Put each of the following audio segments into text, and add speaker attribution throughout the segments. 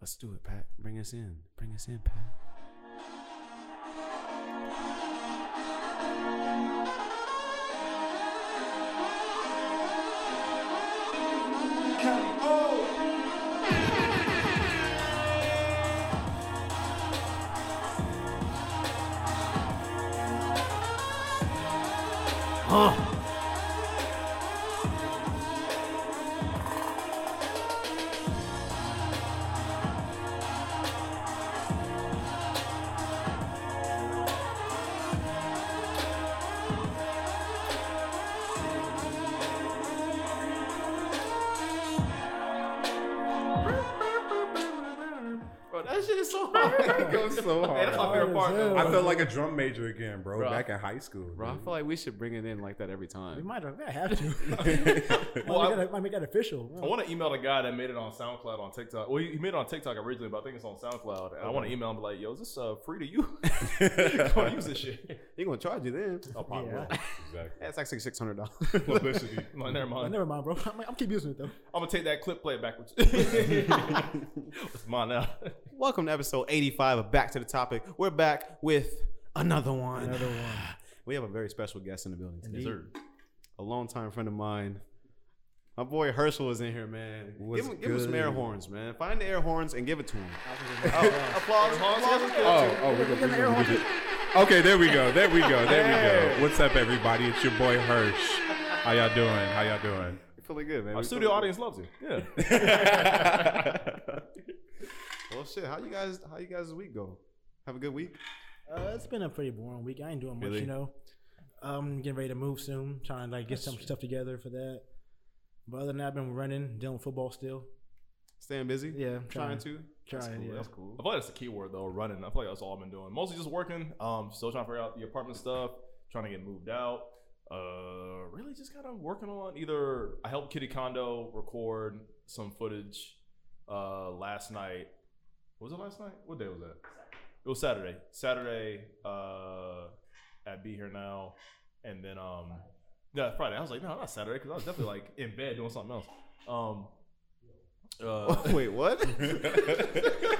Speaker 1: Let's do it, Pat. Bring us in. Bring us in, Pat.
Speaker 2: Bro, that shit is so hard.
Speaker 3: It goes so hard.
Speaker 2: That's my
Speaker 4: Hard
Speaker 2: favorite part.
Speaker 4: as hell.
Speaker 2: though.
Speaker 3: I felt like a drum major again, bro.
Speaker 2: Bro, I-
Speaker 3: back in high school.
Speaker 1: Bro, I
Speaker 3: dude.
Speaker 1: feel like we should bring it in like that every
Speaker 4: We
Speaker 1: time.
Speaker 4: might have, we might have to.
Speaker 2: Well, I- Oh,
Speaker 4: might, make that, might make that official.
Speaker 2: I want to email the guy that made it on SoundCloud on TikTok. Well, he he made it on TikTok originally, but I think it's on SoundCloud. And I want to email him like, "Yo, is this uh, free to you? Don't use this shit."
Speaker 1: They're gonna charge you then.
Speaker 2: I'll probably
Speaker 4: Yeah.
Speaker 2: will.
Speaker 3: exactly.
Speaker 1: That's Oh, actually six hundred dollars.
Speaker 3: Publicity.
Speaker 2: I'm like, never
Speaker 4: But
Speaker 2: mind.
Speaker 4: never mind, bro. I'm, I'm keep using it though.
Speaker 2: I'm gonna take that clip, play it backwards. it's mine now.
Speaker 1: Welcome to episode eighty-five of Back to the Topic. We're back with another one.
Speaker 4: Another one.
Speaker 1: We have a very special guest in the building today.
Speaker 4: Indeed.
Speaker 1: A longtime friend of mine. My boy Herschel is in here, man.
Speaker 3: What's
Speaker 1: give, him, give him some air
Speaker 3: good?
Speaker 1: horns, man. Find the air horns and give it to him.
Speaker 4: Oh,
Speaker 2: Applause, applause.
Speaker 3: Oh, oh, we're gonna, we're gonna Okay, there we go. There we go. There we go. What's up, everybody? It's your boy Hirsch. How y'all doing? How y'all doing?
Speaker 1: We're Oh. feeling good, man.
Speaker 2: Our
Speaker 1: We're
Speaker 2: studio
Speaker 1: feeling
Speaker 2: audience loves you. Yeah.
Speaker 1: good. Well, shit. How you guys? How you guys' week go? Have a good week.
Speaker 4: Uh, it's been a pretty boring week. I ain't doing much,
Speaker 1: Really?
Speaker 4: you know. Um, getting ready to move soon, trying to like get some stuff together for that. But other than that, I've been running, dealing with football still.
Speaker 1: Staying busy.
Speaker 4: Yeah,
Speaker 1: Trying
Speaker 4: trying,
Speaker 1: to.
Speaker 4: trying. yeah.
Speaker 2: That's cool. I feel like that's the key word though, running. I feel like that's all I've been doing. Mostly just working. Um, still trying to figure out the apartment stuff, trying to get moved out. Uh, really just kind of working on either I helped Kitty Kondo record some footage uh last night. Was it last night? What day was that? It was Saturday. Saturday uh at Be Here Now. And then um yeah, Friday. I was like, no, not Saturday, because I was definitely like in bed doing something else. Um uh,
Speaker 1: Wait, what?
Speaker 2: no,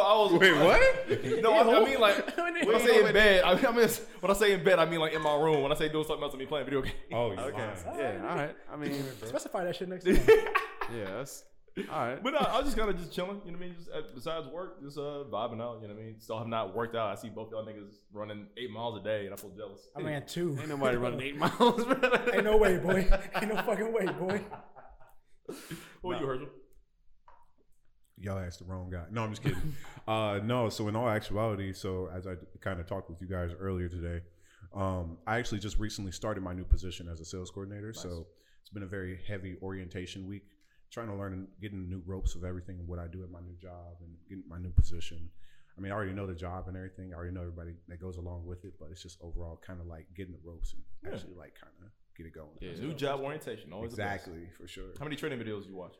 Speaker 2: I was.
Speaker 3: Wait, what?
Speaker 2: No, I, I mean like when I say in
Speaker 1: Wait.
Speaker 2: bed. I mean, I mean when I say in bed, I mean like in my room. When I say doing something else, I mean playing video games.
Speaker 3: Oh, you
Speaker 1: Okay.
Speaker 3: lying.
Speaker 1: Yeah. All right. I mean,
Speaker 4: Specify that shit next time.
Speaker 1: yeah. That's, all right.
Speaker 2: But no, I was just kind of just chilling. You know what I mean? Just uh, besides work, just uh, vibing out. You know what I mean? Still have not worked out. I see both y'all niggas running eight miles a day, and I feel jealous.
Speaker 4: I ran two.
Speaker 1: Ain't nobody running eight miles. man.
Speaker 4: Ain't no way, boy. Ain't no fucking way, boy.
Speaker 2: What you, Herschel?
Speaker 3: Y'all asked the wrong guy. No, I'm just kidding. uh, no, so in all actuality, so as I kind of talked with you guys earlier today, um, I actually just recently started my new position as a sales coordinator. So it's been a very heavy orientation week, trying to learn and getting the new ropes of everything and what I do at my new job and getting my new position. I mean, I already know the job and everything. I already know everybody that goes along with it, but it's just overall kind of like getting the ropes and
Speaker 2: Yeah.
Speaker 3: actually like kind of get it going.
Speaker 1: Yeah.
Speaker 2: New job orientation. Always the best.
Speaker 3: Exactly, for sure.
Speaker 2: How many training videos you watch?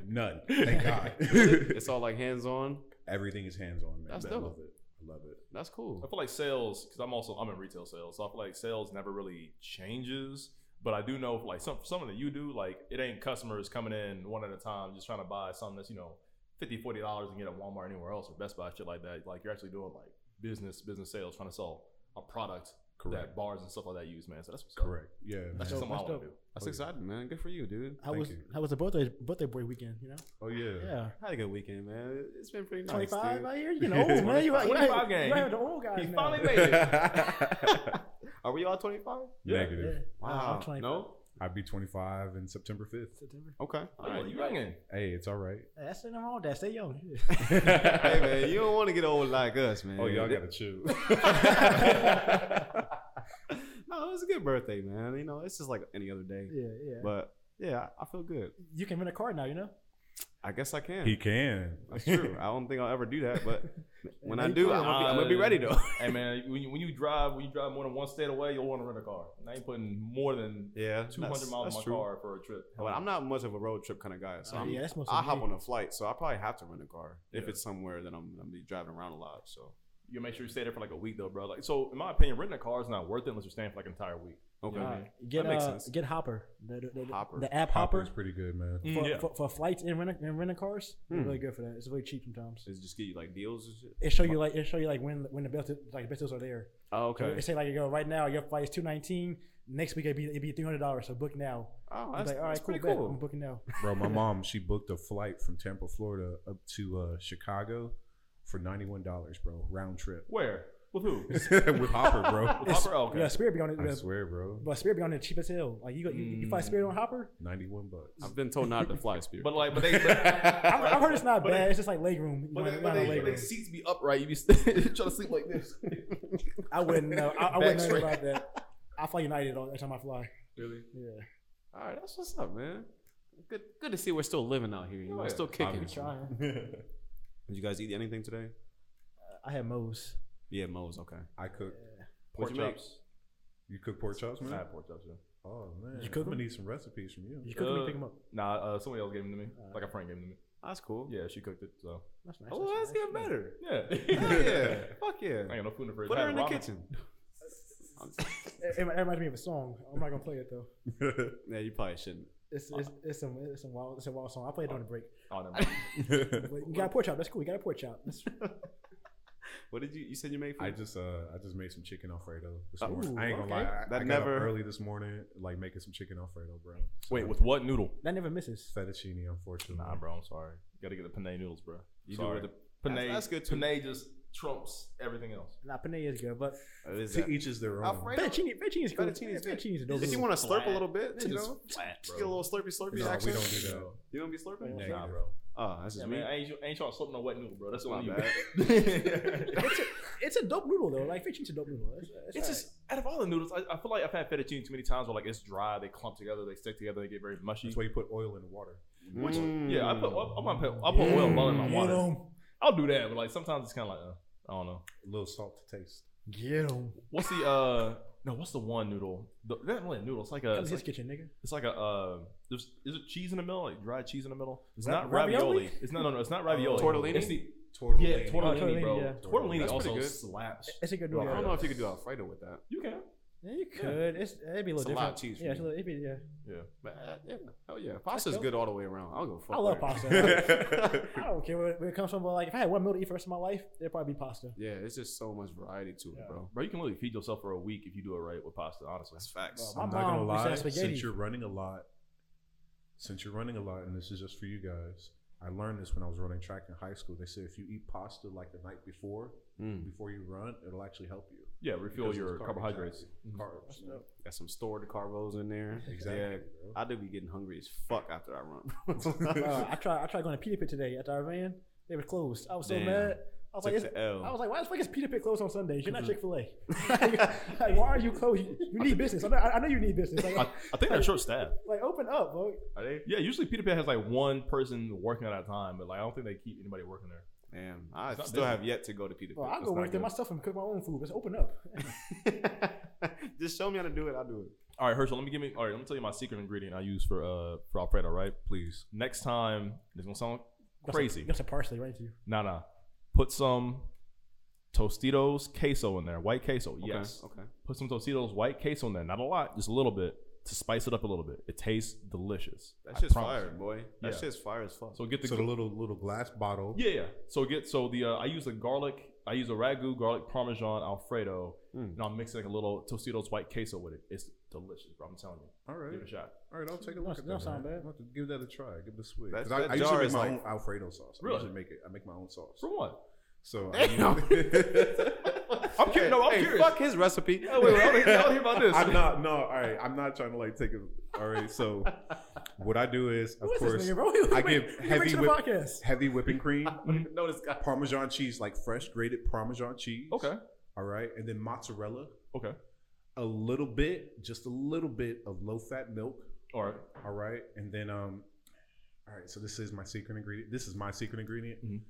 Speaker 3: None. Thank God.
Speaker 1: It's all like hands on.
Speaker 3: Everything is hands on, man.
Speaker 1: That's
Speaker 3: I
Speaker 1: dope.
Speaker 3: love it. I love it.
Speaker 1: That's
Speaker 2: I
Speaker 1: cool.
Speaker 2: feel like sales because I'm also I'm in retail sales, so I feel like sales never really changes. But I do know like some something that you do like it ain't customers coming in one at a time just trying to buy something that's you know 50 40 dollars and get at Walmart anywhere else or Best Buy shit like that. Like you're actually doing like business business sales trying to sell a product that
Speaker 3: Correct.
Speaker 2: bars and stuff like that use, man. So that's what's up.
Speaker 3: Correct. Yeah.
Speaker 2: That's
Speaker 3: man.
Speaker 2: just
Speaker 4: Dope,
Speaker 2: something I
Speaker 4: that's
Speaker 2: want to do.
Speaker 4: dope.
Speaker 1: That's exciting, man. Good for you, dude.
Speaker 4: How
Speaker 3: Thank
Speaker 4: was
Speaker 3: you.
Speaker 4: how was the birthday birthday boy weekend? You know,
Speaker 3: Oh yeah.
Speaker 4: yeah,
Speaker 1: I had a good weekend, man. It's been pretty
Speaker 4: twenty
Speaker 1: nice.
Speaker 4: five
Speaker 1: dude.
Speaker 4: out here. You know, old, man, you out you
Speaker 2: 25
Speaker 4: out-
Speaker 2: gang.
Speaker 4: you out here with the old guys
Speaker 2: He
Speaker 4: now.
Speaker 2: finally made it.
Speaker 1: Are we all 25?
Speaker 4: Yeah.
Speaker 3: Negative.
Speaker 4: Wow, I'm 25.
Speaker 1: No?
Speaker 3: I'd be 25 in September 5th.
Speaker 4: September.
Speaker 1: Okay.
Speaker 3: Oh,
Speaker 1: All right.
Speaker 2: you ringing?
Speaker 3: Hey, it's all right.
Speaker 4: Hey, That's nothing wrong with that. Stay young.
Speaker 1: hey, man, you don't want to get old like us, man.
Speaker 3: Oh, y'all got to chill.
Speaker 1: No, it was a good birthday, man. You know, it's just like any other day.
Speaker 4: Yeah, yeah.
Speaker 1: But yeah, I- I feel good.
Speaker 4: you can rent a car now. You know.
Speaker 1: I guess I can.
Speaker 3: he can.
Speaker 1: That's true. I don't think I'll ever do that, but when I
Speaker 4: Hey,
Speaker 1: do,
Speaker 4: come
Speaker 1: I'm
Speaker 4: on.
Speaker 1: gonna, be, I'm gonna be ready though.
Speaker 2: hey man, when you, when you drive when you drive more than one state away, you'll want to rent a car. And I ain't putting more than
Speaker 1: Yeah,
Speaker 2: 200 miles in my
Speaker 1: true.
Speaker 2: car for a trip.
Speaker 1: But I'm not much of a road trip kind of guy, so
Speaker 4: Uh,
Speaker 1: I'm,
Speaker 4: yeah, that's most.
Speaker 1: I
Speaker 4: of
Speaker 1: hop
Speaker 4: me.
Speaker 1: on a flight, so I probably have to rent a car if
Speaker 2: Yeah.
Speaker 1: it's somewhere that I'm gonna be driving around a lot. So
Speaker 2: you make sure you stay there for like a week though, bro. Like, so in my opinion, renting a car is not worth it unless you're staying for like an entire week. You
Speaker 1: Okay.
Speaker 2: know what I mean?
Speaker 4: Get
Speaker 2: That makes
Speaker 4: uh,
Speaker 2: sense.
Speaker 4: get Hopper. The, the, the,
Speaker 1: Hopper.
Speaker 4: the app Hopper,
Speaker 3: Hopper's pretty good, man.
Speaker 2: Mm,
Speaker 4: for,
Speaker 2: yeah.
Speaker 4: for, for flights and rent and rental cars. It's
Speaker 1: Hmm.
Speaker 4: really good for that. It's really cheap sometimes.
Speaker 2: It's just get you like deals and shit.
Speaker 4: It show you like it show you like when when the best like the best deals are there.
Speaker 2: Oh,
Speaker 4: So
Speaker 2: okay.
Speaker 4: It say like you go right now your flight is two nineteen. Next week it'd be it'd be three hundred dollars. So book now.
Speaker 2: Oh,
Speaker 4: It's
Speaker 2: that's,
Speaker 4: like all right,
Speaker 2: that's
Speaker 4: cool,
Speaker 2: pretty
Speaker 4: bet.
Speaker 2: cool.
Speaker 4: I'm booking now.
Speaker 3: Bro, my mom, she booked a flight from Tampa, Florida up to uh, Chicago for $91, bro. Round trip.
Speaker 2: Where? With who? With
Speaker 3: With Hopper, bro.
Speaker 4: It's-
Speaker 2: Hopper? Oh, okay.
Speaker 4: Yeah, Spirit be on it.
Speaker 3: I
Speaker 4: yeah,
Speaker 3: swear, bro.
Speaker 4: But Spirit be on it cheap as hell. Like you go, you, you fly Spirit on Hopper.
Speaker 3: 91 bucks.
Speaker 1: I've been told not to fly Spirit.
Speaker 2: But like, but they. But,
Speaker 4: I've, I've heard it's not
Speaker 2: But
Speaker 4: bad.
Speaker 2: they-
Speaker 4: it's just like leg room. You
Speaker 2: but,
Speaker 4: know,
Speaker 2: they,
Speaker 4: not
Speaker 2: but,
Speaker 4: a
Speaker 2: they,
Speaker 4: leg
Speaker 2: but they
Speaker 4: room.
Speaker 2: seats be upright. You be st- trying to sleep like this.
Speaker 4: I wouldn't know. I, I wouldn't know
Speaker 2: Backstraight.
Speaker 4: about that. I fly United all, every time I fly.
Speaker 2: really?
Speaker 4: Yeah,
Speaker 1: all right, that's what's up, man. Good, good to see we're still living out here. You know,
Speaker 2: Oh,
Speaker 1: we're
Speaker 2: yeah.
Speaker 1: still kicking.
Speaker 2: Obviously.
Speaker 4: trying.
Speaker 1: Did you guys eat anything today?
Speaker 4: I had Moe's.
Speaker 1: Yeah, Moe's. Okay.
Speaker 3: I cook.
Speaker 2: Pork
Speaker 1: What'd you make?
Speaker 2: chops.
Speaker 3: You cook pork chops,
Speaker 2: I
Speaker 3: man?
Speaker 2: had pork chops. Yeah.
Speaker 3: Oh, man.
Speaker 4: You cook
Speaker 3: I'm
Speaker 4: 'em?
Speaker 3: gonna need some recipes from you.
Speaker 4: You cook them,
Speaker 2: Uh,
Speaker 4: you pick them up.
Speaker 2: Nah, uh, somebody else gave them to me. Like a friend gave them
Speaker 1: That's cool.
Speaker 2: to me. Yeah, she cooked it. So
Speaker 4: That's nice.
Speaker 1: Oh, that's getting better.
Speaker 2: yeah,
Speaker 1: Hell
Speaker 2: yeah.
Speaker 1: yeah. Fuck yeah.
Speaker 2: I ain't got no food in the fridge.
Speaker 1: Put
Speaker 2: I
Speaker 1: her
Speaker 2: had
Speaker 1: in the
Speaker 2: ramen.
Speaker 1: kitchen.
Speaker 4: It, it reminds me of a song. I'm not gonna play it though.
Speaker 1: yeah, you probably shouldn't.
Speaker 4: It's it's, it's some it's some wild it's a wild song. I played it on the break.
Speaker 2: Oh, never mind.
Speaker 4: But you got a pork chop. That's cool. You got a pork chop. That's,
Speaker 1: What did you? You said you made food.
Speaker 3: I just uh I just made some chicken alfredo this
Speaker 1: Oh,
Speaker 3: morning. I ain't gonna
Speaker 4: okay.
Speaker 3: lie. I,
Speaker 1: That
Speaker 3: I got up
Speaker 1: never-
Speaker 3: early this morning, like making some chicken alfredo, bro. So
Speaker 2: Wait, with what noodle?
Speaker 4: that never misses.
Speaker 3: fettuccine, unfortunately.
Speaker 2: Nah, bro, I'm sorry. You gotta get the penne noodles, bro. You
Speaker 1: Sorry.
Speaker 2: do it with the penne.
Speaker 1: That's- that's good, too.
Speaker 2: Penne just trumps everything else.
Speaker 4: Nah, penne is good, but
Speaker 1: It is
Speaker 3: To
Speaker 1: that-
Speaker 3: each is their own.
Speaker 1: Alfredo-
Speaker 4: fettuccine fettuccine is cool.
Speaker 1: Fettuccine
Speaker 4: Fettuccine
Speaker 1: is good.
Speaker 4: is dope.
Speaker 1: if you want to slurp a little bit, you
Speaker 2: It's
Speaker 1: know,
Speaker 2: flat,
Speaker 1: just
Speaker 2: bro.
Speaker 1: get a little slurpy, slurpy
Speaker 3: No,
Speaker 1: action.
Speaker 3: we don't do that.
Speaker 1: You don't be slurping.
Speaker 4: Yeah.
Speaker 2: Nah,
Speaker 3: Negative.
Speaker 2: bro.
Speaker 1: Oh, that's
Speaker 2: Yeah,
Speaker 1: just
Speaker 2: man,
Speaker 1: me.
Speaker 2: I ain't, I ain't trying to slip no wet noodle, bro. That's the
Speaker 1: My
Speaker 2: only
Speaker 1: bad.
Speaker 2: you
Speaker 4: It's a, it's a dope noodle though. Like fettuccine's a dope noodle. It's, it's,
Speaker 2: It's just out of all the noodles, I, I feel like I've had fettuccine too many times where like it's dry, they clump together, they stick together, they get very mushy.
Speaker 3: That's why you put oil in the water.
Speaker 2: Which,
Speaker 1: Mm.
Speaker 2: yeah, I put I, am gonna put I put oil all in my
Speaker 4: Get
Speaker 2: water.
Speaker 4: 'em.
Speaker 2: I'll do that, but like sometimes it's kind of like uh, I don't know.
Speaker 3: A little salt to taste.
Speaker 4: Get him.
Speaker 2: What's the uh no? What's the one noodle? The, not really a noodle. It's like
Speaker 4: Come
Speaker 2: a
Speaker 4: to
Speaker 2: it's
Speaker 4: his
Speaker 2: like,
Speaker 4: kitchen, nigga.
Speaker 2: it's like a uh. There's, is it cheese in the middle? Like dried cheese in the middle? It's
Speaker 4: Ra-
Speaker 2: not
Speaker 4: ravioli?
Speaker 2: ravioli. It's not no no. It's not ravioli.
Speaker 1: Oh, Tortellini? Oh,
Speaker 2: It's the,
Speaker 3: Tortellini.
Speaker 2: yeah, tortellini,
Speaker 4: tortellini,
Speaker 2: bro.
Speaker 4: yeah.
Speaker 2: Tortellini
Speaker 1: That's pretty
Speaker 2: also
Speaker 1: good.
Speaker 2: slaps.
Speaker 4: It's a good
Speaker 1: Well,
Speaker 4: noodle.
Speaker 1: I don't know if you could do Alfredo with that,
Speaker 2: You can.
Speaker 4: Yeah, you could. It's it'd be a little
Speaker 1: It's a
Speaker 4: different.
Speaker 1: lot of cheese for
Speaker 4: Yeah, it's a
Speaker 1: me.
Speaker 4: little, it'd be, yeah.
Speaker 2: Yeah.
Speaker 1: but uh, yeah, hell yeah, pasta's
Speaker 4: dope.
Speaker 1: good all the way around. I'll go fuck.
Speaker 4: I love
Speaker 1: with it.
Speaker 4: pasta. I don't care where, where it comes from, but like if I had one meal to eat for the rest of my life, it'd probably be pasta.
Speaker 1: Yeah, it's just so much variety to it,
Speaker 4: Yeah.
Speaker 1: bro.
Speaker 2: Bro, you can literally feed yourself for a week if you do it right with pasta. Honestly,
Speaker 1: That's facts.
Speaker 4: Bro,
Speaker 3: I'm
Speaker 4: My
Speaker 3: not gonna
Speaker 4: mom used
Speaker 3: lie.
Speaker 4: to have spaghetti.
Speaker 3: Since you're running a lot, since you're running a lot, and this is just for you guys, I learned this when I was running track in high school. They said if you eat pasta like the night before,
Speaker 1: Mm.
Speaker 3: before you run, it'll actually help you.
Speaker 2: yeah, refuel
Speaker 3: Because
Speaker 2: your
Speaker 3: it's Mm-hmm.
Speaker 2: carbohydrates.
Speaker 3: Carbs. yeah.
Speaker 1: Got some stored carbos in there.
Speaker 3: Exactly.
Speaker 1: Yeah,
Speaker 3: bro.
Speaker 1: I do be getting hungry as fuck after I run.
Speaker 4: Bro, uh, I tried I tried going to Peter Pit today after I ran. They were closed. I was so
Speaker 1: Damn.
Speaker 4: mad. I was like,
Speaker 1: Took
Speaker 4: it's,
Speaker 1: the
Speaker 4: I was
Speaker 1: L.
Speaker 4: like, why the fuck is Peter Pit closed on Sundays? You're not Chick Fil A. like, why are you closed? You, you need business. I know, I know you need business. Like,
Speaker 2: I, I think they're short staffed.
Speaker 4: like, open up, bro.
Speaker 1: Are they?
Speaker 2: Yeah, usually Peter Pan has like one person working at a time, but like I don't think they keep anybody working there.
Speaker 1: Damn, I
Speaker 2: It's not
Speaker 1: still
Speaker 2: busy.
Speaker 1: have yet to go to Peter.
Speaker 4: Bro,
Speaker 1: Pan.
Speaker 4: I
Speaker 1: That's
Speaker 4: go
Speaker 1: not
Speaker 4: work there
Speaker 1: good.
Speaker 4: myself and cook my own food. Let's open up.
Speaker 1: Just show me how to do it. I'll do it.
Speaker 2: All right, Herschel, let me give me. All right, let me tell you my secret ingredient I use for uh for Alfredo. Right,
Speaker 3: Please.
Speaker 2: next time it's gonna sound
Speaker 4: Got some-
Speaker 2: crazy.
Speaker 4: Got some parsley right to you.
Speaker 2: Nah, nah. Put some Tostitos queso in there, white queso. Yes.
Speaker 1: Okay. okay.
Speaker 2: Put some Tostitos white queso in there, not a lot, just a little bit to spice it up a little bit. It tastes delicious.
Speaker 1: That
Speaker 2: I
Speaker 1: shit's
Speaker 2: promise
Speaker 1: fire,
Speaker 2: you.
Speaker 1: boy. That
Speaker 2: Yeah.
Speaker 1: shit's fire as fuck.
Speaker 2: So get the
Speaker 3: So the little little glass bottle.
Speaker 2: Yeah, yeah. So get so the uh, I use the garlic. I use a ragu, garlic parmesan, alfredo,
Speaker 1: Mm.
Speaker 2: and I'm mixing like a little Tostitos white queso with it. It's delicious, bro. I'm telling you,
Speaker 3: All right.
Speaker 2: give it a shot.
Speaker 3: All right, I'll take a look
Speaker 4: Don't-
Speaker 3: at
Speaker 4: don't
Speaker 3: that.
Speaker 4: sound
Speaker 3: man.
Speaker 4: bad.
Speaker 3: I'm gonna have to give that a try. Give it a swig.
Speaker 1: That-
Speaker 3: 'Cause I,
Speaker 1: that
Speaker 3: I usually
Speaker 1: jar
Speaker 3: make
Speaker 1: is
Speaker 3: my
Speaker 1: like-
Speaker 3: own Alfredo sauce. I
Speaker 2: Really?
Speaker 3: usually make it. I make my own sauce.
Speaker 2: For what?
Speaker 3: So I
Speaker 1: Damn.
Speaker 2: I'm curious. No, I'm
Speaker 1: hey,
Speaker 2: curious.
Speaker 1: Fuck his recipe.
Speaker 2: Oh, wait, wait, I don't hear- I don't hear about this.
Speaker 3: I'm not. No. All right. I'm not trying to like take it. All right. So what I do is, of
Speaker 4: Who is
Speaker 3: course,
Speaker 4: this nigga, bro? He- he
Speaker 3: I
Speaker 4: make-
Speaker 3: give
Speaker 4: he make
Speaker 3: heavy
Speaker 4: to the
Speaker 3: whip-
Speaker 4: podcast.
Speaker 3: heavy whipping cream,
Speaker 1: no, this guy.
Speaker 3: Parmesan cheese, like fresh grated Parmesan cheese.
Speaker 2: Okay,
Speaker 3: All right, and then mozzarella,
Speaker 2: okay,
Speaker 3: a little bit, just a little bit of low fat milk.
Speaker 2: all right.
Speaker 3: All right, and then um, all right. So this is my secret ingredient. This is my secret ingredient.
Speaker 2: Mhm.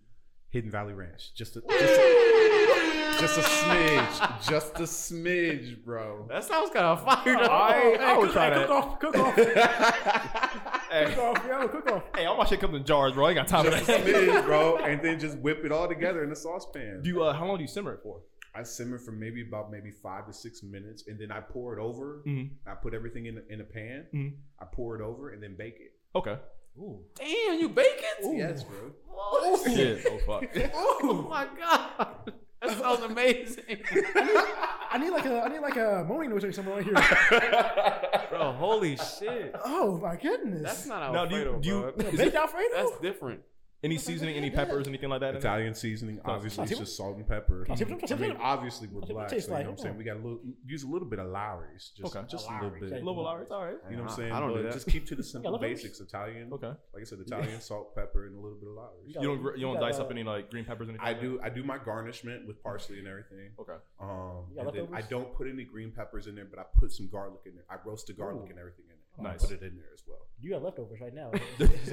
Speaker 3: Hidden Valley Ranch. Just a just a, just a smidge. Just a smidge, bro.
Speaker 1: That sounds kind of fire. though.
Speaker 2: I- I would
Speaker 4: cook,
Speaker 2: try
Speaker 4: hey,
Speaker 2: Oh, that.
Speaker 4: Cook off, cook off, cook
Speaker 2: Hey,
Speaker 4: off, yo, cook off.
Speaker 2: hey, all my shit comes in jars, bro. I ain't got time for
Speaker 3: Just a
Speaker 2: that.
Speaker 3: smidge, bro. And then just whip it all together in a saucepan.
Speaker 2: Do you, uh, how long do you simmer it for?
Speaker 3: I simmer for maybe about maybe five to six minutes, and then I pour it over.
Speaker 2: Mhm.
Speaker 3: I put everything in in a pan.
Speaker 2: Mhm.
Speaker 3: I pour it over, and then bake it.
Speaker 2: Okay.
Speaker 4: Ooh.
Speaker 2: Damn, you bake it?
Speaker 3: Yes, bro.
Speaker 2: Oh shit! Oh fuck!
Speaker 4: Ooh.
Speaker 5: my god, that sounds amazing.
Speaker 4: I need like a I need like a moaning noise or something right here.
Speaker 5: bro, holy shit.
Speaker 4: oh my goodness.
Speaker 5: That's not
Speaker 2: Now, do you-
Speaker 5: Alfredo,
Speaker 2: do you-
Speaker 5: bro.
Speaker 2: is
Speaker 4: baked Alfredo.
Speaker 5: That's different.
Speaker 2: Any seasoning? Any peppers? Anything like that? in there?
Speaker 3: Italian seasoning, obviously, it's
Speaker 4: Potato-
Speaker 3: just salt and pepper. I
Speaker 4: Potato- potato-
Speaker 3: mean, obviously, we're
Speaker 4: potato
Speaker 3: black, so you
Speaker 4: tastes
Speaker 3: know what
Speaker 4: like-
Speaker 3: I'm saying. We got a little, use a little bit of Lowry's, just,
Speaker 2: Okay.
Speaker 3: just a little bit.
Speaker 4: Lowry's.
Speaker 2: Little Lowry's, all right.
Speaker 3: You know what
Speaker 1: Nah,
Speaker 3: I'm saying?
Speaker 1: I don't do
Speaker 3: But
Speaker 1: that.
Speaker 3: Just keep to the simple
Speaker 4: love those.
Speaker 3: basics. Italian,
Speaker 2: Okay.
Speaker 3: like I said, Italian, salt, pepper, and a little bit of Lowry's.
Speaker 4: Yeah.
Speaker 2: You don't gr- you
Speaker 4: You
Speaker 2: don't
Speaker 4: got,
Speaker 2: dice
Speaker 4: uh,
Speaker 2: up any like green peppers or anything?
Speaker 3: I
Speaker 2: like that?
Speaker 3: do, I do my garnishment with parsley and everything.
Speaker 2: Okay.
Speaker 3: Um,
Speaker 4: You
Speaker 3: and
Speaker 4: got
Speaker 3: then I
Speaker 4: leftovers?
Speaker 3: don't put any green peppers in there, but I put some garlic in there. I roast the garlic
Speaker 4: Ooh.
Speaker 3: and everything in it.
Speaker 2: Nice.
Speaker 3: I put it in there as well.
Speaker 4: You got leftovers right now.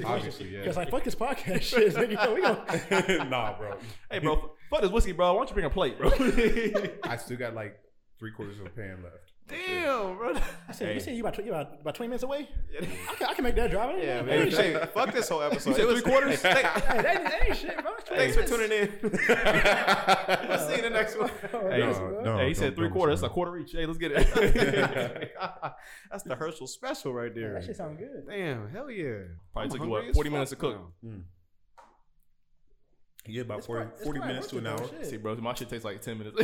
Speaker 3: Obviously, yeah.
Speaker 4: Because like fuck this podcast shit. nigga. We gonna-
Speaker 3: nah, bro.
Speaker 2: Hey, bro, fuck this whiskey, bro. Why don't you bring a plate, bro?
Speaker 3: I still got like three quarters of a pan left.
Speaker 5: Damn, bro.
Speaker 4: I said,
Speaker 2: Hey.
Speaker 4: you said you about, tw- you about about twenty minutes away. I can, I can make that drive.
Speaker 1: Yeah,
Speaker 4: Ain't-
Speaker 1: man.
Speaker 4: ain't shit.
Speaker 1: Hey, fuck this whole episode.
Speaker 2: You said
Speaker 1: It was-
Speaker 2: three quarters?
Speaker 1: Thank-
Speaker 4: Hey, that ain't- that ain't shit, bro.
Speaker 1: Thanks for tuning in. we'll see you in the next one.
Speaker 4: Hey,
Speaker 2: Hey,
Speaker 4: listen, Oh, bro.
Speaker 3: no.
Speaker 2: hey, he said
Speaker 3: don't-
Speaker 2: three
Speaker 3: don't
Speaker 2: quarters. That's
Speaker 3: listen.
Speaker 2: a quarter each. Hey, let's get it.
Speaker 1: That's the Herschel special right there.
Speaker 4: That shit sound good.
Speaker 1: Damn, hell yeah.
Speaker 2: Probably
Speaker 1: I'm
Speaker 2: took you,
Speaker 1: hungry
Speaker 2: what,
Speaker 1: as
Speaker 2: 40
Speaker 1: fuck
Speaker 2: minutes to cook?
Speaker 1: now.
Speaker 3: Yeah, about
Speaker 4: It's
Speaker 3: 40,
Speaker 4: probably- it's
Speaker 3: 40
Speaker 4: probably
Speaker 3: minutes to
Speaker 4: worth
Speaker 3: an
Speaker 4: it,
Speaker 3: hour.
Speaker 4: though,
Speaker 2: See,
Speaker 4: shit.
Speaker 2: bro, my shit takes like 10 minutes.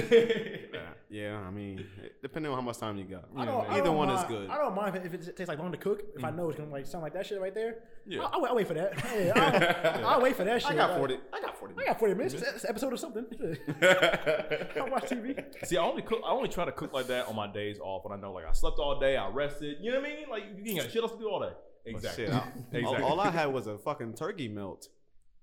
Speaker 1: Yeah, Yeah, I mean, it- depending on how much time you got.
Speaker 4: I don't, I
Speaker 1: Either
Speaker 4: don't
Speaker 1: one
Speaker 4: mind,
Speaker 1: is good. Mm.
Speaker 4: I don't mind if it, if it tastes like long to cook. If I know it's gonna like sound like that shit right there,
Speaker 2: Yeah.
Speaker 4: I'll, I'll, wait- I'll wait for that. Yeah, I'll, I'll wait for that shit.
Speaker 1: I got
Speaker 4: Like,
Speaker 1: 40. I got 40.
Speaker 4: I got forty minutes. It's an episode of something. I'll watch TV.
Speaker 2: See, I only cook. I only try to cook like that on my days off when I know like I slept all day, I rested. You know what I mean? Like you ain't got shit else to do all day.
Speaker 1: But
Speaker 2: Exactly.
Speaker 1: Oh, shit, I- all-
Speaker 2: exactly.
Speaker 1: All, I had was a fucking turkey melt.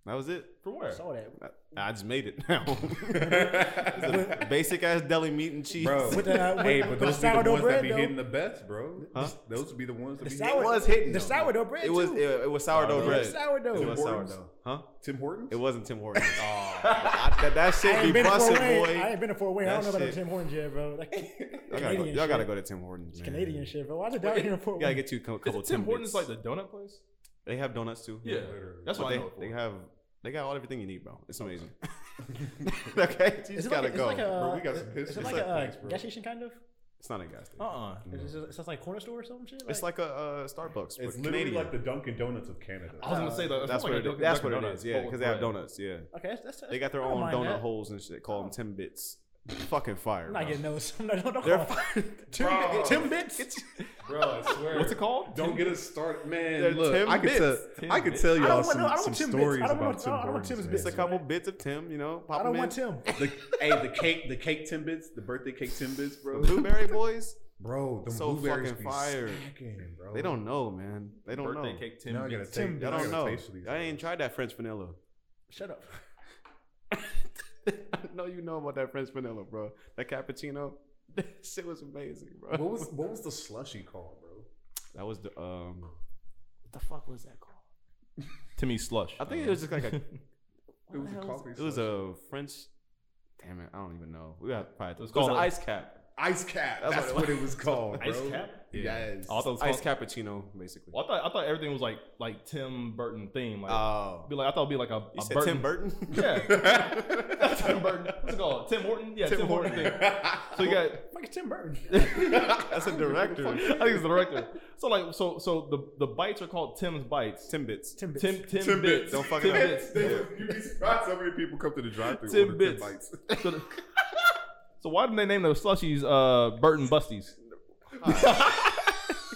Speaker 1: That was it.
Speaker 2: From where?
Speaker 4: Saw that
Speaker 1: I, I just made it now. It's a basic ass deli meat and cheese.
Speaker 3: Bro,
Speaker 4: with the uh, with,
Speaker 3: hey, but
Speaker 4: with
Speaker 3: those
Speaker 4: the
Speaker 3: be the
Speaker 4: sourdough
Speaker 3: ones
Speaker 4: bread
Speaker 3: that be
Speaker 4: though.
Speaker 3: hitting the best, bro.
Speaker 1: Huh?
Speaker 3: Those would be the ones that
Speaker 4: The
Speaker 3: be
Speaker 4: sour-
Speaker 1: It was hitting.
Speaker 4: the
Speaker 1: though.
Speaker 4: sourdough bread
Speaker 1: It was.
Speaker 4: too.
Speaker 1: It, it was sourdough
Speaker 4: Yeah,
Speaker 1: bread.
Speaker 4: sourdough.
Speaker 1: It was
Speaker 3: Tim
Speaker 1: sourdough.
Speaker 3: Hortons?
Speaker 1: Huh?
Speaker 3: Tim Hortons?
Speaker 1: It wasn't Tim Hortons. I- that, that
Speaker 4: Oh, I
Speaker 1: shit
Speaker 4: ain't
Speaker 1: be
Speaker 4: been to Fort
Speaker 1: busted,
Speaker 4: Wayne. I
Speaker 1: boy.
Speaker 4: ain't been to Fort Wayne. I
Speaker 1: That
Speaker 4: don't know about the
Speaker 1: shit-
Speaker 4: Tim Hortons yet, bro. Like,
Speaker 1: Y'all gotta, go,
Speaker 4: Canadian
Speaker 1: y'all gotta
Speaker 4: shit.
Speaker 1: go to Tim Hortons. Man.
Speaker 4: Canadian shit, bro. I just down here in Fort
Speaker 1: You gotta
Speaker 4: Wayne.
Speaker 1: get you a cou-
Speaker 2: Is
Speaker 1: couple
Speaker 2: it Tim
Speaker 1: Timbits.
Speaker 2: Hortons like the donut place?
Speaker 1: They have donuts too.
Speaker 2: Yeah,
Speaker 3: literally.
Speaker 2: that's
Speaker 1: But
Speaker 2: what
Speaker 1: they,
Speaker 2: I know. it for. Oh.
Speaker 1: they have they got all everything you need, bro. It's amazing. okay, you
Speaker 4: Is
Speaker 1: just
Speaker 4: it
Speaker 1: gotta
Speaker 4: like a- is it
Speaker 1: go.
Speaker 4: like a- uh,
Speaker 3: Bro, we got some
Speaker 4: Is
Speaker 3: history.
Speaker 4: it like
Speaker 3: It's
Speaker 4: a
Speaker 3: like-
Speaker 4: uh, gas station kind of?
Speaker 1: it's not a gas
Speaker 4: oh,
Speaker 1: station.
Speaker 2: Uh-uh.
Speaker 4: Is this, is this like a corner store or some shit?
Speaker 1: It's like a uh, Starbucks,
Speaker 3: It's
Speaker 1: but
Speaker 3: literally
Speaker 1: Canadian.
Speaker 3: like the Dunkin' Donuts of Canada.
Speaker 2: I was gonna say that.
Speaker 1: that's what it is. That's what it is. Yeah, because they have donuts. Yeah,
Speaker 4: okay, that's, that's,
Speaker 1: they got their
Speaker 4: I don't
Speaker 1: own
Speaker 4: mind
Speaker 1: donut
Speaker 4: that. Oh.
Speaker 1: holes and shit. Call them Timbits. Fucking fire.
Speaker 4: I'm not
Speaker 1: bro.
Speaker 4: getting those. I'm not, don't, don't
Speaker 1: They're
Speaker 4: call. Tim,
Speaker 3: Bro.
Speaker 4: Tim Bits.
Speaker 3: Bro, I swear.
Speaker 2: What's it called?
Speaker 3: Don't get us started, man.
Speaker 1: They're
Speaker 3: Look,
Speaker 1: Tim
Speaker 3: I could
Speaker 1: Bits.
Speaker 3: tell,
Speaker 1: Tim
Speaker 3: I could
Speaker 1: Bits.
Speaker 3: tell
Speaker 4: I don't
Speaker 3: y'all
Speaker 4: want
Speaker 3: some,
Speaker 4: no- I don't
Speaker 3: some
Speaker 4: want Tim Bits.
Speaker 3: stories
Speaker 4: I don't
Speaker 3: about
Speaker 4: want-
Speaker 3: Tim
Speaker 4: I don't want
Speaker 3: Hortons.
Speaker 4: Tim's
Speaker 3: man.
Speaker 4: Bits.
Speaker 1: Just a couple bits of Tim, you know. Pop
Speaker 4: I don't
Speaker 1: 'em
Speaker 4: want
Speaker 1: in.
Speaker 4: Tim.
Speaker 3: The, hey, the cake, the cake Timbits, the birthday cake Timbits, bro.
Speaker 1: The Blueberry Boys.
Speaker 3: Bro, the
Speaker 1: So
Speaker 3: blueberries
Speaker 1: fucking
Speaker 3: be
Speaker 1: fire.
Speaker 3: smacking, bro.
Speaker 1: They don't know, man. They don't
Speaker 2: Birthday
Speaker 1: know.
Speaker 2: cake, Tim.
Speaker 3: Now I gotta
Speaker 2: Bits.
Speaker 3: take.
Speaker 1: I
Speaker 3: now
Speaker 1: don't
Speaker 3: gotta
Speaker 1: know.
Speaker 3: taste these,
Speaker 1: I ain't tried that French vanilla.
Speaker 4: Shut up.
Speaker 1: I know you know about that French vanilla, bro. That cappuccino. That shit was amazing,
Speaker 3: bro.
Speaker 1: bro.
Speaker 3: What was what was the slushy called, bro?
Speaker 1: That was the um.
Speaker 2: Timmy slush.
Speaker 1: I think it was just like a.
Speaker 3: It was a coffee.
Speaker 1: It was
Speaker 3: slushie.
Speaker 1: a French. Damn it, I don't even know. We got probably. It was,
Speaker 2: called
Speaker 1: an
Speaker 2: a-
Speaker 1: ice cap.
Speaker 3: ice cap.
Speaker 1: That's
Speaker 3: That's,
Speaker 1: what it
Speaker 3: what, it was called, bro.
Speaker 2: Ice cap?
Speaker 3: Yes.
Speaker 2: Oh, I thought, it was
Speaker 1: Ice
Speaker 2: called-
Speaker 1: cappuccino, basically.
Speaker 2: Well, I thought I thought everything was like like Tim Burton theme. Like,
Speaker 1: Oh,
Speaker 2: be like I thought it'd be like a,
Speaker 1: you
Speaker 2: a
Speaker 1: said
Speaker 2: Burton.
Speaker 1: Tim Burton.
Speaker 2: Yeah, Not Tim Burton. What's it called? Tim Horton. Yeah, Tim,
Speaker 1: Tim
Speaker 2: Horton.
Speaker 1: Horton.
Speaker 2: thing. So you got
Speaker 4: Fuck, it's Tim Burton.
Speaker 1: That's a director.
Speaker 2: I think it's the director. So like so so the the bites are called Tim's bites.
Speaker 1: Tim Bits.
Speaker 4: Tim Bits.
Speaker 2: Tim Tim,
Speaker 3: Tim
Speaker 2: bits.
Speaker 3: Bits.
Speaker 1: Don't fuck
Speaker 2: Tim
Speaker 1: it up.
Speaker 2: bits.
Speaker 3: You'd be surprised how many people come to the drive-through.
Speaker 2: Tim bits. So, the- so why didn't they name those slushies uh Burton Busties?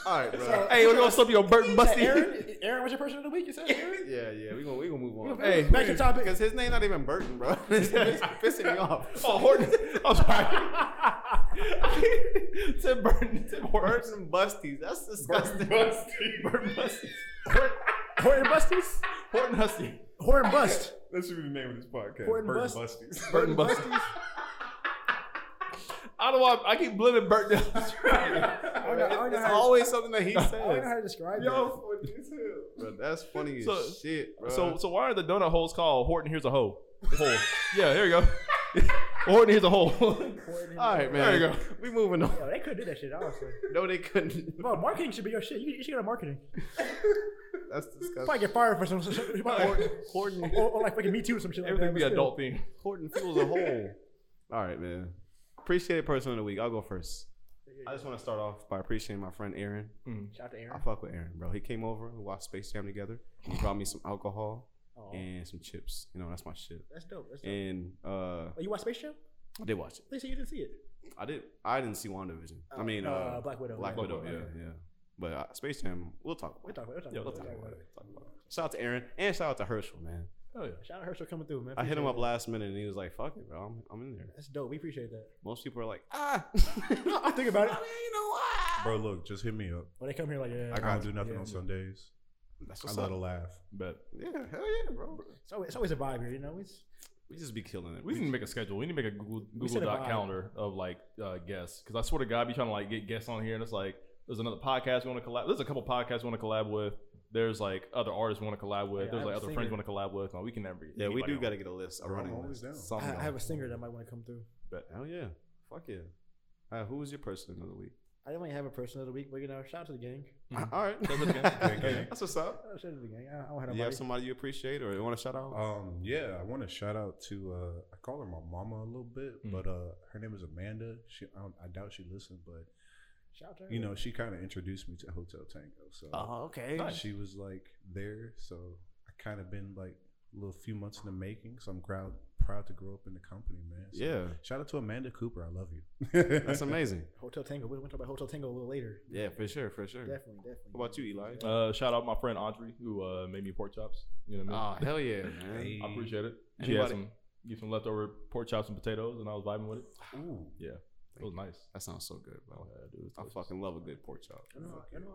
Speaker 1: All right, bro.
Speaker 2: Hey, we're gonna slip your Burton
Speaker 4: Is that
Speaker 2: Busty.
Speaker 4: Aaron, Aaron was your person of the week. You said Aaron.
Speaker 1: Yeah, yeah, we gonna we gonna move on.
Speaker 2: Hey,
Speaker 4: Back to topic.
Speaker 1: Because his name not even Burton, bro. It's pissing me off.
Speaker 2: oh Horton. I'm sorry. Tim Burton. Tim Horton.
Speaker 1: Burton Busties. That's disgusting.
Speaker 2: Burton Busties. Horton-
Speaker 4: Horton Busties.
Speaker 2: Horton Husty.
Speaker 4: Horton Bust.
Speaker 3: That should be the name of this podcast.
Speaker 4: Horton
Speaker 3: Burton
Speaker 4: Bust-
Speaker 3: Busties.
Speaker 2: Burton Busties. I don't know. why I keep blaming Burton.
Speaker 4: I don't know- I don't know
Speaker 1: It's
Speaker 4: how-
Speaker 1: always something that he
Speaker 4: I don't know
Speaker 1: says.
Speaker 4: how to describe it.
Speaker 3: Yo, funny as hell.
Speaker 1: Bro, that's funny as
Speaker 2: So-
Speaker 1: shit, bro.
Speaker 2: So, so why are the donut holes called Horton? Here's a hole. Hole. Yeah, there you go. Horton, here's a hole.
Speaker 4: Horton-
Speaker 1: all right, man.
Speaker 2: There you go.
Speaker 1: We moving on.
Speaker 4: Yo, they couldn't do that shit, honestly.
Speaker 1: No, they couldn't.
Speaker 4: Bro, marketing should be your shit. You, you should go to marketing.
Speaker 1: That's
Speaker 4: You
Speaker 1: disgusting.
Speaker 4: probably get fired for some some- some- or,
Speaker 1: Horton,
Speaker 4: or, or like fucking Me Too or some shit like
Speaker 2: Everything
Speaker 4: that.
Speaker 2: be
Speaker 4: but still.
Speaker 2: adult thing.
Speaker 1: Horton feels a hole. All right, man. appreciated person of the week. I'll go first. I just want to start off by appreciating my friend Aaron.
Speaker 2: Hmm,
Speaker 4: Shout out to
Speaker 1: I
Speaker 4: Aaron.
Speaker 1: fuck with Aaron, bro. He came over, we watched Space Jam together. He brought me some alcohol
Speaker 4: Aw,
Speaker 1: and some chips. You know, that's my shit.
Speaker 4: Oh. that's dope. That's dope.
Speaker 1: And uh,
Speaker 4: oh, you watch Space Jam?
Speaker 1: I did watch it.
Speaker 4: They said you didn't see it.
Speaker 1: I did. I didn't see WandaVision. I
Speaker 4: Oh,
Speaker 1: mean, uh,
Speaker 4: Black Widow.
Speaker 1: Black
Speaker 4: yeah.
Speaker 1: Widow.
Speaker 2: Widow,
Speaker 1: Yeah, yeah. But uh, Space Jam, we'll talk.
Speaker 4: We'll
Speaker 1: About it.
Speaker 4: talk about it. We'll
Speaker 2: Yeah,
Speaker 4: talk
Speaker 2: we'll
Speaker 4: about it.
Speaker 2: talk
Speaker 4: We'll talk about it.
Speaker 1: Shout out to Aaron and shout out to Herschel, man.
Speaker 2: Oh yeah.
Speaker 4: Shout out Herschel coming through, man.
Speaker 1: I hit him
Speaker 4: Appreciate
Speaker 1: up last minute and he was like, "Fuck it, bro. I'm, I'm in there."
Speaker 4: it. That's dope. We appreciate that.
Speaker 1: Most people are like, "Ah,
Speaker 4: I think about it.
Speaker 3: Bro, look, just hit me up.
Speaker 4: When they come here, like,
Speaker 3: I
Speaker 4: yeah. yeah,
Speaker 3: can't do nothing
Speaker 4: yeah.
Speaker 3: on Sundays.
Speaker 1: that's
Speaker 3: I
Speaker 1: what's
Speaker 3: love
Speaker 1: up."
Speaker 3: to laugh.
Speaker 2: Bet.
Speaker 1: Yeah, hell yeah, bro.
Speaker 4: It's always, it's always a vibe here, you know? It's,
Speaker 1: We just be killing it.
Speaker 2: We need to make a schedule. We need to make a Google Google
Speaker 4: said
Speaker 2: Doc
Speaker 4: about-
Speaker 2: calendar of like uh, guests because I swear to God, I be trying to like get guests on here, and it's like there's another podcast we want to collab. There's a couple podcasts we want to collab with. There's like other artists we want to collab with.
Speaker 4: Yeah,
Speaker 2: there's
Speaker 4: I
Speaker 2: like
Speaker 4: have
Speaker 2: other
Speaker 4: a
Speaker 2: friends we
Speaker 4: singer.
Speaker 2: want to collab with. Like, we can never.
Speaker 1: yeah, we
Speaker 2: anybody
Speaker 1: do
Speaker 2: on.
Speaker 1: got to get a list, a
Speaker 3: Bro, I'm
Speaker 1: running list.
Speaker 3: always down.
Speaker 1: Something
Speaker 4: I, I have
Speaker 1: on.
Speaker 4: a singer that might want to come through.
Speaker 1: Hell yeah, fuck yeah. Uh, who was your person of the week?
Speaker 4: I didn't really have a person of the week, but, you know, shout out to the gang.
Speaker 2: Mhm.
Speaker 1: All right,
Speaker 2: Shout out to the gang.
Speaker 3: Gang, gang.
Speaker 1: that's what's up.
Speaker 4: Oh, shout out to the gang. I, I don't
Speaker 1: Do you
Speaker 4: have
Speaker 1: have
Speaker 4: nobody.
Speaker 1: somebody you appreciate or you want to shout out?
Speaker 3: Um, yeah, I want to shout out to uh, I call her my mama a little bit,
Speaker 2: Mm.
Speaker 3: but uh, her name is Amanda. She I, don't, I doubt she listened, but
Speaker 4: Shout out to her.
Speaker 3: you know she kind of introduced me to Hotel Tango, so
Speaker 6: Oh, okay.
Speaker 2: Nice.
Speaker 3: she was like there. So I kind of been like a little few months in the making, so I'm proud proud to grow up in the company, man. So
Speaker 1: yeah,
Speaker 3: Shout out to Amanda Cooper. I love you.
Speaker 1: that's amazing.
Speaker 4: Hotel Tango. We're going to talk about Hotel Tango a little later.
Speaker 1: Yeah, for sure, for sure.
Speaker 4: Definitely, definitely.
Speaker 1: What about you, Eli?
Speaker 2: Uh, shout out my friend Audrey who uh, made me pork chops. You know what I mean?
Speaker 1: Oh hell yeah, man.
Speaker 4: Ah.
Speaker 3: Hey.
Speaker 2: I appreciate it. She had
Speaker 1: Anybody-
Speaker 2: some, you some leftover pork chops and potatoes, and I was vibing with it.
Speaker 3: Ooh,
Speaker 2: Yeah, it was nice.
Speaker 1: That sounds so good,
Speaker 2: Oh,
Speaker 1: bro.
Speaker 2: yeah, dude, it was
Speaker 1: I
Speaker 2: delicious.
Speaker 1: fucking love a good pork chop.
Speaker 4: You know, you know,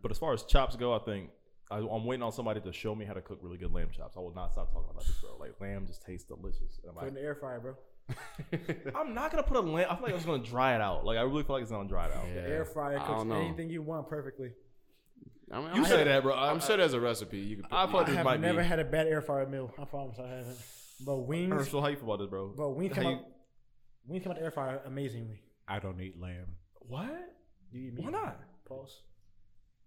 Speaker 2: But as far as chops go, I think I, I'm waiting on somebody to show me how to cook really good lamb chops. I will not stop talking about this, bro. Like lamb just tastes delicious. And
Speaker 4: Put it in
Speaker 2: I'm,
Speaker 4: the air fryer, bro.
Speaker 2: like, I'm not gonna put a lamb. I feel like it's gonna dry it out. Like I really feel like it's gonna dry it out.
Speaker 1: Yeah.
Speaker 4: Air fryer
Speaker 1: I
Speaker 4: cooks
Speaker 1: don't know.
Speaker 4: anything you want perfectly.
Speaker 1: I mean,
Speaker 2: You
Speaker 1: I'm
Speaker 2: say
Speaker 1: sure-
Speaker 2: that, bro. I,
Speaker 1: I'm sure there's a recipe you can.
Speaker 2: I
Speaker 4: I
Speaker 2: thought this
Speaker 4: have
Speaker 2: might
Speaker 4: never
Speaker 2: be.
Speaker 4: had a bad air fryer meal. I promise I haven't. But wings,
Speaker 2: Herschel, how you feel about this, bro?
Speaker 4: but wings come
Speaker 2: how
Speaker 4: out. Wings come out the air fryer amazingly.
Speaker 3: I don't eat lamb.
Speaker 2: What?
Speaker 4: You eat meat?
Speaker 2: Why not?
Speaker 4: Pause.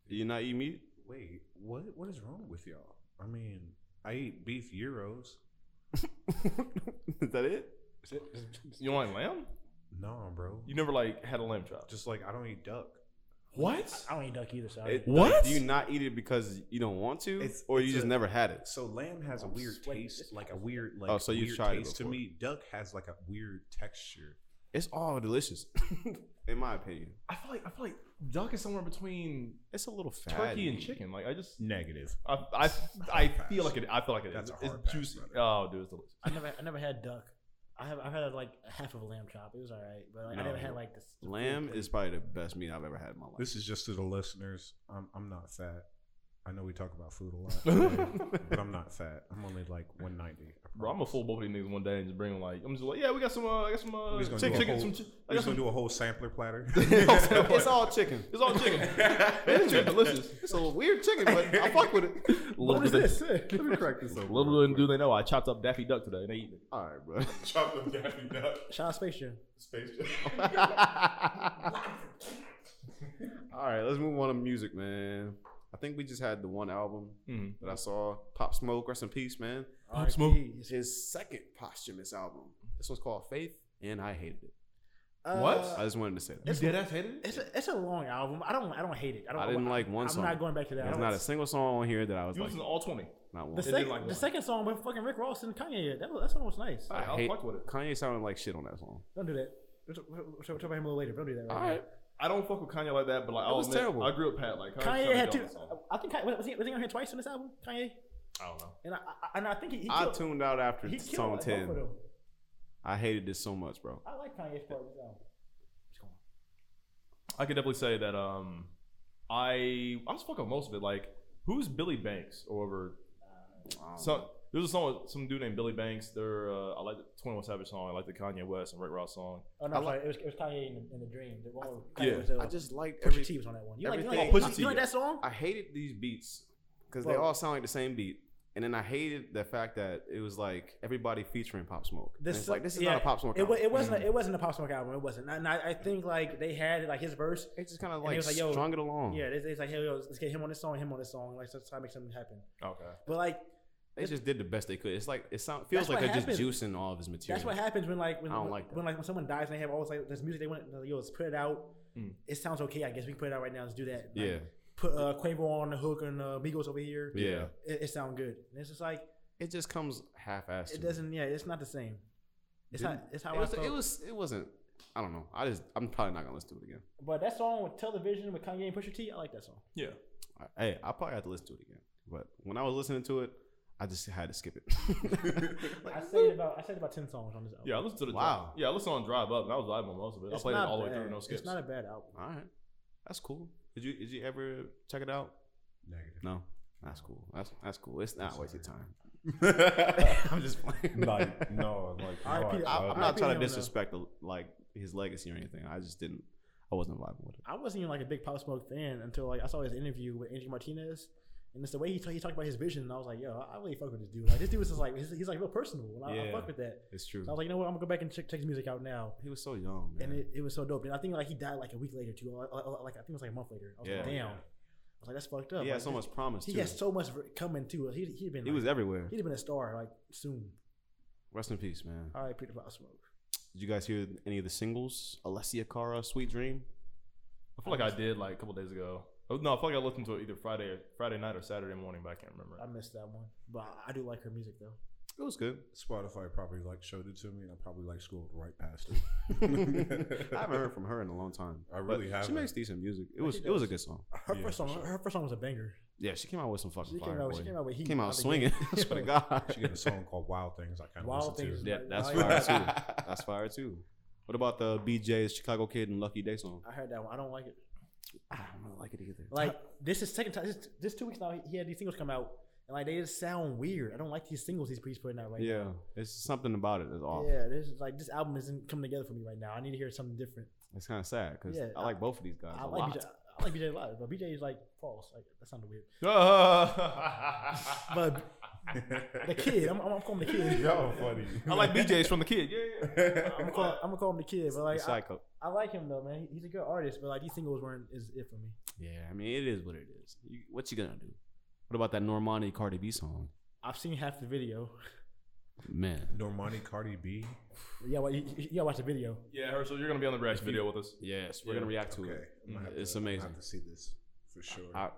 Speaker 1: You not eat meat?
Speaker 3: Wait, what? What is wrong with y'all? I mean, I eat beef euros.
Speaker 1: Is that it?
Speaker 2: You don't like lamb?
Speaker 3: No, bro.
Speaker 2: You never like had a lamb chop?
Speaker 3: Just like I don't eat duck.
Speaker 2: what?
Speaker 4: I don't eat duck either, so I-
Speaker 1: It-
Speaker 2: What?
Speaker 1: like, do you not eat it because you don't want to,
Speaker 3: It's-
Speaker 1: or you
Speaker 3: it's
Speaker 1: just
Speaker 3: a-
Speaker 1: never had it?
Speaker 3: So lamb has a
Speaker 4: I'm
Speaker 3: weird
Speaker 4: sweating.
Speaker 3: taste, like a weird like
Speaker 1: Oh, so you've
Speaker 3: weird
Speaker 1: tried it
Speaker 3: taste to
Speaker 1: before.
Speaker 3: me. Duck has like a weird texture.
Speaker 1: It's all delicious, in my opinion.
Speaker 2: I feel like I feel like duck is somewhere between
Speaker 1: It's a little fat.
Speaker 2: turkey and chicken. Like I just.
Speaker 3: Negative.
Speaker 2: I, I, I
Speaker 3: Hard
Speaker 2: feel
Speaker 3: pass.
Speaker 2: like it. I feel like it.
Speaker 3: That's a hard
Speaker 2: it's
Speaker 3: pass,
Speaker 2: juicy.
Speaker 3: brother.
Speaker 2: Oh, dude, it's delicious.
Speaker 4: I never, I never had duck. I have, I've had like half of a lamb chop. It was all right, but like,
Speaker 1: No.
Speaker 4: I never had like this. the full
Speaker 1: Lamb
Speaker 4: plate.
Speaker 1: is probably the best meat I've ever had in my life.
Speaker 3: This is just to the listeners. I'm I'm not fat. I know we talk about food a lot, but- but I'm not fat. I'm only like 190. I
Speaker 2: Bro, I'm gonna
Speaker 3: promise.
Speaker 2: fool both of these niggas one day and just bring them like I'm just like yeah we got some uh, I got some uh,
Speaker 3: We're just gonna do a
Speaker 2: chicken, chicken
Speaker 3: whole-
Speaker 2: some chi-
Speaker 3: We're
Speaker 2: I got
Speaker 3: just
Speaker 2: some
Speaker 3: gonna do a whole sampler platter.
Speaker 1: it's all chicken.
Speaker 2: it's all chicken it's just delicious
Speaker 1: It's a weird chicken, but I fuck with it.
Speaker 2: little
Speaker 4: What is
Speaker 2: do they-
Speaker 4: this?
Speaker 1: Let me crack this open.
Speaker 2: little do they know I chopped up Daffy Duck today and they eat it
Speaker 1: All right, bro.
Speaker 3: Chop them down, duck.
Speaker 4: Shout out Space Jam.
Speaker 3: Space
Speaker 1: All right, let's move on to music, man. I think we just had the one album
Speaker 2: Mhm.
Speaker 1: that I saw, Pop Smoke, rest in peace, man.
Speaker 4: R.I.P.
Speaker 2: Smoke.
Speaker 1: It's his second posthumous album. This one's called Faith, and I hated it.
Speaker 4: Uh,
Speaker 1: I just wanted to say that.
Speaker 4: It's- dead
Speaker 2: ass hated
Speaker 4: It's a, it's a long album. I don't I don't hate it. I, don't,
Speaker 1: I didn't like one
Speaker 4: I'm
Speaker 1: song.
Speaker 4: not going back to that. I
Speaker 1: There's
Speaker 4: don't-
Speaker 1: not a single song on here that I was
Speaker 2: You
Speaker 1: like,
Speaker 2: was in all twenty
Speaker 1: not
Speaker 4: the
Speaker 1: one.
Speaker 2: didn't
Speaker 4: second,
Speaker 2: like
Speaker 4: the
Speaker 2: one.
Speaker 4: second song with fucking Rick Ross and Kanye. That was, that song was nice.
Speaker 2: I,
Speaker 1: I
Speaker 2: I
Speaker 1: hate-
Speaker 2: fucked with it
Speaker 1: Kanye sounded like shit on that song.
Speaker 4: Don't do that. We'll talk- We'll talk about him a little later. Don't do that. Right now.
Speaker 2: I don't fuck with Kanye like that but like
Speaker 1: It
Speaker 2: I'll
Speaker 1: was
Speaker 2: admit,
Speaker 1: terrible.
Speaker 2: I grew up Pat
Speaker 1: Ah.
Speaker 2: like Kanye's
Speaker 4: Kanye had
Speaker 2: trying
Speaker 4: two.
Speaker 2: to go on that song.
Speaker 4: I think Kanye, was he was he on here twice on this album? Kanye
Speaker 2: I don't know
Speaker 4: and I, I and I think he, he
Speaker 1: I
Speaker 4: killed,
Speaker 1: tuned out after
Speaker 4: he killed
Speaker 1: song
Speaker 4: both of
Speaker 1: 10.
Speaker 4: them.
Speaker 1: I hated this so much, bro.
Speaker 4: I like Kanye's part of this album. What's going on?
Speaker 2: I could definitely say that um I I was fucking most of it like who's Billy Banks or whatever
Speaker 4: Uh,
Speaker 2: So there's a song with some dude named Billy Banks. They're uh, I like the 21 Savage song. I like the Kanye West and Rick Ross song.
Speaker 4: Oh no,
Speaker 1: I
Speaker 4: I'm
Speaker 1: like-
Speaker 4: sorry. It was, it was Kanye in, the- in the Dream. The one with
Speaker 2: Yeah,
Speaker 4: Kanye was, uh,
Speaker 1: I just liked
Speaker 4: Pusha
Speaker 1: every.
Speaker 4: T was on that one. You like, you like,
Speaker 1: everything-
Speaker 4: you
Speaker 2: Pusha
Speaker 4: like,
Speaker 2: T,
Speaker 4: you like
Speaker 2: yeah.
Speaker 4: that song?
Speaker 1: I hated these beats because they
Speaker 4: Bro.
Speaker 1: all sound like the same beat. And then I hated the fact that it was like everybody featuring Pop Smoke. And
Speaker 4: This
Speaker 1: it's
Speaker 4: so-
Speaker 1: like this is
Speaker 4: yeah,
Speaker 1: not a Pop Smoke.
Speaker 4: It, wa-
Speaker 1: album.
Speaker 4: it wasn't. A, it wasn't a Pop Smoke album. It wasn't. And I, I think like they had like his verse.
Speaker 1: It just kind of
Speaker 4: he
Speaker 1: like,
Speaker 4: was like, yo,
Speaker 1: strung it along.
Speaker 4: Yeah, it's, it's like hey, yo, let's get him on this song, him on this song. Like let's try to make something happen.
Speaker 2: Okay.
Speaker 4: But like
Speaker 1: They just did the best they could. It's like it sound, feels
Speaker 4: That's
Speaker 1: like
Speaker 4: what
Speaker 1: they're just
Speaker 4: happens.
Speaker 1: juicing all of his material.
Speaker 4: That's what happens when like when
Speaker 1: I don't
Speaker 4: when,
Speaker 1: like that.
Speaker 4: when like when someone dies and they have all this like this music they want they're like, yo let's put it out.
Speaker 2: Mm.
Speaker 4: It sounds okay. I guess we can put it out right now. Let's do that. Like,
Speaker 1: Yeah,
Speaker 4: Put uh, Quavo on the hook and uh, Migos over here.
Speaker 1: Yeah.
Speaker 4: It, it sounds good. And it's just like
Speaker 1: it just comes half-assed.
Speaker 4: it
Speaker 1: to me.
Speaker 4: doesn't. Yeah. It's not the same. It's not. It's how
Speaker 1: It
Speaker 4: I
Speaker 1: was,
Speaker 4: felt.
Speaker 1: it was. It wasn't. I don't know. I just. I'm probably not gonna listen to it again.
Speaker 4: but that song with Television with Kanye and Pusha T, I like that song.
Speaker 2: Yeah.
Speaker 1: I- Hey, I probably have to listen to it again. But when I was listening to it, I just had to skip it.
Speaker 4: I saved about I saved about ten songs on this album.
Speaker 2: Yeah, I listened to the
Speaker 1: Wow.
Speaker 2: Drive. Yeah, I listened on Drive Up, and I was vibing on most of it. I
Speaker 4: It's
Speaker 2: played it
Speaker 4: not
Speaker 2: all the way
Speaker 4: bad.
Speaker 2: through, no skips.
Speaker 4: It's not a bad album.
Speaker 1: All right, that's cool. Did you Did you ever check it out?
Speaker 7: Negative.
Speaker 1: No, that's cool. That's that's cool. It's not wasting time.
Speaker 7: I'm
Speaker 1: I'm just playing.
Speaker 7: like no, like uh,
Speaker 4: R.I.P.
Speaker 7: no,
Speaker 1: I,
Speaker 7: I-
Speaker 1: am
Speaker 7: I-
Speaker 1: not
Speaker 4: RIP
Speaker 1: trying
Speaker 4: him,
Speaker 1: to
Speaker 4: though.
Speaker 1: disrespect the, like his legacy or anything. I just didn't. I wasn't vibing with it.
Speaker 4: I wasn't even like a big Pop Smoke fan until like I saw his interview with Angie Martinez, and it's the way he, ta- he talked about his vision. And I was like, yo, I really fuck with this dude. Like this dude was just like he's, he's like real personal. And I, I
Speaker 1: Yeah.
Speaker 4: fuck with that.
Speaker 1: It's true.
Speaker 4: So I was like, you know what? I'm gonna go back and check, check his music out now.
Speaker 1: He was so young, man.
Speaker 4: And it, it was so dope. And I think like he died like a week later too. Like, like I think it was like a month later. I was like,
Speaker 1: Yeah.
Speaker 4: damn. I was like, that's fucked up.
Speaker 1: he had
Speaker 4: Like,
Speaker 1: so
Speaker 4: this-
Speaker 1: much promise
Speaker 4: He
Speaker 1: too.
Speaker 4: had so much coming too. He he'd been
Speaker 1: he
Speaker 4: like,
Speaker 1: was everywhere.
Speaker 4: he'd have been a star like soon.
Speaker 1: Rest in peace, man.
Speaker 4: All right, Peter Pop Smoke.
Speaker 1: Did you guys hear any of the singles? Alessia Cara, Sweet Dream.
Speaker 2: I feel like I did like a couple days ago. Oh, no, I feel like I listened to it either Friday, or Friday night, or Saturday morning, but I can't remember.
Speaker 4: I missed that one, but I, I do like her music though.
Speaker 1: It was good.
Speaker 7: Spotify probably like showed it to me, and I probably like scrolled right past it.
Speaker 1: I haven't heard from her in a long time.
Speaker 7: I
Speaker 1: But
Speaker 7: really
Speaker 1: She
Speaker 7: haven't.
Speaker 1: makes decent music. It
Speaker 4: Yeah,
Speaker 1: was
Speaker 4: she
Speaker 1: it was a
Speaker 4: does.
Speaker 1: good song.
Speaker 4: Her
Speaker 7: Yeah,
Speaker 4: first
Speaker 7: for
Speaker 4: song, her first song was a banger.
Speaker 1: Yeah, she came out with some fucking
Speaker 4: She
Speaker 1: fire.
Speaker 4: came out.
Speaker 1: boy.
Speaker 4: She came out with heat.
Speaker 1: Came out
Speaker 4: the
Speaker 1: swinging.
Speaker 4: gate.
Speaker 1: I swear to God.
Speaker 7: She got a song called Wild Things. I kind of
Speaker 4: Wild
Speaker 7: listen
Speaker 4: Things.
Speaker 7: to.
Speaker 1: Yeah, that's
Speaker 4: Like-
Speaker 1: fire too. That's fire too. What about the BJ's Chicago Kid and Lucky Day song?
Speaker 4: I heard that one. I don't like it.
Speaker 1: I don't really like it either.
Speaker 4: Like this is second time. This, this two weeks now. He had these singles come out, and like they just sound weird. I don't like these singles he's he's putting out right
Speaker 1: yeah, it's something about it that's
Speaker 4: now.
Speaker 1: off.
Speaker 4: Yeah, this is like this album isn't coming together for me right now. I need to hear something different.
Speaker 1: It's kind of sad because
Speaker 4: Yeah,
Speaker 1: I like both of these guys
Speaker 4: I
Speaker 1: a
Speaker 4: like
Speaker 1: lot.
Speaker 4: BJ, I like BJ a lot, but BJ is like false. Like that sounded weird. But the kid, I'm, I'm, I'm calling him the kid.
Speaker 7: Yo, funny.
Speaker 2: I like BJ's from the kid. Yeah, yeah, yeah.
Speaker 4: I'm gonna call, I'm gonna call him the kid, but
Speaker 1: It's
Speaker 4: like I,
Speaker 1: psycho.
Speaker 4: I like him though, man. He- He's a good artist, but like these singles weren't is it for me.
Speaker 1: Yeah, I mean it is what it is. You, what you gonna do? What about that Normani Cardi B song?
Speaker 4: I've seen half the video.
Speaker 1: Man,
Speaker 7: Normani Cardi B.
Speaker 4: Yeah, well, you, you gotta watch the video.
Speaker 2: Yeah, Herschel, you're gonna be on the reaction video with us.
Speaker 1: yes, we're
Speaker 2: Yeah,
Speaker 1: gonna react to
Speaker 7: Okay,
Speaker 1: it.
Speaker 7: I'm gonna have
Speaker 1: It's
Speaker 7: to- I'm gonna
Speaker 1: amazing.
Speaker 7: Have to see this for sure.
Speaker 1: I,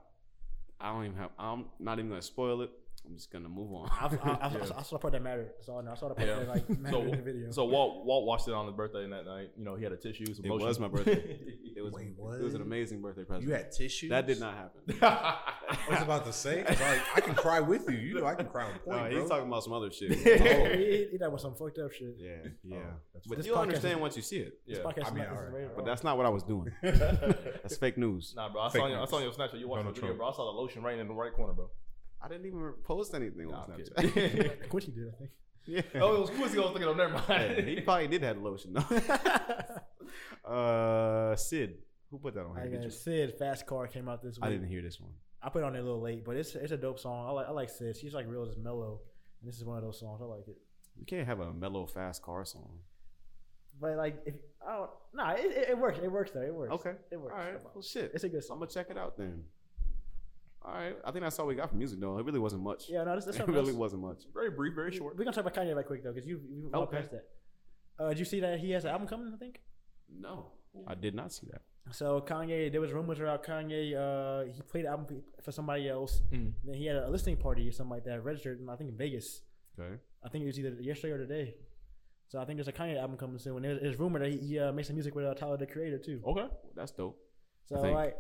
Speaker 1: I don't even have. I'm not even gonna spoil it. I'm just gonna move on.
Speaker 4: I, I, I, I saw the part that mattered. So I saw the part
Speaker 2: Yeah.
Speaker 4: that like mattered in the video.
Speaker 2: So Walt Walt watched it on his birthday that night. You know, he had a tissue. Some
Speaker 1: It
Speaker 2: lotion.
Speaker 1: was my birthday. It was.
Speaker 7: Wait,
Speaker 1: It was
Speaker 7: what?
Speaker 1: an amazing birthday present.
Speaker 7: you had tissues.
Speaker 1: that did not happen.
Speaker 7: I was about to say, 'cause, like, I can cry with you. You know, I can cry on point,
Speaker 1: No,
Speaker 7: bro.
Speaker 1: he's talking about some other shit.
Speaker 4: oh,
Speaker 1: yeah,
Speaker 4: he, he, he done with some fucked up shit.
Speaker 1: yeah.
Speaker 7: Oh, that's
Speaker 1: but
Speaker 4: This
Speaker 1: you'll
Speaker 4: podcast
Speaker 1: understand
Speaker 4: is-
Speaker 1: once you see it.
Speaker 2: yeah.
Speaker 4: This podcast
Speaker 7: I mean,
Speaker 4: is not,
Speaker 7: alright,
Speaker 4: right,
Speaker 1: But that's not what I was doing. That's fake news.
Speaker 2: Nah, bro. I
Speaker 7: Fake
Speaker 2: saw, you, I
Speaker 7: news.
Speaker 2: saw you on Snapchat. You watched the
Speaker 7: Donald
Speaker 2: video,
Speaker 7: Trump.
Speaker 2: bro. I saw the lotion right in the right corner, bro.
Speaker 1: I didn't even post anything
Speaker 2: Nah,
Speaker 1: on
Speaker 2: I'm
Speaker 1: Snapchat.
Speaker 4: Quincy did, I think.
Speaker 1: yeah.
Speaker 2: oh, it was Quincy. I was thinking of. Never
Speaker 1: Yeah,
Speaker 2: mind.
Speaker 1: he probably did have lotion though. uh, Sid, who put that on?
Speaker 4: I
Speaker 1: Here? Oh, Did you-
Speaker 4: guess Sid Fast Car came out this week.
Speaker 1: I didn't hear this one.
Speaker 4: I put it on it a little late, but it's it's a dope song. I like I like Sid. She's like real, just mellow, and this is one of those songs I like it.
Speaker 1: You can't have a mellow fast car song.
Speaker 4: But like, if I don't, nah, it, it, it works. It works though. It works.
Speaker 1: Okay.
Speaker 4: it works.
Speaker 1: All right.
Speaker 4: Come on.
Speaker 1: Well, shit.
Speaker 4: It's a good
Speaker 1: So I'm
Speaker 4: song.
Speaker 1: gonna check it out then. All right. I think that's all we got for music though. It really wasn't much.
Speaker 4: Yeah, no, this, this
Speaker 1: It
Speaker 4: song
Speaker 1: really
Speaker 4: goes-
Speaker 1: wasn't much.
Speaker 2: very brief, very short.
Speaker 4: We're gonna talk about Kanye right quick though, because you you walked
Speaker 1: Okay.
Speaker 4: past that. Uh, did you see that he has an album coming? I think.
Speaker 1: No, I did not see that.
Speaker 4: So Kanye, there was rumors about Kanye. Uh, he played the album for somebody else.
Speaker 2: Mm.
Speaker 4: Then he had a listening party or something like that, registered, and I think in Vegas.
Speaker 1: Okay.
Speaker 4: I think it was either yesterday or today. So I think there's a Kanye album coming soon. And there's, there's rumor that he, he uh, makes some music with uh, Tyler the Creator too.
Speaker 2: Okay.
Speaker 1: That's dope.
Speaker 4: so
Speaker 1: I think.
Speaker 4: like,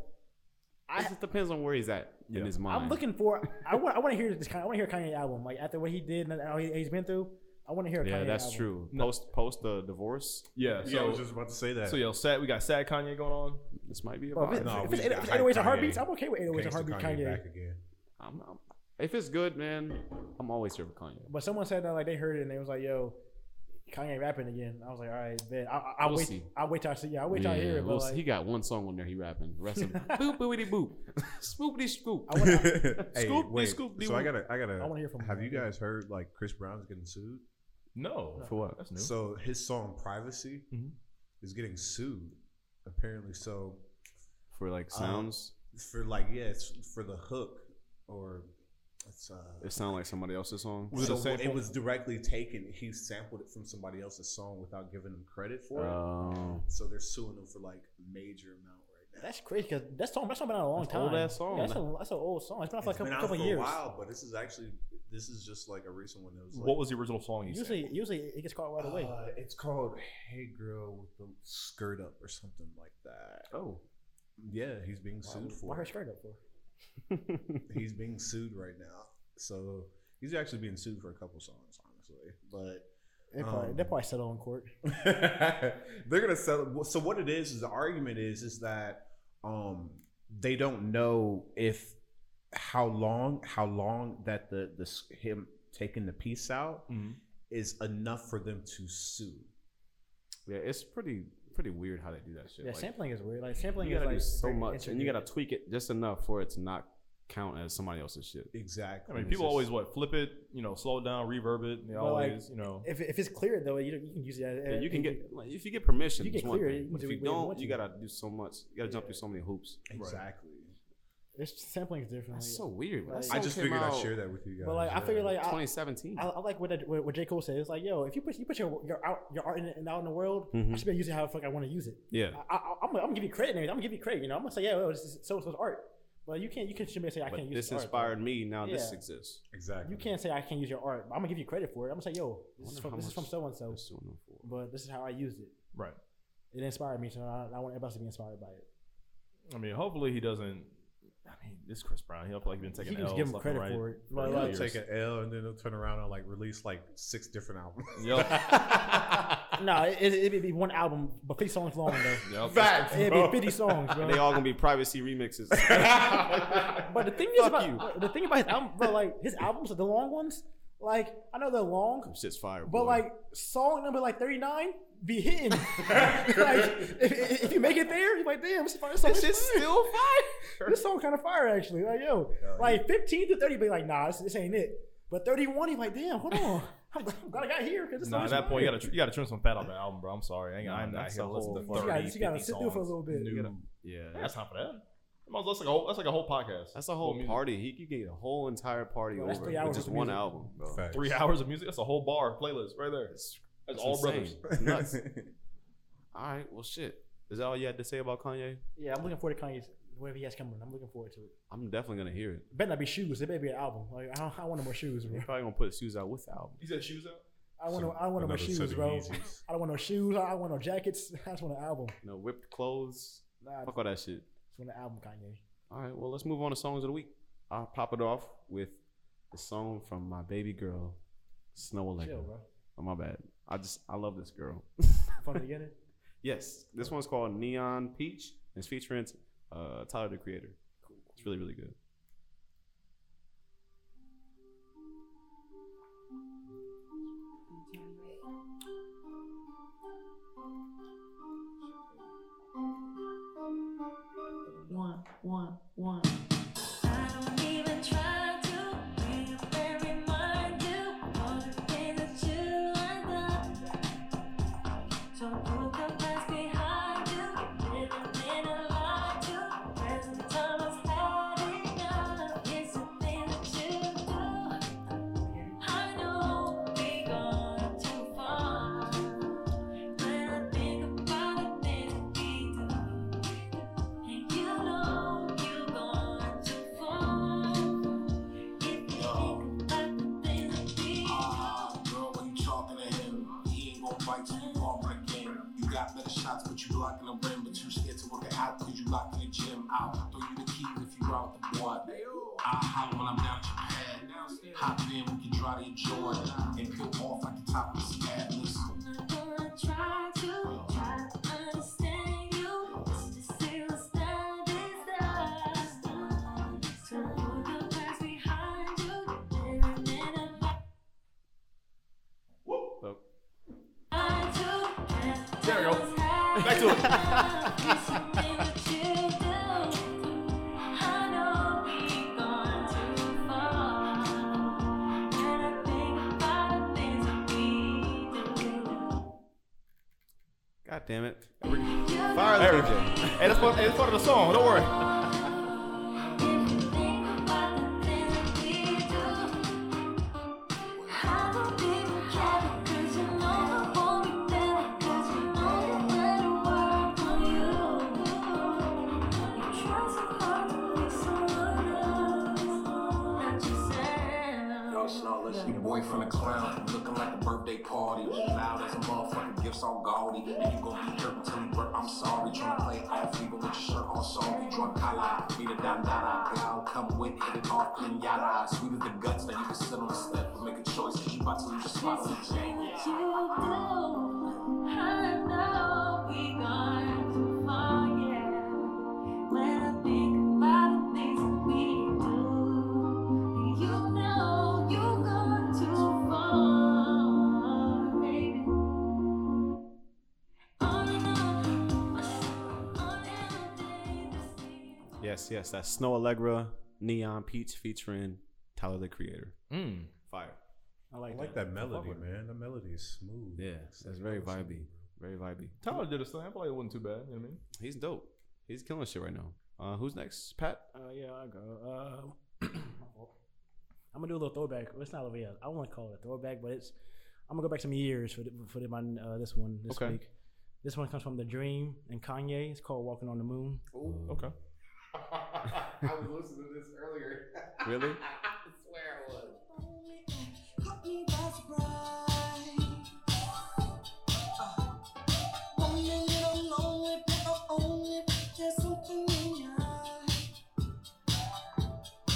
Speaker 1: It just depends on where he's at
Speaker 2: Yeah.
Speaker 1: in his mind.
Speaker 4: I'm looking for. I want. I want to hear this. Kanye- I want to hear Kanye album. Like after what he did and how he, he's been through, I want to hear. A
Speaker 1: Yeah,
Speaker 4: Kanye
Speaker 1: that's
Speaker 4: album.
Speaker 1: true.
Speaker 2: No.
Speaker 1: Post post the divorce,
Speaker 2: Yeah.
Speaker 7: yeah, I
Speaker 2: So
Speaker 7: was just about to say that.
Speaker 2: so yo, sad. We got sad Kanye going on.
Speaker 1: this might be a
Speaker 4: Bro, if,
Speaker 1: vibe.
Speaker 4: it's-
Speaker 7: No,
Speaker 4: if
Speaker 7: we
Speaker 4: it's, if
Speaker 7: got
Speaker 4: it's 808s and
Speaker 7: Kanye.
Speaker 4: heartbeats, I'm okay with 808s and
Speaker 7: Gangsta
Speaker 4: heartbeat
Speaker 7: Kanye
Speaker 4: Kanye.
Speaker 7: back again.
Speaker 1: I'm, I'm, if it's good, man, I'm always here for Kanye.
Speaker 4: But someone said that like they heard it and they was like, "Yo, Kanye rapping again." I was like, "All right, bet. I, I, I'll
Speaker 1: We'll
Speaker 4: wait.
Speaker 1: see.
Speaker 4: I'll wait till I see. Yeah, I'll wait till I
Speaker 1: Yeah,
Speaker 4: hear it." But
Speaker 1: we'll see. he
Speaker 4: like,
Speaker 1: got one song on there he rapping. The rest of boop boopity boop, spoopity scoop.
Speaker 4: I wanna,
Speaker 7: hey,
Speaker 1: Scoop,
Speaker 7: wait,
Speaker 1: scoop,
Speaker 7: so I
Speaker 1: scoop.
Speaker 7: gotta, I gotta.
Speaker 4: I wanna hear from
Speaker 7: Have
Speaker 4: him.
Speaker 7: you guys heard like Chris Brown's getting sued?
Speaker 2: No.
Speaker 1: For what?
Speaker 2: That's new.
Speaker 7: So his song "Privacy"
Speaker 1: Mm-hmm.
Speaker 2: Mhm.
Speaker 7: is getting sued, apparently. So
Speaker 1: Uh, For like sounds.
Speaker 7: for like, yeah, it's for the hook or
Speaker 3: It's, uh,
Speaker 1: It sounded like somebody else's song.
Speaker 2: Was it a
Speaker 3: so it
Speaker 2: sample?
Speaker 3: was directly taken. He sampled it from somebody else's song without giving him credit for it.
Speaker 1: Oh.
Speaker 3: Um, So they're suing him for like major amount right now.
Speaker 4: That's crazy because that song that's song been out a long
Speaker 1: That's
Speaker 4: time.
Speaker 1: old ass song.
Speaker 4: Yeah, that's, a, that's an old song. It's been out for
Speaker 3: It's
Speaker 4: like
Speaker 3: been
Speaker 4: a couple,
Speaker 3: out
Speaker 4: couple
Speaker 3: for
Speaker 4: years.
Speaker 3: a while, but this is actually this is just like a recent one that was. Like,
Speaker 2: What was the original song? He
Speaker 4: Usually,
Speaker 2: sang?
Speaker 4: usually it gets caught right away.
Speaker 3: Uh, it's called "Hey Girl with the Skirt Up" or something like that.
Speaker 1: Oh.
Speaker 3: Yeah, he's being sued for.
Speaker 4: Why her
Speaker 3: it.
Speaker 4: skirt up for?
Speaker 3: He's being sued right now, so he's actually being sued for a couple songs, honestly. But
Speaker 4: They probably,
Speaker 3: Um,
Speaker 4: they probably settle in court.
Speaker 3: they're gonna sell. So what it is is the argument is is that um they don't know if how long how long that the this him taking the piece out
Speaker 2: Mhm.
Speaker 3: is enough for them to sue.
Speaker 1: Yeah, it's pretty pretty weird how they do that shit.
Speaker 4: Yeah,
Speaker 1: Like,
Speaker 4: sampling is weird. Like sampling
Speaker 1: you gotta do
Speaker 4: is like
Speaker 1: so
Speaker 4: very
Speaker 1: much, and you
Speaker 4: intricate.
Speaker 1: gotta tweak it just enough for it to not count as somebody else's shit.
Speaker 3: Exactly.
Speaker 2: I mean,
Speaker 1: It's
Speaker 2: people
Speaker 1: just-
Speaker 2: always what flip it, you know, slow it down, reverb it. and They
Speaker 4: Well, like,
Speaker 2: always, you know,
Speaker 4: If, if it's clear though, you, don't- you can use it. As,
Speaker 1: Yeah, you can
Speaker 4: as-
Speaker 1: get like, if you get permission,
Speaker 4: You
Speaker 1: it's
Speaker 4: get
Speaker 1: one
Speaker 4: clear,
Speaker 1: thing.
Speaker 4: you
Speaker 1: But
Speaker 4: do
Speaker 1: if you
Speaker 4: what you want
Speaker 1: don't, you
Speaker 4: to.
Speaker 1: gotta do so much. You gotta jump through so many hoops.
Speaker 3: Exactly.
Speaker 4: It's sampling is different.
Speaker 1: That's
Speaker 4: like-
Speaker 1: so weird.
Speaker 4: Like-
Speaker 1: That
Speaker 3: I
Speaker 1: song
Speaker 3: just
Speaker 1: came
Speaker 3: figured I'd
Speaker 1: out
Speaker 3: share that with you guys.
Speaker 4: But like I figure like I,
Speaker 1: 2017.
Speaker 4: I, I like what, that, what what J Cole said. It's like yo, if you put you put your your out your art in, in, out in the world, I
Speaker 1: Mhm.
Speaker 4: should be using how the fuck I want to use it.
Speaker 1: yeah,
Speaker 4: I, I, I'm, gonna- I'm gonna give you credit. and everything. I'm gonna give you credit. You know, I'm gonna say yeah, well, this is so so's art. But you can't you can't shouldn't be say I
Speaker 1: but
Speaker 4: can't use
Speaker 1: this
Speaker 4: your
Speaker 1: inspired
Speaker 4: Art,
Speaker 1: me. Now this
Speaker 4: Yeah.
Speaker 1: exists.
Speaker 3: exactly.
Speaker 4: you can't say I can't use your art. I'm gonna give you credit for it. I'm gonna say yo,
Speaker 1: I
Speaker 4: this is
Speaker 1: wonder
Speaker 4: from
Speaker 1: how
Speaker 4: this is from
Speaker 1: much
Speaker 4: so and so.
Speaker 1: That's two and four.
Speaker 4: But this is how I used it.
Speaker 2: right.
Speaker 4: It inspired me, so I, I want everybody else to be inspired by it.
Speaker 2: I mean, hopefully he doesn't. I mean, this Chris Brown, he felt like he's been taking
Speaker 4: you can just
Speaker 2: L's
Speaker 4: give him
Speaker 2: left and
Speaker 4: credit
Speaker 2: right.
Speaker 4: for it.
Speaker 2: for
Speaker 4: Like,
Speaker 2: years.
Speaker 4: like,
Speaker 3: I'll take an L and then they'll turn around and like release like six different albums.
Speaker 2: Yep.
Speaker 4: No, it, it, it'd be one album, but 50 songs long, though.
Speaker 2: Yep.
Speaker 4: It'd be 50 songs,
Speaker 1: And they
Speaker 4: bro.
Speaker 1: all gonna be privacy remixes.
Speaker 4: But the thing is
Speaker 1: Fuck
Speaker 4: about
Speaker 1: you.
Speaker 4: the thing about his album, bro, like his albums are the long ones. Like I know they're long,
Speaker 1: Shit's fire.
Speaker 4: but
Speaker 1: boy.
Speaker 4: like song number like 39 be hitting. like if, if, if you make it there, you're like, damn, this, fire, this song
Speaker 1: this
Speaker 4: is
Speaker 1: shit's
Speaker 4: fire.
Speaker 1: still fire.
Speaker 4: This song kind of fire actually. Like yo,
Speaker 3: Hell
Speaker 4: like 15 to 30, be like, nah, this, this ain't it. But 31, he like, damn, hold on. I'm glad I got here. 'cause this
Speaker 2: Nah,
Speaker 4: song
Speaker 2: at
Speaker 4: is
Speaker 2: that point, you
Speaker 4: fire.
Speaker 2: gotta tr- you gotta trim some fat off the album, bro. I'm sorry, I ain't,
Speaker 1: Nah,
Speaker 2: I'm not
Speaker 1: that's
Speaker 2: here to
Speaker 1: a
Speaker 2: listen to
Speaker 1: whole-
Speaker 4: You
Speaker 2: 30,
Speaker 4: gotta- you
Speaker 2: 50
Speaker 4: gotta sit through for a
Speaker 2: songs.
Speaker 4: little bit.
Speaker 2: New.
Speaker 1: Yeah,
Speaker 2: Yeah, that's not for that. Might as well- That's like a whole, that's like a whole podcast.
Speaker 1: That's a
Speaker 2: Full
Speaker 1: whole
Speaker 2: music.
Speaker 1: party. He could get a whole entire party
Speaker 4: Bro, that's
Speaker 1: over
Speaker 4: three
Speaker 1: with
Speaker 4: hours
Speaker 1: just
Speaker 4: of
Speaker 1: one
Speaker 4: music.
Speaker 1: album, bro.
Speaker 3: Facts.
Speaker 2: Three hours of music. That's a whole bar playlist right there.
Speaker 1: That's,
Speaker 2: That's all brothers.
Speaker 1: insane. It's Nuts. all right. Well, shit. Is that all you had to say about Kanye?
Speaker 4: Yeah, I'm looking forward to Kanye's whatever he has coming. I'm looking forward to it.
Speaker 1: I'm definitely gonna hear it.
Speaker 4: Better not be shoes. It better be an album. Like I, don't, I want no more shoes,
Speaker 1: He
Speaker 4: bro.
Speaker 1: probably gonna put shoes out with the album.
Speaker 2: He said shoes out.
Speaker 4: I want no, I want no more
Speaker 3: Another set
Speaker 4: shoes,
Speaker 3: of
Speaker 4: bro.
Speaker 3: Yeezys.
Speaker 4: I don't want no shoes. I don't want no jackets. I just want an album.
Speaker 1: You know, whipped clothes.
Speaker 4: Nah, I just
Speaker 1: Fuck all that shit.
Speaker 4: want an album, Kanye.
Speaker 1: All right. Well, let's move on to songs of the week. I'll pop it off with the song from my baby girl, Snow
Speaker 4: Chill,
Speaker 1: Allegra.
Speaker 4: bro.
Speaker 1: Oh my bad. I just I love this girl.
Speaker 4: From the beginning.
Speaker 1: Yes, this one's called Neon Peach. And it's featuring uh, Tyler the Creator. It's really really good.
Speaker 8: One, one, one. I don't even try to be and remind you all the things that you have done. So put the past behind you, you're living in a lie to. Present time is had enough. It's the thing that you do. I know we gone too far. When I think about the things we do. And you know you're going to fall if you think about the things we do.
Speaker 9: Uh-huh. Girl, when you talking to him, he ain't gonna bite you, you all right game. You got better shots, but you blocking the rim, but you scared to work it out because you locked in the gym. I'll throw you the keys if you out the board. I'll holler when I'm down at your pad. Hop in, we can dry to your joint and peel off like the top of the sea atlas.
Speaker 8: I'm gonna try to try to understand you. This is that is done. So put the past behind you. Living in a
Speaker 1: So,
Speaker 8: There
Speaker 2: There we go.
Speaker 8: Back
Speaker 2: to
Speaker 1: God damn it.
Speaker 8: Fire
Speaker 2: There we go. Hey, that's part, hey, that's part of the song. Don't worry.
Speaker 8: If you think about the things that we do,
Speaker 9: your boyfriend a clown, looking like a birthday party. Loud as a motherfucker, gifts all gaudy. And you gon' be dirt until you burp, I'm sorry. Tryna play off, even with your shirt all sorry. Drunk collar, beat it down, down, cloud. Come with, hit it off, clean yada. Sweet as the guts, now you can sit on the step and make a choice. Cause you about to lose your spot on the
Speaker 8: Say
Speaker 9: jam.
Speaker 8: what you do. I know we gone too far, yeah. When I think about the things that we do, you know you gone too far, baby. On and on, on and on, day
Speaker 1: Yes, yes, that's Snow Allegra, Neon Peach featuring Tyler the Creator.
Speaker 4: Hmm.
Speaker 2: Mm.
Speaker 1: Fire.
Speaker 4: I like,
Speaker 7: I like
Speaker 4: that.
Speaker 7: that melody, man. That melody is smooth.
Speaker 1: Yeah, that's very vibey, very vibey.
Speaker 2: Tyler did his thing. I probably wasn't too bad. You know what I mean?
Speaker 1: He's dope. He's killing shit right now. Uh, who's next? Pat.
Speaker 4: Uh, yeah, I go. Uh, I'm gonna do a little throwback. Well, It's not over yet. I want to call it a throwback, but it's. I'm gonna go back some years for the, for the, my, uh, this one this
Speaker 1: Okay.
Speaker 4: week. This one comes from The Dream and Kanye. It's called Walking on the Moon.
Speaker 2: Okay.
Speaker 10: I was listening to this earlier.
Speaker 1: Really?
Speaker 10: I swear I was.
Speaker 8: Caught me by surprise. Wondering if I'm lonely, but I own it. There's something in your eyes.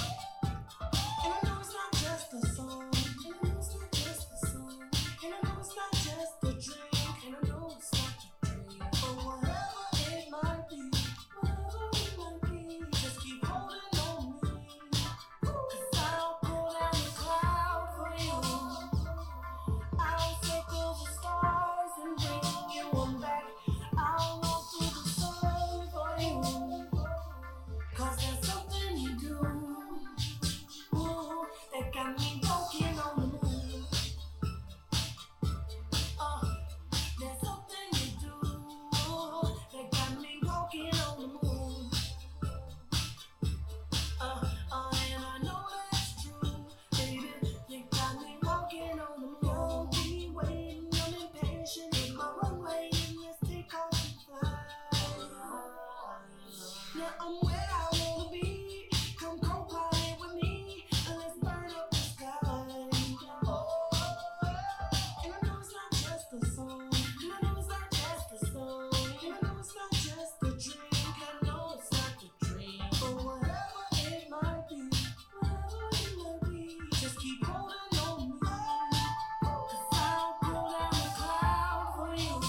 Speaker 8: And I know it's not just a song. And I know it's not just a song. And I know it's not just a dream. And I know it's not a dream. But whatever it might be, whatever it might be, just keep holding on me. Cause I'll pull down the cloud for you. I'll circle the stars and bring you on back. I'll walk through the sun for you. Cause there's something you do. Ooh, that got me walking on the moon. Uh, there's something you do. That got me walking on the moon. Uh, uh, and I know it's true, baby. You got me walking on the moon. Don't be waiting, I'm impatient. Hit my runway and let's take off and fly. Now I'm where I wanna be. Come co-pilot with me and let's burn up the sky. Oh, and I know it's not just a song. And I know it's not just a song. And I know it's not just a dream. I know it's not a dream. But whatever it might be, whatever it might be, just keep holding on me. 'Cause I'll blow down the cloud for you.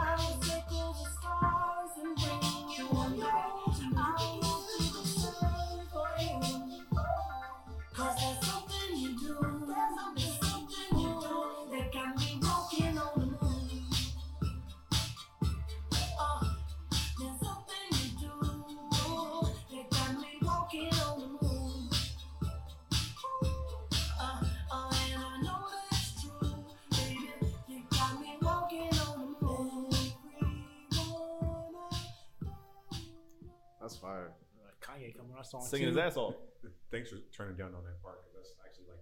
Speaker 8: I'll circle the stars and bring you along. I'll walk through the sun for you. Cause there's something you do. There's something, something you do that got me walking on the moon. Uh, there's something you do that got me walking on the moon. Uh, uh, and I know that's true, baby. You got me walking on the moon.
Speaker 10: That's fire.
Speaker 4: Uh, Kanye coming on song
Speaker 2: Singing his
Speaker 4: two.
Speaker 2: ass off.
Speaker 7: Thanks for turning down on that part. 'cause That's actually like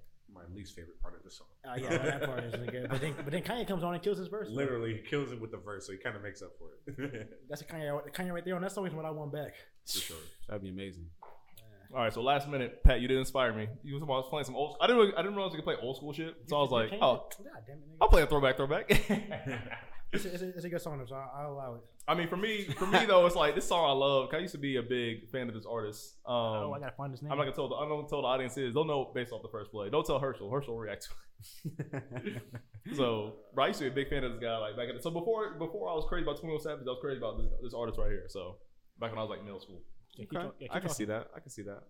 Speaker 7: my least favorite part of the song.
Speaker 4: Uh, yeah, that part isn't good. But then, but then Kanye comes on and kills his verse.
Speaker 7: Literally, he kills it with the verse, so he kind of makes up for it.
Speaker 4: That's a Kanye, Kanye right there, and that's always what I want back.
Speaker 7: for sure.
Speaker 1: That'd be amazing.
Speaker 2: All right, so last minute, Pat, you did inspire me. You was, I was playing some old. I didn't. Really, I didn't realize you could play old school shit. So I was like,
Speaker 4: Kanye-
Speaker 2: oh,
Speaker 4: God damn it, nigga.
Speaker 2: I'll play a throwback, throwback.
Speaker 4: It's a, it's, a, it's a good song, so I, I'll allow it.
Speaker 2: I mean, for me, for me though, it's like this song I love. 'cause I used to be a big fan of this artist. Um,
Speaker 4: oh, I gotta find this name.
Speaker 2: I'm not gonna tell the I don't tell the audience is they'll know based off the first play. Don't tell Herschel. Herschel will react to it. so bro, I used to be a big fan of this guy like back in the, so before before I was crazy about 21 Savage, I was crazy about this, this artist right here. So back when I was like middle school.
Speaker 4: Yeah, keep
Speaker 1: Okay.
Speaker 4: talk- yeah, keep
Speaker 1: I can
Speaker 4: talking.
Speaker 1: see that. I can see that.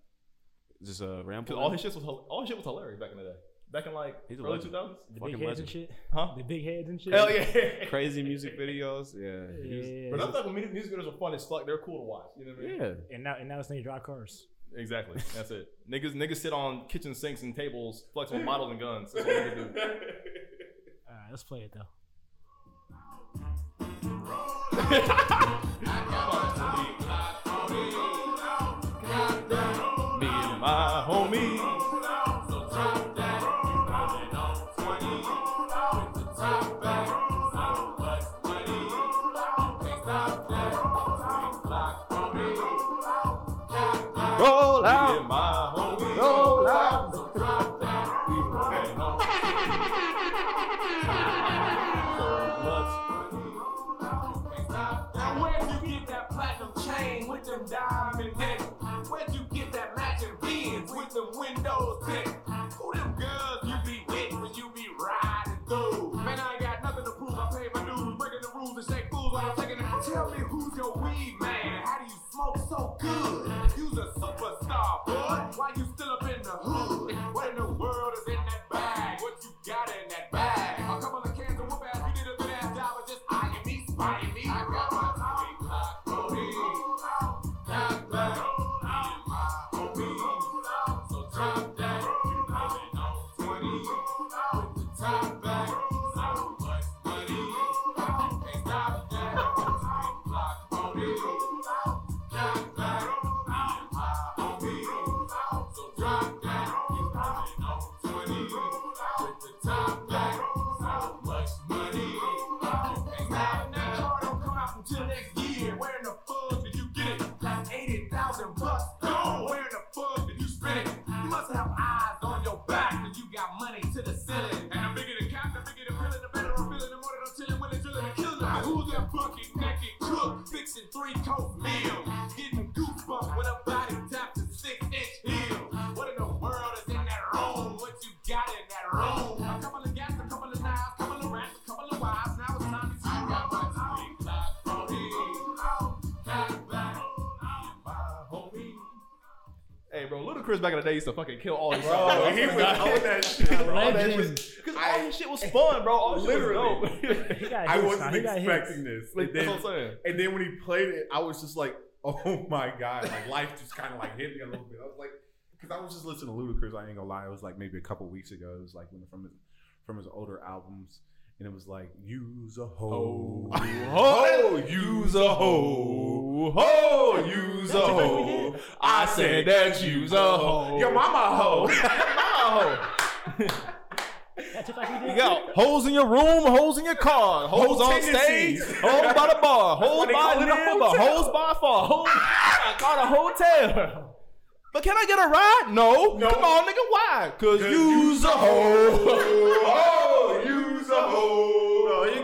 Speaker 1: Just a uh,
Speaker 2: Because
Speaker 1: ramble.
Speaker 2: all his shit was hil- all his shit was hilarious back in the day. Back in like
Speaker 1: He's a
Speaker 2: early
Speaker 1: legend.
Speaker 2: 2000s?
Speaker 4: The
Speaker 1: fucking
Speaker 4: big heads and
Speaker 1: legend.
Speaker 4: shit.
Speaker 2: Huh?
Speaker 4: The big heads and shit.
Speaker 2: Hell yeah.
Speaker 1: crazy music videos. Yeah. he was-
Speaker 4: Yeah.
Speaker 2: But that's like when mu- music videos were fun as fuck. They're cool to watch. You know what I mean?
Speaker 1: yeah.
Speaker 4: And now, and now it's nigga drive cars.
Speaker 2: Exactly. That's it. Niggas niggas sit on kitchen sinks and tables, flex on models and guns. That's what they do.
Speaker 4: All right, let's play it though.
Speaker 2: Me and my homie.
Speaker 1: Roll
Speaker 2: Me and my homie.
Speaker 1: roll out.
Speaker 2: We
Speaker 9: diamond necklace. Where'd you get that matching pins with the windows thick? Who them girls you be with when you be riding through? Man, I ain't got nothing to prove. I pay my dues, breaking the rules and shake fools while I'm taking it. Tell me who's your weed man? How do you smoke so good? You's a superstar, bud. Why you still up in the hood? What in the world is in that bag? What you got in that bag? A couple of cans of whoop ass. You need a good ass job of just eyeing me, spying me. I got my time block, Brody. Knock back. Me and my homies. So drop that. You know it on 20. With the top back. So much money. Can't stop that. Time block, Brody. Knock back. Me and my homies. So drop that. You know it on 20. With the top back. So much money. Can't stop that. Car don't come out until next year. Where in the fuck did you get it? Like 80,000 bucks. Gone. Where in the fuck did you spend it? You must have eyes on your back when you got money to the ceiling. And the bigger the cap, the bigger the feeling, the better I'm feeling. The more that I'm chilling, when it's drilling and killing. Now who's that bucket naked cook? Fixing three coat meals. Getting goosebumps when a body taps a six inch heel. What in the world is in that room? What you got in that room? A couple of gas, a couple of knives, a couple of rats, a couple of wives. Now it's time to see what what's out. Big black, brody, black, black, my homie.
Speaker 2: Hey, bro, Ludacris back in the day used to fucking kill all his
Speaker 7: Bro, he was on that shit.
Speaker 2: all that
Speaker 4: Legend.
Speaker 2: Because all his shit was fun, bro. All his shit was
Speaker 7: Literally.
Speaker 2: dope.
Speaker 4: He got
Speaker 7: I
Speaker 4: hits,
Speaker 7: wasn't
Speaker 4: he got hits.
Speaker 7: expecting this.
Speaker 2: Like,
Speaker 7: And
Speaker 2: that's
Speaker 7: then,
Speaker 2: what I'm saying.
Speaker 7: and then when he played it, I was just like, oh my God. Like life just kind of like hit me a little bit. I was like, because I was just listening to Ludacris, I ain't gonna lie. It was like maybe a couple weeks ago. It was like when from his, from his older albums. And it was like, use a hoe.
Speaker 2: Ho, use a hoe. Ho, use a hoe. I said that use a hoe.
Speaker 7: Your mama hoe.
Speaker 2: mama hoe.
Speaker 4: Yeah, just like he
Speaker 2: You
Speaker 4: did.
Speaker 2: got hoes in your room, hoes in your car, hoes
Speaker 7: Whole
Speaker 2: on stage,
Speaker 7: tendencies.
Speaker 2: hoes by the bar, hoes
Speaker 7: they
Speaker 2: by
Speaker 7: call it a
Speaker 2: number,
Speaker 7: hotel.
Speaker 2: hoes by far, hoes I got a hotel. But can I get a ride? No.
Speaker 7: No.
Speaker 2: Come on, nigga, why? Cause
Speaker 7: Cause
Speaker 2: you's a hoe.
Speaker 7: Oh, use a hoe.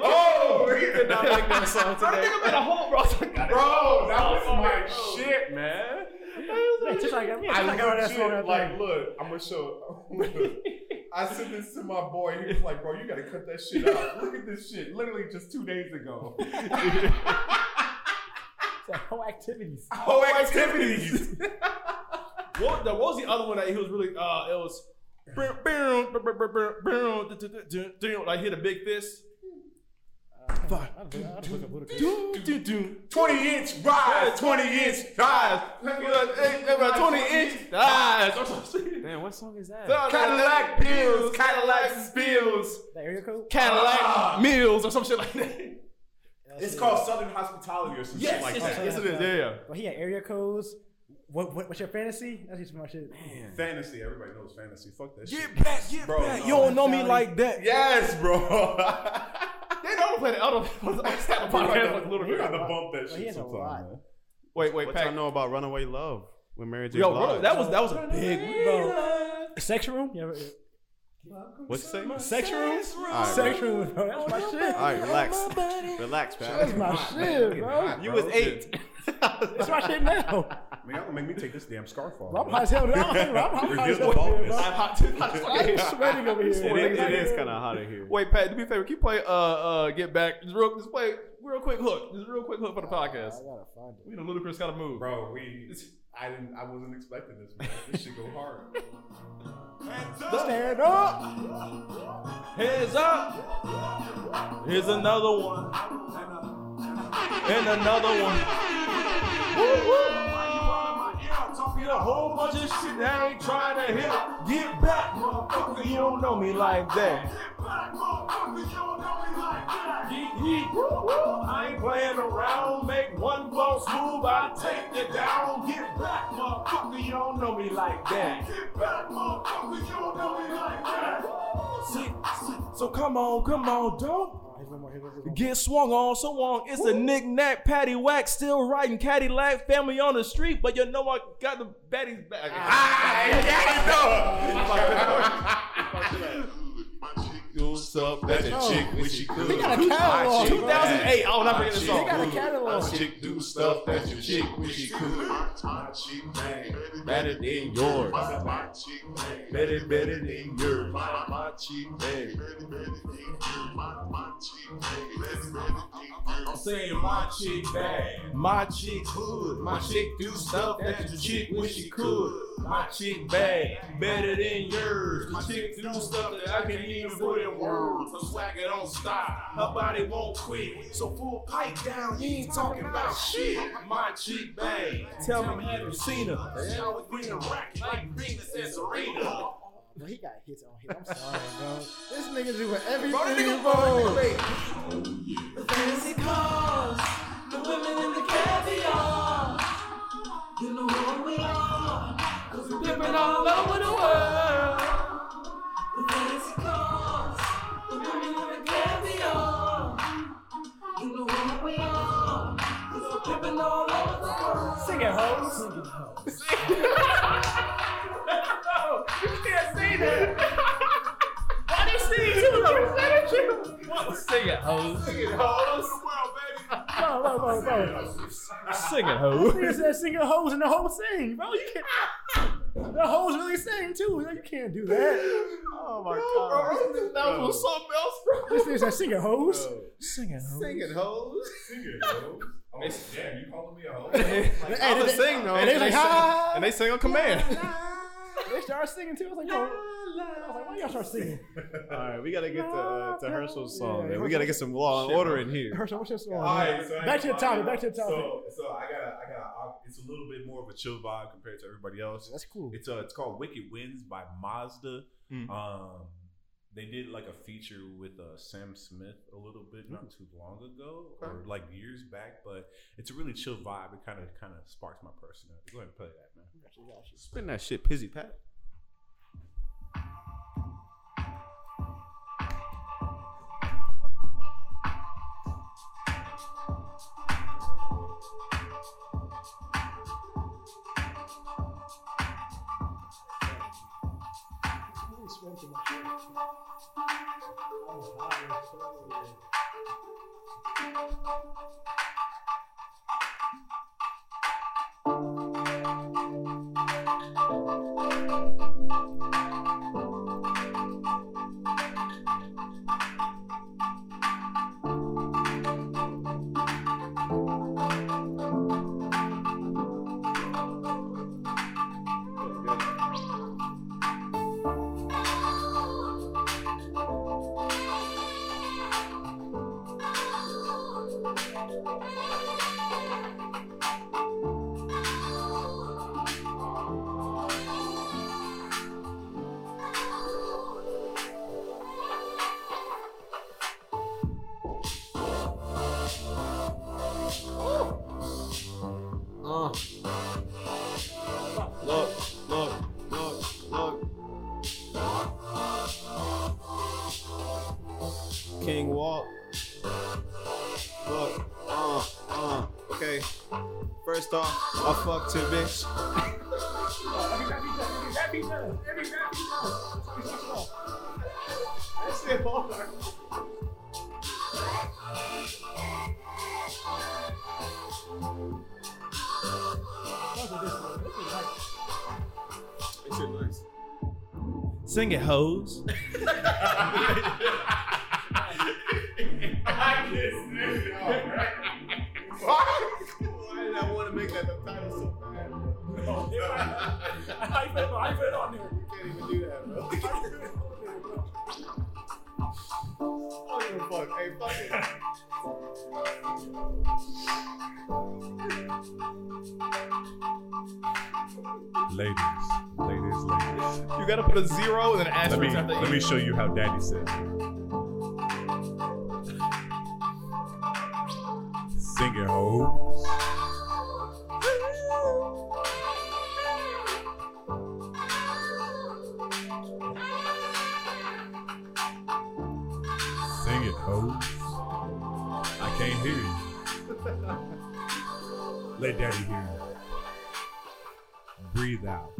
Speaker 7: Oh, he did not like that song
Speaker 2: Bro, that
Speaker 7: today.
Speaker 2: nigga made a whole bro. I got it.
Speaker 7: Bro, that was my shit, man.
Speaker 4: Yeah, just like yeah, just
Speaker 7: I
Speaker 4: like I heard that song.
Speaker 7: legit,
Speaker 4: out
Speaker 7: like,
Speaker 4: there.
Speaker 7: look, I'm gonna show. I sent this to my boy. He was like, "Bro, you gotta cut that shit out. Look at this shit. Literally just two days ago.
Speaker 4: It's like whole activities.
Speaker 1: Ah,
Speaker 7: Whole activities.
Speaker 2: What, the, what was the other one that he was really? Uh, it was. I hit a big fist.
Speaker 7: Twenty inch rise, twenty inch rise.
Speaker 2: Twenty inch thighs.
Speaker 1: Damn, what song is that?
Speaker 7: Cadillac bills, Cadillac bills.
Speaker 4: That area code.
Speaker 2: Cadillac
Speaker 7: Ah.
Speaker 2: meals or some shit like that.
Speaker 7: It's called Southern Hospitality or some shit like
Speaker 4: it's-
Speaker 7: that.
Speaker 4: it's-
Speaker 2: yes, it is. Yeah, yeah.
Speaker 4: But he had area codes. What, what what's your fantasy? That's just my shit.
Speaker 7: Fantasy. Everybody knows fantasy. Fuck that shit.
Speaker 2: back, get
Speaker 7: Bro, no.
Speaker 2: know me like that.
Speaker 7: Yes, bro.
Speaker 2: They don't play the other. I'm stopping
Speaker 7: We gotta-
Speaker 2: like little
Speaker 7: we
Speaker 2: bit.
Speaker 7: gotta bump that
Speaker 4: Well, he
Speaker 7: shit
Speaker 4: has a
Speaker 7: sometime,
Speaker 4: lot.
Speaker 7: man.
Speaker 2: Wait, wait,
Speaker 1: What y'all
Speaker 2: Pat.
Speaker 1: know about Runaway Love with Mary J.
Speaker 2: Yo, bro,
Speaker 1: Blige?
Speaker 2: that was that was a big.
Speaker 4: Bro, sex room. You ever,
Speaker 1: what you say?
Speaker 4: sex room.
Speaker 1: All right,
Speaker 4: Sex room. Bro, that's my shit.
Speaker 1: All right, relax, relax,
Speaker 4: That's
Speaker 1: Pat.
Speaker 4: my shit, bro.
Speaker 1: You was eight.
Speaker 4: That's my shit now.
Speaker 7: Man, y'all gonna make me take this damn scarf off.
Speaker 4: Bro, I'm
Speaker 7: bro.
Speaker 4: hot as hell. now. I'm hot
Speaker 7: Reveal
Speaker 4: as
Speaker 7: the
Speaker 4: hell.
Speaker 7: baldness.
Speaker 4: bro.
Speaker 2: I'm hot too. hot as fuck.
Speaker 4: I'm sweating over here.
Speaker 1: It is, it is kind of hot in here.
Speaker 2: Wait, Pat, do me a favor. Can you play uh uh Get Back? Just real, just play real quick hook. Just real quick hook for the podcast.
Speaker 4: Oh, gotta find it.
Speaker 2: We in a ludicrous kind of move.
Speaker 7: Bro, we. I didn't. I wasn't expecting this. Man. This should go hard.
Speaker 4: Stand up.
Speaker 2: Heads up. Here's another one. And another one. Woo, woo.
Speaker 9: Talking a whole bunch of shit that I ain't trying to hear. Get back, motherfucker, you don't know me like that. Get back, motherfucker, you don't know me like that. Yeet, yeet, woo, woo. I ain't playing around. Make one false move, I take you down. Get back, motherfucker, you don't know me like that. Get back, motherfucker, you don't know me like that. See, see,
Speaker 2: So come on, come on, don't
Speaker 4: Here's one more. Here's one more.
Speaker 2: Get swung on so long. It's a knick-knack, patty whack, still riding Cadillac, family on the street, but you know I got the baddies back.
Speaker 7: Ah, yeah, I know.
Speaker 9: My chick goes
Speaker 2: what's up? That's
Speaker 7: That
Speaker 2: a
Speaker 7: chick
Speaker 2: chick.
Speaker 7: when she could.
Speaker 4: They got a catalog.
Speaker 1: Ah,
Speaker 7: My chick,
Speaker 2: 2008. Oh, I will not
Speaker 7: my
Speaker 2: forget this
Speaker 7: chick,
Speaker 2: song.
Speaker 4: They got a
Speaker 7: good.
Speaker 4: catalog.
Speaker 7: My chick do stuff that your chick when she could.
Speaker 9: My cheek bang,
Speaker 7: Better than yours.
Speaker 9: my my cheek bang,
Speaker 7: Better, better than yours.
Speaker 9: my my
Speaker 7: cheek, baby.
Speaker 9: better, better than you. My my cheek bang, better, better than you.
Speaker 2: I'm saying my chick bad, my chick hood, my chick do stuff that your chick wish she could. My chick bad, better than yours. My chick do stuff that I can't even put in words. Her swagger don't stop, her body won't quit. So full pipe down, you ain't talking about shit. My chick bad, tell me have you seen her? She always bring a rack like Venus and Serena.
Speaker 4: Bro, he got hits on him. I'm sorry, bro. This nigga doing everything.
Speaker 2: Bro, that nigga-
Speaker 4: bro.
Speaker 8: fancy cars, the women in the caviar. You know who we are, cause we're dipping all over the world. The fancy cars, the women in the caviar. You know who we are, cause we're dipping all over the world.
Speaker 4: Sing it, hoes. Sing it, hoes.
Speaker 11: Sing it, hoes.
Speaker 4: Bro, bro, bro, bro.
Speaker 11: Sing it, hoes.
Speaker 4: Nigga said sing it, hoes in the whole thing, bro. You can't. The hoes really sing too. Like, You can't do that.
Speaker 11: Oh my god.
Speaker 2: That was something else, bro.
Speaker 4: This nigga said sing it, hoes.
Speaker 11: Sing it, hoes.
Speaker 2: Singing hoes.
Speaker 7: Oh, damn, you calling me a hoe?
Speaker 2: I was sing though.
Speaker 4: and they like,
Speaker 2: sing-
Speaker 4: "Ah."
Speaker 2: and they sing on command.
Speaker 4: They started singing too. I was like, yo. I was like, why y'all start singing?
Speaker 1: All right, we gotta get to, uh, to Herschel's song.
Speaker 4: Yeah,
Speaker 1: man. We gotta get some law and order in here.
Speaker 4: Herschel, what's your song?
Speaker 7: All
Speaker 4: man?
Speaker 7: right, so I
Speaker 4: back to the
Speaker 7: ain't
Speaker 4: topic.
Speaker 7: gonna lie.
Speaker 4: Back to the topic.
Speaker 7: So, so I got, I got, it's a little bit more of a chill vibe compared to everybody else.
Speaker 4: That's cool.
Speaker 7: It's uh, it's called Wicked Wins by Mazda.
Speaker 2: Mm.
Speaker 7: Um, they did like a feature with uh, Sam Smith a little bit not
Speaker 4: Mm.
Speaker 7: too long ago, or like years back. But it's a really chill vibe. It kind of kind of sparks my personality. Go ahead and play that, man.
Speaker 1: Spin that shit, Pizzy Pat. King Walt. Look, uh, uh, okay. First off, I fucked your bitch.
Speaker 11: Sing it, hoes.
Speaker 1: Why did I want to make that the title so bad?
Speaker 4: I put it on- I put it on there.
Speaker 1: can't even do that, bro. I don't give a fuck. Hey, fuck it.
Speaker 7: Ladies, ladies, ladies.
Speaker 2: You gotta put a zero and an
Speaker 7: Let me
Speaker 2: asterisk after
Speaker 7: let me show you how Daddy says. it. Sing it, ho. Sing it, ho. I can't hear you. Let Daddy hear you. Breathe out.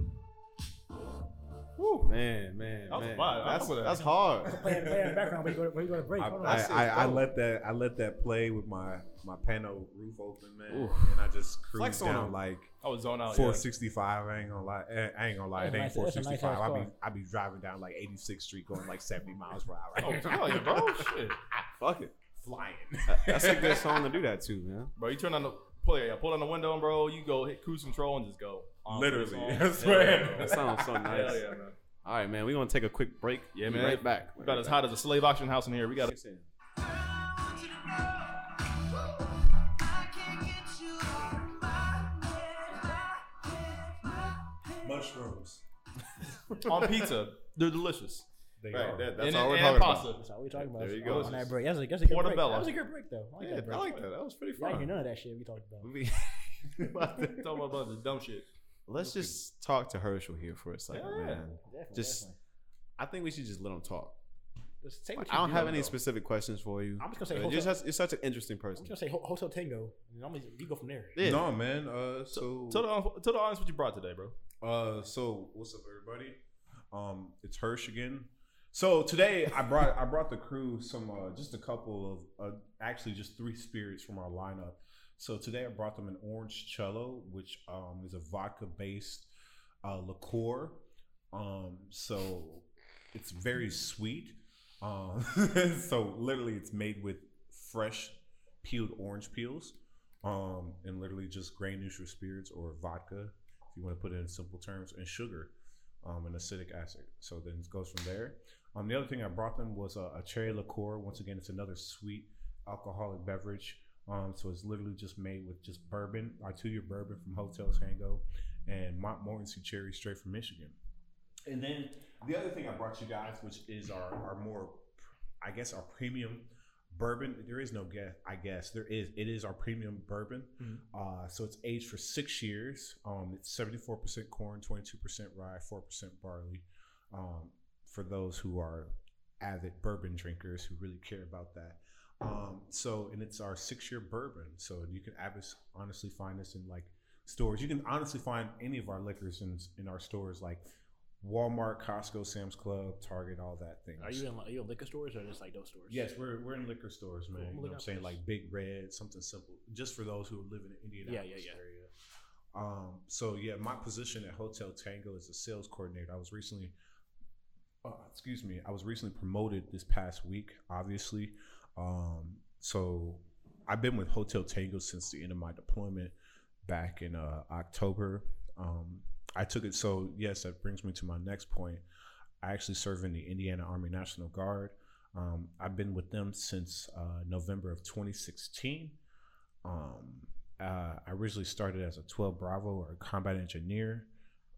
Speaker 1: Whew, man, man,
Speaker 2: That was a
Speaker 1: man.
Speaker 2: vibe. I
Speaker 1: That's,
Speaker 2: fuck with that.
Speaker 1: that's hard.
Speaker 4: Play in, play in the background when you go to, when you go to break.
Speaker 3: I,
Speaker 4: Hold on.
Speaker 3: I,
Speaker 1: That shit's
Speaker 3: I, I
Speaker 1: dope.
Speaker 3: let that I let that play with my my pano roof open, man,
Speaker 1: Oof.
Speaker 3: and I just
Speaker 1: Flex
Speaker 3: cruised
Speaker 1: on
Speaker 3: down
Speaker 1: him.
Speaker 3: like
Speaker 2: I was zoned out. Yeah.
Speaker 3: 465. I ain't gonna lie. Eh, I ain't gonna lie. It
Speaker 4: Oh, That's
Speaker 3: ain't
Speaker 4: a nice- that's a nice
Speaker 3: 465.
Speaker 4: ass
Speaker 3: I be
Speaker 4: car.
Speaker 3: I be driving down like 86th Street, going like 70 miles per hour,
Speaker 2: Oh, hell yeah, bro. Shit.
Speaker 1: Fuck it.
Speaker 3: flying.
Speaker 1: That- That's a good song to do that to, man.
Speaker 2: Bro, you turn on the pull, yeah, pull down the window, bro. You go hit cruise control and just go. On with the
Speaker 3: Literally,
Speaker 2: song.
Speaker 3: I swear.
Speaker 2: Yeah, bro.
Speaker 1: That sounds so nice.
Speaker 2: Hell yeah, man.
Speaker 1: All right, man. We're gonna take a quick break.
Speaker 2: Yeah,
Speaker 1: Be
Speaker 2: man.
Speaker 1: Right back.
Speaker 2: We About as hot as a slave auction house in here. We got to
Speaker 3: Mushrooms.
Speaker 2: on pizza. They're delicious.
Speaker 3: They
Speaker 1: Right,
Speaker 3: are.
Speaker 1: that- that's
Speaker 2: and,
Speaker 1: all we're
Speaker 2: and
Speaker 1: talking
Speaker 2: pasta.
Speaker 1: about.
Speaker 4: That's all we talking about.
Speaker 1: There you
Speaker 4: Oh,
Speaker 1: go.
Speaker 4: on that break. That's a, that's a good break.
Speaker 2: Portobello.
Speaker 4: That was a good break, though. I like
Speaker 1: Yeah,
Speaker 4: that break.
Speaker 1: I like that. That was pretty
Speaker 4: Yeah, you
Speaker 1: fun.
Speaker 4: none of that shit we talked about.
Speaker 1: We-
Speaker 2: Talking about a bunch of dumb shit.
Speaker 1: Let's just talk to Herschel here for a second,
Speaker 2: Yeah.
Speaker 1: man.
Speaker 4: Definitely,
Speaker 1: Just-
Speaker 4: definitely.
Speaker 1: I think we should just let him talk.
Speaker 4: Just take what
Speaker 1: I don't
Speaker 4: you
Speaker 1: have
Speaker 4: do,
Speaker 1: any
Speaker 4: though.
Speaker 1: specific questions for you. Uh,
Speaker 4: I'm just gonna say
Speaker 1: You're,
Speaker 4: hotel,
Speaker 1: just, you're such an interesting
Speaker 4: I'm
Speaker 1: person.
Speaker 4: just gonna say ho- hotel tango. And I'm gonna, you go from there.
Speaker 1: Yeah.
Speaker 3: No man. Uh, so
Speaker 2: Tell the, tell the audience what you brought today, bro.
Speaker 3: Uh, so what's up, everybody? Um, it's Hirsch again. So today I brought I brought the crew some uh, just a couple of uh, actually just three spirits from our lineup. So today I brought them an orange cello, which um, is a vodka based uh, liqueur. Um, so it's very sweet. Um, so literally, it's made with fresh peeled orange peels, um, and literally just grain neutral spirits or vodka if you want to put it in simple terms, and sugar um, and acidic acid. So then it goes from there. Um, the other thing I brought them was a, a cherry liqueur. Once again, it's another sweet alcoholic beverage. Um, so it's literally just made with just bourbon, Arturia bourbon from Hotel Tango, and Montmorency cherry straight from Michigan. And then the other thing I brought you guys, which is our, our more, I guess, our premium bourbon. There is no guess. I guess there is. It is our premium bourbon.
Speaker 4: Mm-hmm.
Speaker 12: Mhm.
Speaker 3: Uh, so it's aged for six years. Um, it's seventy four percent corn, twenty two percent rye, four percent barley. Um, for those who are avid bourbon drinkers who really care about that. Um, so and it's our six year bourbon. So you can abis- honestly find this in like stores. You can honestly find any of our liquors in in our stores like. Walmart, Costco, Sam's Club, Target, all that thing.
Speaker 4: Are you in are you in liquor stores or just like those stores?
Speaker 3: Yes, we're, we're in liquor stores, man.
Speaker 4: Cool.
Speaker 3: You know
Speaker 4: Look
Speaker 3: what I'm
Speaker 4: out
Speaker 3: saying?
Speaker 4: for us.
Speaker 3: Like Big Red, something simple, just for those who live in the Indianapolis
Speaker 4: yeah, yeah.
Speaker 3: area. Um, so yeah, my position at Hotel Tango is a sales coordinator. I was recently, uh, excuse me, I was recently promoted this past week, obviously. Um, so I've been with Hotel Tango since the end of my deployment back in uh, October. Um, I took it. So yes, that brings me to my next point. I actually serve in the Indiana Army National Guard. Um, I've been with them since uh, November of 2016. Um, uh, I originally started as a 12 Bravo or a combat engineer.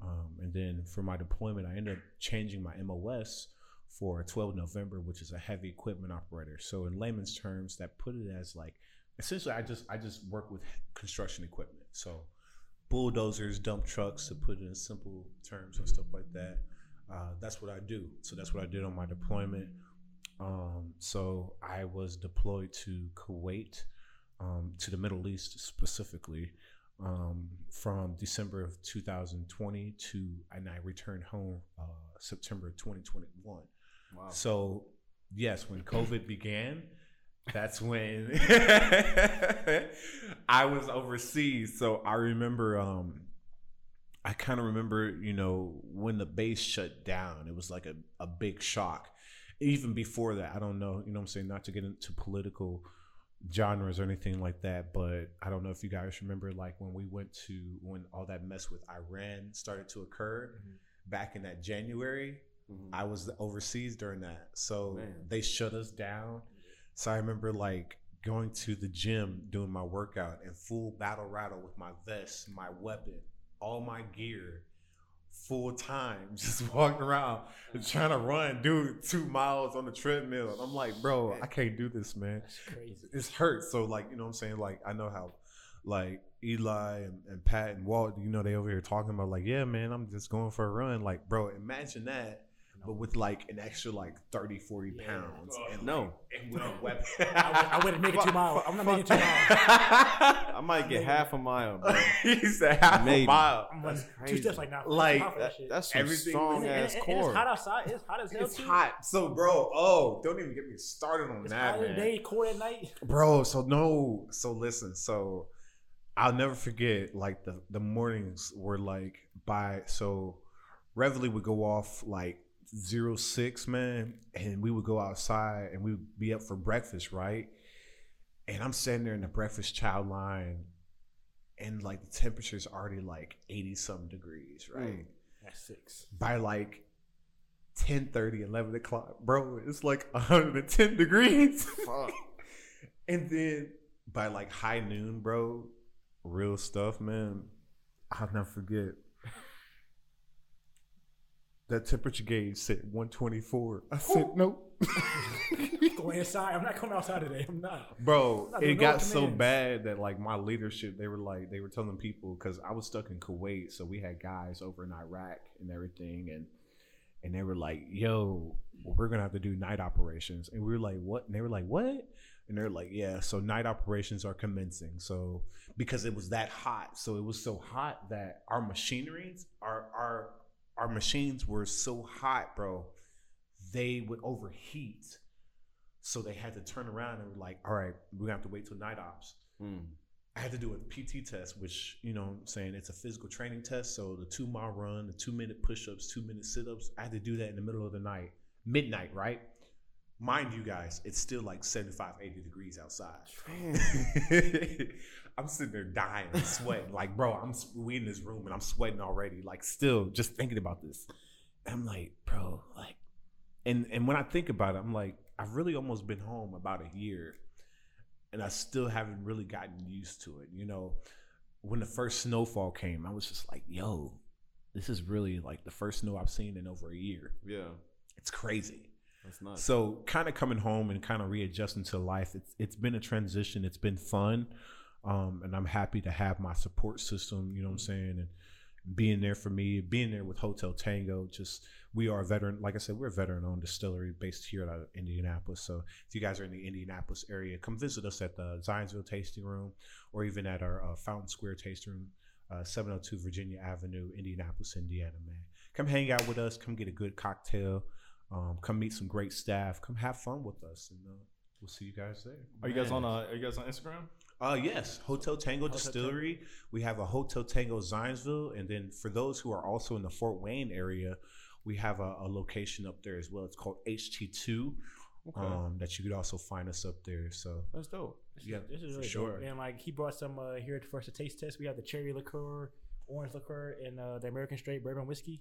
Speaker 3: Um, and then for my deployment, I ended up changing my MOS for a 12 November, which is a heavy equipment operator. So in layman's terms, that put it as like essentially I just I just work with construction equipment. So bulldozers, dump trucks, to put it in simple terms and stuff like that. Uh, that's what I do. So that's what I did on my deployment. Um, so I was deployed to Kuwait, um, to the Middle East specifically, um, from December of 2020 to, and I returned home uh, September 2021.
Speaker 1: Wow.
Speaker 3: So, yes, when COVID began, that's when I was overseas. So I remember, um, I kind of remember, you know, when the base shut down, it was like a, a big shock. Even before that, I don't know, you know what I'm saying, not to get into political genres or anything like that, but I don't know if you guys remember like when we went to when all that mess with Iran started to occur back in that January.
Speaker 1: Mhm.
Speaker 3: I was overseas during that. So
Speaker 1: Man.
Speaker 3: they shut us down. So I remember like going to the gym doing my workout and full battle rattle with my vest, my weapon, all my gear, full time, just walking around and trying to run, dude, two miles on the treadmill. And I'm like, bro, I can't do this, man
Speaker 4: That's crazy.
Speaker 3: it's hurt. So like, you know what I'm saying? Like I know how like Eli and, and Pat and Walt, you know, they over here talking about like, yeah, man, I'm just going for a run. Like, bro, imagine that but with like an extra like 30, 40
Speaker 4: Yeah. Oh,
Speaker 3: pounds. and,
Speaker 1: No.
Speaker 3: like, and with a weapon.
Speaker 4: I wouldn't make it two miles. I'm not making it two miles.
Speaker 1: I might get half a mile, bro.
Speaker 3: he said half
Speaker 1: Maybe.
Speaker 3: a mile.
Speaker 4: I'm
Speaker 1: That's
Speaker 4: running two
Speaker 1: crazy.
Speaker 4: steps like not
Speaker 3: Like,
Speaker 1: That, that's some
Speaker 3: Everything
Speaker 1: strong
Speaker 4: and,
Speaker 1: ass
Speaker 4: Oh, and- and
Speaker 1: core.
Speaker 4: It's hot outside. It's hot as hell.
Speaker 3: It's
Speaker 4: too.
Speaker 3: hot. So, bro, oh, don't even get me started on
Speaker 4: It's
Speaker 3: that,
Speaker 4: hot in
Speaker 3: man.
Speaker 4: the day, cold at night.
Speaker 3: bro so no so listen so i'll never forget like the the mornings were like by so reveille would go off like zero six man and we would go outside and we would be up for breakfast right and i'm standing there in the breakfast child line and like the temperature's already like 80 some degrees right
Speaker 4: That's six.
Speaker 3: by like 10 11 o'clock bro it's like 110 degrees and then by like high noon bro real stuff man i'll never forget that temperature gauge said 124 i said nope
Speaker 4: Go inside. I'm not coming outside today. I'm not.
Speaker 3: bro
Speaker 4: I don't
Speaker 3: it
Speaker 4: know
Speaker 3: got
Speaker 4: what
Speaker 3: so
Speaker 4: commands.
Speaker 3: bad that like my leadership they were like they were telling people because i was stuck in kuwait so we had guys over in iraq and everything and and they were like yo we're gonna have to do night operations and we were like what and they were like what and they're like yeah so night operations are commencing so because it was that hot so it was so hot that our machineries our our our machines were so hot bro they would overheat so they had to turn around and were like, all right, we're gonna have to wait till night ops.
Speaker 1: Mm.
Speaker 3: I had to do a PT test, which, you know what I'm saying, it's a physical training test. So the two mile run, the two minute push ups, two minute sit ups, I had to do that in the middle of the night, midnight, right? Mind you guys, it's still like 75, 80 degrees outside. I'm sitting there dying, I'm sweating. like, bro, I'm s- we in this room and I'm sweating already. Like, still just thinking about this. I'm like, bro, like, and and when I think about it, I'm like, I've really almost been home about a year, and I still haven't really gotten used to it. You know, when the first snowfall came, I was just like, yo, this is really like the first snow I've seen in over a year.
Speaker 1: Yeah,
Speaker 3: It's crazy.
Speaker 1: that's nuts.
Speaker 3: So kind of coming home and kind of readjusting to life. It's it's been a transition. It's been fun. Um, and I'm happy to have my support system, you know what I'm saying, and being there for me, being there with Hotel Tango. Just we are a veteran, like I said, we're a veteran owned distillery based here out of Indianapolis. So if you guys are in the Indianapolis area, come visit us at the Zionsville Tasting Room or even at our uh, Fountain Square Tasting Room, uh, 702 Virginia Avenue, Indianapolis, Indiana, man. Come hang out with us, come get a good cocktail, um, come meet some great staff, come have fun with us, and uh, we'll see you guys there.
Speaker 2: Are you guys on? Uh, are you guys on Instagram?
Speaker 3: Uh, yes, Hotel Tango Distillery. We have a Hotel Tango Zionsville, and then for those who are also in the Fort Wayne area, we have a, a location up there as well. It's called HT2,
Speaker 1: Okay,
Speaker 3: um, that you could also find us up there. So
Speaker 1: that's dope.
Speaker 3: yeah,
Speaker 4: This is
Speaker 3: for
Speaker 4: really
Speaker 3: sure.
Speaker 4: dope. And like he brought some uh, here for us to taste test. We have the cherry liqueur, orange liqueur, and uh, the American straight bourbon whiskey.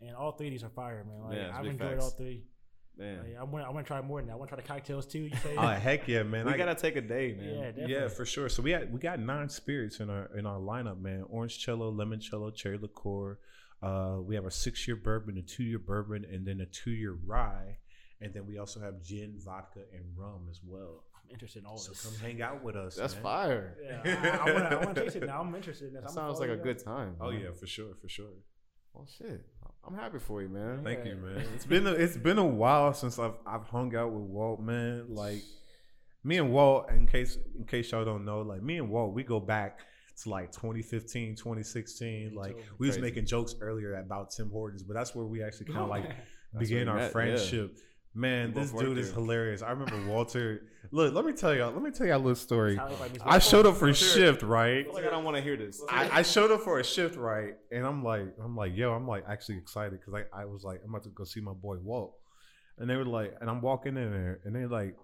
Speaker 4: And all three of these are fire, man. Like
Speaker 1: Yeah, it's
Speaker 4: I've
Speaker 1: big
Speaker 4: enjoyed
Speaker 1: facts.
Speaker 4: all three.
Speaker 1: Man,
Speaker 4: Like, I want I want to try more than that. I want to try the cocktails too. You say?
Speaker 3: Oh heck yeah, man!
Speaker 1: we
Speaker 3: I-
Speaker 1: gotta take a day,
Speaker 4: yeah,
Speaker 1: man.
Speaker 4: definitely.
Speaker 3: Yeah, for sure. So we had we got nine spirits in our in our lineup, man. Orange cello, lemon cello, cherry liqueur. Uh, we have a six year bourbon, a two year bourbon, and then a two year rye. And then we also have gin, vodka, and rum as well.
Speaker 4: I'm interested in all
Speaker 3: so
Speaker 4: this.
Speaker 3: come hang out with us.
Speaker 1: Oh, That's
Speaker 3: man.
Speaker 1: fire.
Speaker 4: Yeah, I, I want to taste it now. I'm interested in this.
Speaker 1: That
Speaker 4: I'm
Speaker 1: sounds like a good time.
Speaker 3: Oh
Speaker 1: man.
Speaker 3: yeah, for sure, for sure.
Speaker 1: Well, shit. I'm happy for you, man.
Speaker 3: Thank you, man. It's been a, it's been a while since I've I've hung out with Walt, man. Like me and Walt, in case in case y'all don't know, like me and Walt, we go back to like 2015, 2016. Like
Speaker 4: Totally
Speaker 3: we was
Speaker 1: crazy.
Speaker 3: making jokes earlier about Tim Hortons, but that's where we actually kind of like
Speaker 1: That's where
Speaker 3: began
Speaker 1: we
Speaker 3: our
Speaker 1: met, yeah.
Speaker 3: friendship. Man,
Speaker 1: We
Speaker 3: this
Speaker 1: both worked
Speaker 3: dude is
Speaker 1: there.
Speaker 3: hilarious. I remember Walter. Look, let me tell y'all. Let me tell y'all a little story. I
Speaker 4: showed.
Speaker 3: showed up for shift, right?
Speaker 1: It's like I don't want to hear this.
Speaker 3: I, I showed up for a shift right, and I'm like, I'm like, yo, I'm like actually excited because I, I was like, I'm about to go see my boy Walt, and they were like, and I'm walking in there, and they're like,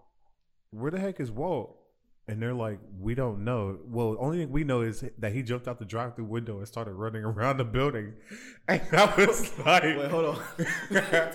Speaker 3: where the heck is Walt? And they're like, we don't know. Well, the only thing we know is that he jumped out the drive-through window and started running around the building, and I was like,
Speaker 1: Wait, hold on.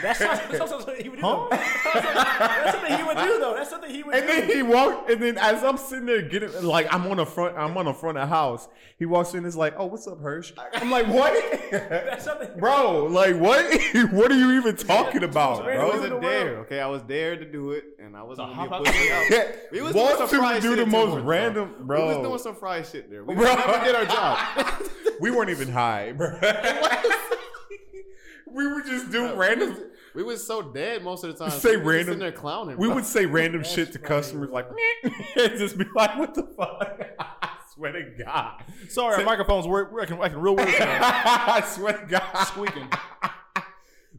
Speaker 4: That's not- that's not something he would do. though. That's something he would do, though. That's something he would
Speaker 3: And
Speaker 4: do.
Speaker 3: then he walked, and then as I'm sitting there getting like I'm on the front, I'm on the front of the house. He walks in, and is like, "Oh, what's up, Hirsch?" I'm like, "What?"
Speaker 4: That's something.
Speaker 3: Bro, like what? what are you even talking about,
Speaker 1: I
Speaker 3: bro?
Speaker 1: wasn't there. Okay, I was there to do it, and I wasn't
Speaker 2: So
Speaker 1: gonna be
Speaker 2: how
Speaker 1: a pussy out. We was doing some
Speaker 3: Walter
Speaker 1: fried
Speaker 3: would do
Speaker 1: shit
Speaker 3: the
Speaker 1: at
Speaker 3: most
Speaker 1: Tim Hortons,
Speaker 3: random, bro.
Speaker 1: We was doing some fry shit there. We
Speaker 3: Bro.
Speaker 1: never did our job.
Speaker 3: we weren't even high, bro. we would just do random.
Speaker 1: We was so dead most of the time.
Speaker 3: Say
Speaker 1: we was just
Speaker 3: random-
Speaker 1: in there clowning.
Speaker 3: We
Speaker 1: bro.
Speaker 3: would say random
Speaker 4: That's
Speaker 3: shit to
Speaker 4: funny.
Speaker 3: customers like, "Meh," and just be like, "What the fuck." I Swear to God.
Speaker 2: Sorry, our microphones work. I can, I can real weird.
Speaker 3: I swear to God.
Speaker 2: Squeaking.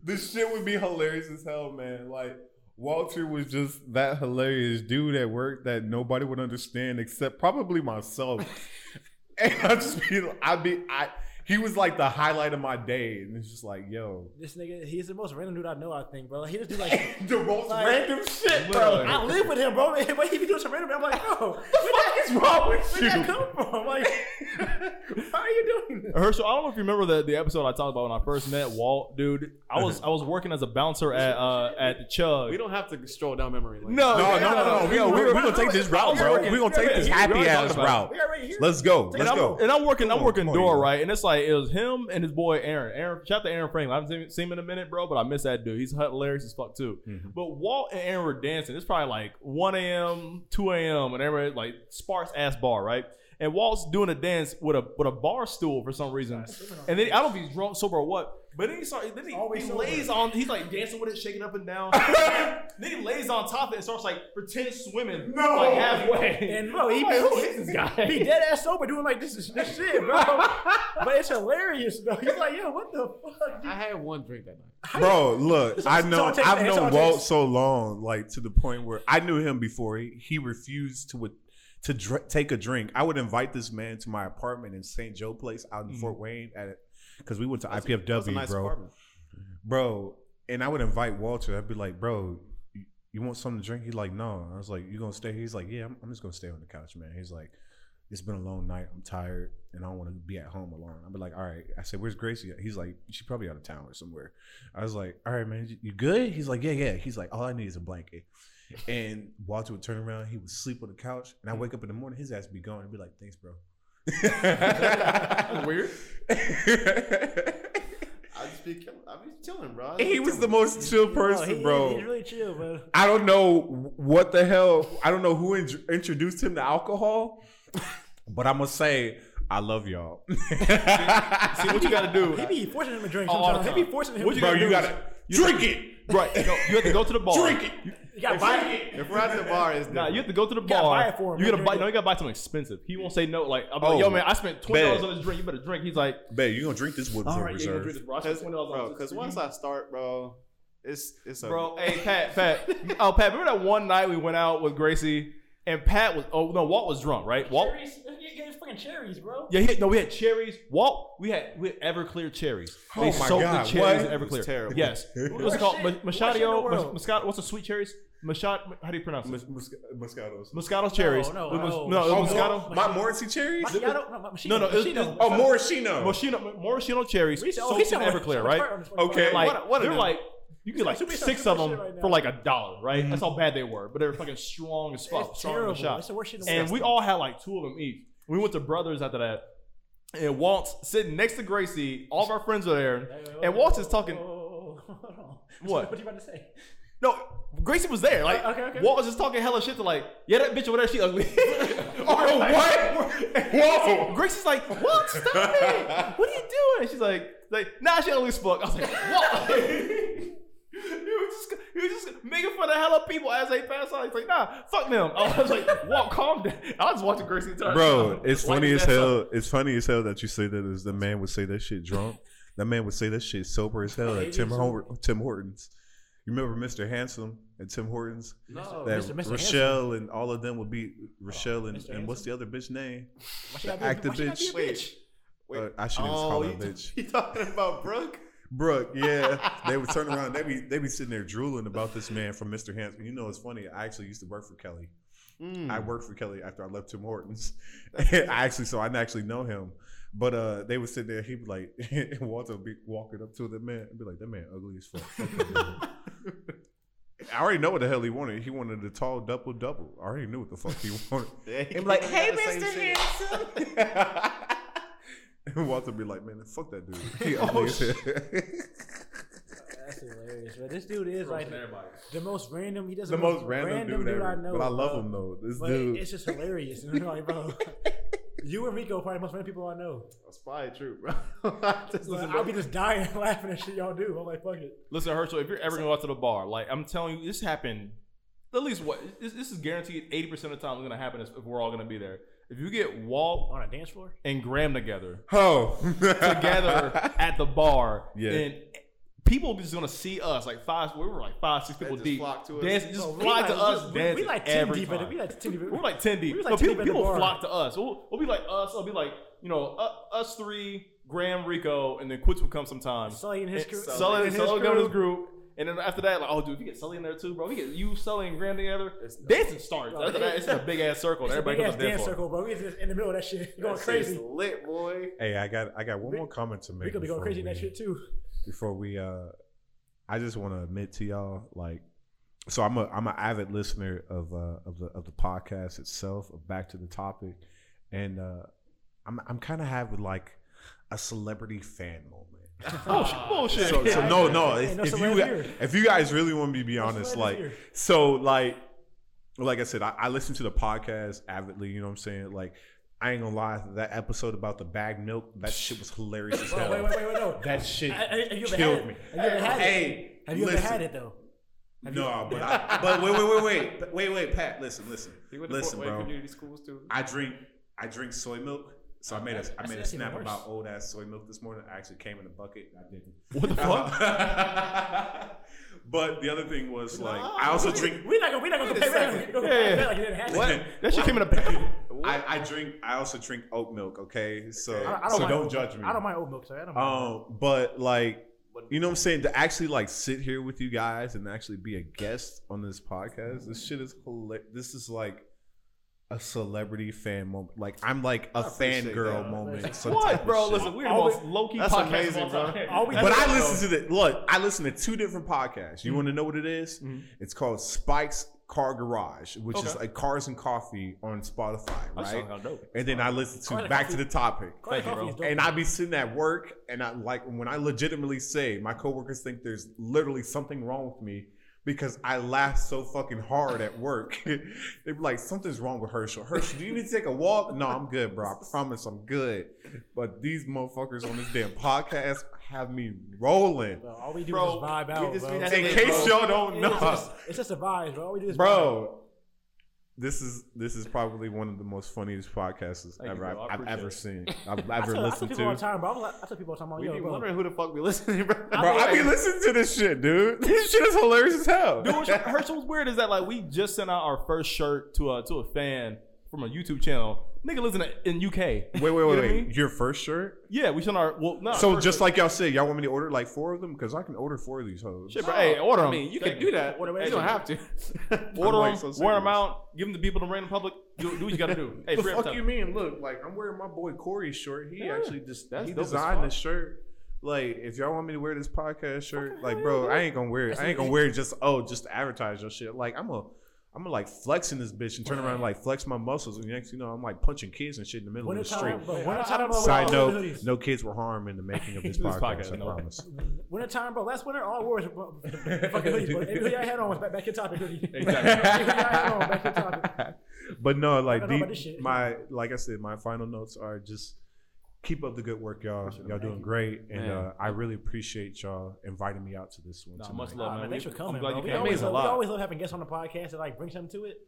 Speaker 3: This shit would be hilarious as hell, man. Like Walter was just that hilarious dude at work that nobody would understand except probably myself. and I just be, I'd be, I. He was like the highlight of my day, and it's just like, yo,
Speaker 4: This nigga, he's the most random dude I know. I think, bro. Like, he just do like.
Speaker 3: the most
Speaker 4: Like,
Speaker 3: random shit,
Speaker 4: Bro,
Speaker 3: bro.
Speaker 4: I live with him, bro. Man, Why he be doing some random? I'm like, bro, where
Speaker 3: What is wrong with
Speaker 4: that
Speaker 3: you?
Speaker 4: come from? Like, why are you doing this?
Speaker 2: Herschel, I don't know if you remember the, the episode I talked about when I first met Walt, dude. I was I was working as a bouncer at uh, at the Chug.
Speaker 1: We don't have to stroll down memory lane.
Speaker 2: no,
Speaker 3: No, no, no, no. We, we, we're gonna take this route, bro. We're gonna take this happy ass route.
Speaker 4: We already here.
Speaker 3: Let's go.
Speaker 2: and
Speaker 3: Let's
Speaker 2: I'm,
Speaker 3: go.
Speaker 2: and I'm working, I'm
Speaker 3: Come on,
Speaker 2: working
Speaker 3: come on, E
Speaker 2: door
Speaker 3: you.
Speaker 2: right, and it's like it was him and his boy Aaron. Aaron, shout out to Aaron Franklin. I haven't seen, seen him in a minute, bro, but I miss that dude. He's hilarious as fuck too.
Speaker 3: Mhm.
Speaker 2: But Walt and Aaron were dancing. It's probably like 1 a.m., 2 a.m., and everybody like sparse ass bar, right? And Walt's doing a dance with a with a bar stool for some reason. And then I don't know if he's drunk, sober, or what. But then he starts. Then he,
Speaker 4: Always
Speaker 2: he
Speaker 4: sober.
Speaker 2: lays on. He's like dancing with it, shaking up and down. then he lays on top of it and starts like pretend swimming,
Speaker 3: No.
Speaker 2: like halfway.
Speaker 4: And bro, he
Speaker 2: I'm
Speaker 4: be,
Speaker 2: like, who is this guy?
Speaker 4: he dead ass sober doing like this is this shit, bro. but it's hilarious though. He's like, yo, what the fuck?
Speaker 1: I
Speaker 4: Dude?
Speaker 1: had one drink that night.
Speaker 3: Bro, look, I
Speaker 4: so
Speaker 3: know
Speaker 4: it takes-
Speaker 3: I've
Speaker 4: so it
Speaker 3: known
Speaker 4: takes-
Speaker 3: Walt so long, like to the point where I knew him before he, he refused to to dr- take a drink. I would invite this man to my apartment in St. Joe Place out in Fort Wayne at it because we went to IPFW, bro, bro. And I would invite Walter. I'd be like, bro, you, you want something to drink? He's like, no. I was like, you gonna stay? He's like, yeah, I'm, I'm just gonna stay on the couch, man. He's like, it's been a long night. I'm tired, and I don't want to be at home alone. I'd be like, all right. I said, where's Gracie? at?" He's like, she's probably out of town or somewhere. I was like, all right, man, you- you good? He's like, yeah, yeah. He's like, all I need is a blanket. And Walter would turn around. He would sleep on the couch, and I wake up in the morning. His ass would be gone. I'd be like, thanks, bro.
Speaker 2: Weird.
Speaker 1: I just be killing. I be chilling, bro. I just
Speaker 3: he
Speaker 1: be
Speaker 3: was the
Speaker 1: chilling.
Speaker 3: most chill
Speaker 4: No,
Speaker 3: person,
Speaker 4: he-
Speaker 3: bro.
Speaker 4: He's really chill, bro.
Speaker 3: I don't know what the hell. I don't know who in- introduced him to alcohol, but I'm gonna say I love y'all.
Speaker 2: See what you got to do.
Speaker 4: He be forcing him to drink
Speaker 2: All the
Speaker 4: sometimes. He be
Speaker 2: time.
Speaker 4: forcing him.
Speaker 2: Oh, What
Speaker 4: to
Speaker 2: you
Speaker 3: Bro,
Speaker 4: drink.
Speaker 3: you gotta drink it,
Speaker 2: Right. No, you have to go to the bar.
Speaker 3: drink it.
Speaker 4: You gotta buy it.
Speaker 1: If we're at the bar, it's
Speaker 2: Nah,
Speaker 1: different.
Speaker 2: you have to go to the
Speaker 4: gotta
Speaker 2: bar.
Speaker 4: buy it for him,
Speaker 2: you gotta
Speaker 4: man.
Speaker 2: buy. No, you gotta buy something expensive. He won't say no. Like, I'm like,
Speaker 3: Oh,
Speaker 2: yo, man, I spent twenty dollars
Speaker 3: bet.
Speaker 2: on this drink. You better drink. He's like,
Speaker 3: Babe, you gonna drink this Woodford
Speaker 2: all right, yeah, you gonna
Speaker 3: Reserve?
Speaker 2: drink this, bro. I spent
Speaker 1: Cause,
Speaker 2: twenty dollars on
Speaker 1: bro,
Speaker 2: this.
Speaker 1: because once I start, bro, it's it's a
Speaker 2: bro, hey, Pat, Pat, oh, Pat, remember that one night we went out with Gracie and Pat was, oh no, Walt was drunk, right? Walt,
Speaker 4: Cherries, you get his fucking cherries, bro.
Speaker 2: yeah, he had, no, we had cherries. Walt, we had we had Everclear cherries.
Speaker 3: Oh
Speaker 2: they
Speaker 3: my
Speaker 2: soaked
Speaker 3: God,
Speaker 2: the cherries
Speaker 3: what?
Speaker 2: in
Speaker 1: It was
Speaker 2: Everclear.
Speaker 1: terrible.
Speaker 2: Yes, what's it
Speaker 4: Worst
Speaker 2: called?
Speaker 4: shit-
Speaker 2: Ma-
Speaker 4: worst shit in the
Speaker 2: Machado,
Speaker 4: world.
Speaker 2: Mas- Moscato. What's the sweet cherries? Machado. How do you pronounce it?
Speaker 3: Mus- mus- Moscato's.
Speaker 2: Moscato cherries.
Speaker 4: no,
Speaker 2: It was-
Speaker 4: no.
Speaker 2: no, it
Speaker 3: Oh,
Speaker 2: was Moscato.
Speaker 3: Mor- my Morency cherries.
Speaker 4: Macchiato? No, Machino.
Speaker 2: No, no, it's-
Speaker 4: Machino.
Speaker 3: Oh, Maraschino.
Speaker 2: Moschino, Maraschino cherries
Speaker 4: Reese- oh,
Speaker 2: soaked
Speaker 4: he's
Speaker 2: in
Speaker 4: on-
Speaker 2: Everclear,
Speaker 4: on
Speaker 2: right?
Speaker 4: fire on this one.
Speaker 3: Okay.
Speaker 2: Like
Speaker 1: What a- what a
Speaker 2: they're
Speaker 1: name.
Speaker 2: like you get like
Speaker 4: Super- super
Speaker 2: six of
Speaker 4: shit
Speaker 2: them
Speaker 4: right now.
Speaker 2: for like a dollar, right?
Speaker 3: Mm-hmm.
Speaker 2: That's how bad they were, but they were fucking strong as fuck,
Speaker 4: It's
Speaker 2: strong
Speaker 4: terrible.
Speaker 2: as a shot.
Speaker 4: It's the worst shit in the
Speaker 2: And
Speaker 4: world.
Speaker 2: we all had like two of them each. We went to Brothers after that, and Walt's sitting next to Gracie. All of our friends were there, and Walt's is talking.
Speaker 4: Hold on.
Speaker 2: What?
Speaker 4: What you about to say?
Speaker 2: No, Gracie was there. Like
Speaker 4: Uh, okay, okay.
Speaker 2: Walt was just talking hella shit to like, yeah, that bitch over there, she ugly.
Speaker 3: Oh, what? Whoa.
Speaker 2: Gracie's like, Walt, stop it! What are you doing? She's like, like, nah, she ugly as fuck. I was like, Walt. he was just, he was just making fun of hella people as they pass out. He's like, nah, fuck them. I was like, Walt, calm down. I was watching Gracie turn.
Speaker 3: Bro, it's
Speaker 2: Like,
Speaker 3: funny as
Speaker 2: that's
Speaker 3: hell. It's funny as hell that you say that as the man would say that shit drunk. that man would say that shit sober as hell at Tim, Hor- Tim Hortons. You remember Mr. Handsome at Tim Hortons?
Speaker 1: no.
Speaker 3: That
Speaker 4: Mr. Handsome.
Speaker 3: Rochelle and all of them would be
Speaker 1: Oh,
Speaker 3: Rochelle and,
Speaker 4: Mr.
Speaker 3: and what's the other bitch name?
Speaker 4: Why she gotta
Speaker 3: The
Speaker 4: be a-
Speaker 3: active
Speaker 4: why she gotta be a
Speaker 3: bitch. Wait.
Speaker 4: bitch?
Speaker 1: Wait.
Speaker 3: Uh, I shouldn't
Speaker 1: Oh,
Speaker 3: call her
Speaker 1: you,
Speaker 3: bitch.
Speaker 1: you talking about Brooke?
Speaker 3: Brooke, yeah. they would turn around. They be they be sitting there drooling about this man from Mr. Handsome. You know, it's funny. I actually used to work for Kelly.
Speaker 1: mm,
Speaker 3: I
Speaker 4: Hmm.
Speaker 3: worked for Kelly after I left Tim Hortons. I actually, so I didn't actually know him. But uh, they would sit there. He'd be like, and Walter would be walking up to the man and be like, "That man ugly as fuck." Fuck that man." I already know what the hell he wanted. He wanted a tall double double. I already knew what the fuck he wanted.
Speaker 1: I'm
Speaker 3: I'm like,
Speaker 1: hey, Mr.
Speaker 3: and Walter be like, "Man, fuck that dude. He
Speaker 4: Oh,
Speaker 3: ugly as hell."
Speaker 4: That's hilarious, bro. This dude is like
Speaker 2: everybody.
Speaker 4: the most random. He doesn't
Speaker 3: the most random, dude,
Speaker 4: I
Speaker 3: ever.
Speaker 4: know.
Speaker 3: But I
Speaker 4: bro.
Speaker 3: love him though. This
Speaker 4: But it-
Speaker 3: dude.
Speaker 4: it's just hilarious. You know, like, bro, You and Rico are probably the most funny people I know.
Speaker 1: That's probably true, bro. Just listen
Speaker 4: Like,
Speaker 1: to
Speaker 4: I'll be just dying laughing at shit y'all do. I'm like, fuck it.
Speaker 2: Listen, Herschel, if you're ever gonna go out to the bar, like I'm telling you, this happened. At least what this, this is guaranteed. Eighty percent of the time, it's gonna happen if if we're all gonna be there. If you get Walt
Speaker 4: On a dance floor?
Speaker 2: and Graham together,
Speaker 7: Oh,
Speaker 2: together at the bar,
Speaker 7: Yeah.
Speaker 2: and people just gonna see us like five. We were like five, six
Speaker 1: They
Speaker 2: people
Speaker 1: just
Speaker 2: deep.
Speaker 1: flock to us.
Speaker 2: Dancing, just
Speaker 4: No, we
Speaker 2: flock
Speaker 4: like-
Speaker 2: to
Speaker 4: we-
Speaker 2: us.
Speaker 4: we- we
Speaker 2: dancing
Speaker 4: like 10
Speaker 2: every
Speaker 4: deep in it.
Speaker 2: time.
Speaker 4: We like 10 deep in it.
Speaker 2: We're like ten deep.
Speaker 4: We was like
Speaker 2: no,
Speaker 4: 10
Speaker 2: people,
Speaker 4: deep in the
Speaker 2: people
Speaker 4: bar.
Speaker 2: flock to us. We'll, we'll be like us. We'll be like you know uh, us three, Graham, Rico, and then Quits will come sometimes.
Speaker 4: Sully and his crew.
Speaker 2: Sully, Sully, and Sully go to his group. And then after that, like, oh, dude, if you get Sully in there too, bro, we get you, Sully, and Graham together. dancing starts.
Speaker 4: Bro,
Speaker 2: after that, it's a big ass circle. and
Speaker 4: It's a
Speaker 2: Everybody
Speaker 4: big
Speaker 2: comes
Speaker 4: ass
Speaker 2: to the dance
Speaker 4: dance
Speaker 2: floor.
Speaker 4: circle, bro. We just in the middle of that shit. Going
Speaker 1: That shit's
Speaker 4: crazy.
Speaker 1: lit, boy.
Speaker 3: Hey, I got I got one
Speaker 4: We-
Speaker 3: more comment to make.
Speaker 4: We could be going
Speaker 3: before
Speaker 4: crazy in
Speaker 3: we-
Speaker 4: that shit too.
Speaker 3: before we uh I just want to admit to y'all like so I'm a I'm an avid listener of uh of the of the podcast itself of back to the topic and uh I'm I'm kind of having like a celebrity fan moment.
Speaker 2: Bullshit. bullshit.
Speaker 3: Oh, So, so no no if,
Speaker 4: no
Speaker 3: if you
Speaker 4: celebrity here.
Speaker 3: if you guys really want me to be
Speaker 4: No
Speaker 3: honest like
Speaker 4: celebrity here.
Speaker 3: so like like I said I, I listen to the podcast avidly you know what I'm saying like I ain't gonna lie that episode about the bag milk that shit was hilarious as
Speaker 4: Oh,
Speaker 3: hell
Speaker 4: wait, wait, wait, wait, no.
Speaker 3: that shit
Speaker 4: I- I- have you ever
Speaker 3: killed
Speaker 4: had it?
Speaker 3: me.
Speaker 4: Have you ever had it?
Speaker 3: Hey,
Speaker 4: Have you
Speaker 3: listen.
Speaker 4: ever had it though?
Speaker 3: no, but I, but wait, wait, wait, wait, wait, wait, Pat, listen, listen, listen, bro.
Speaker 1: schools too.
Speaker 3: I drink, I drink soy milk. So I made a, I
Speaker 4: That's-
Speaker 3: made a
Speaker 4: that's even
Speaker 3: snap
Speaker 4: worse.
Speaker 3: about old ass soy milk this morning. I actually came in a bucket. and I didn't. What the fuck? but the other thing was like, I also drink.
Speaker 4: We're not gonna we're not gonna compare we're not gonna compare
Speaker 2: Yeah.
Speaker 4: that like it didn't happen.
Speaker 2: That shit came in a bag.
Speaker 3: I, I drink. I also drink oat milk. Okay, so
Speaker 4: I, I don't
Speaker 3: so
Speaker 4: mind
Speaker 3: don't
Speaker 4: oat-
Speaker 3: judge me.
Speaker 4: I don't mind oat milk, sorry. I don't mind.
Speaker 3: Um, but like, you know what I'm saying? To actually like sit here with you guys and actually be a guest on this podcast, this shit is hilarious. This is like a celebrity fan moment. Like I'm like a
Speaker 1: appreciate
Speaker 3: fangirl
Speaker 1: that.
Speaker 3: moment.
Speaker 2: What, bro?
Speaker 3: Shit.
Speaker 2: Oh, Listen, we're the
Speaker 4: All
Speaker 2: most low key
Speaker 1: That's
Speaker 2: podcast.
Speaker 1: amazing,
Speaker 2: of all
Speaker 1: bro.
Speaker 2: time.
Speaker 4: All we-
Speaker 3: But I listen to the look. I listen to two different podcasts. You want to know what it is?
Speaker 2: Mm-hmm.
Speaker 3: It's called Spike's Car Garage, which is
Speaker 2: Okay.
Speaker 3: like Cars and Coffee on Spotify,
Speaker 2: That
Speaker 3: right?
Speaker 2: sound kinda dope.
Speaker 3: And then I listen
Speaker 4: Cars
Speaker 3: to
Speaker 4: and
Speaker 3: Back to
Speaker 4: Coffee-
Speaker 3: the Topic.
Speaker 4: Coffee
Speaker 2: thank you,
Speaker 4: is
Speaker 2: bro.
Speaker 4: dope.
Speaker 3: And I be sitting at work, and I like when I legitimately say my coworkers think there's literally something wrong with me because I laugh so fucking hard at work. they be like, something's wrong with Herschel. Herschel, do you need to take a walk? No, I'm good, bro. I promise I'm good. But these motherfuckers on this damn podcast have me rolling.
Speaker 4: Bro, all we do
Speaker 1: Bro,
Speaker 4: is just vibe
Speaker 1: you
Speaker 4: out,
Speaker 1: just
Speaker 4: bro.
Speaker 1: be
Speaker 3: In case y'all don't
Speaker 4: It's
Speaker 3: know,
Speaker 4: just, it's just the vibes, bro. All we do is
Speaker 3: bro. This is this is probably one of the most funniest podcasts
Speaker 2: Thank you,
Speaker 3: ever
Speaker 2: bro. I
Speaker 3: I've, I've
Speaker 2: appreciate
Speaker 3: ever
Speaker 2: it.
Speaker 3: seen. I've
Speaker 4: I
Speaker 3: ever
Speaker 4: tell, I tell
Speaker 3: listened
Speaker 4: people all
Speaker 3: to.
Speaker 4: the time, bro. I was like- I tell people all the time, I'm
Speaker 1: We
Speaker 4: like,
Speaker 1: be
Speaker 4: yo, bro.
Speaker 1: wondering who the fuck be listening, bro.
Speaker 3: Bro, I be listening to this shit, dude. This shit is hilarious as hell.
Speaker 2: Dude, what's- Herschel, what's weird is that like we just sent out our first shirt to a to a fan from a YouTube channel. Nigga lives in, a, in UK.
Speaker 3: wait, wait,
Speaker 2: You know what
Speaker 3: wait,
Speaker 2: I
Speaker 3: wait.
Speaker 2: mean?
Speaker 3: Your first shirt?
Speaker 2: Yeah, we sent our well. Not our
Speaker 3: so
Speaker 2: first
Speaker 3: just
Speaker 2: shirt.
Speaker 3: like y'all said, y'all want me to order like four of them because I can order four of these hoes.
Speaker 2: shit, bro. hey, order them.
Speaker 1: I mean, you can do that.
Speaker 4: Order
Speaker 1: you don't
Speaker 4: it.
Speaker 1: have to.
Speaker 2: Order
Speaker 3: I'm
Speaker 2: them,
Speaker 3: like so
Speaker 2: wear them
Speaker 3: serious.
Speaker 2: out, give them to people to random public. Do, do what you gotta do. Hey,
Speaker 3: the
Speaker 2: free
Speaker 3: fuck
Speaker 2: advertising.
Speaker 3: you mean? Look, like I'm wearing my boy Corey's shirt. He actually just
Speaker 1: that's
Speaker 3: he
Speaker 1: dope as
Speaker 3: designed
Speaker 1: fuck.
Speaker 3: this shirt. Like, if y'all want me to wear this podcast shirt, like, bro, I ain't gonna wear it. I ain't gonna wear it just oh, just to advertise your shit. Like, I'm a, I'm a like flexing this bitch and turn around and, like flex my muscles, and next you know I'm like punching kids and shit in the middle
Speaker 4: Winter
Speaker 3: of the street.
Speaker 4: time, bro. Winter time, bro.
Speaker 3: Side
Speaker 4: all the
Speaker 3: note:
Speaker 4: hoodies.
Speaker 3: No kids were harmed in the making of this
Speaker 2: This
Speaker 3: podcast.
Speaker 2: podcast,
Speaker 3: I
Speaker 2: no.
Speaker 3: promise.
Speaker 4: Winter time, bro. Last winter, all wars, bro. Fucking hoodie, bro. Every hoodie I had on was back, back in topic hoodie.
Speaker 2: Exactly.
Speaker 4: Every hoodie I had on, back in topic.
Speaker 3: but no,
Speaker 4: I
Speaker 3: like
Speaker 4: don't know about
Speaker 3: the-
Speaker 4: this shit.
Speaker 3: my like I said, my final notes are just keep up the good work, y'all. Y'all doing great, and
Speaker 1: Man.
Speaker 3: uh, I really appreciate y'all inviting me out to this one.
Speaker 2: Nah,
Speaker 3: tonight.
Speaker 2: much
Speaker 4: Nah,
Speaker 2: love, man.
Speaker 4: man, thanks
Speaker 2: We-
Speaker 4: for coming.
Speaker 2: I'm glad
Speaker 4: bro.
Speaker 2: you
Speaker 4: we,
Speaker 2: came.
Speaker 4: always
Speaker 2: Means a
Speaker 4: love, we
Speaker 2: lot.
Speaker 4: always love having guests on the podcast that like bring something to it.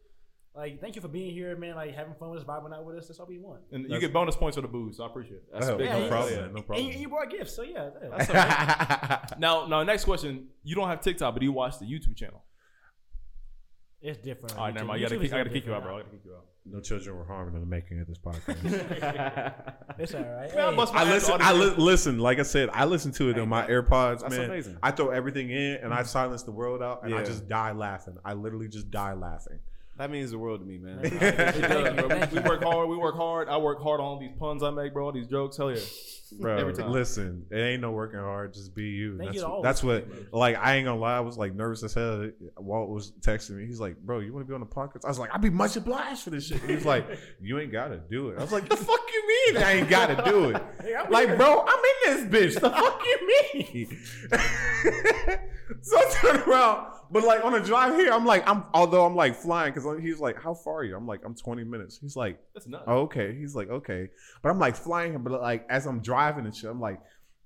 Speaker 4: Like, thank you for being here, man. Like having fun with us, vibing out with us. That's all we want.
Speaker 2: And you get bonus points for the booze. So I appreciate it.
Speaker 3: Oh,
Speaker 2: big
Speaker 4: Yeah,
Speaker 3: no
Speaker 4: yeah,
Speaker 3: problem.
Speaker 2: yeah.
Speaker 3: man, No
Speaker 4: And
Speaker 3: problem.
Speaker 4: you, and you brought gifts, so yeah. yeah.
Speaker 2: Now, now, next question. You don't have TikTok, but you watch the YouTube channel.
Speaker 4: it's different.
Speaker 2: All right, never mind. You gotta
Speaker 4: YouTube
Speaker 2: kick,
Speaker 4: is
Speaker 2: I gotta
Speaker 4: so
Speaker 2: kick you out, bro. I
Speaker 4: different.
Speaker 2: gotta kick you out.
Speaker 3: no children were harmed in the making of this podcast.
Speaker 4: It's all right.
Speaker 2: Man, I
Speaker 4: Hey,
Speaker 2: bust my
Speaker 3: I
Speaker 2: ass
Speaker 3: listen.
Speaker 2: all the
Speaker 3: I
Speaker 2: time.
Speaker 3: li- listen. Like I said, I listen to it on my AirPods,
Speaker 1: that's
Speaker 3: man.
Speaker 1: amazing.
Speaker 3: I throw everything in and I silence the world out, and I
Speaker 1: Yeah.
Speaker 3: just die laughing. I literally just die laughing.
Speaker 1: That means the world to me, man.
Speaker 2: It does, bro. We work hard. We work hard. I work hard on all these puns I make, bro. All these jokes. Hell yeah.
Speaker 3: Bro,
Speaker 2: Every time.
Speaker 3: listen, it ain't no working hard. Just be you.
Speaker 4: Thank
Speaker 3: That's,
Speaker 4: you to all
Speaker 3: what,
Speaker 4: of
Speaker 3: that's what. Like, I ain't gonna lie. I was like nervous as hell. Walt was texting me. He's like, "Bro, you want to be on the podcast?" I was like, "I'd be much obliged for this shit." He's like, "You ain't gotta do it." I was like, "The fuck you mean? I ain't gotta do it?"
Speaker 4: Hey, I'm
Speaker 3: Like, bro, I'm in this bitch. The fuck you mean? So I turn around, but like on the drive here, I'm like, I'm although I'm like flying because he's like, how far are you? I'm like, I'm 20 minutes. He's like,
Speaker 2: That's nuts.
Speaker 3: oh, okay. He's like, okay. But I'm like flying him, but like as I'm driving and shit, I'm like,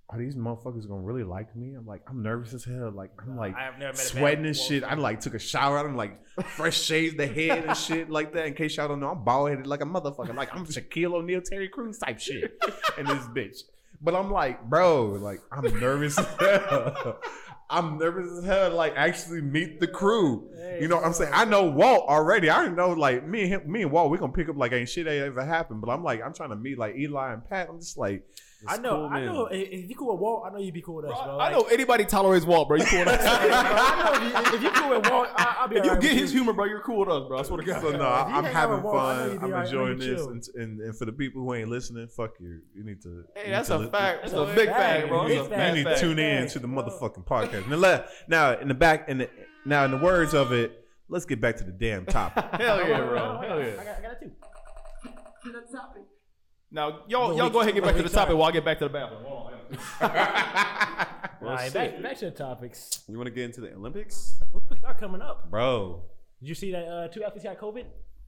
Speaker 3: are these motherfuckers gonna really like me? I'm like, I'm nervous as hell. Like I'm like
Speaker 13: I have never met a bad
Speaker 3: sweating and
Speaker 13: wolf.
Speaker 3: shit. I like took a shower. I'm like fresh shaved the head and shit like that. In case y'all don't know, I'm bald headed like a motherfucker. Like I'm Shaquille O'Neal, Terry Crews type shit in this bitch. But I'm like, bro, like I'm nervous. as hell. I'm nervous as hell. to, Like actually meet the crew. You know what I'm saying? I know Walt already. I already know like me and him, me and Walt, we gonna pick up like ain't shit ain't ever happened. But I'm like, I'm trying to meet like Eli and Pat. I'm just like,
Speaker 4: I know, I know. If if you cool with Walt, I know you'd be cool with us, bro.
Speaker 2: I know anybody tolerates Walt, bro. You cool with us?
Speaker 4: I know if you, if you cool with Walt, I, I'll be.
Speaker 2: if
Speaker 4: all
Speaker 2: you
Speaker 4: right
Speaker 2: get
Speaker 4: with
Speaker 2: his humor, bro, you're cool with us, bro. I swear to God.
Speaker 3: So no,
Speaker 4: if you
Speaker 3: I'm
Speaker 4: hang
Speaker 3: having
Speaker 4: out with Walt, I know
Speaker 3: fun.
Speaker 4: you'd be
Speaker 3: I'm
Speaker 4: all right,
Speaker 3: enjoying
Speaker 4: you
Speaker 3: this,
Speaker 4: chill.
Speaker 3: and, and and for the people who ain't listening, fuck you. You need to. you
Speaker 2: Hey,
Speaker 3: need
Speaker 2: that's
Speaker 3: to
Speaker 2: a
Speaker 3: li-
Speaker 2: fact. That's a
Speaker 4: That's
Speaker 2: big
Speaker 4: a
Speaker 2: fact,
Speaker 4: fact.
Speaker 2: bro.
Speaker 4: Big
Speaker 2: That's a
Speaker 4: fact.
Speaker 2: bad
Speaker 3: You need to
Speaker 2: fact.
Speaker 3: tune in to the motherfucking podcast. Now, le- now in the back, in the now in the words of it, let's get back to the damn topic.
Speaker 2: Hell yeah,
Speaker 4: you.
Speaker 2: bro. Hell yeah.
Speaker 4: I got, I got it too.
Speaker 2: Now,
Speaker 4: No,
Speaker 2: y'all, y'all
Speaker 4: we-
Speaker 2: go ahead and get back
Speaker 4: we
Speaker 2: to the
Speaker 4: try.
Speaker 2: topic while I get back to the bathroom. Hold on, hang
Speaker 4: All right, back, back to the topics.
Speaker 1: You want to get into the Olympics?
Speaker 4: Olympics are coming up.
Speaker 3: bro.
Speaker 4: Did you see that uh, two athletes got COVID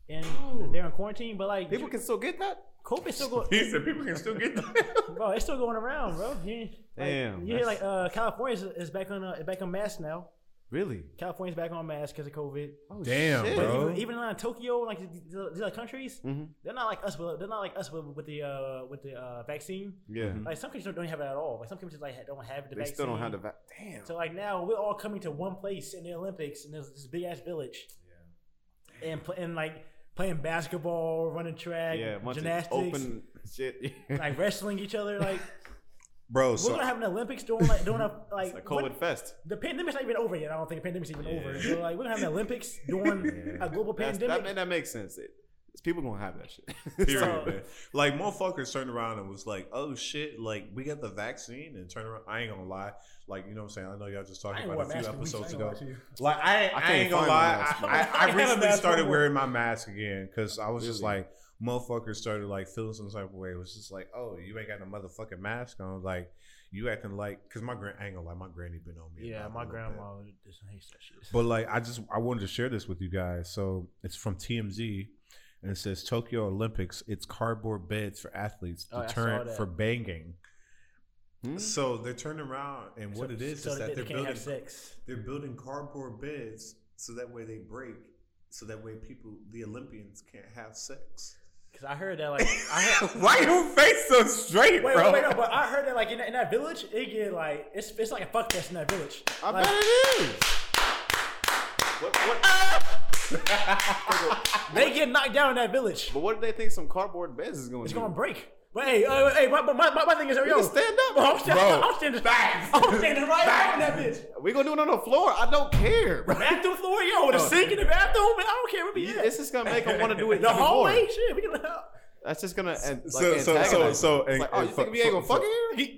Speaker 4: and they're in quarantine? But like,
Speaker 1: People can still get that.
Speaker 4: COVID's still going,
Speaker 3: He said people can still get that.
Speaker 4: bro. It's still going around, bro. You, like,
Speaker 1: Damn,
Speaker 4: You hear
Speaker 1: that's-
Speaker 4: like uh, California is back on uh, back on mask now.
Speaker 1: Really?
Speaker 4: California's back on mask because of COVID.
Speaker 2: Oh,
Speaker 3: Damn,
Speaker 1: shit.
Speaker 4: But
Speaker 3: bro.
Speaker 4: even, even in Tokyo, like these, these other countries,
Speaker 1: Mhm.
Speaker 4: they're not like us. With, they're not like us with, with the uh, with the uh, vaccine.
Speaker 1: Yeah.
Speaker 4: Like some countries don't, don't have it at all. Like some countries like ha- don't have the
Speaker 1: Mm-hmm. They
Speaker 4: vaccine.
Speaker 1: still don't have the vac. Damn.
Speaker 4: So like now we're all coming to one place in the Olympics, and there's this big ass village. Yeah. And pl- and like playing basketball, running track,
Speaker 1: yeah, a bunch of
Speaker 4: gymnastics,
Speaker 1: open shit.
Speaker 4: like wrestling each other. Like
Speaker 3: Bro,
Speaker 4: we're
Speaker 3: so
Speaker 4: gonna have an Olympics during like during a like,
Speaker 1: It's like
Speaker 4: what-
Speaker 1: COVID fest.
Speaker 4: the pandemic's not even over yet. I don't think the pandemic's even over. So like we're gonna have an Olympics during a global
Speaker 1: That's,
Speaker 4: pandemic.
Speaker 1: that, man, that makes sense. It, it's people gonna have that shit.
Speaker 3: period,
Speaker 4: so-
Speaker 3: man. Like motherfuckers turned around and was like, "Oh shit!" Like we got the vaccine and turned around. I ain't gonna lie. Like you know what I'm saying. I know y'all just
Speaker 4: I
Speaker 3: talked
Speaker 4: ain't
Speaker 3: about it
Speaker 4: wore a
Speaker 3: a few
Speaker 4: mask in weeks. I
Speaker 3: episodes
Speaker 4: ain't gonna
Speaker 3: ago.
Speaker 4: lie to you.
Speaker 3: Like I, I,
Speaker 1: can't
Speaker 3: ain't gonna
Speaker 1: find my
Speaker 3: lie.
Speaker 1: mask,
Speaker 3: I, I,
Speaker 4: bro.
Speaker 3: I
Speaker 4: I have a
Speaker 3: recently
Speaker 4: mask
Speaker 3: started
Speaker 4: on.
Speaker 3: wearing my mask again because I was just
Speaker 1: Really?
Speaker 3: like, motherfuckers started like feeling some type of way. It was just like, oh, you ain't got no motherfucking mask on. Like you acting like because my grand, I ain't gonna lie, my granny been on me.
Speaker 4: Yeah,
Speaker 3: about it a
Speaker 4: my
Speaker 3: little bit.
Speaker 4: grandma just hates that shit.
Speaker 3: But like, I just I wanted to share this with you guys. So it's from TMZ, and it says Tokyo Olympics. It's cardboard beds for athletes
Speaker 4: Oh, I saw
Speaker 3: deterrent
Speaker 4: that.
Speaker 3: for banging.
Speaker 1: Hmm?
Speaker 3: So they're turning around, and what it is
Speaker 4: so
Speaker 3: is that
Speaker 4: they,
Speaker 3: they're
Speaker 4: they can't
Speaker 3: building
Speaker 4: have sex.
Speaker 3: they're building cardboard beds so that way they break, so that way people the Olympians can't have sex.
Speaker 4: Cause I heard that like I heard,
Speaker 3: Why your face so straight,
Speaker 4: Wait,
Speaker 3: bro?
Speaker 4: wait, wait, no, but I heard that like in that, in that village, it get like it's it's like a fuck fest in that village.
Speaker 1: I
Speaker 4: Like,
Speaker 1: bet it is. What, what,
Speaker 4: they get knocked down in that village.
Speaker 1: but what do they think some cardboard beds is going
Speaker 4: It's
Speaker 1: to
Speaker 4: gonna break. But hey, uh, hey, my, my, my, my thing is, yo,
Speaker 1: can stand up,
Speaker 4: I'm standing,
Speaker 1: bro.
Speaker 4: I'm standing, I'm standing right up in that bitch.
Speaker 1: We gonna do it on the floor. I don't care. Bro.
Speaker 4: Bathroom floor, yo, the sink in the bathroom, man, I don't care where we at.
Speaker 1: It's just gonna make them want to do it.
Speaker 4: the
Speaker 1: even more.
Speaker 4: hallway, shit, we can.
Speaker 1: That's just gonna and, like,
Speaker 3: So- so- so-
Speaker 1: antagonize
Speaker 3: so-
Speaker 1: them. It's
Speaker 3: and-
Speaker 1: like, oh,
Speaker 3: and
Speaker 1: you
Speaker 3: fu-
Speaker 1: think we ain't gonna
Speaker 3: fu-
Speaker 1: fuck in here?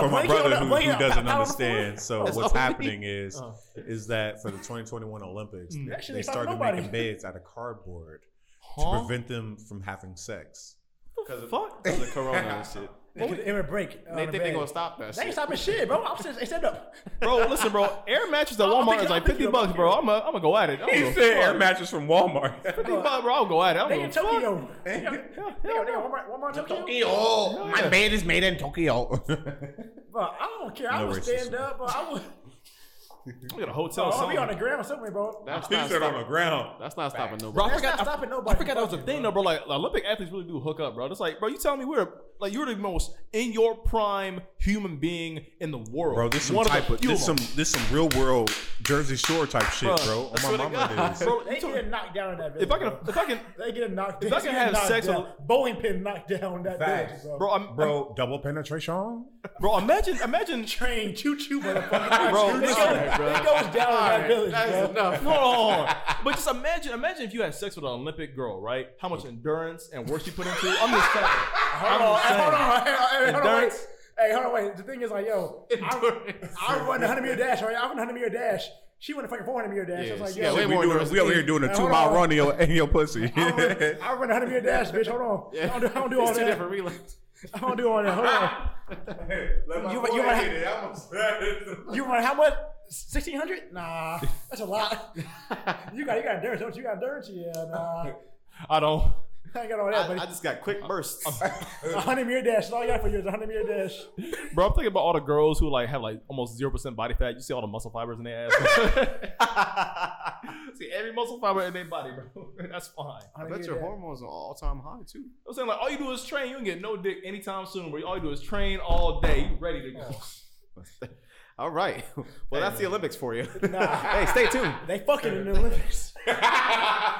Speaker 3: for my
Speaker 4: Blake on
Speaker 3: brother
Speaker 4: the-
Speaker 3: who,
Speaker 4: Blake
Speaker 3: who
Speaker 4: on the-
Speaker 3: doesn't
Speaker 4: on the
Speaker 3: understand. So
Speaker 1: That's
Speaker 3: what's
Speaker 1: all we
Speaker 3: happening is is that for the 2021 Olympics, they-
Speaker 4: That shit
Speaker 3: they
Speaker 4: ain't stopping
Speaker 3: started
Speaker 4: nobody.
Speaker 3: making beds out of cardboard to prevent them from having sex.
Speaker 2: on. Because of Corona and shit.
Speaker 4: It would break.
Speaker 1: They think they gonna stop that
Speaker 4: They ain't
Speaker 1: shit.
Speaker 4: stopping shit, bro. I'm standing, stand up.
Speaker 2: Bro, listen, bro. Air mattress at
Speaker 4: I'm
Speaker 2: Walmart is
Speaker 4: thinking-
Speaker 2: like
Speaker 4: I'm thinking
Speaker 2: 50
Speaker 4: about
Speaker 2: bucks, bro. I'm going to go at it. I'm
Speaker 3: He
Speaker 2: gonna,
Speaker 3: said air mattress from Walmart.
Speaker 2: 50 bucks, bro. I'll go at it. I'm
Speaker 4: They in
Speaker 2: going to
Speaker 4: Tokyo. They got- they got Walmart, Walmart Tokyo.
Speaker 3: Yo, my bed is made in Tokyo.
Speaker 4: Bro, I don't care. I
Speaker 3: No
Speaker 4: would
Speaker 3: racism.
Speaker 4: stand up, bro. I would.
Speaker 2: We got a
Speaker 4: Bro,
Speaker 2: hotel.
Speaker 4: I'll be
Speaker 2: somewhere.
Speaker 4: on the ground somewhere, bro.
Speaker 1: That's
Speaker 3: he
Speaker 1: not
Speaker 3: said on the
Speaker 1: stopping.
Speaker 3: ground.
Speaker 1: That's not stopping
Speaker 2: Bro,
Speaker 1: nobody.
Speaker 2: I
Speaker 4: That's
Speaker 2: forgot,
Speaker 4: not
Speaker 2: I,
Speaker 4: stopping nobody.
Speaker 2: I forgot that was a thing, though, bro. Like Olympic athletes really do hook up, bro. It's like, bro, you telling me we're like you're the most in your prime human being in the world,
Speaker 3: Bro, this some
Speaker 2: One
Speaker 3: type
Speaker 2: the
Speaker 3: of
Speaker 2: few
Speaker 3: this some
Speaker 2: them.
Speaker 3: this some real world Jersey Shore type shit,
Speaker 2: Bruh,
Speaker 3: bro.
Speaker 2: I
Speaker 3: On
Speaker 2: swear
Speaker 3: my
Speaker 2: to
Speaker 3: mama
Speaker 2: God.
Speaker 3: days.
Speaker 2: Bro,
Speaker 4: They
Speaker 2: you
Speaker 4: get
Speaker 2: talking-
Speaker 4: knocked down in that village.
Speaker 2: if I can,
Speaker 4: bro.
Speaker 2: if I can,
Speaker 4: they get knocked
Speaker 2: if
Speaker 4: down.
Speaker 2: I can
Speaker 4: they
Speaker 2: have
Speaker 4: get knocked
Speaker 2: sex with-
Speaker 4: down. bowling pin knocked down that
Speaker 3: Facts.
Speaker 4: village, bro.
Speaker 2: bro, I'm, bro,
Speaker 3: Bro, double penetration.
Speaker 2: bro, imagine, imagine.
Speaker 4: Train choo choo, motherfucker.
Speaker 2: Bro,
Speaker 4: it goes,
Speaker 2: all right, bro.
Speaker 4: it goes down in that village, bro.
Speaker 2: Hold on, but just imagine, imagine if you had sex with an Olympic girl, right? How much endurance and work you put into? it. I'm just saying.
Speaker 4: Hold
Speaker 2: I'm
Speaker 4: on,
Speaker 2: just
Speaker 4: hey,
Speaker 2: saying.
Speaker 4: hold on, hey, hey, hold on, wait.
Speaker 2: Endurance.
Speaker 4: Hey, hold on, wait. The thing is, like, yo, I, I run the hundred meter dash, right? I run the hundred meter dash. She won the fucking four hundred meter dash. I was like,
Speaker 1: Yeah,
Speaker 4: yo,
Speaker 1: way
Speaker 3: we,
Speaker 1: more
Speaker 3: doing,
Speaker 1: nervous
Speaker 3: we over here doing a
Speaker 4: Hey,
Speaker 3: two
Speaker 4: hold
Speaker 3: mile
Speaker 4: on.
Speaker 3: run in your, in your pussy.
Speaker 4: I run, I run the hundred meter dash, bitch. Hold on, I don't do, I don't do all
Speaker 1: It's two
Speaker 4: that.
Speaker 1: different relays.
Speaker 4: I don't do all that. Hold on.
Speaker 3: Hey, let
Speaker 4: You- you-
Speaker 3: boy hit it. I'm upset.
Speaker 4: You run how much? sixteen hundred? Nah, that's a lot. you got you got endurance, don't you? You got endurance? Yeah, nah.
Speaker 2: I don't.
Speaker 4: I ain't got all that,
Speaker 1: I,
Speaker 4: buddy.
Speaker 1: I just got quick bursts.
Speaker 4: A hundred meter dash. That's all you got for you is a hundred meter dash.
Speaker 2: Bro, I'm thinking about all the girls who like have like almost zero percent body fat. You see all the muscle fibers in their ass. see every muscle fiber in their body, bro. That's fine.
Speaker 1: I bet your hormones are all time high too.
Speaker 2: I'm saying like all you do is train. You ain't get no dick anytime soon, bro. All you do is train all day. You ready to go?
Speaker 1: All right. Well, that's the Olympics for you.
Speaker 4: Nah.
Speaker 1: hey, stay tuned.
Speaker 4: They fucking in the Olympics.
Speaker 1: Oh.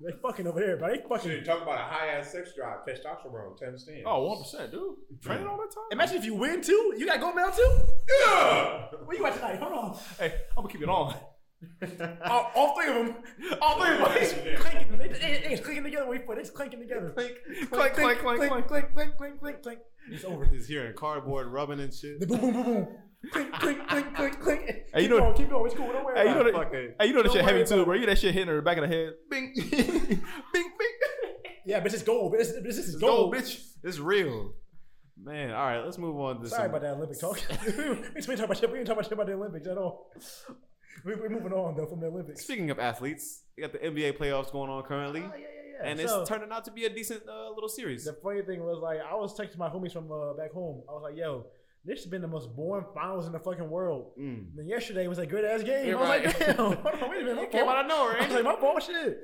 Speaker 4: they fucking over here, bro. They fucking.
Speaker 7: Talk about a high ass sex drive, testosterone, times ten.
Speaker 2: Oh, one percent, dude. Training all that time.
Speaker 4: Imagine if you win too. You got gold medal too.
Speaker 7: yeah.
Speaker 4: What you got tonight? Oh, Hold on.
Speaker 2: Hey, I'm gonna keep it on.
Speaker 4: All, all three of them.
Speaker 2: All three ways.
Speaker 4: Clinking. They, they, they, it's clinking together. Wait for it. It's clinking together.
Speaker 1: Clink,
Speaker 4: Clink, clink, clink, clink, clink, clink, clink, clink, clink. It's over.
Speaker 1: He's hearing cardboard rubbing and shit.
Speaker 4: The boom, boom, boom, boom. Clink, clink, clink, clink, clink. Hey,
Speaker 2: you
Speaker 4: keep
Speaker 2: know-
Speaker 4: going. Keep going. It's cool. Don't worry
Speaker 2: Hey, you
Speaker 4: about
Speaker 2: know
Speaker 4: it.
Speaker 2: that,
Speaker 1: Fucking.
Speaker 2: hey, you know that
Speaker 4: Don't
Speaker 2: shit heavy
Speaker 4: worry
Speaker 2: too, bro. You that shit hitting her in the back of the head. Bing, bing, bing.
Speaker 4: Yeah, bitch, it's gold. Bitch, bitch, this is
Speaker 1: It's gold,
Speaker 4: gold.
Speaker 1: bitch. It's real. Man, all right, let's move on to
Speaker 4: Sorry
Speaker 1: some-
Speaker 4: about that Olympic talk. we didn't we didn't talk about shit. We didn't talk about shit about the Olympics at all. We, we're moving on though from the Olympics.
Speaker 1: Speaking of athletes, we got the NBA playoffs going on currently,
Speaker 4: Oh, yeah, yeah, yeah.
Speaker 1: and
Speaker 4: So-
Speaker 1: it's turning out to be a decent uh, little series.
Speaker 4: The funny thing was like I was texting my homies from uh, back home. I was like, "Yo, this has been the most boring finals in the fucking world."
Speaker 1: Mm.
Speaker 4: And then yesterday was a good ass game.
Speaker 1: You're
Speaker 4: I was like,
Speaker 1: right.
Speaker 4: "Damn, hold on, wait a minute, my
Speaker 1: It came
Speaker 4: fault."
Speaker 1: out of nowhere,
Speaker 4: I
Speaker 1: ain't
Speaker 4: was like, "My fault, shit."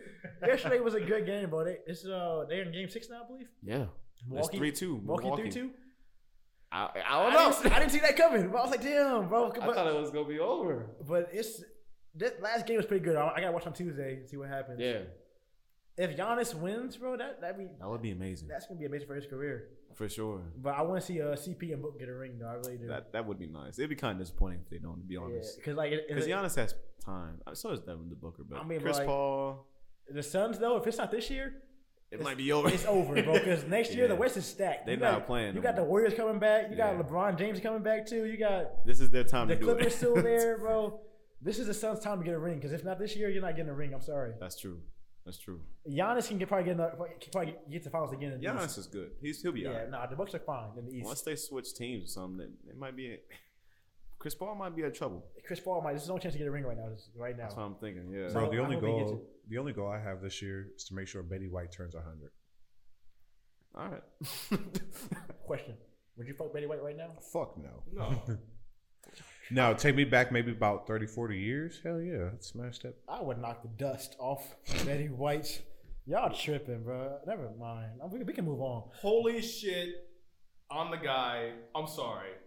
Speaker 4: yesterday was a good game, bro. They, it's uh, they're in game six now, I believe.
Speaker 1: Yeah, it's
Speaker 4: Milwaukee,
Speaker 1: three two.
Speaker 4: Milwaukee three two.
Speaker 1: I,
Speaker 4: I,
Speaker 1: I don't
Speaker 4: didn't
Speaker 1: know.
Speaker 4: see- I didn't see that coming, but I was like, "Damn, bro."
Speaker 1: I thought
Speaker 4: But,
Speaker 1: it was gonna be over.
Speaker 4: but it's that last game was pretty good. I, I gotta watch on Tuesday and see what happens.
Speaker 1: Yeah,
Speaker 4: If Giannis wins, bro, that that be
Speaker 1: that would be amazing
Speaker 4: that's gonna be amazing for his career.
Speaker 1: for sure.
Speaker 4: But I want to see uh, CP and Book get a ring, though. I really do.
Speaker 1: That that would be nice. It'd be kind of disappointing if they don't, to be honest.
Speaker 4: because like it-
Speaker 1: Because
Speaker 4: it-
Speaker 1: Giannis has time. Uh, So does Devin the Booker, but
Speaker 4: I mean,
Speaker 1: Chris
Speaker 4: like-
Speaker 1: Paul,
Speaker 4: the Suns though, if it's not this year,
Speaker 1: it
Speaker 4: it's-
Speaker 1: might be over.
Speaker 4: it's over, bro. Because next year the
Speaker 1: Yeah.
Speaker 4: West is stacked.
Speaker 1: They
Speaker 4: You
Speaker 1: not
Speaker 4: got-
Speaker 1: playing no
Speaker 4: You got the
Speaker 1: more.
Speaker 4: Warriors coming back. You
Speaker 1: Yeah.
Speaker 4: got LeBron James coming back too. You got
Speaker 1: This is their time
Speaker 4: the
Speaker 1: to do it.
Speaker 4: Clippers still there, bro. This is the Suns' time to get a ring. Because if not this year, you're not getting a ring. I'm sorry.
Speaker 1: That's true. That's true.
Speaker 4: Giannis can get probably get another, can probably get to finals again. In the East.
Speaker 1: Giannis is good. He's he'll be
Speaker 4: yeah,
Speaker 1: alright.
Speaker 4: nah, the Bucks are fine in the East.
Speaker 1: Once they switch teams or something, then it might be. Chris Paul might be in trouble.
Speaker 4: Chris Paul might. This is no chance to get a ring right now. Just right now.
Speaker 1: That's what I'm thinking. Yeah.
Speaker 4: So,
Speaker 7: Bro, the
Speaker 4: I
Speaker 7: only
Speaker 4: hope he gets
Speaker 7: goal, the only goal I have this year is to make sure Betty White turns 100.
Speaker 1: All right.
Speaker 4: Question: Would you fuck Betty White right now?
Speaker 7: Fuck no. No. no, take me back maybe about 30, 40 years. Hell yeah, I'd smash that.
Speaker 4: I would knock the dust off Betty White's. Y'all tripping, bro. Never mind. We, we can move on.
Speaker 2: Holy shit! I'm the guy. I'm sorry.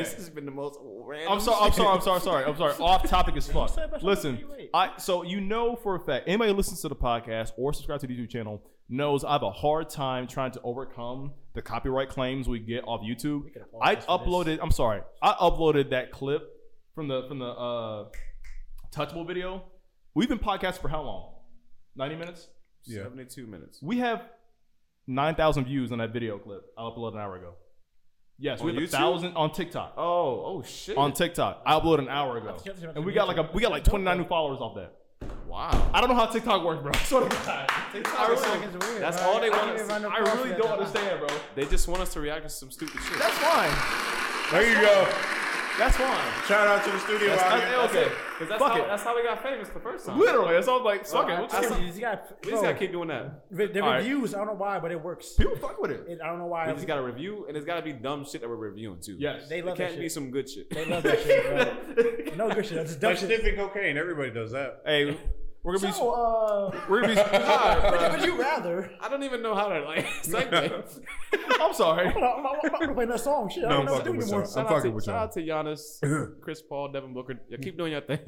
Speaker 1: This has been the most random.
Speaker 2: I'm sorry. I'm
Speaker 1: shit.
Speaker 2: sorry. I'm sorry. Sorry. I'm sorry. Off topic as fuck.
Speaker 4: said about
Speaker 2: Listen,
Speaker 4: your body weight.
Speaker 2: I so you know for a fact anybody who listens to the podcast or subscribes to the YouTube channel knows I have a hard time trying to overcome the copyright claims we get off YouTube.
Speaker 4: could apologize
Speaker 2: I
Speaker 4: for this.
Speaker 2: uploaded. I'm sorry. I uploaded that clip from the from the uh, touchable video. We've been podcasting for how long? Ninety minutes.
Speaker 7: Yeah.
Speaker 1: 72 minutes.
Speaker 2: We have nine thousand views on that video clip I uploaded an hour ago. Yes, we
Speaker 1: On
Speaker 2: have a
Speaker 1: YouTube?
Speaker 2: thousand on TikTok
Speaker 1: Oh, oh shit.
Speaker 2: on TikTok. I uploaded an hour ago, and we got like a we got like 29 new followers off that.
Speaker 1: wow.
Speaker 2: I don't know how TikTok works, bro. I swear to God, I really,
Speaker 1: That's all they want us.
Speaker 2: I really don't understand, bro.
Speaker 1: They just want us to react to some stupid shit.
Speaker 2: That's fine.
Speaker 7: There you go.
Speaker 2: That's fine.
Speaker 7: Shout out to the studio
Speaker 2: That's,
Speaker 7: out
Speaker 2: that's,
Speaker 7: here.
Speaker 2: okay.
Speaker 1: Because that's,
Speaker 2: Fuck
Speaker 1: how-
Speaker 2: it.
Speaker 1: that's how we got famous the first time.
Speaker 2: Literally, that's all like fuck it. We'll just-
Speaker 1: that's-
Speaker 4: You just got,
Speaker 1: We just gotta
Speaker 4: bro,
Speaker 1: keep doing that.
Speaker 4: the the
Speaker 2: All right.
Speaker 4: reviews. I don't know why, but it works.
Speaker 2: People fuck with it.
Speaker 4: It, I don't know why.
Speaker 1: We just gotta review, and it's gotta be dumb shit that we're reviewing too.
Speaker 2: Yes.
Speaker 4: they
Speaker 1: It
Speaker 4: love that
Speaker 1: can't be
Speaker 4: shit.
Speaker 1: some good shit.
Speaker 4: They love that shit, bro. No good shit. That's just dumb
Speaker 7: Like
Speaker 4: shit.
Speaker 7: sniffing cocaine, everybody does that.
Speaker 2: Hey, we're gonna be
Speaker 4: So, uh,
Speaker 2: we're uh, gonna be.
Speaker 4: would, would you rather?
Speaker 1: I don't even know how to like segue.
Speaker 2: I'm sorry.
Speaker 4: Hold on, I'm, I'm about to play that song. Shit, I
Speaker 7: No,
Speaker 4: don't
Speaker 7: I'm
Speaker 4: know what to
Speaker 7: fucking
Speaker 4: do
Speaker 7: with
Speaker 4: anymore.
Speaker 7: y'all. I'm
Speaker 1: Shout, out to,
Speaker 7: fucking with
Speaker 1: shout
Speaker 7: y'all.
Speaker 1: out to Giannis, Chris Paul, Devin Booker. Yeah, keep doing your thing.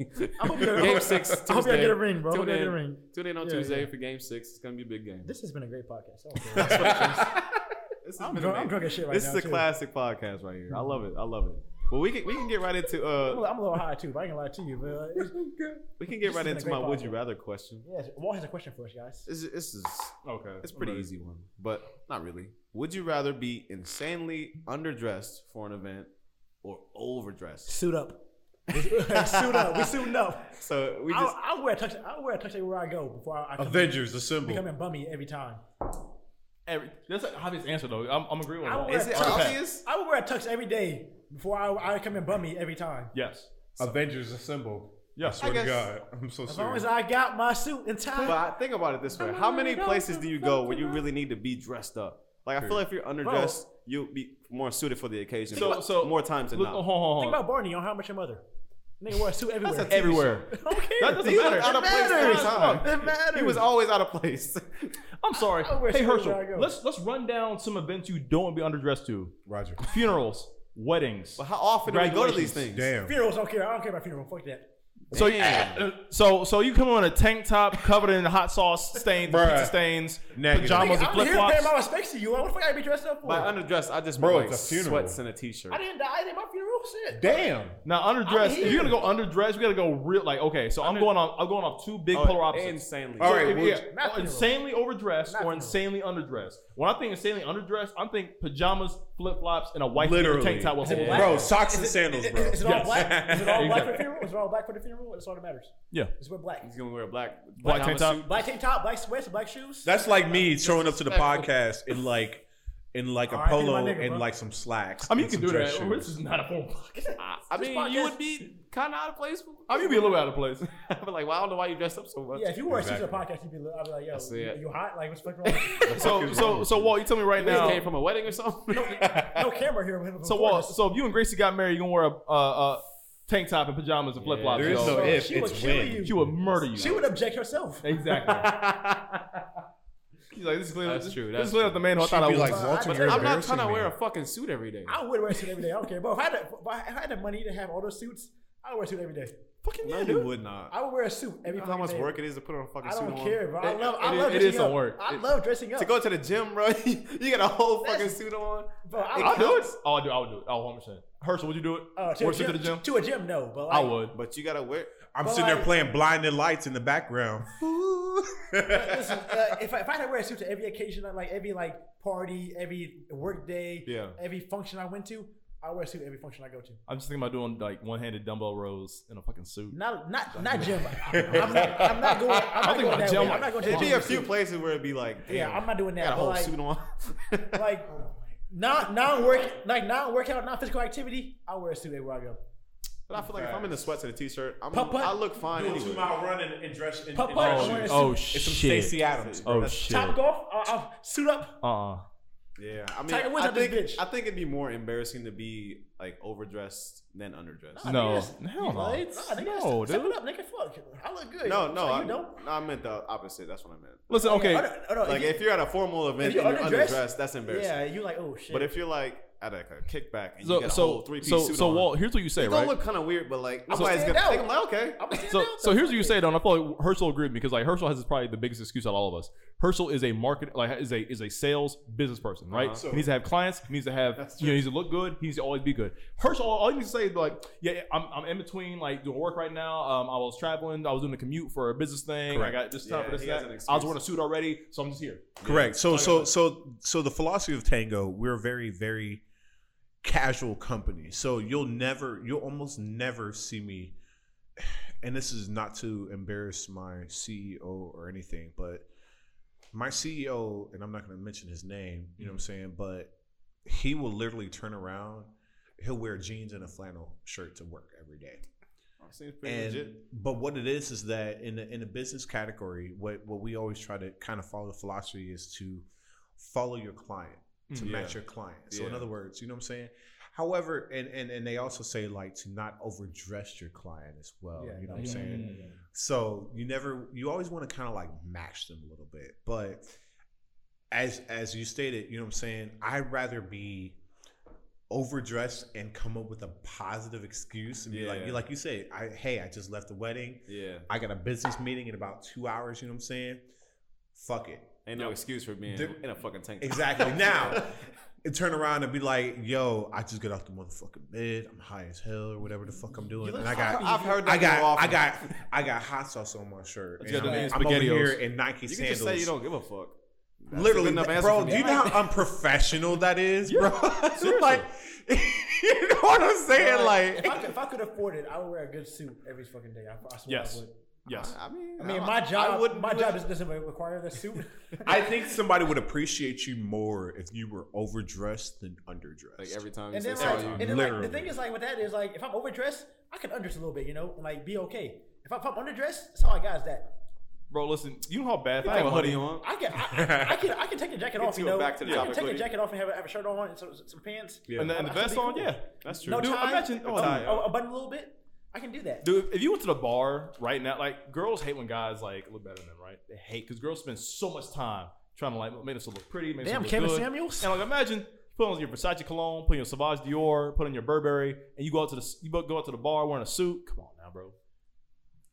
Speaker 4: I hope y'all-
Speaker 1: game six. Tuesday.
Speaker 4: I hope y'all get a ring, bro. I hope
Speaker 1: Tune
Speaker 4: y'all
Speaker 1: in,
Speaker 4: get a ring.
Speaker 1: Tune in on
Speaker 4: Yeah,
Speaker 1: Tuesday
Speaker 4: yeah.
Speaker 1: for game six. It's gonna be a big game.
Speaker 4: This has been a great podcast. I don't care.
Speaker 1: This has
Speaker 4: I'm,
Speaker 1: been
Speaker 4: drunk, I'm
Speaker 1: amazing.
Speaker 4: drunk as shit right
Speaker 1: this
Speaker 4: now.
Speaker 1: is a
Speaker 4: too.
Speaker 1: classic podcast right here. I love it. I love it. Well, we can we can get right into
Speaker 4: I'm a,
Speaker 1: uh
Speaker 4: little- I'm a little high too, but I ain't gonna lie to you. But uh, it's,
Speaker 1: we can get
Speaker 4: This
Speaker 1: right
Speaker 4: has been a
Speaker 1: into
Speaker 4: great
Speaker 1: my would you
Speaker 4: podcast.
Speaker 1: rather question.
Speaker 4: yes, Walt has a question for us, guys.
Speaker 1: This, is- this is
Speaker 2: Okay,
Speaker 1: it's a pretty
Speaker 2: I'm ready.
Speaker 1: easy one, but not really. Would you rather be insanely underdressed for an event or overdressed?
Speaker 4: Suit up. suit up. We suiting up.
Speaker 1: So we just
Speaker 4: I, I wear a tux. I wear a tux everywhere I go before I, I come in,
Speaker 7: Avengers assemble.
Speaker 4: become a bummy every time.
Speaker 2: Every, that's an obvious answer though. I'm, I'm agreeing with
Speaker 4: I
Speaker 2: that.
Speaker 4: would-
Speaker 1: is it
Speaker 2: Okay.
Speaker 1: obvious?
Speaker 4: I would wear a tux every day before I, I come in bummy every time.
Speaker 2: Yes.
Speaker 3: Avengers Assemble.
Speaker 2: Yeah.
Speaker 3: I swear
Speaker 1: I
Speaker 3: to
Speaker 1: guess-
Speaker 3: God, I'm so
Speaker 4: As long
Speaker 3: serious.
Speaker 4: as I got my suit and
Speaker 1: But
Speaker 4: tie.
Speaker 1: I think about it this way: How many places do you go where you really need to be dressed up? Like I feel like if you're underdressed, you'll be more suited for the occasion.
Speaker 2: So- so-
Speaker 1: more times than
Speaker 2: Look,
Speaker 1: not.
Speaker 2: hold on, hold on.
Speaker 4: Think about Barney on How Much Your Mother. Nigga wore a suit everywhere.
Speaker 1: That's a TV
Speaker 2: everywhere.
Speaker 4: I don't care.
Speaker 2: That doesn't
Speaker 1: He
Speaker 2: matter.
Speaker 1: looked out of
Speaker 2: It
Speaker 1: place every
Speaker 2: matters.
Speaker 1: time.
Speaker 2: Look, it
Speaker 1: He was always out of place.
Speaker 2: I'm sorry.
Speaker 4: I wear
Speaker 2: Hey
Speaker 4: shoes
Speaker 2: Herschel,
Speaker 4: where I go.
Speaker 2: let's let's run down some events you don't want to be underdressed to:
Speaker 3: Roger.
Speaker 2: funerals, weddings.
Speaker 1: But how often do we go to these things?
Speaker 3: Damn.
Speaker 4: Funerals, I don't care. I don't care about funeral. Fuck that.
Speaker 2: So, you, Uh, so, so you come on a tank top covered in hot sauce stains,
Speaker 3: Bruh.
Speaker 2: pizza stains,
Speaker 3: Negative.
Speaker 4: Nigga,
Speaker 2: pajamas, and
Speaker 4: I'm
Speaker 2: flip
Speaker 4: here paying my
Speaker 2: flops.
Speaker 4: respects to you. What the fuck I gotta be dressed up for?
Speaker 1: By underdressed, I just
Speaker 3: Bro,
Speaker 1: wear like
Speaker 3: it's a funeral.
Speaker 1: sweats and a t-shirt.
Speaker 4: I didn't die. I did my funeral. Shit.
Speaker 3: Damn.
Speaker 2: Now
Speaker 4: I'm
Speaker 2: underdressed. If
Speaker 4: here.
Speaker 2: you're gonna go underdressed, we gotta go real. Like okay, so I'm going on. I'm going off two big
Speaker 1: Oh,
Speaker 2: polar opposites.
Speaker 1: Insanely.
Speaker 3: All
Speaker 2: So
Speaker 3: right,
Speaker 2: if-
Speaker 3: would-
Speaker 2: yeah,
Speaker 4: Not funeral.
Speaker 2: or insanely overdressed
Speaker 4: Not
Speaker 2: or
Speaker 4: funeral.
Speaker 2: insanely underdressed. When I think insanely underdressed, I'm thinking pajamas, flip flops, and a white
Speaker 3: Literally.
Speaker 2: tank top with a
Speaker 4: Yeah.
Speaker 2: black.
Speaker 3: Bro, socks and
Speaker 4: Is it-
Speaker 3: sandals,
Speaker 4: is-
Speaker 3: bro.
Speaker 4: Is it all
Speaker 2: Yes.
Speaker 4: black? Is it all black for the
Speaker 2: Exactly.
Speaker 4: funeral? Is it all black for the funeral? That's all that matters.
Speaker 2: Yeah.
Speaker 4: Just wear black.
Speaker 1: He's gonna wear a black
Speaker 2: Black tank top.
Speaker 1: suit.
Speaker 4: Black tank top, black sweats, black shoes.
Speaker 3: That's like me showing up to the podcast in like in like a
Speaker 4: All right, my
Speaker 3: polo
Speaker 4: nigga,
Speaker 3: and
Speaker 4: bro.
Speaker 3: like some slacks.
Speaker 2: I mean, you
Speaker 3: and some
Speaker 2: can do that.
Speaker 3: dress shoes.
Speaker 2: This is not a formal podcast.
Speaker 1: I, I
Speaker 4: This
Speaker 1: mean,
Speaker 4: podcast-
Speaker 1: you would be kind of out of place.
Speaker 2: I mean, you'd be a little out of place.
Speaker 1: I'd be like, well, I don't know why you dressed up so much.
Speaker 4: yeah, if you wore a suit to
Speaker 3: Exactly.
Speaker 4: the podcast, you'd be, I'd be like, yo,
Speaker 1: see
Speaker 4: you,
Speaker 1: it.
Speaker 4: you hot? Like, what's the fuck wrong? with you?
Speaker 2: So, so, so, Walt, you tell me right
Speaker 1: You just
Speaker 2: now.
Speaker 1: came from a wedding or something.
Speaker 4: no camera here. with him.
Speaker 2: So, Walt, so if you and Gracie got married, you gonna wear a, a, a tank top and pajamas and flip flops.
Speaker 3: There is no
Speaker 4: So
Speaker 3: if,
Speaker 4: she would
Speaker 3: it's
Speaker 4: kill
Speaker 3: when.
Speaker 4: you.
Speaker 2: She would murder you.
Speaker 4: She would object herself.
Speaker 2: Exactly. He's like, this is clearly
Speaker 1: That's true,
Speaker 2: This
Speaker 1: that's
Speaker 2: is clearly
Speaker 1: true.
Speaker 2: the man who I
Speaker 3: She'd
Speaker 2: thought I
Speaker 3: be
Speaker 2: was.
Speaker 3: like,
Speaker 4: But
Speaker 3: Walter,
Speaker 4: I'm
Speaker 3: you're
Speaker 1: I'm not
Speaker 3: embarrassing
Speaker 1: trying to
Speaker 3: me.
Speaker 1: wear a fucking suit every day.
Speaker 4: I would wear a suit every day. I don't care, bro. If I had, the- if I if I had the money to have all those suits, I would wear a suit every day.
Speaker 2: fucking
Speaker 1: no, you would not.
Speaker 4: I would wear a suit every
Speaker 1: You know
Speaker 4: fucking
Speaker 1: how much
Speaker 4: day.
Speaker 1: work it is to put on a fucking
Speaker 4: I
Speaker 1: suit
Speaker 4: don't
Speaker 1: on?
Speaker 4: care, bro. I
Speaker 1: It-
Speaker 4: love.
Speaker 1: it
Speaker 4: I
Speaker 1: is-
Speaker 4: love
Speaker 2: it
Speaker 4: dressing
Speaker 2: is some
Speaker 4: up.
Speaker 2: work.
Speaker 4: I
Speaker 1: It-
Speaker 4: love dressing up.
Speaker 1: To go to the gym, bro, you got a whole fucking suit on.
Speaker 4: bro, I
Speaker 2: I'll
Speaker 4: would-
Speaker 2: do it. Oh, I do. I would do it. Oh, 100 percent. Herschel, would you do it?
Speaker 4: Uh, to,
Speaker 2: Wear
Speaker 4: a
Speaker 2: a suit
Speaker 4: gym,
Speaker 2: to the gym.
Speaker 4: To a gym, no, but like,
Speaker 2: I would.
Speaker 1: But you gotta wear.
Speaker 3: I'm
Speaker 4: But
Speaker 3: sitting there
Speaker 4: like-
Speaker 3: playing blinding lights in the background.
Speaker 4: Listen, uh, if I, if I had to wear a suit to every occasion, like every like party, every work day,
Speaker 2: Yeah.
Speaker 4: every function I went to, I wear a suit every function I go to.
Speaker 2: I'm just thinking about doing like one-handed dumbbell rows in a fucking suit.
Speaker 4: Not not not gym. I'm not, I'm not going. I'm not
Speaker 2: thinking
Speaker 4: going
Speaker 2: about
Speaker 4: that
Speaker 2: gym.
Speaker 4: way. I'm not going to
Speaker 1: It'd
Speaker 4: the
Speaker 1: be
Speaker 4: gym
Speaker 1: a few
Speaker 4: suit.
Speaker 1: places where it'd be like, damn,
Speaker 4: Yeah, I'm not doing
Speaker 1: got
Speaker 4: that.
Speaker 1: a
Speaker 4: but
Speaker 1: whole
Speaker 4: like,
Speaker 1: suit on.
Speaker 4: like non non work like non workout, non physical activity. I wear a suit everywhere I go.
Speaker 1: but I feel like if I'm in the sweats and a t-shirt, I'm,
Speaker 4: Putt-putt.
Speaker 1: I look fine anyway.
Speaker 3: mile run and, and dress in,
Speaker 4: Putt putt. I'm wearing a suit.
Speaker 2: Oh, shit!
Speaker 3: Adams.
Speaker 2: oh shit!
Speaker 4: Top golf. I- I'll suit up.
Speaker 2: Uh-uh.
Speaker 1: Yeah, I mean,
Speaker 4: Tiger Woods
Speaker 1: I
Speaker 4: out this
Speaker 1: think
Speaker 4: bitch.
Speaker 1: I think it'd be more embarrassing to be like overdressed than underdressed.
Speaker 4: Nah,
Speaker 2: No.
Speaker 4: niggas-
Speaker 2: Hell no.
Speaker 4: Nah, niggas,
Speaker 2: No,
Speaker 4: step
Speaker 2: dude.
Speaker 4: it up, nigga. Fuck. I look good.
Speaker 1: No, no,
Speaker 4: So
Speaker 1: I,
Speaker 4: you don't.
Speaker 1: no, I meant the opposite. That's what I meant.
Speaker 2: Listen, okay.
Speaker 4: Yeah, I don't- I don't-
Speaker 1: Like if you're at a formal event
Speaker 4: you're
Speaker 1: and you're
Speaker 4: underdressed-
Speaker 1: underdressed, that's embarrassing.
Speaker 4: yeah, you like oh shit.
Speaker 1: But if you're like at a, a kickback and you
Speaker 2: So,
Speaker 1: got a whole
Speaker 2: so,
Speaker 1: three piece
Speaker 2: so,
Speaker 1: suit
Speaker 2: so,
Speaker 1: on,
Speaker 2: Walt. Here's what you say,
Speaker 1: it's gonna
Speaker 2: right?
Speaker 1: look kind of weird. But like nobody's
Speaker 4: stand
Speaker 1: gonna
Speaker 4: out.
Speaker 1: think I'm like okay.
Speaker 4: I'm gonna stand
Speaker 2: So,
Speaker 4: out,
Speaker 2: so
Speaker 4: though.
Speaker 2: here's what you say though, and I feel like Herschel agreed with me because like Herschel has probably the biggest excuse out of all of us. Herschel is a market like is a is a sales business person, right?
Speaker 1: Uh-huh.
Speaker 2: he needs to have clients, he needs to have you know, he needs to look good, he needs to always be good. Herschel all you need to say is like, yeah, I'm, I'm in between like doing work right now. Um, I was traveling, I was doing a commute for a business thing, I got this time
Speaker 1: Yeah,
Speaker 2: for this
Speaker 1: he
Speaker 2: and
Speaker 1: has
Speaker 2: that.
Speaker 1: an
Speaker 2: I
Speaker 1: excuse.
Speaker 2: was wearing a suit already, so I'm just here.
Speaker 3: Correct. So so so so the philosophy of Tango, we're a very very casual company. So you'll never you'll almost never see me and this is not to embarrass my CEO or anything, but my CEO and I'm not going to mention his name, you know what I'm saying, but he will literally turn around, he'll wear jeans and a flannel shirt to work every day
Speaker 1: Seems pretty
Speaker 3: and
Speaker 1: legit.
Speaker 3: but what it is is that in the in the business category, what what we always try to kind of follow the philosophy is to follow your client to
Speaker 2: Mm,
Speaker 3: match your client. So in
Speaker 1: Yeah.
Speaker 3: other words, you know what I'm saying. However, and and and they also say like to not overdress your client as well.
Speaker 4: Yeah,
Speaker 3: you know
Speaker 4: no,
Speaker 3: what I'm
Speaker 4: yeah,
Speaker 3: saying. So you never you always want to kind of like match them a little bit, but as as you stated, you know what I'm saying. I'd rather be overdressed and come up with a positive excuse and be like,
Speaker 1: Yeah.
Speaker 3: like you said, I hey, I just left the wedding.
Speaker 1: Yeah,
Speaker 3: I got a business meeting in about two hours. You know what I'm saying? Fuck it.
Speaker 1: ain't no excuse for being
Speaker 3: There-
Speaker 1: in a fucking tank. top.
Speaker 3: Exactly. now, and turn around and be like, yo, I just got off the motherfucking bed. I'm high as hell or whatever the fuck I'm doing, and I got.
Speaker 1: I've heard that
Speaker 3: I
Speaker 1: more
Speaker 3: got, I
Speaker 1: often.
Speaker 3: got, I got hot sauce on my shirt.
Speaker 2: got
Speaker 3: And
Speaker 2: the
Speaker 3: I'm,
Speaker 2: name
Speaker 3: I'm over here
Speaker 2: SpaghettiOs.
Speaker 3: in
Speaker 1: You
Speaker 3: Nike
Speaker 1: can
Speaker 3: sandals.
Speaker 1: just say you don't give a fuck. That's a
Speaker 3: Literally,
Speaker 1: good enough answer
Speaker 3: bro.
Speaker 1: for me.
Speaker 3: Do you know how unprofessional that is, bro? It's
Speaker 1: seriously.
Speaker 3: like, you know what I'm saying? Like,
Speaker 4: if I, could, if I could afford it, I would wear a good suit every fucking day. I, I swear
Speaker 2: Yes.
Speaker 4: I would.
Speaker 2: Yes.
Speaker 1: I mean,
Speaker 4: I mean,
Speaker 1: I-
Speaker 4: my
Speaker 1: I
Speaker 4: job,
Speaker 1: wouldn't
Speaker 4: my
Speaker 1: do
Speaker 4: job
Speaker 1: it.
Speaker 4: is, doesn't require the suit.
Speaker 3: I think somebody would appreciate you more if you were overdressed than underdressed.
Speaker 1: like every time. You
Speaker 4: and
Speaker 1: say
Speaker 4: then, like,
Speaker 1: sorry,
Speaker 4: and then like, the
Speaker 3: Literally.
Speaker 4: thing is, like, with that is, like, if I'm overdressed, I can underdress a little bit, you know, and like be okay. If, I, if I'm underdressed, that's how I got is that.
Speaker 2: Bro, listen, you know how bad
Speaker 1: You
Speaker 2: I
Speaker 1: have
Speaker 2: am.
Speaker 1: a hoodie on.
Speaker 4: I can I, I can I can take the jacket
Speaker 1: Get
Speaker 4: off,
Speaker 1: to
Speaker 4: you
Speaker 1: it,
Speaker 4: know.
Speaker 1: back to the
Speaker 4: I can
Speaker 1: topic,
Speaker 4: take the
Speaker 1: hoodie.
Speaker 4: jacket off and have a, have a shirt on and some, some pants.
Speaker 14: Yeah.
Speaker 2: And then and the
Speaker 4: I- I
Speaker 2: vest
Speaker 4: should be
Speaker 2: on,
Speaker 4: cool.
Speaker 2: yeah, that's true.
Speaker 4: No
Speaker 2: Dude,
Speaker 4: tie.
Speaker 2: imagine,
Speaker 4: no
Speaker 2: oh,
Speaker 4: tie.
Speaker 2: tie.
Speaker 4: Oh, a button a little bit. I can do that.
Speaker 2: Dude, if you went to the bar right now, like girls hate when guys like look better than them, right? They hate because girls spend so much time trying to like make themselves look pretty, make
Speaker 4: Damn,
Speaker 2: themselves
Speaker 4: Kevin
Speaker 2: look good.
Speaker 4: Samuels.
Speaker 2: And like imagine put on your Versace cologne, put on your Sauvage Dior, put on your Burberry, and you go out to the you go out to the bar wearing a suit. Come on now, bro.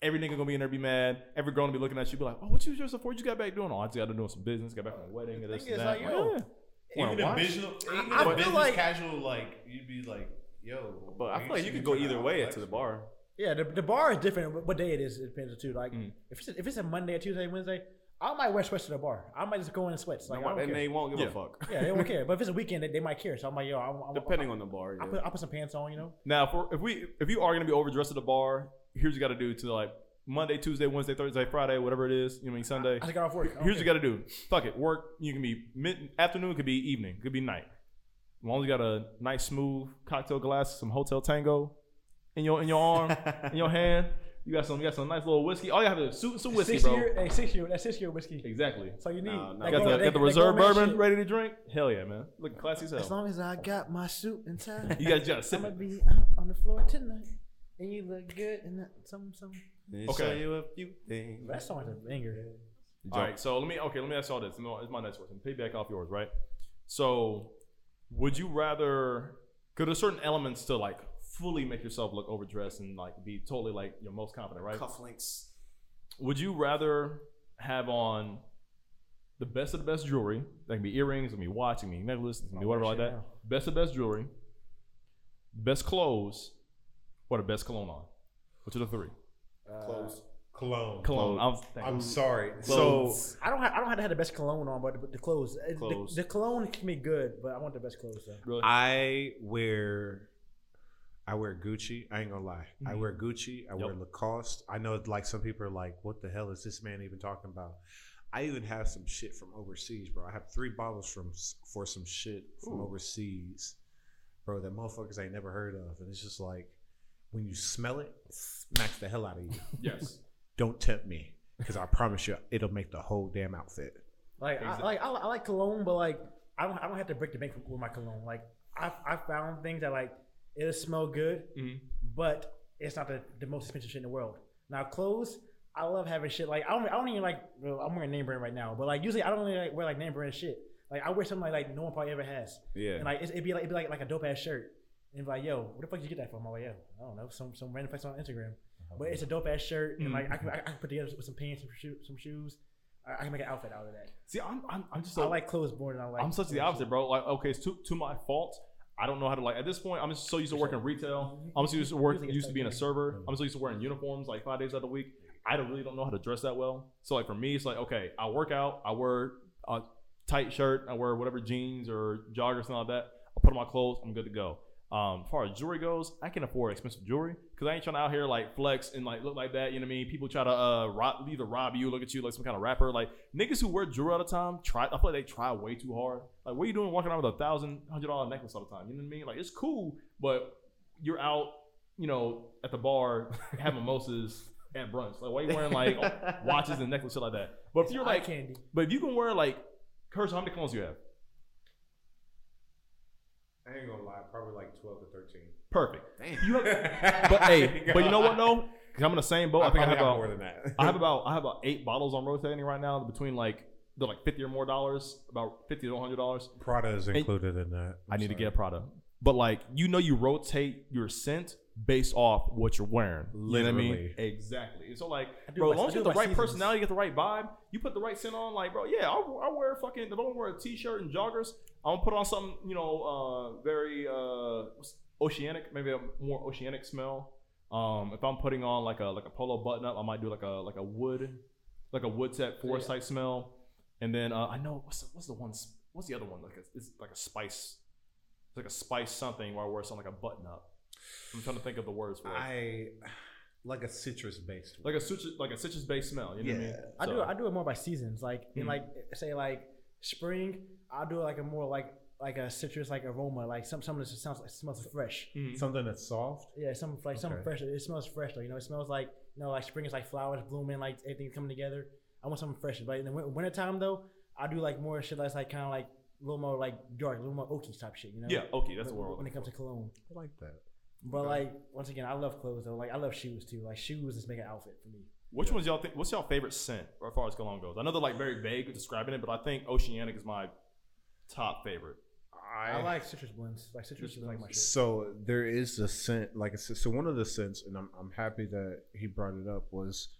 Speaker 2: Every nigga gonna be in there be mad. Every girl gonna be looking at you, be like, "Oh, what you dressed up for? What you got back doing? Oh, I just got to doing some business. Got back from a wedding. And this
Speaker 4: thing
Speaker 2: and
Speaker 4: is, like,
Speaker 2: that.
Speaker 4: yo,
Speaker 2: yeah.
Speaker 15: Even
Speaker 2: Wanna
Speaker 15: a
Speaker 2: watch?
Speaker 15: business, even
Speaker 4: I
Speaker 15: a
Speaker 4: feel
Speaker 15: business
Speaker 4: like-
Speaker 15: casual, like you'd be like, yo.
Speaker 1: But I feel like you could
Speaker 15: should
Speaker 1: go
Speaker 15: check
Speaker 1: either
Speaker 15: out
Speaker 1: way
Speaker 15: Lex.
Speaker 1: to the bar.
Speaker 4: Yeah, the, the bar is different. wh- What day it is, it depends too. Like
Speaker 2: Mm.
Speaker 4: if it's a, if it's a Monday, Tuesday, Wednesday, I might wear sweats to the bar. I might just go in sweats. Like I
Speaker 1: Nobody-
Speaker 4: don't
Speaker 1: and
Speaker 4: care.
Speaker 1: they won't give
Speaker 2: Yeah.
Speaker 1: a fuck.
Speaker 4: yeah, they don't care. But if it's a weekend, they, they might care. So I'm like, yo, I'm, I'm,
Speaker 1: Depending on the bar.
Speaker 4: I
Speaker 1: yeah.
Speaker 4: put I put some pants on, you know.
Speaker 2: Now, if, we're, if we if you are gonna be overdressed at the bar, here's what you got to do to like Monday, Tuesday, Wednesday, Thursday, Friday, whatever it is. You know, what I mean Sunday.
Speaker 4: I just got off work. I don't
Speaker 2: Here's what you
Speaker 4: care.
Speaker 2: got to do. Fuck it. Work. You can be mid afternoon. Could be evening. Could be night. As long as you got a nice smooth cocktail glass, some hotel tango in your in your arm, in your hand. You got some. You got some nice little whiskey. All you have is suit and some whiskey,
Speaker 4: six
Speaker 2: bro.
Speaker 4: year, hey, six year, that's six year whiskey.
Speaker 2: Exactly.
Speaker 4: So you need.
Speaker 1: Nah, nah.
Speaker 4: that
Speaker 2: Got the,
Speaker 4: gourmet-
Speaker 2: got the
Speaker 4: that
Speaker 2: reserve
Speaker 4: gourmet
Speaker 2: bourbon
Speaker 4: shit.
Speaker 2: ready to drink. Hell yeah, man. Looking classy as
Speaker 4: As
Speaker 2: hell.
Speaker 4: long as I got my suit and tie,
Speaker 2: You got just
Speaker 4: I'ma
Speaker 2: sip. it.
Speaker 4: be out on the floor tonight. And you look good and that, some some.
Speaker 1: They
Speaker 2: Okay.
Speaker 1: show you a few things.
Speaker 4: That song is a banger.
Speaker 2: All right, so let me okay, let me ask y'all this. No, It's my next question. Piggyback off yours, right? So, would you rather? Because there's certain elements to like fully make yourself look overdressed and like be totally like your most confident, right?
Speaker 1: Cufflinks.
Speaker 2: Would you rather have on the best of the best jewelry? That can be earrings, it can be watch, it can be necklace, it can be whatever like that. Best of best jewelry, best clothes, or the best cologne on? Which are the three?
Speaker 1: Close.
Speaker 14: Uh, Cologne.
Speaker 2: Cologne. I'm,
Speaker 14: I'm sorry. So
Speaker 4: I don't have I don't have to have the best cologne on, but the, the clothes. Uh, the-
Speaker 1: Clothes.
Speaker 4: The, cologne can be good, but I want the best clothes though.
Speaker 2: really.
Speaker 3: I wear I wear Gucci. I ain't gonna lie.
Speaker 2: Mm-hmm.
Speaker 3: I wear Gucci. I wear
Speaker 2: Yep.
Speaker 3: Lacoste. I know like some people are like, what the hell is this man even talking about? I even have some shit from overseas, bro. I have three bottles from s- for some shit from overseas, bro. That motherfuckers ain't never heard of, and it's just like when you smell it, it smacks the hell out of you.
Speaker 2: yes.
Speaker 3: Don't tempt me, because I promise you, it'll make the whole damn outfit.
Speaker 4: Like
Speaker 2: Exact-
Speaker 4: I like I, li- I like cologne, but like I don't I don't have to break the bank with my cologne. Like I I found things that like it'll smell good,
Speaker 2: Mhm.
Speaker 4: but it's not the, the most expensive shit in the world. Now clothes, I love having shit like I don't I don't even like well, I'm wearing name brand right now, but like usually I don't really like, wear like name brand shit. Like I wear something like, like no one probably ever has,
Speaker 1: Yeah.
Speaker 4: and like it's- it'd be like it'd be like like a dope ass shirt. And be like, yo, where the fuck did you get that from? I'm like, yo, I don't know, some some random place on Instagram.
Speaker 2: Uh-huh.
Speaker 4: But it's a dope ass shirt, and like I
Speaker 2: Mm-hmm.
Speaker 4: can I, I can put together with some pants, some, shoe, some shoes. I, I can make an outfit out of that.
Speaker 2: See, I'm, I'm, I'm just
Speaker 4: I
Speaker 2: a-
Speaker 4: like clothes more than I like.
Speaker 2: I'm such the opposite, bro. Like, okay, it's to, to my fault. I don't know how to like. At this point, I'm just so used to working retail.
Speaker 4: Mm-hmm.
Speaker 2: I'm so used to work, used to being a server. I'm so used to wearing uniforms like five days out of the week. I don't really don't know how to dress that well. So like for me, it's like okay, I work out. I wear a tight shirt. I wear whatever jeans or joggers and all that. I put on my clothes. I'm good to go. Um, as far as jewelry goes, I can afford expensive jewelry because I ain't trying to out here like flex and like look like that. You know what I mean? People try to uh rob, either rob you, look at you like some kind of rapper. Like niggas who wear jewelry all the time try. I feel like they try way too hard. Like what you doing walking around with a thousand hundred dollar necklace all the time? You know what I mean? Like it's cool, but you're out, you know, at the bar having mimosas at brunch. Like why you wearing like watches and necklaces shit like that? But if you're
Speaker 4: Eye
Speaker 2: like,
Speaker 4: candy.
Speaker 2: but if you can wear like, Curse, how many clones you have?
Speaker 14: I ain't gonna lie, probably like twelve to thirteen.
Speaker 2: Perfect.
Speaker 1: Damn.
Speaker 2: You have, but hey, but you know what though? Because I'm in the same boat. I, think I have about
Speaker 14: more than that.
Speaker 2: I have about I have about eight bottles on rotating right now between like they're like fifty or more dollars, about fifty to one hundred dollars.
Speaker 3: Prada is included in that.
Speaker 2: I need to get a Prada. But like you know, you rotate your scent based off what you're wearing. you know what I mean?
Speaker 3: Literally.
Speaker 2: exactly. And so like,
Speaker 4: do
Speaker 2: bro,
Speaker 4: my-
Speaker 2: as long
Speaker 4: I
Speaker 2: as
Speaker 4: do
Speaker 2: you have the
Speaker 4: my
Speaker 2: right
Speaker 4: seasons.
Speaker 2: personality, you get the right vibe, you put the right scent on. Like, bro, yeah, I'll, I'll wear fucking if I want to wear a t-shirt and joggers, I'm gonna put on something you know uh, very uh, oceanic, maybe a more oceanic smell. Um, if I'm putting on like a like a polo button up, I might do like a like a wood, like a wood set forest type smell. And then uh, I know what's the, what's the one? s- What's the other one? Like a, it's like a spice. It's like a spice something where I wear something like a button up. I'm trying to think of the words for it.
Speaker 3: I like a citrus based.
Speaker 2: like a citrus, like a citrus based smell. You know what I mean?
Speaker 4: I do
Speaker 2: So- Mm-hmm.
Speaker 4: I do it more by seasons. Like in like say like spring, I do it like a more like like a citrus like aroma, like some something that just sounds like smells fresh.
Speaker 2: Mm-hmm.
Speaker 3: Something that's soft.
Speaker 4: Yeah, something like something
Speaker 3: Okay.
Speaker 4: fresh. It smells fresh though. You know, it smells like you know, like spring is like flowers blooming, like everything's coming together. I want something fresh. But in the win- wintertime though, I do like more shit that's like kind of like a little more like dark, a little more oaky type shit. You know?
Speaker 2: Yeah, oaky, that's the
Speaker 4: When-
Speaker 2: word
Speaker 4: When it
Speaker 2: I'm looking
Speaker 4: comes to cologne,
Speaker 3: I like that.
Speaker 4: But
Speaker 2: Okay.
Speaker 4: like once again, I love clothes though. Like I love shoes too. Like shoes just make an outfit for me.
Speaker 2: Which ones y'all think? What's y'all favorite scent as far as cologne goes? I know they're like very vague with describing it, but I think Oceanic is my top favorite.
Speaker 4: I, like citrus blends. Like citrus is like my shit.
Speaker 3: So there is a scent, like I said. So one of the scents, and I'm, I'm happy that he brought it up, was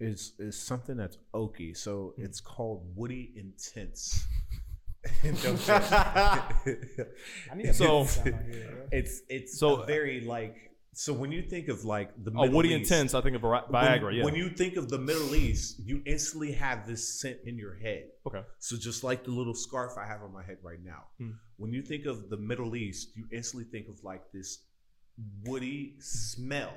Speaker 3: is is something that's oaky. So it's called woody intense. Don't judge.
Speaker 4: need
Speaker 3: so
Speaker 4: to put this down right here, bro.
Speaker 3: it's it's
Speaker 2: So- uh,
Speaker 3: so very like so when you think of like the
Speaker 2: Oh, Woody
Speaker 3: East-
Speaker 2: Intense, I think of Vi-
Speaker 3: when-
Speaker 2: Viagra, yeah.
Speaker 3: when you think of the Middle East, you instantly have this scent in your head.
Speaker 2: Okay.
Speaker 3: So just like the little scarf I have on my head right now,
Speaker 2: Hmm.
Speaker 3: when you think of the Middle East, you instantly think of like this woody smell,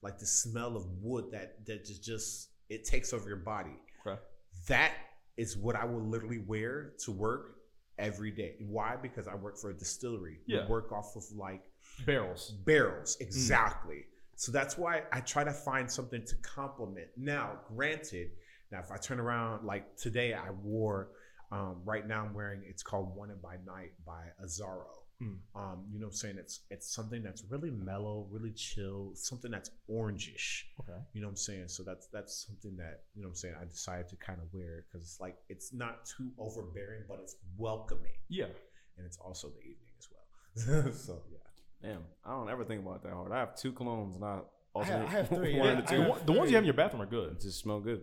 Speaker 3: like the smell of wood that that just just it takes over your body.
Speaker 2: Okay.
Speaker 3: That is what I will literally wear to work every day. Why? Because I work for a distillery. We
Speaker 2: Yeah.
Speaker 3: work off of like
Speaker 2: Barrels.
Speaker 3: barrels exactly so that's why i try to find something to complement now granted now if i turn around like today i wore um, right now i'm wearing it's called wanted by night by azaro
Speaker 2: Mm.
Speaker 3: um, you know what i'm saying it's it's something that's really mellow really chill something that's orangish
Speaker 2: Okay.
Speaker 3: you know what i'm saying so that's that's something that you know what i'm saying i decided to kind of wear because it's like it's not too overbearing but it's welcoming
Speaker 2: Yeah.
Speaker 3: and it's also the evening as well so yeah
Speaker 1: Damn, I don't ever think about it that hard. I have two colognes and I also
Speaker 4: I have three,
Speaker 1: one
Speaker 4: yeah.
Speaker 1: of
Speaker 2: See,
Speaker 1: the two.
Speaker 2: the, one- the ones you have in your bathroom are
Speaker 1: It
Speaker 2: good.
Speaker 1: just smell good.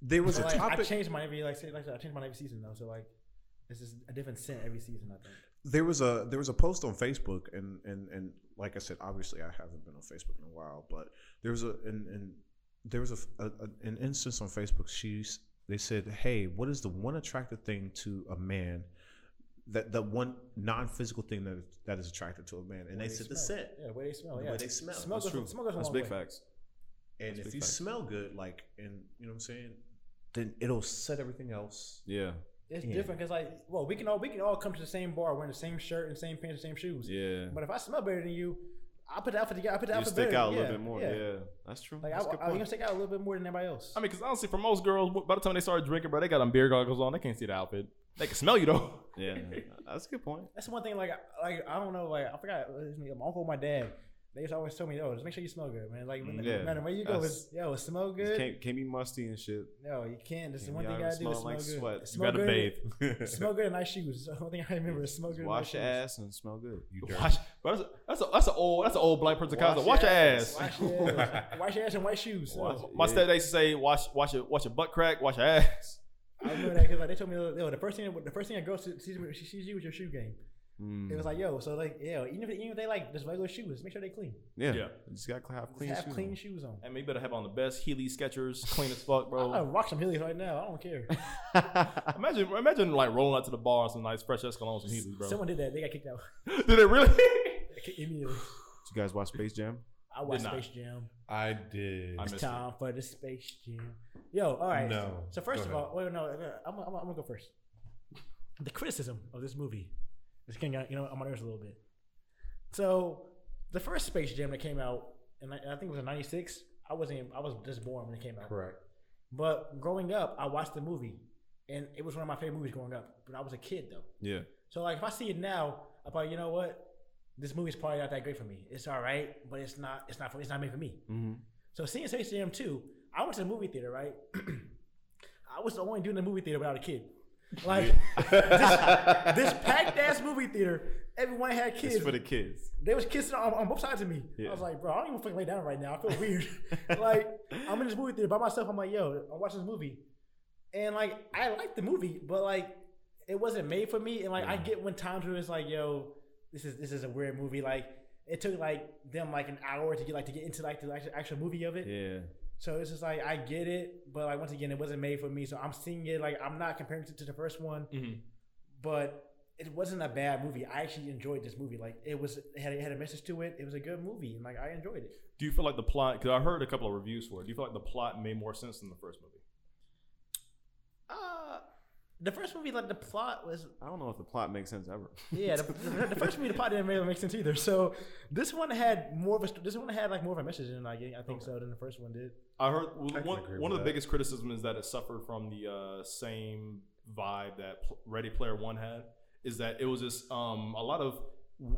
Speaker 3: there was
Speaker 4: So,
Speaker 3: a
Speaker 4: like, I
Speaker 3: topic
Speaker 4: change mine every like, say, like I change mine every season though. So like it's just a different scent every season. I think.
Speaker 3: there was a there was a post on Facebook and and and like I said, obviously I haven't been on Facebook in a while, but there was a and, and there was a, a, a- an instance on Facebook. She's they said, "Hey, what is the one attractive thing to a man that the one non physical thing that that is attractive to a man?" And they, said the
Speaker 4: smell.
Speaker 3: scent.
Speaker 4: Yeah, the way they smell.
Speaker 3: The
Speaker 4: yeah,
Speaker 3: way they smell.
Speaker 4: Smell
Speaker 1: That's
Speaker 4: goes,
Speaker 1: true.
Speaker 4: Smell goes a
Speaker 1: That's
Speaker 4: long
Speaker 1: big
Speaker 4: way.
Speaker 1: facts.
Speaker 3: And
Speaker 1: That's
Speaker 3: if
Speaker 1: big
Speaker 3: you
Speaker 1: facts.
Speaker 3: smell good, like and you know what I'm saying, then it'll set everything else.
Speaker 1: Yeah,
Speaker 4: It's
Speaker 3: Yeah.
Speaker 4: different because like, well, we can all we can all come to the same bar wearing the same shirt and same pants and same shoes.
Speaker 1: yeah.
Speaker 4: But if I smell better than you, I put the outfit together. I put the
Speaker 1: You
Speaker 4: outfit
Speaker 1: stick
Speaker 4: better.
Speaker 1: out a
Speaker 4: yeah,
Speaker 1: little bit more. Yeah, that's true.
Speaker 4: Like
Speaker 1: that's a
Speaker 4: I,
Speaker 1: good
Speaker 4: I, am gonna
Speaker 1: point.
Speaker 4: stick out a little bit more than everybody else.
Speaker 2: I mean, because honestly, for most girls, by the time they start drinking, bro, they got on beer goggles on. They can't see the outfit. They can smell you though.
Speaker 1: Yeah, that's a good point.
Speaker 4: That's one thing. Like, I- like I don't know. Like I forgot. it was My uncle, and my dad. They just always told me, "Yo, just make sure you smell good, man. Like,
Speaker 1: Mm, Yeah.
Speaker 4: no matter where you go,
Speaker 1: That's-
Speaker 4: it's, yo, it smell
Speaker 1: It
Speaker 4: good.
Speaker 1: can't, can't be musty and shit.
Speaker 4: No, you can't. That's the
Speaker 1: Yeah,
Speaker 4: one
Speaker 1: you
Speaker 4: thing you
Speaker 1: gotta
Speaker 4: gotta do. is
Speaker 1: smell
Speaker 4: Smell
Speaker 1: like
Speaker 4: good.
Speaker 1: sweat. You
Speaker 4: Smell
Speaker 2: you gotta
Speaker 4: good.
Speaker 2: bathe.
Speaker 4: Smell good in nice shoes. That's the one thing I remember. Is smell good. in nice
Speaker 1: Wash your
Speaker 4: shoes.
Speaker 1: ass and smell good. You
Speaker 2: Wash, bro, that's a, that's a that's an old that's an old black person concept. Wash your ass.
Speaker 4: Wash your ass. Wash your ass in white shoes.
Speaker 2: My,
Speaker 4: So,
Speaker 2: my stepdad used to say, "Wash, wash your, wash your butt crack, wash your ass."
Speaker 4: I remember that because like, they told me, yo, the first thing, the first thing a girl sees, sees when she sees you is your shoe game.
Speaker 1: Mm.
Speaker 4: It was like, yo, so like, yo, even if, even if they like just regular shoes, make sure they clean.
Speaker 1: Yeah,
Speaker 2: Yeah.
Speaker 1: You just gotta have
Speaker 4: Clean
Speaker 1: clean
Speaker 4: have
Speaker 1: shoes.
Speaker 4: clean
Speaker 1: on.
Speaker 4: shoes on.
Speaker 2: And you better have on the best Heelys Skechers, clean as fuck,
Speaker 4: I
Speaker 2: bro.
Speaker 4: rock some Heelys right now. I don't care.
Speaker 2: Imagine, imagine like rolling out to the bar on some nice fresh Escalon, some Heelys, bro.
Speaker 4: Someone did that. They got kicked out.
Speaker 2: Did it really?
Speaker 4: They kicked immediately.
Speaker 1: Did you guys watch Space Jam?
Speaker 4: I watched
Speaker 2: not.
Speaker 4: Space Jam.
Speaker 3: I did.
Speaker 2: I
Speaker 4: It's
Speaker 2: missed it.
Speaker 4: time for the Space Jam. Yo, all right.
Speaker 3: No.
Speaker 4: So first
Speaker 3: Go
Speaker 4: of
Speaker 3: ahead.
Speaker 4: all, wait, no, no, I'm, I'm, I'm gonna go first. The criticism of this movie is getting out- you know I'm on nerves a little bit. So the first Space Jam that came out, and I, I think it was in '96. I wasn't. even- I was just born when it came out.
Speaker 3: Correct.
Speaker 4: But growing up, I watched the movie, and it was one of my favorite movies growing up. But I was a kid though.
Speaker 1: Yeah.
Speaker 4: So like if I see it now, I'm like, you know what? This movie's probably not that great for me. It's all right, but it's not. It's not for. It's not made for me.
Speaker 1: Mm-hmm.
Speaker 4: So seeing Space Jam 2, I went to the movie theater, right? I was the only dude in the movie theater without a kid. Like this, this packed ass movie theater, everyone had kids.
Speaker 1: It's for the kids.
Speaker 4: they was kissing on, on both sides of me.
Speaker 1: Yeah.
Speaker 4: I was like, bro, I don't even fucking lay down right now. I feel weird. like I'm in this movie theater by myself. I'm like, yo, I'm watching this movie, and like I like the movie, but like it wasn't made for me. And like I get when times where it's like, yo, this is this is a weird movie. Like it took like them like an hour to get like to get into like the actual, actual movie of it.
Speaker 1: Yeah.
Speaker 4: So it's just like I get it, but like once again, it wasn't made for me. So I'm seeing it like I'm not comparing it to the first one,
Speaker 2: Mhm.
Speaker 4: but it wasn't a bad movie. I actually enjoyed this movie. Like it was it had it had a message to it. It was a good movie, and like I enjoyed it.
Speaker 2: Do you feel like the plot? Because I heard a couple of reviews for it. Do you feel like the plot made more sense than the first movie?
Speaker 4: Uh The first movie, like the plot was
Speaker 1: I don't know if the plot makes sense ever.
Speaker 4: yeah. The, the, the first movie, the plot didn't really make sense either. So this one had more of a st- this one had like more of a message in it. I, think- I think so than the first one did.
Speaker 2: I heard well,
Speaker 4: I can
Speaker 2: one,
Speaker 4: agree
Speaker 2: one
Speaker 4: with
Speaker 2: of the
Speaker 4: that.
Speaker 2: biggest criticism is that it suffered from the uh, same vibe that Pl- Ready Player One had. Is that it was just um, a lot of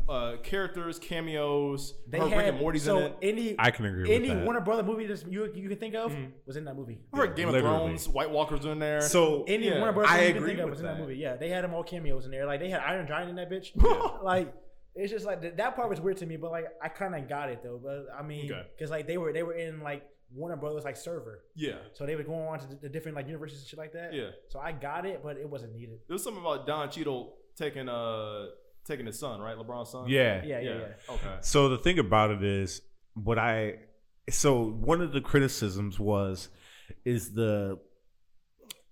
Speaker 2: uh, characters, cameos,
Speaker 4: They
Speaker 2: her
Speaker 4: had
Speaker 2: Rick and Morty's
Speaker 4: so
Speaker 2: in it.
Speaker 4: any
Speaker 3: I can agree with
Speaker 4: any
Speaker 3: that.
Speaker 4: Warner Brother movie that you you can think of was in that movie.
Speaker 2: I heard Game of
Speaker 3: literally.
Speaker 2: Thrones, White Walkers in there.
Speaker 3: So,
Speaker 4: Any
Speaker 2: Yeah.
Speaker 4: Warner Brothers
Speaker 2: I
Speaker 4: movie you can
Speaker 2: agree
Speaker 4: think of
Speaker 2: with
Speaker 4: was in that
Speaker 2: that.
Speaker 4: movie. Yeah, they had them all cameos in there. Like they had Iron Giant in that bitch. like it's just like th- that part was weird to me, but like I kind of got it though. But I mean,
Speaker 2: Okay.
Speaker 4: because like they were they were in like Warner Brothers like server.
Speaker 2: Yeah.
Speaker 4: So they were going on to the- the different like universes and shit like that.
Speaker 2: Yeah.
Speaker 4: So I got it, but it wasn't needed.
Speaker 2: There was something about Don Cheadle taking uh taking his son, right? LeBron's son.
Speaker 3: Yeah.
Speaker 4: Yeah, yeah, yeah.
Speaker 2: Okay.
Speaker 3: So the thing about it is what I so one of the criticisms was is the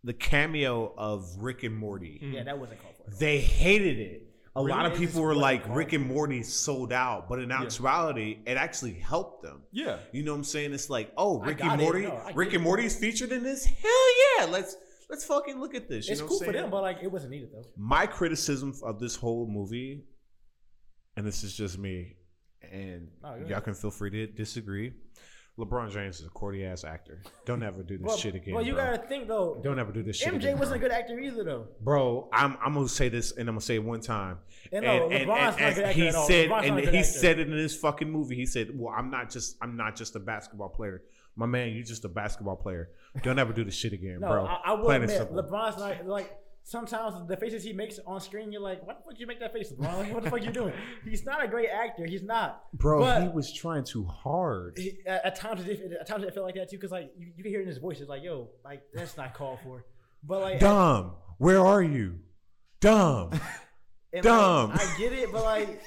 Speaker 3: the cameo of Rick and Morty.
Speaker 4: Mm.
Speaker 2: Mm.
Speaker 4: Yeah, that wasn't called for.
Speaker 3: They hated it. A lot
Speaker 4: Really?
Speaker 3: of
Speaker 4: It
Speaker 3: people
Speaker 4: just
Speaker 3: were
Speaker 4: wasn't
Speaker 3: like
Speaker 4: called
Speaker 3: Rick and Morty sold out, but in actuality, it actually helped them.
Speaker 2: Yeah.
Speaker 3: You know what I'm saying? It's like, oh,
Speaker 4: I
Speaker 3: Rick
Speaker 4: got
Speaker 3: and
Speaker 4: it.
Speaker 3: Morty,
Speaker 4: No, I
Speaker 3: Rick
Speaker 4: get
Speaker 3: and
Speaker 4: it.
Speaker 3: Morty's featured in this? Hell yeah. Let's let's fucking look at this. You
Speaker 4: It's
Speaker 3: know
Speaker 4: cool
Speaker 3: what I'm
Speaker 4: for
Speaker 3: saying?
Speaker 4: them, but like it wasn't needed though.
Speaker 3: my criticism of this whole movie, and this is just me, and
Speaker 4: Oh, go
Speaker 3: y'all
Speaker 4: ahead.
Speaker 3: can feel free to disagree. LeBron James is a corny ass actor. Don't ever do this
Speaker 4: Well,
Speaker 3: shit again.
Speaker 4: well, you
Speaker 3: bro.
Speaker 4: gotta think though.
Speaker 3: Don't ever do this shit.
Speaker 4: MJ
Speaker 3: again,
Speaker 4: wasn't a
Speaker 3: bro.
Speaker 4: good actor either though.
Speaker 3: Bro, I'm I'm gonna say this, and I'm gonna say it one time.
Speaker 4: And no, LeBron's not a good actor
Speaker 3: he
Speaker 4: at all.
Speaker 3: said,
Speaker 4: LeBron's
Speaker 3: and
Speaker 4: not a
Speaker 3: he
Speaker 4: good actor.
Speaker 3: said it in his fucking movie. He said, "Well, I'm not just I'm not just a basketball player, my man. You're just a basketball player. Don't ever do this shit again,
Speaker 4: No,
Speaker 3: bro."
Speaker 4: I, I will
Speaker 3: Plain and
Speaker 4: admit,
Speaker 3: simple.
Speaker 4: LeBron's not like sometimes the faces he makes on screen. You're like, what the fuck you make that face, LeBron? Like, what the fuck you doing? He's not a great actor. He's not,
Speaker 3: bro, he
Speaker 4: But
Speaker 3: was trying too hard.
Speaker 4: he, at, at times, it, did- at times it felt like that too, because like you, you can hear it in his voice. It's like, yo, like that's not called for. But like,
Speaker 3: Dumb, where are you? Dumb.
Speaker 4: and, like,
Speaker 3: Dumb.
Speaker 4: I get it, but like.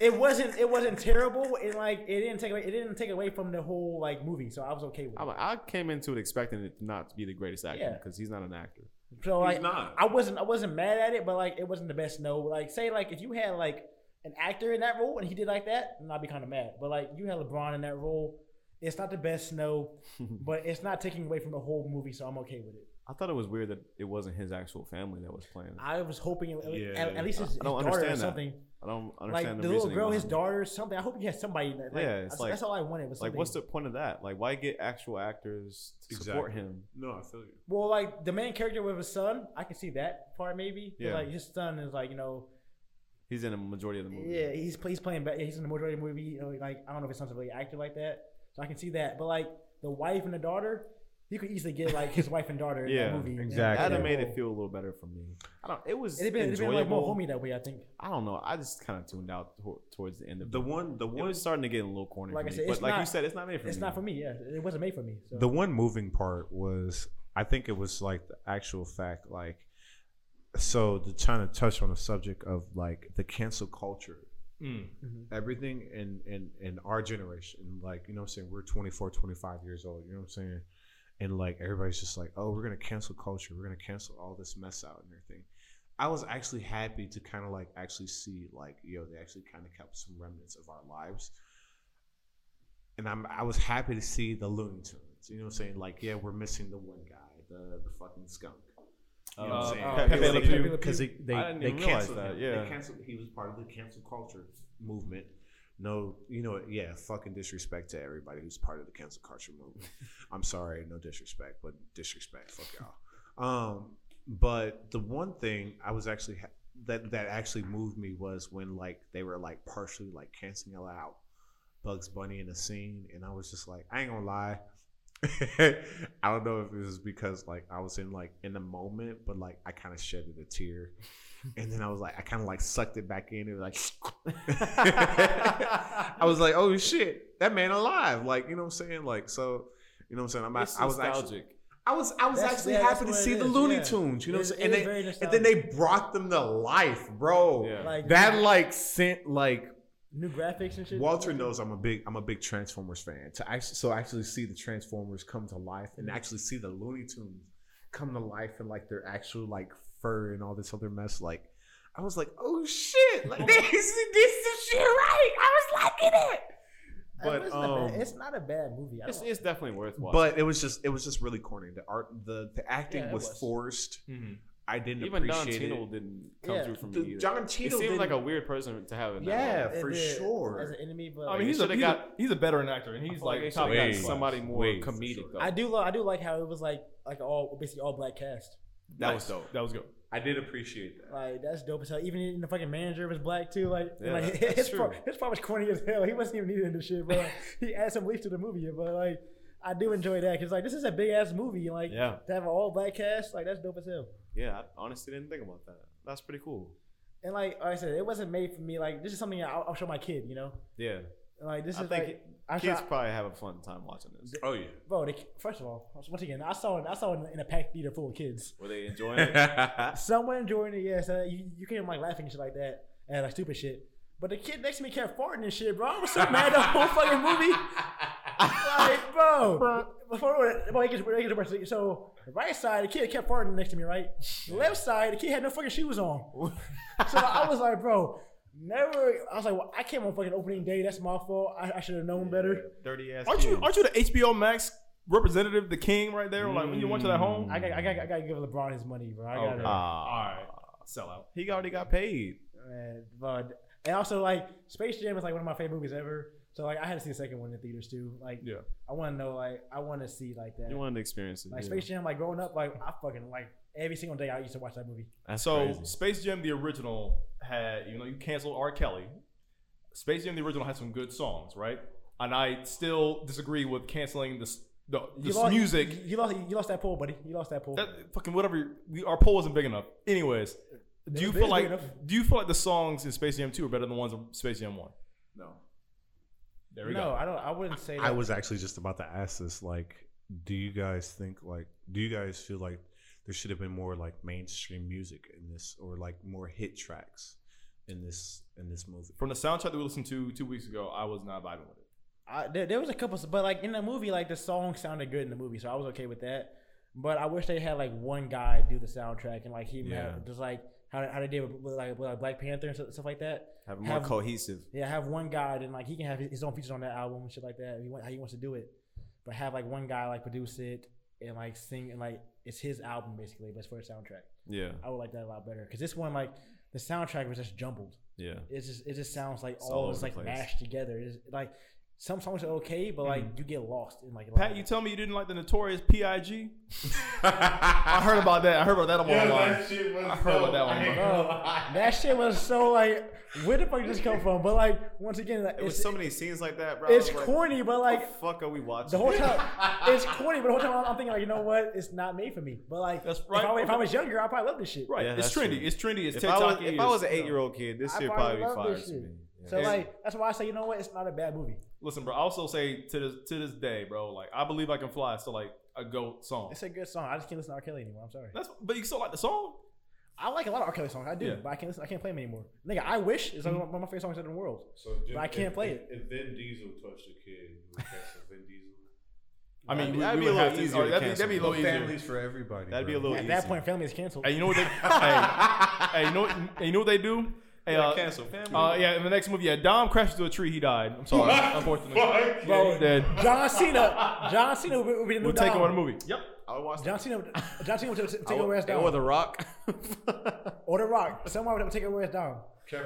Speaker 4: It wasn't. It wasn't terrible. It like it didn't take. away- It didn't take away from the whole like movie. So I was okay with it.
Speaker 1: I'm, I came into it expecting it not to be the greatest actor
Speaker 4: Yeah.
Speaker 1: because he's not an actor.
Speaker 4: So
Speaker 1: He's
Speaker 4: like,
Speaker 1: not.
Speaker 4: I wasn't I wasn't mad at it, but like it wasn't the best. No, like say like if you had like an actor in that role and he did like that, then I'd be kind of mad. But like you had LeBron in that role, it's not the best. No, but it's not taking away from the whole movie, so I'm okay with it.
Speaker 1: I thought it was weird that it wasn't his actual family that was playing. it.
Speaker 4: I was hoping at,
Speaker 1: Yeah.
Speaker 4: at, at least his,
Speaker 1: I- I
Speaker 4: his
Speaker 1: don't
Speaker 4: daughter or
Speaker 1: understand that.
Speaker 4: something.
Speaker 1: I don't
Speaker 4: like
Speaker 1: understand
Speaker 4: the,
Speaker 1: the
Speaker 4: little
Speaker 1: reasoning
Speaker 4: girl, his
Speaker 1: behind it.
Speaker 4: daughter, or something. I hope he has somebody. in that, Like,
Speaker 1: yeah,
Speaker 4: that's,
Speaker 1: it's like
Speaker 4: that's all I wanted. Was
Speaker 1: like, what's the
Speaker 4: something-
Speaker 1: point of that? Like, why get actual actors to support
Speaker 3: Exactly.
Speaker 1: him?
Speaker 3: No, I feel you.
Speaker 4: Well, like the main character with his son, I can see that part maybe. 'Cause,
Speaker 1: Yeah.
Speaker 4: Like his son is like you know
Speaker 1: He's in a majority of the movie.
Speaker 4: Yeah, he's he's playing. ba- He's in the majority of the movie. You know, like I don't know if his son's really active like that, so I can see that. But like the wife and the daughter, you could easily get like his wife and daughter in
Speaker 1: Yeah,
Speaker 4: that movie.
Speaker 3: exactly.
Speaker 1: That made it feel a little better for me. I don't. It was
Speaker 4: It'd been, it'd been
Speaker 1: enjoyable.
Speaker 4: like more homey that way. I think.
Speaker 1: I don't know. I just kind of tuned out to- towards the end of
Speaker 3: The one, the
Speaker 1: It
Speaker 3: one,
Speaker 1: was starting to get a little corny.
Speaker 4: Like
Speaker 1: for
Speaker 4: I
Speaker 1: me.
Speaker 4: said, it's
Speaker 1: but like you
Speaker 4: not-
Speaker 1: said, it's not made for
Speaker 4: It's
Speaker 1: me.
Speaker 4: not for me. Yeah, it wasn't made for me. So.
Speaker 3: the one moving part was. I think it was like the actual fact, like. So to trying to touch on the subject of like the cancel culture,
Speaker 2: Mm.
Speaker 3: everything in in in our generation, like you know, what I'm saying we're 24, 25 years old. You know what I'm saying, and like everybody's just like, oh, we're gonna cancel culture. We're gonna cancel all this mess out and everything. I was actually happy to kind of like actually see like yo, they actually kind of kept some remnants of our lives, and I'm I was happy to see the Looney Tunes. You know what I'm saying? Like yeah, we're missing the one guy, the the fucking skunk. You know what
Speaker 2: Uh,
Speaker 3: I'm saying?
Speaker 2: uh, Pepe Le Pew.
Speaker 3: Because they
Speaker 2: I
Speaker 3: they,
Speaker 2: didn't
Speaker 3: they
Speaker 2: even realize
Speaker 3: canceled
Speaker 2: that,
Speaker 3: him.
Speaker 2: yeah.
Speaker 3: They canceled. He was part of the cancel culture movement. No, you know, yeah, fucking disrespect to everybody who's part of the cancel culture movement. I'm sorry, no disrespect, but disrespect, fuck y'all. Um, but the one thing I was actually ha- that that actually moved me was when like they were like partially like canceling out Bugs Bunny in the scene, and I was just like, I ain't gonna lie. I don't know if it was because like I was in like in the moment, but like I kind of shedded a tear, and then I was like I kind of like sucked it back in. It was like I was like, oh shit, that man alive! Like you know what I'm saying? Like so, you know what I'm saying? I'm,
Speaker 1: It's
Speaker 3: I was
Speaker 1: nostalgic.
Speaker 3: actually I was I was
Speaker 4: That's-
Speaker 3: actually
Speaker 4: yeah, that's
Speaker 3: happy to
Speaker 4: what it
Speaker 3: see the
Speaker 4: is,
Speaker 3: Looney
Speaker 4: yeah.
Speaker 3: Tunes. You know what I'm
Speaker 4: It-
Speaker 3: saying?
Speaker 4: it
Speaker 3: And,
Speaker 4: is very
Speaker 3: they, and then they brought them to life, bro.
Speaker 1: Yeah.
Speaker 4: Like-
Speaker 3: that like sent like
Speaker 4: New graphics and shit.
Speaker 3: Walter knows I'm a big I'm a big Transformers fan. To actually so actually see the Transformers come to life and actually see the Looney Tunes come to life and like their actual like fur and all this other mess. Like I was like, oh shit, like this is this is shit right. I was liking it.
Speaker 1: But,
Speaker 4: it's, not
Speaker 1: um,
Speaker 4: bad. it's not a bad movie. I
Speaker 1: It's,
Speaker 4: don't-
Speaker 1: it's definitely worth watching.
Speaker 3: But it was just it was just really corny. The art the the acting
Speaker 1: Yeah, it
Speaker 3: was,
Speaker 1: was.
Speaker 3: forced.
Speaker 2: Mhm.
Speaker 3: I didn't
Speaker 1: Even Don
Speaker 3: appreciate
Speaker 1: Cheadle
Speaker 3: it.
Speaker 1: didn't come
Speaker 4: Yeah.
Speaker 1: through for
Speaker 3: The-
Speaker 1: me. Either.
Speaker 3: John
Speaker 1: He
Speaker 3: Cheadle
Speaker 1: seemed like a
Speaker 3: didn't-
Speaker 1: weird person to have in that
Speaker 3: Yeah,
Speaker 1: role.
Speaker 4: it
Speaker 3: for
Speaker 4: did.
Speaker 3: sure.
Speaker 4: As an enemy, but
Speaker 2: I
Speaker 4: like,
Speaker 2: mean, he's a,
Speaker 1: should've
Speaker 2: he's, a,
Speaker 1: got-
Speaker 2: he's a veteran actor, and
Speaker 1: I
Speaker 2: he's
Speaker 1: feel like they
Speaker 2: like top
Speaker 1: should've
Speaker 2: guy.
Speaker 1: got somebody more
Speaker 3: Way, for
Speaker 1: comedic
Speaker 3: sure.
Speaker 1: though.
Speaker 4: I do love. I do like how it was like like all basically all black cast.
Speaker 1: that was dope.
Speaker 2: That was good.
Speaker 3: I did appreciate that.
Speaker 4: Like that's dope as hell. Even in the fucking manager was black too. Like,
Speaker 1: Yeah,
Speaker 4: like
Speaker 1: that's
Speaker 4: his
Speaker 1: true.
Speaker 4: part, his part was corny as hell. He wasn't even needed in this shit, but he adds some leaf to the movie. But like, I do enjoy that because like this is a big ass movie. Like,
Speaker 1: Yeah.
Speaker 4: to have an all black cast, like that's dope as hell.
Speaker 1: Yeah, I honestly didn't think about that. That's pretty cool.
Speaker 4: And like, like I said, it wasn't made for me. Like this is something I'll, I'll show my kid. You know,
Speaker 1: Yeah,
Speaker 4: And, like this
Speaker 1: I
Speaker 4: is
Speaker 1: think
Speaker 4: like I
Speaker 1: kids
Speaker 4: saw,
Speaker 1: probably have a fun time watching this.
Speaker 3: Oh yeah.
Speaker 4: bro. The, first of all, once again, I saw it. I saw it in a packed theater full of kids.
Speaker 1: Were they enjoying it?
Speaker 4: Someone enjoying it, yes. Uh, you, you came like laughing and shit like that, and like stupid shit. But the kid next to me kept farting and shit, bro. I was so mad the whole fucking movie. like, bro. Before bro, it gets, it gets worse. So, the right side, the kid kept farting next to me, right? The left side, the kid had no fucking shoes on. so I was like, bro, never. I was like, well, I came on fucking opening day. That's my fault. I, I should have known better.
Speaker 1: Dirty ass.
Speaker 2: Aren't you
Speaker 1: kids.
Speaker 2: aren't you the HBO Max representative, the king right there? Like when you went to that home,
Speaker 4: I got, I got, I got to give LeBron his money, bro. I got
Speaker 2: Okay.
Speaker 4: to.
Speaker 1: Ah.
Speaker 2: all right, sell out.
Speaker 1: He already got paid.
Speaker 4: Man, but Uh, and also like Space Jam is like one of my favorite movies ever. So like I had to see the second one in theaters too. Like
Speaker 2: Yeah.
Speaker 4: I want to know like I want to see like that.
Speaker 1: You wanted to experience it.
Speaker 4: like
Speaker 1: yeah.
Speaker 4: Space Jam, like growing up, like I fucking like every single day I used to watch that movie.
Speaker 1: That's
Speaker 2: so
Speaker 1: crazy.
Speaker 2: Space Jam the original had you know you canceled R. Kelly. Space Jam the original had some good songs, right? And I still disagree with canceling this the
Speaker 4: You
Speaker 2: this
Speaker 4: lost,
Speaker 2: music.
Speaker 4: You, you lost. You lost that poll, buddy. You lost that poll.
Speaker 2: That fucking whatever. We, our poll wasn't big enough. Anyways, do you
Speaker 4: It
Speaker 2: feel
Speaker 4: is
Speaker 2: like
Speaker 4: big enough.
Speaker 2: do you feel like the songs in Space Jam Two are better than the ones in Space Jam One?
Speaker 3: No.
Speaker 2: There we
Speaker 4: no,
Speaker 2: go.
Speaker 4: I don't. I wouldn't say. That.
Speaker 7: I was actually just about to ask this. Like, do you guys think like do you guys feel like there should have been more like mainstream music in this or like more hit tracks in this in this movie?
Speaker 2: From the soundtrack that we listened to two weeks ago, I was not vibing with it.
Speaker 4: I, there, there was a couple, but like in the movie, like the song sounded good in the movie, so I was okay with that. But I wish they had like one guy do the soundtrack and like he
Speaker 1: Yeah.
Speaker 4: had, just like how, how they did with, with, like, with like Black Panther and stuff, stuff like that.
Speaker 1: Have it more
Speaker 4: Have-
Speaker 1: cohesive.
Speaker 4: Yeah, have one guy, then like he can have his own features on that album and shit like that. If he want, how he wants to do it, but have like one guy like produce it and like sing and like it's his album basically, but it's for a soundtrack.
Speaker 1: Yeah,
Speaker 4: I would like that a lot better because this one like the soundtrack was just jumbled.
Speaker 1: yeah.
Speaker 4: It just it just sounds like
Speaker 1: It's all
Speaker 4: all
Speaker 1: over
Speaker 4: is
Speaker 1: the
Speaker 4: like
Speaker 1: place.
Speaker 4: mashed together. It's like some songs are okay, but
Speaker 1: Mm.
Speaker 4: like you get lost in like. a lot
Speaker 2: Pat,
Speaker 4: of
Speaker 2: you
Speaker 4: it.
Speaker 2: tell me you didn't like the Notorious P.I.G. I heard about that. I heard about that on online.
Speaker 8: shit was
Speaker 2: I heard about that one,
Speaker 8: I ain't
Speaker 2: bro.
Speaker 8: gonna
Speaker 4: Bro,
Speaker 8: lie.
Speaker 4: that shit was so like where the fuck did this come from? But like once again, like,
Speaker 1: It was
Speaker 4: it's,
Speaker 1: so many scenes like that, bro. I
Speaker 4: it's
Speaker 1: was like,
Speaker 4: corny, but
Speaker 1: what
Speaker 4: like
Speaker 1: the fuck are we watching?
Speaker 4: The whole time, it's corny, but the whole time I'm- I'm thinking like, you know what? It's not made for me. But like,
Speaker 2: That's
Speaker 4: If
Speaker 2: right.
Speaker 4: I, were- if I was younger, I probably love this shit.
Speaker 2: Right.
Speaker 1: Yeah,
Speaker 2: it's
Speaker 1: that's
Speaker 2: trendy.
Speaker 1: true.
Speaker 2: It's trendy. It's
Speaker 1: if I was
Speaker 2: TikTok.
Speaker 1: if I was an eight year old kid, this
Speaker 4: I
Speaker 1: shit probably
Speaker 4: probably
Speaker 1: be
Speaker 4: love
Speaker 1: fire
Speaker 4: this
Speaker 1: to
Speaker 4: shit.
Speaker 1: me.
Speaker 4: So
Speaker 1: Yeah.
Speaker 4: like, that's why I say, you know what? It's not a bad movie.
Speaker 2: Listen, bro. I also say to this to this day, bro. Like I believe I can fly. So like a goat song.
Speaker 4: It's a good song. I just can't listen to R. Kelly anymore. I'm sorry.
Speaker 2: That's but you still like the song.
Speaker 4: I like a lot of R. Kelly songs. I do,
Speaker 2: Yeah.
Speaker 4: but I can't listen. I can't play them anymore. Nigga, I wish is one of my favorite songs in the world.
Speaker 7: So
Speaker 4: But I can't play it.
Speaker 7: If Vin Diesel touched a kid, you would cancel Vin Diesel.
Speaker 2: I mean,
Speaker 1: That'd
Speaker 2: we,
Speaker 1: be- that'd be a
Speaker 2: we would
Speaker 1: little
Speaker 2: have to.
Speaker 1: easier
Speaker 2: or
Speaker 1: to
Speaker 2: that'd, be,
Speaker 1: cancel.
Speaker 2: that'd be a little easier.
Speaker 7: Families for everybody.
Speaker 1: That'd be a
Speaker 7: bro.
Speaker 1: little
Speaker 4: At
Speaker 1: easy.
Speaker 4: that point, family is canceled.
Speaker 2: Hey, you know what they? hey, hey, you know what? Hey, you know what they do? Hey, uh,
Speaker 1: cancel family.
Speaker 2: uh, yeah. In the next movie, yeah, Dom crashed into a tree. He died. I'm sorry. unfortunately,
Speaker 8: Fuck.
Speaker 2: bro, dead.
Speaker 4: John Cena. John Cena would be- would be the new
Speaker 2: We'll take
Speaker 4: Dom.
Speaker 2: over the movie. Yep.
Speaker 1: I would watch
Speaker 4: John Cena. would- John Cena would t-
Speaker 1: I
Speaker 4: take over as
Speaker 1: would-
Speaker 4: Dom.
Speaker 1: or The Rock.
Speaker 4: Or the Rock. Someone would take over as Dom.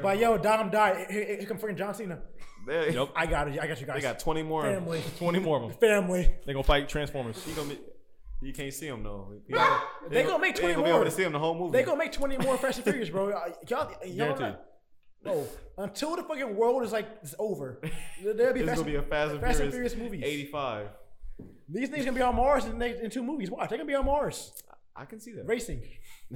Speaker 4: But yo, Dom died. Here here come freaking John Cena.
Speaker 1: They-
Speaker 2: Yep.
Speaker 4: I got it. I got you guys.
Speaker 1: They got twenty more.
Speaker 4: family.
Speaker 2: Twenty more of them.
Speaker 4: Family.
Speaker 2: They gonna fight Transformers.
Speaker 1: He gonna be, you can't see him though. He-
Speaker 4: They gonna make
Speaker 1: they
Speaker 4: twenty
Speaker 1: ain't gonna be able
Speaker 4: more.
Speaker 1: to see him the whole movie.
Speaker 4: They gonna make twenty more Fast and Furious, bro. Uh, Y'all, y'all
Speaker 2: Guaranteed.
Speaker 4: not, bro. Until the fucking world is like it's over, there'll be
Speaker 1: This
Speaker 4: Fast,
Speaker 1: gonna be a Fast and
Speaker 4: Fast and
Speaker 1: Furious,
Speaker 4: Furious movies.
Speaker 1: Eighty-five.
Speaker 4: These things gonna be on Mars in, the next, in two movies. Watch, they gonna be on Mars
Speaker 1: I can see that.
Speaker 4: racing.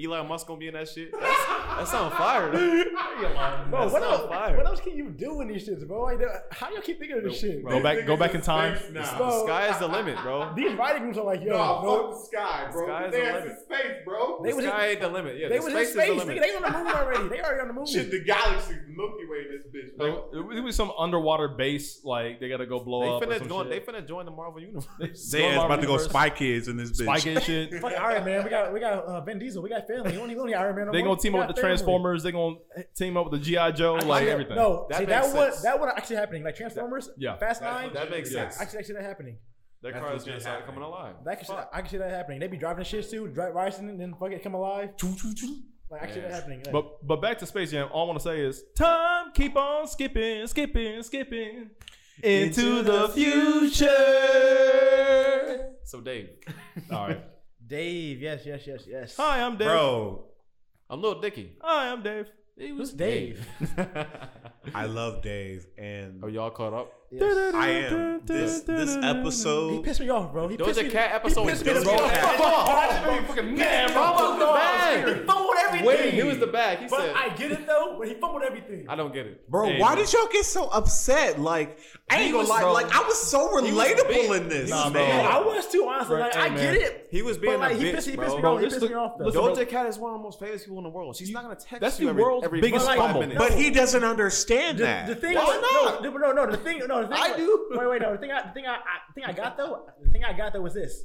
Speaker 1: Elon Musk gonna be in that shit. That's, that sound fire. Though.
Speaker 4: Bro,
Speaker 1: That
Speaker 4: what
Speaker 1: sound
Speaker 4: else?
Speaker 1: fire.
Speaker 4: What else can you do in these shits, bro? Like, how y'all keep thinking of this shit?
Speaker 2: Go back. Go back in time.
Speaker 8: Nah.
Speaker 4: Bro,
Speaker 1: Sky is the limit, bro.
Speaker 4: these writing groups are like, yo,
Speaker 8: Nah,
Speaker 4: no,
Speaker 8: fuck the sky, bro.
Speaker 1: Sky's
Speaker 8: they
Speaker 1: the
Speaker 8: are in
Speaker 1: limit.
Speaker 8: space, bro.
Speaker 4: They was
Speaker 1: Sky
Speaker 4: in-
Speaker 1: ain't the limit. Yeah,
Speaker 4: they
Speaker 1: the
Speaker 4: was
Speaker 1: space
Speaker 4: in space.
Speaker 1: is the
Speaker 4: nigga.
Speaker 1: limit.
Speaker 4: They on the moon already. They already on the moon.
Speaker 8: Shit, the galaxy, Milky Way, this bitch,
Speaker 2: Like,
Speaker 8: bro.
Speaker 2: it was some underwater base. Like they gotta go blow
Speaker 1: They
Speaker 2: up. or
Speaker 1: finna
Speaker 2: some
Speaker 1: join.
Speaker 2: shit.
Speaker 1: They finna join the Marvel universe.
Speaker 2: Blow
Speaker 3: Zay's
Speaker 2: up
Speaker 3: about to go
Speaker 2: universe,
Speaker 3: Spy Kids in this bitch.
Speaker 2: spike and shit.
Speaker 4: Fuck, all right, man. We got we got uh, Vin Diesel. We got family. We only, we only got Iron Man. no
Speaker 2: They
Speaker 4: more.
Speaker 2: gonna team
Speaker 4: We
Speaker 2: up
Speaker 4: got
Speaker 2: with the
Speaker 4: family.
Speaker 2: Transformers. They gonna team up with the GI Joe. Like
Speaker 4: Yeah,
Speaker 2: everything.
Speaker 4: No,
Speaker 2: That
Speaker 4: see
Speaker 2: makes
Speaker 4: that was
Speaker 2: sense.
Speaker 4: that one actually happening. Like Transformers.
Speaker 2: yeah.
Speaker 4: Fast
Speaker 2: That-
Speaker 4: Nine.
Speaker 2: that makes
Speaker 4: yeah,
Speaker 2: sense.
Speaker 4: Actually, actually that happening.
Speaker 2: That car is just like coming alive.
Speaker 4: That can, I can see that happening. They be driving shit too, drive racing and then fucking come alive. Like I can see that
Speaker 2: Yeah.
Speaker 4: happening. Like,
Speaker 2: But but back to Space Jam. All I want to say is time keep on skipping, skipping, skipping into the future. So Dave. All right.
Speaker 4: Dave, yes, yes, yes, yes.
Speaker 2: Hi, I'm Dave.
Speaker 16: Bro,
Speaker 1: I'm Lil Dicky.
Speaker 2: Hi, I'm Dave.
Speaker 1: It
Speaker 4: Who's Dave?
Speaker 16: I love Dave, and
Speaker 1: Oh, y'all caught up?
Speaker 4: Yes.
Speaker 16: I am this this
Speaker 4: He
Speaker 16: episode.
Speaker 4: pissed me off, bro. He
Speaker 1: There was
Speaker 4: pissed
Speaker 1: a
Speaker 4: me.
Speaker 1: cat episode.
Speaker 4: He pissed me the
Speaker 1: Bro,
Speaker 4: fuck
Speaker 1: cat.
Speaker 4: off.
Speaker 1: Fuck
Speaker 2: Man,
Speaker 1: Bro, I'm the bag.
Speaker 4: He fumbled everything.
Speaker 1: Wait, he was the bag. He
Speaker 4: But
Speaker 1: said, I,
Speaker 4: I get it though. But he fumbled everything.
Speaker 1: don't get it.
Speaker 3: Bro,
Speaker 2: Hey,
Speaker 3: why
Speaker 2: bro.
Speaker 3: did y'all get so upset? Like, I
Speaker 1: He
Speaker 3: ain't gonna
Speaker 1: was
Speaker 3: lie,
Speaker 1: so-
Speaker 3: like I was so relatable in this,
Speaker 1: Nah, bro.
Speaker 3: man.
Speaker 4: Yeah, I was too honestly. Like I
Speaker 2: Hey,
Speaker 4: get
Speaker 2: man.
Speaker 4: it.
Speaker 1: He was being
Speaker 4: but like
Speaker 1: a
Speaker 4: he
Speaker 1: bitch,
Speaker 4: pissed, he
Speaker 1: bro.
Speaker 4: pissed me
Speaker 2: Bro,
Speaker 4: off. He
Speaker 2: this
Speaker 4: pissed
Speaker 2: look-
Speaker 4: me off though.
Speaker 2: listen,
Speaker 1: Doja Cat is one of the most famous people in the world. She's not gonna text
Speaker 2: that's
Speaker 1: you
Speaker 2: the
Speaker 1: every,
Speaker 2: world's
Speaker 1: every
Speaker 2: biggest
Speaker 1: five
Speaker 2: fumble.
Speaker 1: minutes.
Speaker 3: But he doesn't understand that.
Speaker 4: The thing,
Speaker 3: Why
Speaker 4: was,
Speaker 3: not?
Speaker 4: No, the- no, no, the thing, no, the thing.
Speaker 3: I
Speaker 4: was-
Speaker 3: do.
Speaker 4: Wait, wait, no, the thing, I, the thing, I, I, the thing I got though, the thing I got though was this: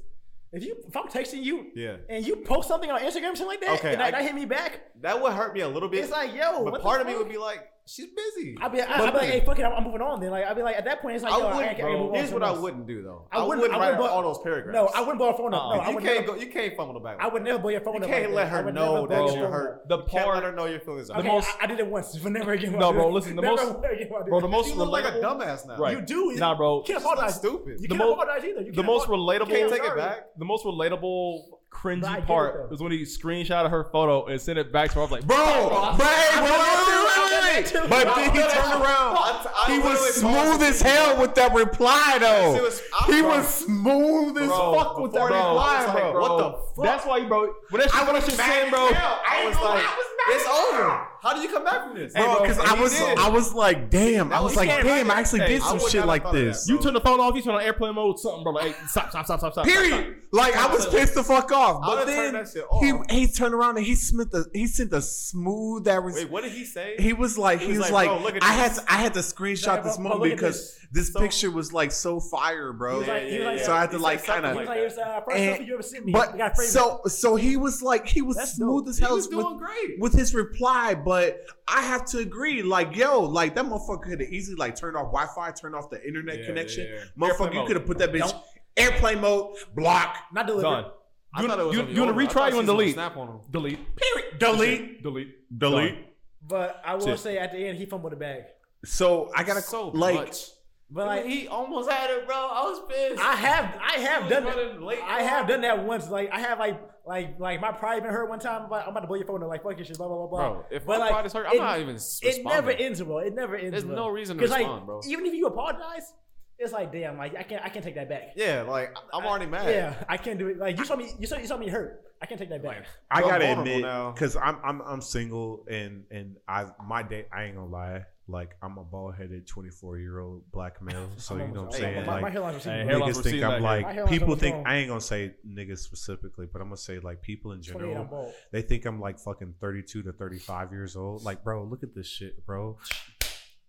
Speaker 4: if you, if I'm texting you,
Speaker 1: Yeah.
Speaker 4: and you post something on Instagram, something like that,
Speaker 1: Okay,
Speaker 4: and that,
Speaker 1: I-
Speaker 4: that hit me back,
Speaker 1: that would hurt me a little bit.
Speaker 4: it's like, yo,
Speaker 1: but part of me would be like, she's busy.
Speaker 4: I'd be, I, I'd be like, hey, fuck it, I'm, I'm moving on. Then, like, I'd be like, at that point, it's like,
Speaker 1: I
Speaker 4: yo, I,
Speaker 1: wouldn't-
Speaker 4: can't- I can't move on.
Speaker 1: here's
Speaker 4: to
Speaker 1: what
Speaker 4: something
Speaker 1: I
Speaker 4: else.
Speaker 1: wouldn't do though.
Speaker 4: I
Speaker 1: I wouldn't,
Speaker 4: wouldn't- I
Speaker 1: write
Speaker 4: wouldn't, but-
Speaker 1: all those paragraphs.
Speaker 4: No, I wouldn't blow her phone up. No, I
Speaker 1: Uh-uh. you
Speaker 4: would
Speaker 1: can't
Speaker 4: never.
Speaker 1: go. You can't fumble the back.
Speaker 4: I would never blow your phone
Speaker 1: You
Speaker 4: up.
Speaker 1: can't
Speaker 4: like
Speaker 1: let
Speaker 4: that. I
Speaker 1: her
Speaker 4: would
Speaker 1: know
Speaker 4: never blow
Speaker 1: that
Speaker 4: your
Speaker 1: you're
Speaker 4: phone
Speaker 1: hurt.
Speaker 4: up.
Speaker 2: The
Speaker 1: you can't let
Speaker 2: part-
Speaker 1: her know your feelings.
Speaker 4: Okay,
Speaker 2: most-
Speaker 4: I, I did it once. But never again.
Speaker 2: No, bro, listen, the
Speaker 4: Never
Speaker 2: most-
Speaker 4: again, I'll do
Speaker 2: Bro,
Speaker 4: it.
Speaker 2: the most
Speaker 1: you look like a
Speaker 2: relatable-
Speaker 1: dumbass now.
Speaker 2: Right.
Speaker 4: You do it.
Speaker 2: Nah, bro.
Speaker 4: You can't
Speaker 1: She's not
Speaker 4: apologize.
Speaker 1: stupid.
Speaker 4: You
Speaker 2: The
Speaker 4: can't
Speaker 2: most-
Speaker 4: apologize either. You
Speaker 2: The
Speaker 4: can't
Speaker 2: most
Speaker 4: apologize.
Speaker 2: relatable,
Speaker 1: Can't
Speaker 4: I'm
Speaker 1: take it
Speaker 4: sorry.
Speaker 1: back.
Speaker 2: the most relatable
Speaker 4: But I get
Speaker 2: cringy
Speaker 4: it,
Speaker 2: part
Speaker 4: though.
Speaker 2: was when he screenshotted her photo and sent it back to her. I was like,
Speaker 3: Bro, but hey, wait,
Speaker 4: that
Speaker 3: wait,
Speaker 4: too.
Speaker 3: wait, wait.
Speaker 4: I've
Speaker 3: But
Speaker 4: done
Speaker 3: then he
Speaker 4: that
Speaker 3: turned
Speaker 4: too.
Speaker 3: around.
Speaker 1: I- I
Speaker 3: He was
Speaker 1: literally paused
Speaker 3: smooth
Speaker 1: the
Speaker 3: as
Speaker 1: video.
Speaker 3: hell with that reply
Speaker 1: It
Speaker 3: though.
Speaker 1: was- I'm
Speaker 3: He
Speaker 1: sorry.
Speaker 3: was smooth as
Speaker 2: Bro,
Speaker 3: fuck with that
Speaker 2: before that, I was
Speaker 3: reply,
Speaker 2: like,
Speaker 3: bro.
Speaker 2: bro,
Speaker 1: what the fuck?
Speaker 2: That's why you, bro. When that shit, when that shit saying, bro.
Speaker 1: I was like, it's over. How do you come back from this?
Speaker 3: Bro, because
Speaker 1: And
Speaker 3: I
Speaker 1: he
Speaker 3: was,
Speaker 1: did.
Speaker 3: I was like, damn. I
Speaker 1: That
Speaker 3: was
Speaker 1: was-
Speaker 3: like,
Speaker 1: he can't
Speaker 3: damn.
Speaker 1: write
Speaker 3: I actually
Speaker 1: that.
Speaker 3: did
Speaker 1: Hey, I
Speaker 3: some
Speaker 1: would
Speaker 3: shit
Speaker 1: not
Speaker 3: like
Speaker 1: have thought of
Speaker 3: this.
Speaker 1: that,
Speaker 2: You turn the phone off. You turn on airplane mode. Something, bro. Like, hey, stop, stop, stop, stop, stop. stop, stop.
Speaker 3: Period. Like I was pissed the fuck off.
Speaker 1: I
Speaker 3: But
Speaker 1: would've turned
Speaker 3: then
Speaker 1: that shit
Speaker 3: he
Speaker 1: off.
Speaker 3: he turned around and he smith a, he sent a smooth that was
Speaker 1: Wait, what did he say?
Speaker 3: he was like
Speaker 1: He
Speaker 3: he,
Speaker 1: was
Speaker 3: was,
Speaker 1: like,
Speaker 3: like,
Speaker 1: "Bro, look at
Speaker 3: I
Speaker 1: this."
Speaker 3: had to, I had to screenshot
Speaker 4: Yeah,
Speaker 3: this
Speaker 4: bro,
Speaker 3: moment
Speaker 4: look at
Speaker 3: because this,
Speaker 1: So-
Speaker 3: picture was like so fire, bro.
Speaker 4: was like- he was like-
Speaker 3: so I had to
Speaker 1: He
Speaker 3: like
Speaker 1: said
Speaker 3: kind
Speaker 1: something
Speaker 3: of.
Speaker 4: He was
Speaker 1: like
Speaker 4: like, it's uh, first
Speaker 3: And-
Speaker 4: selfie you ever seen me. You gotta
Speaker 3: but
Speaker 4: frame it.
Speaker 3: so so he was like he was
Speaker 4: That's
Speaker 3: smooth
Speaker 4: dope.
Speaker 3: as
Speaker 1: He
Speaker 3: hell
Speaker 1: was
Speaker 3: with,
Speaker 1: doing great.
Speaker 3: with his reply, but I have to agree. Like yo, like that motherfucker could have easily like turned off Wi-Fi, turned off the internet
Speaker 1: Yeah,
Speaker 3: connection.
Speaker 1: yeah, yeah.
Speaker 3: Motherfucker,
Speaker 2: Airplane
Speaker 3: you
Speaker 2: mode.
Speaker 3: could have put that bitch airplane mode block
Speaker 4: not delivered.
Speaker 2: Done.
Speaker 1: I thought it was
Speaker 2: You-
Speaker 1: on the
Speaker 2: you wanna
Speaker 1: order. I
Speaker 2: retry,
Speaker 1: thought
Speaker 2: you wanna
Speaker 1: she was gonna
Speaker 2: delete?
Speaker 1: Snap on him.
Speaker 2: Delete.
Speaker 3: Period. Delete.
Speaker 2: Delete.
Speaker 3: Delete.
Speaker 2: Done.
Speaker 4: But I will
Speaker 2: Shit.
Speaker 4: say at the end he fumbled it back.
Speaker 3: So I gotta
Speaker 1: so
Speaker 3: like
Speaker 1: much.
Speaker 4: But like
Speaker 1: he almost had it, bro. I was pissed.
Speaker 4: I have I have done
Speaker 1: running late,
Speaker 4: that. I have done that once. Like I have like like like my pride been hurt one time. But I'm about to blow your phone up. Like fuck your shit. Blah blah blah blah.
Speaker 1: Bro, if my
Speaker 4: But, like,
Speaker 1: pride is hurt, I'm
Speaker 4: it-
Speaker 1: not even
Speaker 4: It never
Speaker 1: responding.
Speaker 4: ends well. It never ends.
Speaker 1: There's
Speaker 4: well.
Speaker 1: no reason to
Speaker 4: 'Cause, like,
Speaker 1: respond, bro.
Speaker 4: Even if you apologize, it's like damn. Like I can't I can't take that back.
Speaker 1: Yeah, like I'm already mad.
Speaker 4: Yeah, I can't do it. Like you saw me. You saw you saw me hurt. I can't take that back.
Speaker 3: I
Speaker 1: Y'all
Speaker 3: gotta
Speaker 1: vulnerable
Speaker 3: admit
Speaker 1: now.
Speaker 3: because I'm I'm I'm single and and I my day I ain't gonna lie like I'm a bald headed 24 year old black male so you know what I'm
Speaker 1: Hey,
Speaker 3: saying
Speaker 4: my, my
Speaker 3: like
Speaker 4: hairline's receding.
Speaker 2: Hey,
Speaker 4: bro.
Speaker 2: hairline-
Speaker 3: niggas
Speaker 2: we're
Speaker 3: think
Speaker 2: seeing
Speaker 3: I'm
Speaker 2: that here.
Speaker 3: like
Speaker 4: My hairline's
Speaker 3: people
Speaker 4: almost
Speaker 3: think
Speaker 4: gone.
Speaker 3: I ain't gonna say niggas specifically but I'm gonna say like people in
Speaker 4: 28, I'm
Speaker 3: general
Speaker 4: bald.
Speaker 3: they think I'm like fucking 32 to 35 years old like bro look at this shit bro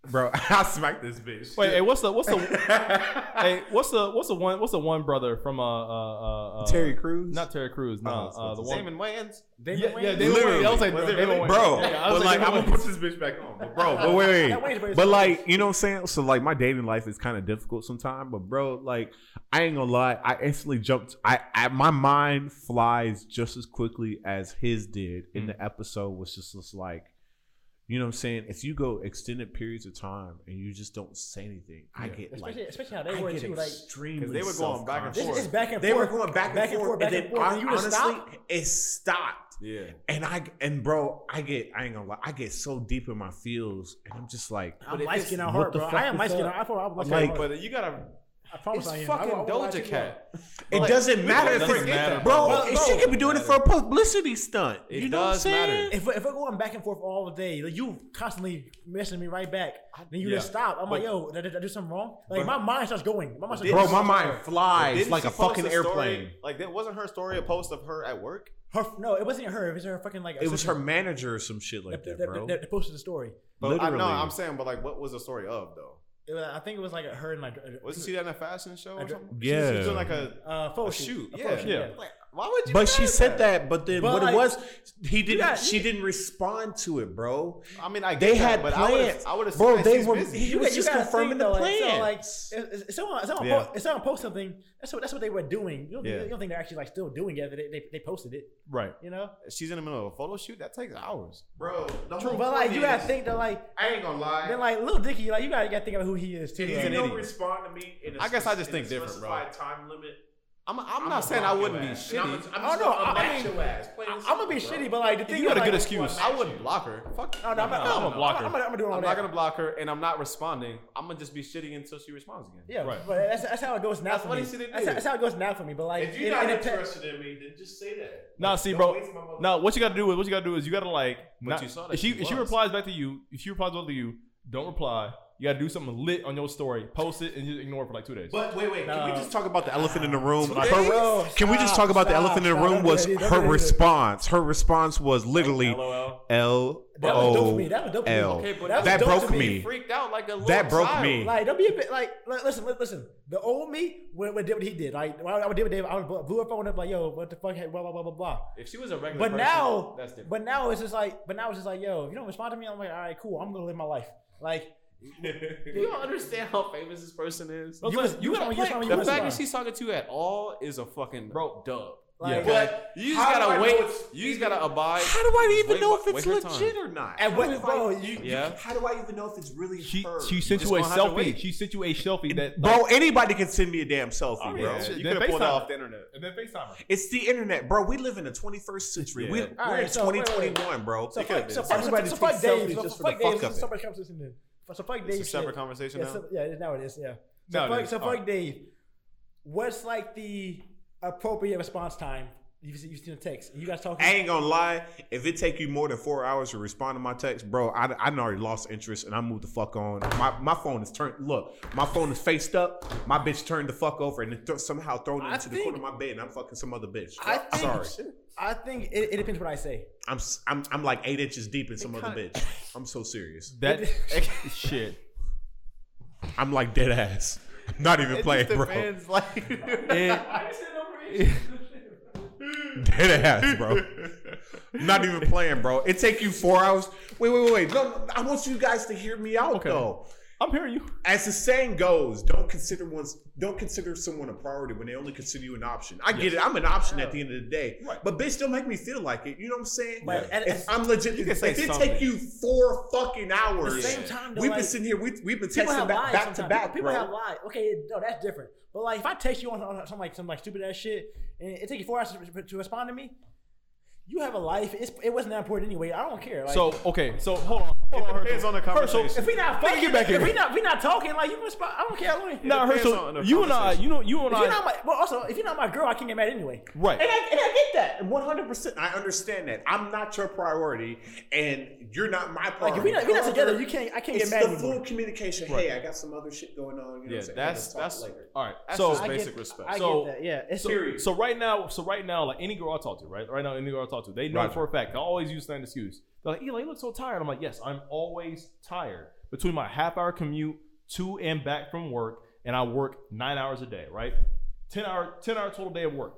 Speaker 3: bro I smacked this bitch
Speaker 2: Wait, hey, what's the what's the hey what's the what's the one what's the one brother from uh uh uh, uh
Speaker 3: Terry Crews
Speaker 2: Not Terry Crews, no,
Speaker 3: Oh,
Speaker 2: uh,
Speaker 3: that's what
Speaker 2: the
Speaker 3: it
Speaker 2: one.
Speaker 1: Damon Wayans.
Speaker 2: Yeah,
Speaker 4: David
Speaker 2: yeah,
Speaker 4: Wayne-
Speaker 2: David Wayne. I was like,
Speaker 1: Was it
Speaker 2: David
Speaker 1: really?
Speaker 2: Wayne.
Speaker 3: bro.
Speaker 2: Yeah, I was
Speaker 3: but like,
Speaker 2: David
Speaker 3: I'm gonna
Speaker 2: Wayne.
Speaker 3: put this bitch back on, but bro. But wait,
Speaker 4: That Wayne's
Speaker 3: wait.
Speaker 4: version
Speaker 3: But
Speaker 4: is-
Speaker 3: like, you know what I'm saying? So like, my dating life is kind of difficult sometimes. But bro, like, I ain't gonna lie. I instantly jumped. I, I my mind flies just as quickly as his did in
Speaker 1: Mm.
Speaker 3: the episode. Was just, just like. You know what I'm saying? If you go extended periods of time and you just don't say anything, I get like
Speaker 4: especially, especially how they
Speaker 3: I
Speaker 4: were
Speaker 3: get
Speaker 4: too. Like
Speaker 3: extremely
Speaker 1: 'Cause they were going back and
Speaker 3: self-conscious.
Speaker 4: this is back and
Speaker 3: They were
Speaker 4: forth.
Speaker 3: going back and, forth,
Speaker 4: back
Speaker 3: and
Speaker 4: and
Speaker 3: then
Speaker 4: forth. And you just
Speaker 3: honestly,
Speaker 4: stop.
Speaker 3: it stopped.
Speaker 1: Yeah.
Speaker 3: And I and bro, I get I ain't gonna lie, I get so deep in my feels, and I'm just like,
Speaker 4: I'm
Speaker 1: if
Speaker 4: light
Speaker 1: it's-
Speaker 4: skin out
Speaker 3: what
Speaker 4: hard,
Speaker 3: the
Speaker 4: bro.
Speaker 3: fuck
Speaker 4: I am
Speaker 3: is
Speaker 4: light skin
Speaker 3: up?
Speaker 4: out. I thought I'm light
Speaker 1: Okay,
Speaker 4: skin out.
Speaker 1: but you gotta.
Speaker 4: I promise
Speaker 1: It's
Speaker 4: I am.
Speaker 1: fucking
Speaker 4: I won't- I won't lie to
Speaker 1: Doja
Speaker 4: you.
Speaker 1: Cat.
Speaker 3: it
Speaker 1: Like,
Speaker 3: doesn't matter if
Speaker 1: doesn't
Speaker 3: it's
Speaker 1: matter.
Speaker 3: bro,
Speaker 1: Bro,
Speaker 3: she
Speaker 1: bro.
Speaker 3: could be doing it for a publicity stunt.
Speaker 1: It
Speaker 3: you know
Speaker 1: does
Speaker 3: what I'm saying?
Speaker 1: matter.
Speaker 4: If, if we're going back and forth all day, like you constantly messing me right back, then you
Speaker 2: Yeah.
Speaker 4: just stop. I'm like,
Speaker 2: But-
Speaker 4: yo, did, I- did I do something wrong? Like my mind starts going. My mind starts
Speaker 1: Bro,
Speaker 4: going.
Speaker 3: Bro, my mind flies
Speaker 1: Didn't
Speaker 3: like
Speaker 1: she
Speaker 3: a
Speaker 1: post
Speaker 3: fucking
Speaker 1: story-
Speaker 3: airplane.
Speaker 1: Like that wasn't her story a post of her at work?
Speaker 4: Her, no, it wasn't her. It was her fucking like.
Speaker 3: It was her
Speaker 4: assistant
Speaker 3: manager or some shit like that,
Speaker 4: that, that-
Speaker 3: bro.
Speaker 4: that- that posted the story.
Speaker 1: But I, no,
Speaker 3: Literally.
Speaker 1: I'm saying, but like, what was the story of though?
Speaker 4: It was, I think it was like her and like. uh,
Speaker 1: Wasn't she at a fashion show or
Speaker 4: I don't-
Speaker 1: something?
Speaker 3: Yeah.
Speaker 1: She was doing like a
Speaker 4: Uh, photo
Speaker 1: A shoot,
Speaker 4: A
Speaker 1: yeah.
Speaker 4: photo shoot,
Speaker 2: Yeah.
Speaker 4: yeah.
Speaker 1: like, Why would you?
Speaker 3: But
Speaker 1: say
Speaker 3: she said that. But then
Speaker 1: But
Speaker 3: what
Speaker 1: like-
Speaker 3: it was, he didn't.
Speaker 1: Yeah,
Speaker 3: she didn't respond to it, bro.
Speaker 1: I mean, I get
Speaker 3: they
Speaker 1: that,
Speaker 3: had
Speaker 1: but I would've-
Speaker 3: plans.
Speaker 1: I would've
Speaker 3: bro.
Speaker 1: said
Speaker 3: They
Speaker 1: she's
Speaker 3: were.
Speaker 1: busy.
Speaker 3: He
Speaker 1: You
Speaker 3: was
Speaker 1: got-
Speaker 3: just
Speaker 1: you gotta
Speaker 3: confirming
Speaker 1: think,
Speaker 3: the
Speaker 1: though,
Speaker 3: plan.
Speaker 4: like, so like, if, if someone, if someone,
Speaker 1: Yeah.
Speaker 4: post, if someone posts something, that's what that's what they were doing. You don't,
Speaker 1: Yeah.
Speaker 4: you don't think they're actually like still doing it? But they, they, they posted it,
Speaker 2: Right.
Speaker 4: you know.
Speaker 1: She's in the middle of a photo shoot. That takes hours.
Speaker 8: Bro, the
Speaker 4: True,
Speaker 8: whole
Speaker 4: but like
Speaker 8: point
Speaker 4: you gotta
Speaker 8: is-
Speaker 4: think that like
Speaker 8: I ain't gonna lie.
Speaker 4: then like little Dicky, like you gotta, gotta think about who he is too.
Speaker 8: If
Speaker 4: like,
Speaker 8: you
Speaker 1: an
Speaker 8: don't
Speaker 1: idiot.
Speaker 8: respond to me in a
Speaker 1: I guess I just
Speaker 8: spec-
Speaker 1: think
Speaker 8: in a
Speaker 1: different, bro.
Speaker 8: specified Time limit.
Speaker 1: I'm, I'm,
Speaker 8: I'ma
Speaker 1: not saying I
Speaker 8: block
Speaker 1: wouldn't be
Speaker 8: your ass. And I'ma-
Speaker 1: shitty.
Speaker 8: I'ma
Speaker 4: Oh,
Speaker 8: just
Speaker 4: no,
Speaker 8: unmatch
Speaker 4: I mean,
Speaker 8: your ass. Plain and
Speaker 4: I'm gonna be
Speaker 8: simple, bro.
Speaker 4: shitty, but like the thing
Speaker 1: If you
Speaker 4: is,
Speaker 1: had a
Speaker 4: like,
Speaker 1: good excuse, I
Speaker 8: match
Speaker 1: wouldn't
Speaker 8: you.
Speaker 1: block her. Fuck.
Speaker 4: No, no, I'm not.
Speaker 2: No, I'm a blocker.
Speaker 4: I'm, gonna- I'm gonna do all
Speaker 1: I'm
Speaker 4: that.
Speaker 1: not gonna block her, and I'm not responding. I'm gonna just be shitty until she responds again.
Speaker 4: Yeah,
Speaker 2: Right.
Speaker 4: but that's, that's how it goes now
Speaker 1: That's
Speaker 4: for
Speaker 1: what
Speaker 4: me.
Speaker 1: he should have
Speaker 4: That's,
Speaker 1: did.
Speaker 4: that's how it goes now for me. But like,
Speaker 8: If you're
Speaker 4: it-
Speaker 8: not
Speaker 4: it depends-
Speaker 8: interested in me, then just say that.
Speaker 2: Nah,
Speaker 8: Like,
Speaker 2: see,
Speaker 8: don't
Speaker 2: bro.
Speaker 8: waste my mother-
Speaker 2: No, what you got to do is what you got to do is you got to like.
Speaker 1: But
Speaker 2: not-
Speaker 1: you saw that
Speaker 2: if she,
Speaker 1: she
Speaker 2: if she
Speaker 1: was.
Speaker 2: replies back to you, if she replies back to you, don't reply. You got to do something lit on your story, post it, and just ignore it for like two days.
Speaker 8: But wait, wait. Can we
Speaker 4: No.
Speaker 8: just
Speaker 3: talk about the elephant in the room.
Speaker 1: Like,
Speaker 3: her-
Speaker 4: Bro,
Speaker 3: can we just talk about the
Speaker 4: stop,
Speaker 3: elephant in the
Speaker 4: stop,
Speaker 3: room?
Speaker 4: don't
Speaker 3: Was
Speaker 4: do that, don't
Speaker 3: her
Speaker 4: do that.
Speaker 3: response? Her response was literally
Speaker 2: LOL.
Speaker 3: L
Speaker 4: That was dope for me. That was
Speaker 3: O
Speaker 4: dope for me.
Speaker 3: Oh, L.
Speaker 4: Okay, but
Speaker 3: That
Speaker 4: that was dope
Speaker 3: broke
Speaker 4: to me.
Speaker 3: me.
Speaker 1: freaked out like a little
Speaker 3: That broke
Speaker 1: child.
Speaker 3: me.
Speaker 4: Like, don't be a bit like. li- Listen, li- listen. The old me would would did what he did. Like, when I would did what Dave. I would bl- blew her phone up. Like, yo, what the fuck? hey, Blah blah blah blah blah.
Speaker 1: If she was a regular, person,
Speaker 4: But now,
Speaker 1: that's different.
Speaker 4: but now it's just like, but now it's just like, yo, if you don't respond to me, I'm like, all right, cool. I'm gonna live my life. Like,
Speaker 1: you don't understand how famous this person is.
Speaker 4: you was you was on you was on you
Speaker 1: the
Speaker 4: was
Speaker 1: fact that
Speaker 4: on.
Speaker 1: she's talking to you at all is a fucking bro dub.
Speaker 4: Like,
Speaker 8: But
Speaker 1: You
Speaker 8: How
Speaker 1: just
Speaker 8: do I
Speaker 1: gotta
Speaker 8: know
Speaker 1: wait.
Speaker 8: it's-
Speaker 1: You just gotta abide.
Speaker 3: How do I even
Speaker 1: Wait,
Speaker 3: know
Speaker 1: wait,
Speaker 3: if it's
Speaker 1: wait her time.
Speaker 3: legit or not?
Speaker 4: At what, bro? You,
Speaker 1: Yeah.
Speaker 3: How do I even know if it's really
Speaker 2: She
Speaker 3: her?
Speaker 2: she sent
Speaker 1: just
Speaker 2: you a
Speaker 1: gonna have to
Speaker 2: selfie.
Speaker 1: wait.
Speaker 2: She sent you a selfie that
Speaker 3: bro,
Speaker 2: like,
Speaker 3: anybody can send me a damn selfie,
Speaker 2: Oh,
Speaker 3: bro.
Speaker 2: yeah.
Speaker 1: You
Speaker 2: Shit,
Speaker 1: could
Speaker 2: that
Speaker 1: have pulled that
Speaker 2: FaceTime.
Speaker 1: off the internet.
Speaker 2: and then FaceTime her.
Speaker 3: It's the internet, bro. We live in the 21st century. We,
Speaker 1: Yeah.
Speaker 3: we're
Speaker 4: All right,
Speaker 3: in
Speaker 4: so wait, wait, wait.
Speaker 3: 2021, bro.
Speaker 4: So fuck, so fuck,
Speaker 3: Everybody
Speaker 4: so
Speaker 3: takes
Speaker 4: fuck Dave.
Speaker 3: selfies
Speaker 4: So
Speaker 3: just for the fuck
Speaker 4: fuck Dave.
Speaker 3: of
Speaker 4: So
Speaker 3: it.
Speaker 4: somebody comes listening in. So fuck
Speaker 1: It's
Speaker 4: Dave.
Speaker 1: a separate
Speaker 4: shit.
Speaker 1: conversation
Speaker 4: Yeah,
Speaker 1: now.
Speaker 4: so, yeah, it- now it is. Yeah. So
Speaker 2: Now it
Speaker 4: fuck,
Speaker 2: is.
Speaker 4: so fuck
Speaker 2: Alright.
Speaker 4: Dave. What's like the appropriate response time? You've seen, you've seen a text. You guys talking?
Speaker 3: I ain't gonna lie. If it take you more than four hours to respond to my text, bro, I, I done already lost interest and I moved the fuck on. My my phone is turned. Look, my phone is faced up. My bitch turned the fuck over and it th- somehow thrown it
Speaker 4: I
Speaker 3: into the
Speaker 4: think-
Speaker 3: corner of my bed and I'm fucking some other bitch.
Speaker 4: I
Speaker 3: I'm
Speaker 4: think-
Speaker 3: sorry.
Speaker 4: I think it, it depends what I say.
Speaker 3: I'm, s- I'm I'm like eight inches deep in some other bitch. I'm so serious.
Speaker 2: That shit.
Speaker 3: I'm like dead ass. I'm not even playing, bro.
Speaker 1: Depends, like
Speaker 2: It,
Speaker 3: Dead ass, bro. Not even playing, bro. It take you four hours. Wait, wait, wait, wait. No, no, I want you guys to hear me out
Speaker 2: Okay.
Speaker 3: though.
Speaker 2: I'm hearing you.
Speaker 3: As the saying goes, don't consider one's don't consider someone a priority when they only consider you an option. I get it. I'm an option at the end of the day. But bitch, don't make me feel like it. You know what I'm saying?
Speaker 4: But at-
Speaker 3: if I'm legit,
Speaker 1: can
Speaker 3: if
Speaker 1: say
Speaker 3: it
Speaker 1: something.
Speaker 3: take you four fucking hours,
Speaker 4: At the same time, though,
Speaker 3: we've
Speaker 4: like,
Speaker 3: been sitting here, we, we've been
Speaker 4: people
Speaker 3: texting
Speaker 4: have
Speaker 3: back,
Speaker 4: lied
Speaker 3: back to
Speaker 4: sometimes.
Speaker 3: back,
Speaker 4: people
Speaker 3: bro.
Speaker 4: have lied. Okay, no, that's different. But like, if I text you on, on some like some like stupid ass shit, and it takes you four hours to, to respond to me, you have a life. It's, it wasn't that important anyway. I don't care. Like,
Speaker 2: So okay, so hold on. Hold on
Speaker 1: depends on the
Speaker 2: Herschel.
Speaker 1: conversation.
Speaker 4: if we not fucking,
Speaker 2: get back here.
Speaker 4: if we not we not talking, like you can respond. I don't care. I don't even-
Speaker 2: Now
Speaker 1: It depends on
Speaker 2: Herschel,
Speaker 1: the
Speaker 2: you and I, you know, you and
Speaker 4: If
Speaker 2: I,
Speaker 4: you're not my, well, also if you're not my girl, I can't get mad anyway.
Speaker 2: right?
Speaker 3: And I, and I get that, and one hundred percent. I understand that. I'm not your priority, and you're not my priority.
Speaker 4: Like if we not, if we not
Speaker 3: However,
Speaker 4: together, you can't. I can't
Speaker 3: It's
Speaker 4: get mad
Speaker 3: the
Speaker 4: anymore.
Speaker 3: full communication. Hey, I got some other shit going on. You know
Speaker 1: Yeah,
Speaker 3: what I'm saying?
Speaker 1: that's-
Speaker 3: We'll talk
Speaker 1: that's-
Speaker 3: later.
Speaker 2: All right.
Speaker 1: That's
Speaker 2: so
Speaker 1: just
Speaker 4: I
Speaker 1: basic
Speaker 4: get,
Speaker 1: respect.
Speaker 4: I
Speaker 2: So-
Speaker 4: get that. Yeah, it's
Speaker 2: So,
Speaker 3: Period.
Speaker 2: so right now, so right now, like any girl I talk to, right? Right now, any girl I talk to, they know
Speaker 3: Roger.
Speaker 2: for a fact. I always use that excuse. They're like, Eli, you look so tired. I'm like, yes, I'm always tired. Between my half hour commute to and back from work, and I work nine hours a day, right? Ten hour, ten hour total day of work.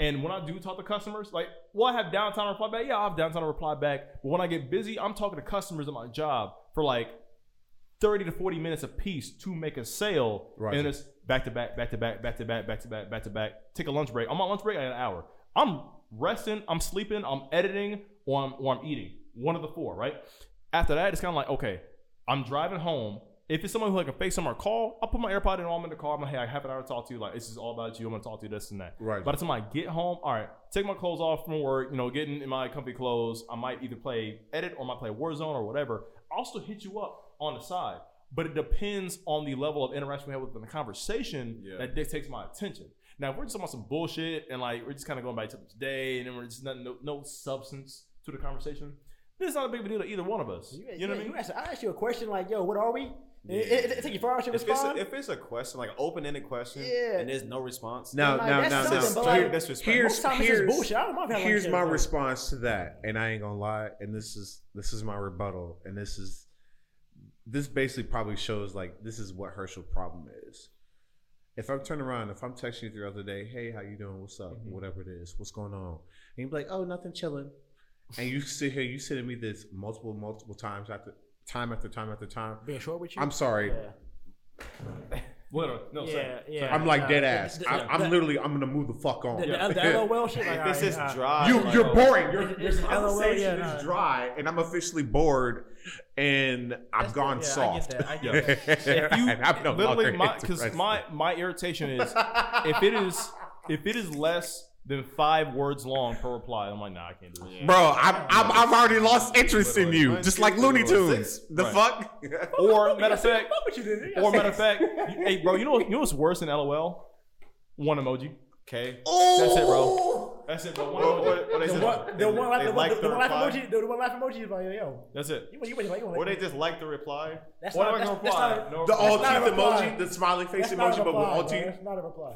Speaker 2: And when I do talk to customers, like, well, I have downtime to reply back. Yeah, I have downtime to reply back. But when I get busy, I'm talking to customers at my job for like 30 to 40 minutes a piece to make a sale.
Speaker 7: Right.
Speaker 2: And it's back to back, back to back, back to back, back to back, back to back. Take a lunch break. On my lunch break, I had an hour. I'm resting, I'm sleeping, I'm editing, or I'm, or I'm eating. One of the four, right? After that, it's kind of like, okay, I'm driving home. If it's someone who I can face someone or call, I'll put my AirPod in while I'm in the car. I'm like, hey, I have an hour to talk to you. Like, this is all about you. I'm going to talk to you this and that.
Speaker 7: Right.
Speaker 2: By the time I get home, all right, take my clothes off from work, you know, getting in my comfy clothes. I might either play Edit or I might play Warzone or whatever. I'll still hit you up on the side, but it depends on the level of interaction we have within the conversation
Speaker 1: Yeah.
Speaker 2: that dictates my attention. Now, if we're just talking about some bullshit and like we're just kind of going by each other's day and then we're just nothing, no, no substance to the conversation, then it's not a big deal to either one of us. You, know what I mean?
Speaker 4: asked, I asked you a question like, "Yo, what are we?" It, it, it, it take you four hours to
Speaker 1: If it's, a,
Speaker 4: respond.
Speaker 1: if it's a question, like an open-ended question,
Speaker 4: Yeah.
Speaker 1: and there's no response,
Speaker 3: Now,
Speaker 4: Like,
Speaker 3: now,
Speaker 4: that's
Speaker 3: now,
Speaker 4: something,
Speaker 3: now.
Speaker 4: but like-
Speaker 3: here-
Speaker 1: disrespect.
Speaker 3: here's
Speaker 4: Most times it's
Speaker 3: here's,
Speaker 4: just bullshit. I don't mind if I like
Speaker 3: here's
Speaker 4: shit,
Speaker 3: my
Speaker 4: but-
Speaker 3: response to that, and I ain't gonna lie. And this is this is my rebuttal, and this is this basically probably shows like this is what Herschel's problem is. If I'm turning around, if I'm texting you the other day, hey, how you doing? What's up?
Speaker 4: Mm-hmm.
Speaker 3: Whatever it is, what's going on? And you be like, oh, nothing, chilling. And you sit here, you sending me this multiple, multiple times after time after time after time.
Speaker 4: Being short with you?
Speaker 3: I'm sorry.
Speaker 4: Yeah.
Speaker 2: Literally, no,
Speaker 4: Yeah,
Speaker 2: same.
Speaker 4: yeah.
Speaker 2: Same.
Speaker 3: I'm like
Speaker 4: Nah,
Speaker 3: dead
Speaker 4: the-
Speaker 3: ass.
Speaker 4: the-
Speaker 3: I, I'm
Speaker 4: the-
Speaker 3: literally, I'm gonna move the fuck on.
Speaker 4: The, the, the LOL shit. Like,
Speaker 1: This is
Speaker 4: alright,
Speaker 1: dry.
Speaker 3: You,
Speaker 1: like- oh,
Speaker 3: you're boring. Your,
Speaker 4: It's-
Speaker 3: your
Speaker 4: it's LOL, yeah,
Speaker 3: conversation
Speaker 4: no, no.
Speaker 3: is dry, and I'm officially bored, and I've
Speaker 17: yeah, I
Speaker 3: gone
Speaker 17: get
Speaker 3: soft.
Speaker 17: that. I get that.
Speaker 3: If
Speaker 2: you-
Speaker 3: I'm no
Speaker 2: literally
Speaker 3: longer
Speaker 2: my because
Speaker 3: interested.
Speaker 2: my my irritation is if it is if it is less than five words long per reply, I'm like, nah, I can't do this.
Speaker 3: bro, I'm, I'm I've already lost interest in you,
Speaker 1: Mine's
Speaker 3: just like Looney
Speaker 1: literally
Speaker 3: Tunes.
Speaker 1: six.
Speaker 3: The
Speaker 2: Right.
Speaker 3: fuck?
Speaker 2: Or matter of fact,
Speaker 17: Fuck what you did.
Speaker 2: or matter of fact, you- hey bro, you know you know what's worse than LOL? One emoji.
Speaker 1: Okay.
Speaker 2: That's it, bro. That's it, bro. One
Speaker 1: Or-
Speaker 2: emoji.
Speaker 1: or- or they
Speaker 4: The
Speaker 1: just-
Speaker 4: one,
Speaker 1: they-
Speaker 4: the one,
Speaker 1: they
Speaker 4: like, the,
Speaker 1: like
Speaker 4: the, the
Speaker 1: the
Speaker 4: one laugh
Speaker 1: reply.
Speaker 4: emoji, the, the one laugh emoji is like, yo, yo,
Speaker 2: That's it.
Speaker 4: you, you, you, you, you,
Speaker 1: Or they just like the reply.
Speaker 4: that's
Speaker 2: What
Speaker 4: not,
Speaker 2: am I
Speaker 4: that's,
Speaker 2: gonna
Speaker 4: that's
Speaker 2: reply?
Speaker 4: not, a,
Speaker 2: No
Speaker 3: The
Speaker 2: reply.
Speaker 3: all teeth
Speaker 4: not a reply.
Speaker 3: emoji, the smiley face
Speaker 4: that's not
Speaker 3: emoji,
Speaker 4: a
Speaker 3: but with
Speaker 4: reply,
Speaker 3: all
Speaker 4: bro.
Speaker 3: teeth.
Speaker 4: That's not a reply.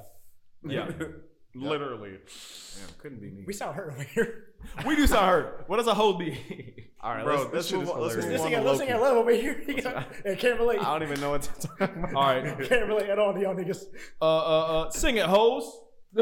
Speaker 2: Yeah.
Speaker 3: Literally.
Speaker 1: couldn't be me.
Speaker 4: We sound hurt over here.
Speaker 2: We do sound hurt. What does a hoe be?
Speaker 1: All right,
Speaker 3: Bro,
Speaker 1: let's,
Speaker 3: this
Speaker 1: let's
Speaker 3: shit
Speaker 1: move
Speaker 3: is
Speaker 1: on. Let's
Speaker 3: hilarious.
Speaker 1: move
Speaker 4: This
Speaker 1: on
Speaker 4: nigga,
Speaker 1: to
Speaker 4: this
Speaker 1: Loki.
Speaker 4: nigga love over here. He can't relate.
Speaker 1: I don't even know what to talk about.
Speaker 2: All right.
Speaker 4: Can't relate at all to y'all niggas.
Speaker 2: Uh uh uh sing it, hoes.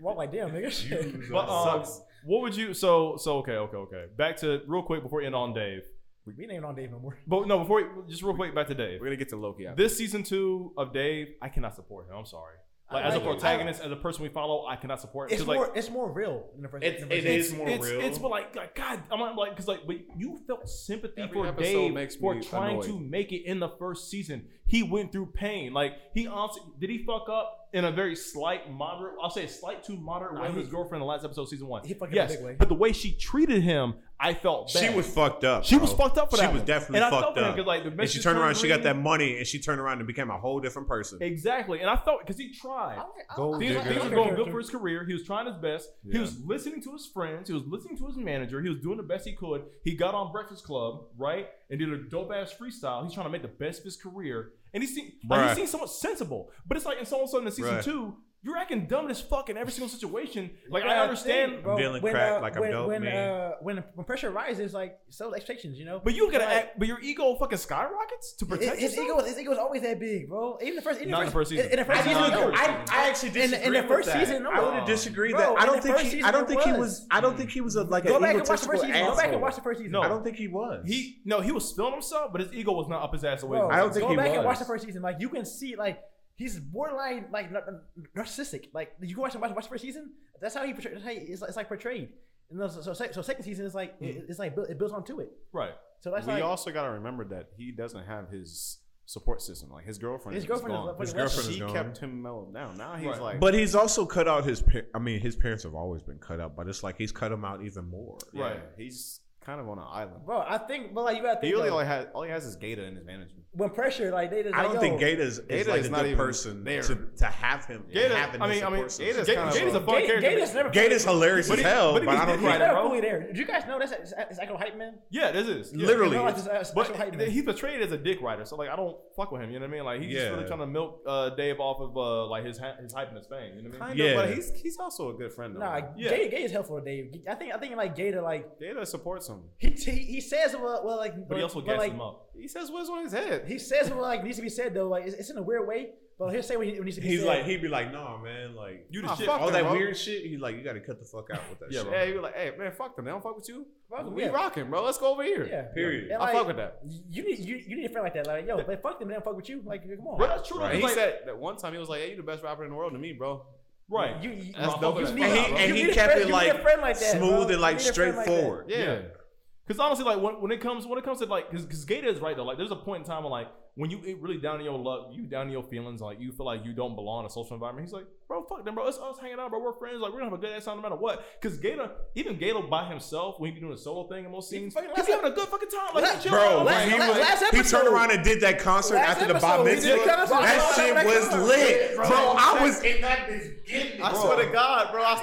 Speaker 4: Walk like damn nigga. Shit.
Speaker 2: But um,
Speaker 1: Sucks.
Speaker 2: what would you? So so okay okay okay. Back to real quick before we end on Dave.
Speaker 4: We ain't on Dave no more.
Speaker 2: But no, before we, just real quick back to Dave.
Speaker 1: We're gonna get to Loki after.
Speaker 2: This season two of Dave, I cannot support him. I'm sorry. Like
Speaker 4: I
Speaker 2: as a
Speaker 4: like it.
Speaker 2: protagonist, as a person we follow, I cannot support him.
Speaker 17: It's
Speaker 2: 'Cause, like,
Speaker 17: more. It's more real than the first.
Speaker 3: It,
Speaker 17: than the
Speaker 3: it
Speaker 17: first-
Speaker 3: is more
Speaker 2: it's,
Speaker 3: real.
Speaker 2: It's but like, like God, I'm not, like because like but you felt sympathy
Speaker 1: Every
Speaker 2: for
Speaker 1: episode
Speaker 2: Dave
Speaker 1: makes
Speaker 2: for
Speaker 1: me
Speaker 2: trying to
Speaker 1: annoyed.
Speaker 2: make it in the first season. He went through pain. Like he honestly did he fuck up in a very slight, moderate. I'll say a slight to moderate way
Speaker 4: Nah,
Speaker 2: with
Speaker 4: he-
Speaker 2: his girlfriend in the last episode, of season one.
Speaker 4: He fucking
Speaker 2: yes,
Speaker 4: big way.
Speaker 2: but the way she treated him, I felt bad.
Speaker 3: she was fucked up.
Speaker 2: she was
Speaker 3: bro.
Speaker 2: fucked up for
Speaker 3: She
Speaker 2: that.
Speaker 3: was
Speaker 2: one.
Speaker 3: definitely
Speaker 2: and I felt
Speaker 3: fucked
Speaker 2: for him
Speaker 3: up.
Speaker 2: 'cause, like the
Speaker 3: And she
Speaker 2: message
Speaker 3: turned around, she got
Speaker 2: green-
Speaker 3: that money, and she turned around and became a whole different person.
Speaker 2: Exactly, and I felt because he tried.
Speaker 3: Gold
Speaker 2: Things,
Speaker 3: digger.
Speaker 2: things were going good for his career. He was trying his best. He
Speaker 1: Yeah.
Speaker 2: was listening to his friends. He was listening to his manager. He was doing the best he could. He got on Breakfast Club, right? And did a dope ass freestyle. He's trying to make the best of his career. And he seemed like he
Speaker 3: Bruh.
Speaker 2: seemed somewhat sensible. But it's like in so and so in season
Speaker 3: Bruh.
Speaker 2: two, you're acting dumb as fuck in every single situation. Like
Speaker 4: Yeah,
Speaker 2: I understand,
Speaker 4: think,
Speaker 3: I'm dealing crack like I'm
Speaker 4: when,
Speaker 3: dope,
Speaker 4: when,
Speaker 3: man.
Speaker 4: Uh, when when pressure rises, like so expectations, you know.
Speaker 2: but you gotta
Speaker 4: Like,
Speaker 2: act. But your ego fucking skyrockets to protect
Speaker 4: His, his
Speaker 2: yourself.
Speaker 4: ego, his ego was always that big, bro. Even the first, even
Speaker 2: Not
Speaker 4: the
Speaker 2: in the
Speaker 4: first,
Speaker 2: first season.
Speaker 4: In, in the first
Speaker 2: I
Speaker 4: season,
Speaker 2: disagree.
Speaker 4: no, I,
Speaker 3: I, I actually
Speaker 4: in,
Speaker 3: disagree
Speaker 4: in the
Speaker 3: with
Speaker 4: first
Speaker 3: that.
Speaker 4: season, no,
Speaker 3: I would have disagreed that.
Speaker 4: Bro,
Speaker 3: I
Speaker 4: in
Speaker 3: don't
Speaker 4: the
Speaker 3: think
Speaker 4: first
Speaker 3: he.
Speaker 4: season
Speaker 3: I don't
Speaker 4: it
Speaker 3: think he
Speaker 4: was.
Speaker 3: was. I don't think he was a, like
Speaker 4: Go
Speaker 3: an
Speaker 4: back and watch the
Speaker 3: egotistical
Speaker 4: first season. Go back and
Speaker 3: asshole.
Speaker 4: watch the first season.
Speaker 2: No.
Speaker 3: I don't think he was.
Speaker 2: He no, he was feeling himself, but his ego was not up his ass away.
Speaker 4: Bro,
Speaker 3: I don't think
Speaker 4: go
Speaker 3: he
Speaker 4: back and
Speaker 3: was.
Speaker 4: watch the first season. Like you can see, like he's borderline like nar- narcissistic. Like you can watch watch, watch the first season. That's how he portrayed. That's how he, it's, like- it's like portrayed. And then, so, so, sec- so second season is like it- it's like built- it builds onto it.
Speaker 2: right.
Speaker 4: So that's
Speaker 1: we
Speaker 4: like
Speaker 1: also gotta remember that he doesn't have his support system. Like his girlfriend.
Speaker 4: His
Speaker 1: is
Speaker 4: girlfriend is
Speaker 1: gone.
Speaker 4: like fucking
Speaker 3: His girlfriend
Speaker 1: She
Speaker 3: is gone.
Speaker 1: kept him mellowed down. Now he's
Speaker 2: Right.
Speaker 1: like.
Speaker 3: But he's also cut out his. Pa- I mean, his parents have always been cut out, but it's like he's cut him out even more.
Speaker 1: yeah,
Speaker 2: Right.
Speaker 1: He's kind of on an island.
Speaker 4: bro. I think, but like you gotta
Speaker 1: He
Speaker 4: think
Speaker 1: really
Speaker 4: though,
Speaker 1: only has all he has is Gata in his management.
Speaker 4: when pressure like they just
Speaker 3: I
Speaker 4: like,
Speaker 3: don't
Speaker 4: yo,
Speaker 3: think Gata is, is
Speaker 1: Gata
Speaker 3: like
Speaker 1: is
Speaker 3: a
Speaker 1: not
Speaker 3: good
Speaker 1: even
Speaker 3: person
Speaker 1: there.
Speaker 3: to, to have him.
Speaker 1: Gata-
Speaker 3: having
Speaker 2: I mean,
Speaker 3: this
Speaker 2: I mean,
Speaker 3: support system.
Speaker 1: Gata's
Speaker 2: Ga-
Speaker 1: kind
Speaker 2: Gata's a
Speaker 1: of.
Speaker 2: fun
Speaker 4: Gata-
Speaker 2: character.
Speaker 4: Gata's never
Speaker 3: Gata's hilarious
Speaker 2: But
Speaker 3: as
Speaker 2: he-
Speaker 3: hell,
Speaker 2: but
Speaker 3: but,
Speaker 2: he
Speaker 3: I
Speaker 2: did
Speaker 3: don't
Speaker 4: He's
Speaker 3: think
Speaker 2: right.
Speaker 4: never
Speaker 2: bro.
Speaker 4: fully there. Did you guys know that's it's, it's actual hype man?
Speaker 2: yeah, this is yeah.
Speaker 3: Literally.
Speaker 4: No, it's, it's
Speaker 2: But
Speaker 4: actual hype man.
Speaker 2: th- he's portrayed as a dick writer, so like I don't fuck with him. You know what I mean? Like he's just really
Speaker 3: Yeah.
Speaker 2: trying to milk uh, Dave off of uh, like his ha- his hype and his fame. You know what I mean?
Speaker 1: Kind of, but
Speaker 3: Yeah.
Speaker 1: he's he's also a good friend. Though.
Speaker 4: Nah,
Speaker 2: Yeah.
Speaker 4: Gay, Gay is helpful to Dave. I think I think like Gator like
Speaker 1: Gata supports him.
Speaker 4: he he, he says well, well like
Speaker 2: But he also
Speaker 4: well,
Speaker 2: gassed
Speaker 4: like,
Speaker 2: him up.
Speaker 1: He says what's on his head.
Speaker 4: he says what like needs to be said though like it's, it's in a weird way but he'll say what, he, what needs to be
Speaker 3: He's
Speaker 4: said.
Speaker 3: like he'd be like, no, man, like
Speaker 2: You the
Speaker 1: Nah,
Speaker 2: shit.
Speaker 1: fuck
Speaker 3: all
Speaker 1: him,
Speaker 3: that
Speaker 1: bro.
Speaker 3: weird shit. He's like, you got to cut the fuck out with that
Speaker 2: Yeah,
Speaker 3: shit.
Speaker 2: bro.
Speaker 1: Yeah, you're like, hey man, fuck them. They don't fuck with you.
Speaker 4: Fuck 'em,
Speaker 1: we
Speaker 4: yeah.
Speaker 1: rocking, bro. Let's go over here.
Speaker 4: yeah
Speaker 3: Period.
Speaker 4: And,
Speaker 1: I
Speaker 4: like,
Speaker 1: fuck with that.
Speaker 4: you need you, you need a friend like that like yo but fuck them they don't fuck with you like come on
Speaker 2: Bro, that's true.
Speaker 1: Right.
Speaker 2: He's
Speaker 1: He
Speaker 2: like,
Speaker 1: said that one time he was like, "Hey, you the best rapper in the world to me, bro."
Speaker 2: right.
Speaker 4: you, you,
Speaker 1: That's
Speaker 4: you
Speaker 1: dope
Speaker 4: need-
Speaker 1: as fuck,
Speaker 4: you
Speaker 3: And he,
Speaker 4: need
Speaker 1: bro.
Speaker 4: a
Speaker 3: and he
Speaker 4: friend-
Speaker 3: kept
Speaker 4: you
Speaker 3: it
Speaker 4: need a
Speaker 3: like
Speaker 4: friend like that, bro.
Speaker 3: smooth
Speaker 4: You
Speaker 3: and like
Speaker 4: need a friend like that.
Speaker 3: straightforward.
Speaker 1: Yeah.
Speaker 2: Yeah. Because honestly, like when, when it comes when it comes to like because Gator is right though. Like there's a point in time where like when you it really down in your luck, you down in your feelings, like you feel like you don't belong in a social environment. He's like, bro, fuck them, bro. It's us hanging out, bro. We're friends. Like we're gonna have a good ass time no matter what. Because Gator, even Gator by himself, when he be doing a solo thing in most scenes,
Speaker 4: fucking-
Speaker 2: he's having a good fucking time. Like he's chilling
Speaker 3: Bro,
Speaker 2: out.
Speaker 3: when he,
Speaker 4: last-
Speaker 3: was,
Speaker 4: last
Speaker 3: he
Speaker 4: episode-
Speaker 3: turned around and did that concert
Speaker 4: Last
Speaker 3: after the Bob
Speaker 4: episode, he
Speaker 3: Mitzvah.
Speaker 4: did a concert.
Speaker 3: That shit
Speaker 4: That
Speaker 3: was
Speaker 4: concert.
Speaker 3: lit, bro. I was
Speaker 10: in that bitch getting it.
Speaker 1: I swear to God, bro. I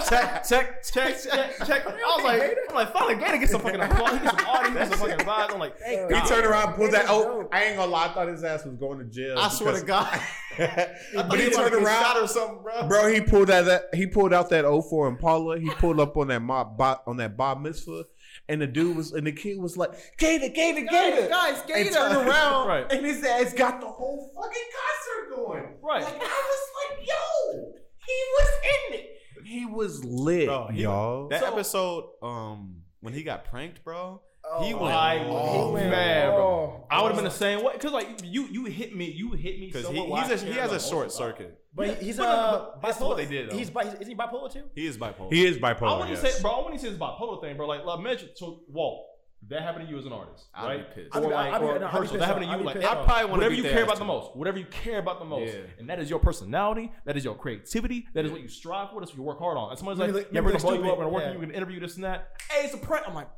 Speaker 1: still check, check, check, check, check. I was like, I'm like, finally, Gator gets
Speaker 2: some fucking applause, he gets some audience, he gets some fucking vibes. I'm like,
Speaker 4: Thank
Speaker 3: He
Speaker 4: God.
Speaker 3: turned around, and pulled that.
Speaker 4: That's
Speaker 3: Oh,
Speaker 4: dope.
Speaker 3: I ain't gonna lie. I thought his ass was going to jail.
Speaker 1: I swear to God.
Speaker 3: God.
Speaker 1: But
Speaker 3: but
Speaker 1: he
Speaker 3: he
Speaker 1: about to
Speaker 3: turned
Speaker 1: get shot
Speaker 3: around,
Speaker 1: or something, bro.
Speaker 3: bro. He pulled that. that- He pulled out that 04 Impala. He pulled up on that mob bot on that Bob Mitzvah, And the dude was, and the kid was like, Gator, Gator,
Speaker 10: Guys,
Speaker 3: Gator.
Speaker 10: guys,
Speaker 3: And
Speaker 10: Gator.
Speaker 3: turned around,
Speaker 2: Right.
Speaker 3: and his ass got the whole
Speaker 10: fucking concert going.
Speaker 2: Right.
Speaker 10: Like I was like, yo, he was in it.
Speaker 3: He was lit,
Speaker 1: Bro, he-
Speaker 3: y'all.
Speaker 1: That episode, um, when he got pranked, bro,
Speaker 4: Oh
Speaker 1: he went
Speaker 2: I
Speaker 1: off.
Speaker 2: oh, man, bro. I would have been the same way because like you you hit me you hit me
Speaker 1: Because
Speaker 2: because
Speaker 1: he, he's a, he has a short circuit.
Speaker 4: But he's
Speaker 2: But
Speaker 4: uh,
Speaker 2: no, but that's what they did, though.
Speaker 4: He's bi- isn't he bipolar too?
Speaker 1: He is bipolar.
Speaker 3: he is
Speaker 2: I
Speaker 3: bipolar.
Speaker 2: want to
Speaker 3: yes.
Speaker 2: say bro I want to say this bipolar thing bro like, like imagine so Walt that happened to you as an artist
Speaker 1: I'd
Speaker 2: right
Speaker 1: be pissed.
Speaker 2: or
Speaker 4: I'd be-
Speaker 2: like
Speaker 4: I'd be-
Speaker 2: or
Speaker 4: no, I'd be
Speaker 2: Herschel that
Speaker 4: pissed
Speaker 2: happened to
Speaker 4: off.
Speaker 2: you
Speaker 4: I'd
Speaker 2: like
Speaker 4: be
Speaker 1: I
Speaker 4: pissed
Speaker 2: that-
Speaker 4: off.
Speaker 1: probably want to
Speaker 2: whatever you care about the most whatever you care about the most
Speaker 1: Yeah.
Speaker 2: and that is your personality that is your creativity that is what you strive for that's what you work hard on and somebody's like
Speaker 4: Maybe they-
Speaker 2: yeah we're
Speaker 4: maybe
Speaker 2: gonna blow
Speaker 4: they're
Speaker 2: you up we're gonna
Speaker 4: stupid.
Speaker 2: work
Speaker 4: Yeah.
Speaker 2: you we're gonna interview this and that hey it's a prank I'm like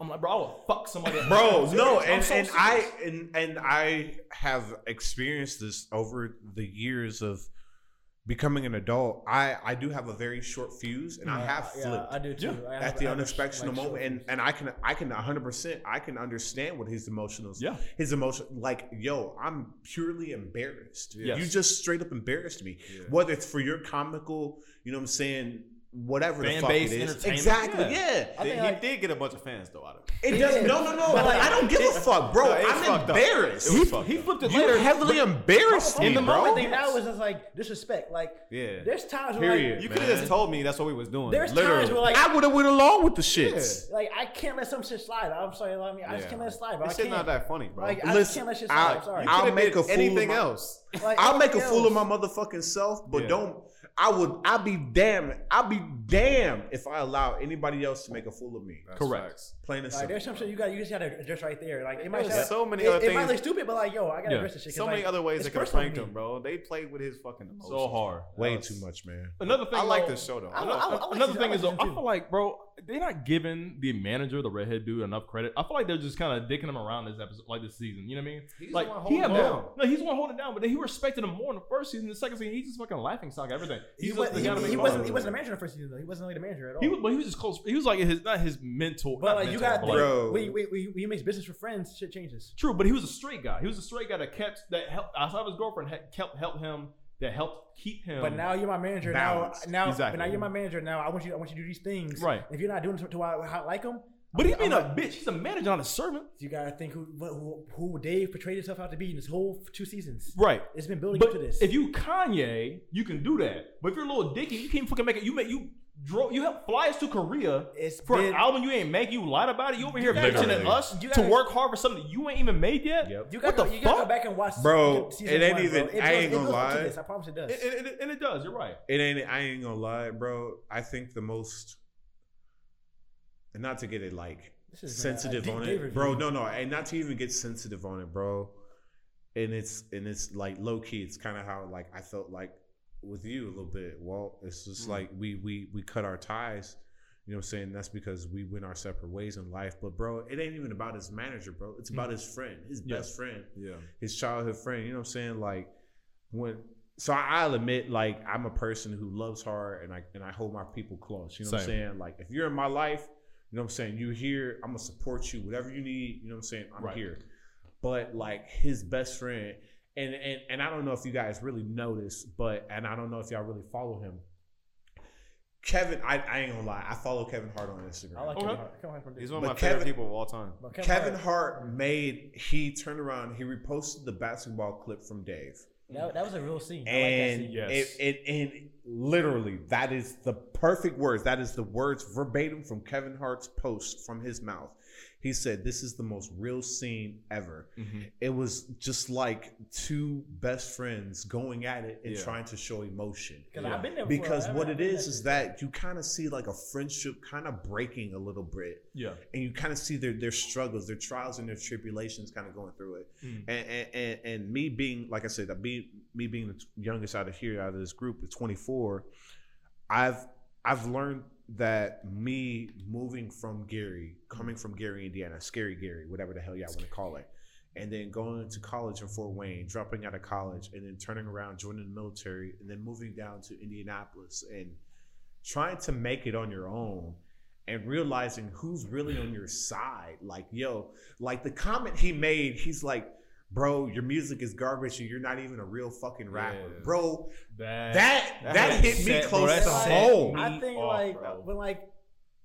Speaker 2: I'm like bro I will fuck somebody up.
Speaker 3: bro
Speaker 2: I'm
Speaker 3: no
Speaker 2: serious. I'm
Speaker 3: and,
Speaker 2: so
Speaker 3: and
Speaker 2: serious.
Speaker 3: i and and i have experienced this over the years of becoming an adult i i do have a very short fuse and i have
Speaker 4: yeah,
Speaker 3: flipped
Speaker 4: I do too. I have-
Speaker 3: at the
Speaker 4: I have,
Speaker 3: unexpected
Speaker 4: like,
Speaker 3: moment
Speaker 4: short
Speaker 3: and and i can i can 100% i can understand what his emotions
Speaker 2: Yeah.
Speaker 3: his emotion like yo i'm purely embarrassed
Speaker 2: Yes.
Speaker 3: you just straight up embarrassed me whether it's for your comical you know what i'm saying whatever the
Speaker 2: Fan
Speaker 3: fuck it
Speaker 2: base,
Speaker 3: is
Speaker 2: entertainment.
Speaker 3: exactly
Speaker 2: Yeah.
Speaker 3: yeah
Speaker 1: He,
Speaker 4: think, like-
Speaker 1: did get a bunch of fans though out of it.
Speaker 3: it doesn't. No, no, no. Like, I don't give a fuck, bro.
Speaker 1: No, it was
Speaker 3: I'm
Speaker 1: fucked up.
Speaker 3: embarrassed.
Speaker 1: It was fucked
Speaker 2: he
Speaker 1: up.
Speaker 2: flipped it
Speaker 3: You
Speaker 2: later
Speaker 3: heavily embarrassed
Speaker 2: in
Speaker 3: me,
Speaker 2: the
Speaker 3: bro.
Speaker 4: I think now is just like disrespect. Like
Speaker 1: Yeah.
Speaker 4: there's times where
Speaker 3: Period.
Speaker 4: like,
Speaker 1: You could have just told me that's what we was doing.
Speaker 4: there's times where
Speaker 1: Literally.
Speaker 4: like
Speaker 3: I would have went along with the shits.
Speaker 4: like I can't let some shit slide. I'm sorry, I mean I just
Speaker 1: Yeah.
Speaker 4: can't let it slide. But I
Speaker 1: This shit
Speaker 4: can't.
Speaker 1: not that funny, bro.
Speaker 4: like
Speaker 1: You
Speaker 4: I
Speaker 3: Listen,
Speaker 4: just can't let shit
Speaker 3: I-
Speaker 4: slide. I'm sorry.
Speaker 3: you I'll
Speaker 1: could've
Speaker 3: make
Speaker 1: did
Speaker 3: a fool of
Speaker 1: anything
Speaker 3: my-
Speaker 1: else.
Speaker 4: Like,
Speaker 3: I'll make a
Speaker 4: everything
Speaker 3: fool of
Speaker 4: else.
Speaker 3: my motherfucking self, but
Speaker 1: Yeah.
Speaker 3: don't. I would. I'll be damn. I'll be damn if I allow anybody else to make a fool of me.
Speaker 2: correct
Speaker 3: Plain and
Speaker 4: Like
Speaker 3: simple.
Speaker 4: there's some shit you got you just gotta address right there. Like it might
Speaker 1: There's
Speaker 4: sound-
Speaker 1: so many
Speaker 4: it,
Speaker 1: other
Speaker 4: it might
Speaker 1: things-
Speaker 4: look stupid, but like yo, I gotta
Speaker 2: Yeah.
Speaker 4: address this shit. 'cause,
Speaker 1: So many
Speaker 4: like,
Speaker 1: other ways
Speaker 4: it's
Speaker 1: they could have
Speaker 4: personal to
Speaker 1: pranked
Speaker 4: me.
Speaker 1: him, bro. They played with his fucking emotions.
Speaker 2: so hard
Speaker 3: Way too much, man.
Speaker 2: another thing
Speaker 1: I like
Speaker 2: though-
Speaker 1: this show though.
Speaker 4: I-
Speaker 2: Another-
Speaker 4: I- I like
Speaker 2: another
Speaker 4: season-
Speaker 2: thing
Speaker 4: I like
Speaker 2: is, though,
Speaker 4: season
Speaker 2: I
Speaker 4: two.
Speaker 2: feel like, bro, they're not giving the manager, the redhead dude, enough credit. I feel like they're just kind of dicking him around this episode, like this season. You know what I mean?
Speaker 1: He's
Speaker 2: like
Speaker 1: the one
Speaker 2: he
Speaker 1: holding
Speaker 2: had
Speaker 1: him
Speaker 2: more- No, he's the one holding it down, but then he respected him more in the first season. The second season, he's just fucking laughing stock at everything.
Speaker 4: He,
Speaker 2: He's
Speaker 4: was,
Speaker 2: just
Speaker 4: he,
Speaker 2: the guy to
Speaker 4: he,
Speaker 2: make fun
Speaker 4: wasn't
Speaker 2: of.
Speaker 4: he wasn't the manager in the first season though. He wasn't like the manager at all.
Speaker 2: He was, but he was just close. He was like his, not his mentor.
Speaker 4: but
Speaker 2: not
Speaker 4: like you
Speaker 2: mentor,
Speaker 4: got
Speaker 2: but,
Speaker 4: to
Speaker 2: like,
Speaker 3: Bro.
Speaker 4: we, we, we, we makes business for friends. Shit changes.
Speaker 2: True, but he was a straight guy. He was a straight guy that kept that helped outside of his girlfriend had kept helped him that helped keep him.
Speaker 4: But now you're my manager.
Speaker 3: Balance.
Speaker 4: Now, now,
Speaker 2: Exactly.
Speaker 4: but now you're my manager. Now I want you. I want you to do these things.
Speaker 2: Right.
Speaker 4: If you're not doing something to how how I like them,
Speaker 2: but he's being a bitch. He's a manager, not a servant.
Speaker 4: you gotta think who what- who, who Dave portrayed himself out to be in this whole two seasons.
Speaker 2: Right.
Speaker 4: It's been building up to
Speaker 2: But
Speaker 4: this.
Speaker 2: if you Kanye, you can do that. But if you're a little dicky, you can't fucking make it. You make you drove you help fly us to Korea
Speaker 4: It's
Speaker 2: for an
Speaker 4: been-
Speaker 2: album you ain't make. You lied about it. You over here
Speaker 3: gotta-
Speaker 2: bitching at us
Speaker 4: you
Speaker 2: to
Speaker 4: gotta-
Speaker 2: work hard for something that you ain't even made yet.
Speaker 3: Yep.
Speaker 4: you
Speaker 2: what
Speaker 4: gotta,
Speaker 2: the
Speaker 4: you gotta go
Speaker 2: fuck?
Speaker 4: back and watch,
Speaker 3: Bro,
Speaker 4: season
Speaker 3: it ain't
Speaker 4: one,
Speaker 3: even-
Speaker 4: Bro.
Speaker 3: I
Speaker 4: It goes-
Speaker 3: ain't
Speaker 4: it goes
Speaker 3: gonna
Speaker 4: up to
Speaker 3: lie.
Speaker 4: This. I promise it does.
Speaker 2: And, and- and- and it does. You're right.
Speaker 3: It ain't. I ain't gonna lie, bro. I think the most, and not to get it like
Speaker 4: This is not a
Speaker 3: sensitive
Speaker 4: deep
Speaker 3: on
Speaker 4: day
Speaker 3: it, bro.
Speaker 4: review.
Speaker 3: No, no, and not to even get sensitive on it, bro. And it's and it's like low key. It's kind of how like I felt like with you a little bit. Well, it's just like we we we cut our ties. You know what I'm saying? That's because we went our separate ways in life. But bro, it ain't even about his manager, bro. It's about his friend, his
Speaker 2: Yeah.
Speaker 3: best friend
Speaker 1: Yeah.
Speaker 3: his childhood friend. You know what I'm saying? Like when so I, I'll admit, like I'm a person who loves hard and I and I hold my people close. You know what I'm
Speaker 2: Same.
Speaker 3: saying? Like if you're in my life, you know what I'm saying, you here, I'm gonna support you, whatever you need, you know what I'm saying, I'm
Speaker 2: Right.
Speaker 3: here. But like his best friend, and and and I don't know if you guys really noticed, but and I don't know if y'all really follow him. Kevin, I, I ain't gonna lie, I follow Kevin Hart on Instagram.
Speaker 4: I like
Speaker 2: Okay.
Speaker 4: Kevin Hart. Kevin Hart from
Speaker 1: He's
Speaker 4: Disney.
Speaker 1: one
Speaker 3: But
Speaker 1: of my favorite
Speaker 3: Kevin-
Speaker 1: people of all time.
Speaker 4: But
Speaker 3: Kevin Hart made he turned around, he reposted the basketball clip from Dave.
Speaker 4: That, that was a real scene. I
Speaker 3: and
Speaker 4: like that scene.
Speaker 2: Yes.
Speaker 3: it, it, and literally that is the perfect words that is the words verbatim from kevin hart's post from his mouth he said this is the most real scene ever
Speaker 2: Mm-hmm.
Speaker 3: it was just like two best friends going at it and
Speaker 1: Yeah.
Speaker 3: trying to show emotion
Speaker 4: Because I've been there before.
Speaker 3: because
Speaker 4: I've-
Speaker 3: what
Speaker 4: I've
Speaker 3: it
Speaker 4: been
Speaker 3: is
Speaker 4: there.
Speaker 3: is that you kind of see like a friendship kind of breaking a little bit
Speaker 2: Yeah.
Speaker 3: and you kind of see their their struggles, their trials and their tribulations, kind of going through it.
Speaker 2: Mm.
Speaker 3: And, and and and me being like I said, that be me being the t- youngest out of here out of this group at 24, I've I've learned that me moving from Gary, coming from Gary, Indiana, scary Gary, whatever the hell y'all want to call it, and then going to college in Fort Wayne, dropping out of college, and then turning around, joining the military, and then moving down to Indianapolis and trying to make it on your own and realizing who's really on your side. Like, yo, like the comment he made, he's like, bro, your music is garbage and you're not even a real fucking rapper.
Speaker 2: Yeah.
Speaker 3: Bro,
Speaker 2: That
Speaker 3: that that,
Speaker 2: that
Speaker 3: hit me
Speaker 2: set, bro,
Speaker 3: close
Speaker 2: that
Speaker 3: to
Speaker 2: set
Speaker 3: home.
Speaker 2: me
Speaker 4: I think
Speaker 2: off,
Speaker 4: like
Speaker 2: bro.
Speaker 4: when like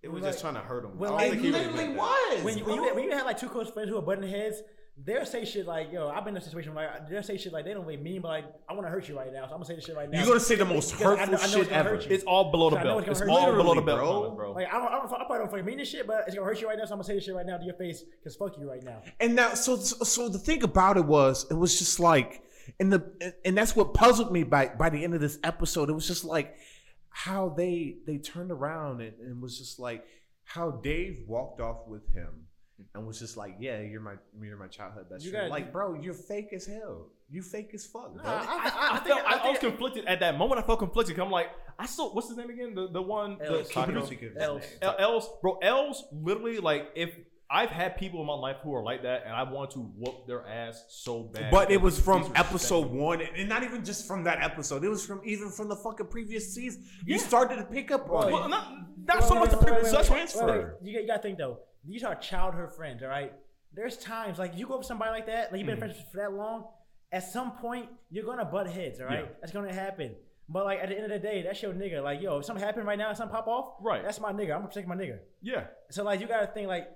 Speaker 1: It was just trying to hurt him.
Speaker 4: Well,
Speaker 1: I don't
Speaker 4: like,
Speaker 1: think he really
Speaker 4: literally
Speaker 1: meant that.
Speaker 8: was.
Speaker 4: When you, when,
Speaker 8: bro.
Speaker 4: you, when you have like two close friends who are butting heads, they'll say shit like, "Yo, I've been in a situation where like, they'll say shit like they don't really mean, but like I want to hurt you right now, so I'm gonna say this shit right now."
Speaker 3: You're gonna say the most
Speaker 4: Because I
Speaker 3: hurtful
Speaker 4: know- I know
Speaker 3: shit
Speaker 4: it's gonna
Speaker 3: ever.
Speaker 4: hurt you.
Speaker 2: It's all below the
Speaker 4: So I know
Speaker 2: belt.
Speaker 4: it's gonna
Speaker 2: It's
Speaker 4: hurt
Speaker 2: all
Speaker 4: you.
Speaker 2: below the
Speaker 1: Literally,
Speaker 2: belt,
Speaker 1: bro.
Speaker 2: bro. bro.
Speaker 4: Like I don't, I don't, I probably don't fucking mean this shit, but it's gonna hurt you right now, so I'm gonna say this shit right now to your face, cause fuck you right now.
Speaker 3: And now, so so the thing about it was, it was just like, and the and that's what puzzled me by by the end of this episode. It was just like how they they turned around and, and was just like how Dave walked off with him and was just like, yeah, you're my you're my childhood best
Speaker 4: You
Speaker 3: friend.
Speaker 4: gotta-
Speaker 3: like, bro, you're fake as hell. You fake as fuck, bro.
Speaker 2: I, felt, I, was conflicted at that moment. I felt conflicted. 'cause I'm like, I still, what's his name again? The the one, the,
Speaker 4: Els.
Speaker 2: the producer-
Speaker 4: Else.
Speaker 2: El- Els, bro, Els, literally, like if I've had people in my life who are like that, and I want to whoop their ass so bad.
Speaker 3: But it was from
Speaker 2: These are
Speaker 3: episode one, and not even just from that episode. It was from even from the fucking previous season. You
Speaker 2: Yeah.
Speaker 3: started to pick up on
Speaker 2: Well,
Speaker 3: it.
Speaker 2: not, not so much the people
Speaker 4: wait,
Speaker 2: that
Speaker 4: wait,
Speaker 2: transfer.
Speaker 4: wait, wait. You, got- you gotta think though. These are childhood friends, all right. There's times like you go up with somebody like that, like
Speaker 2: Mm.
Speaker 4: you've been friends for that long. At some point, you're gonna butt heads, all right. That's gonna happen. But like at the end of the day, that's your nigga. Like yo, if something happened right now, and something pop off,
Speaker 2: Right.
Speaker 4: That's my nigga. I'm protecting my nigga.
Speaker 2: Yeah,
Speaker 4: So like you gotta think like,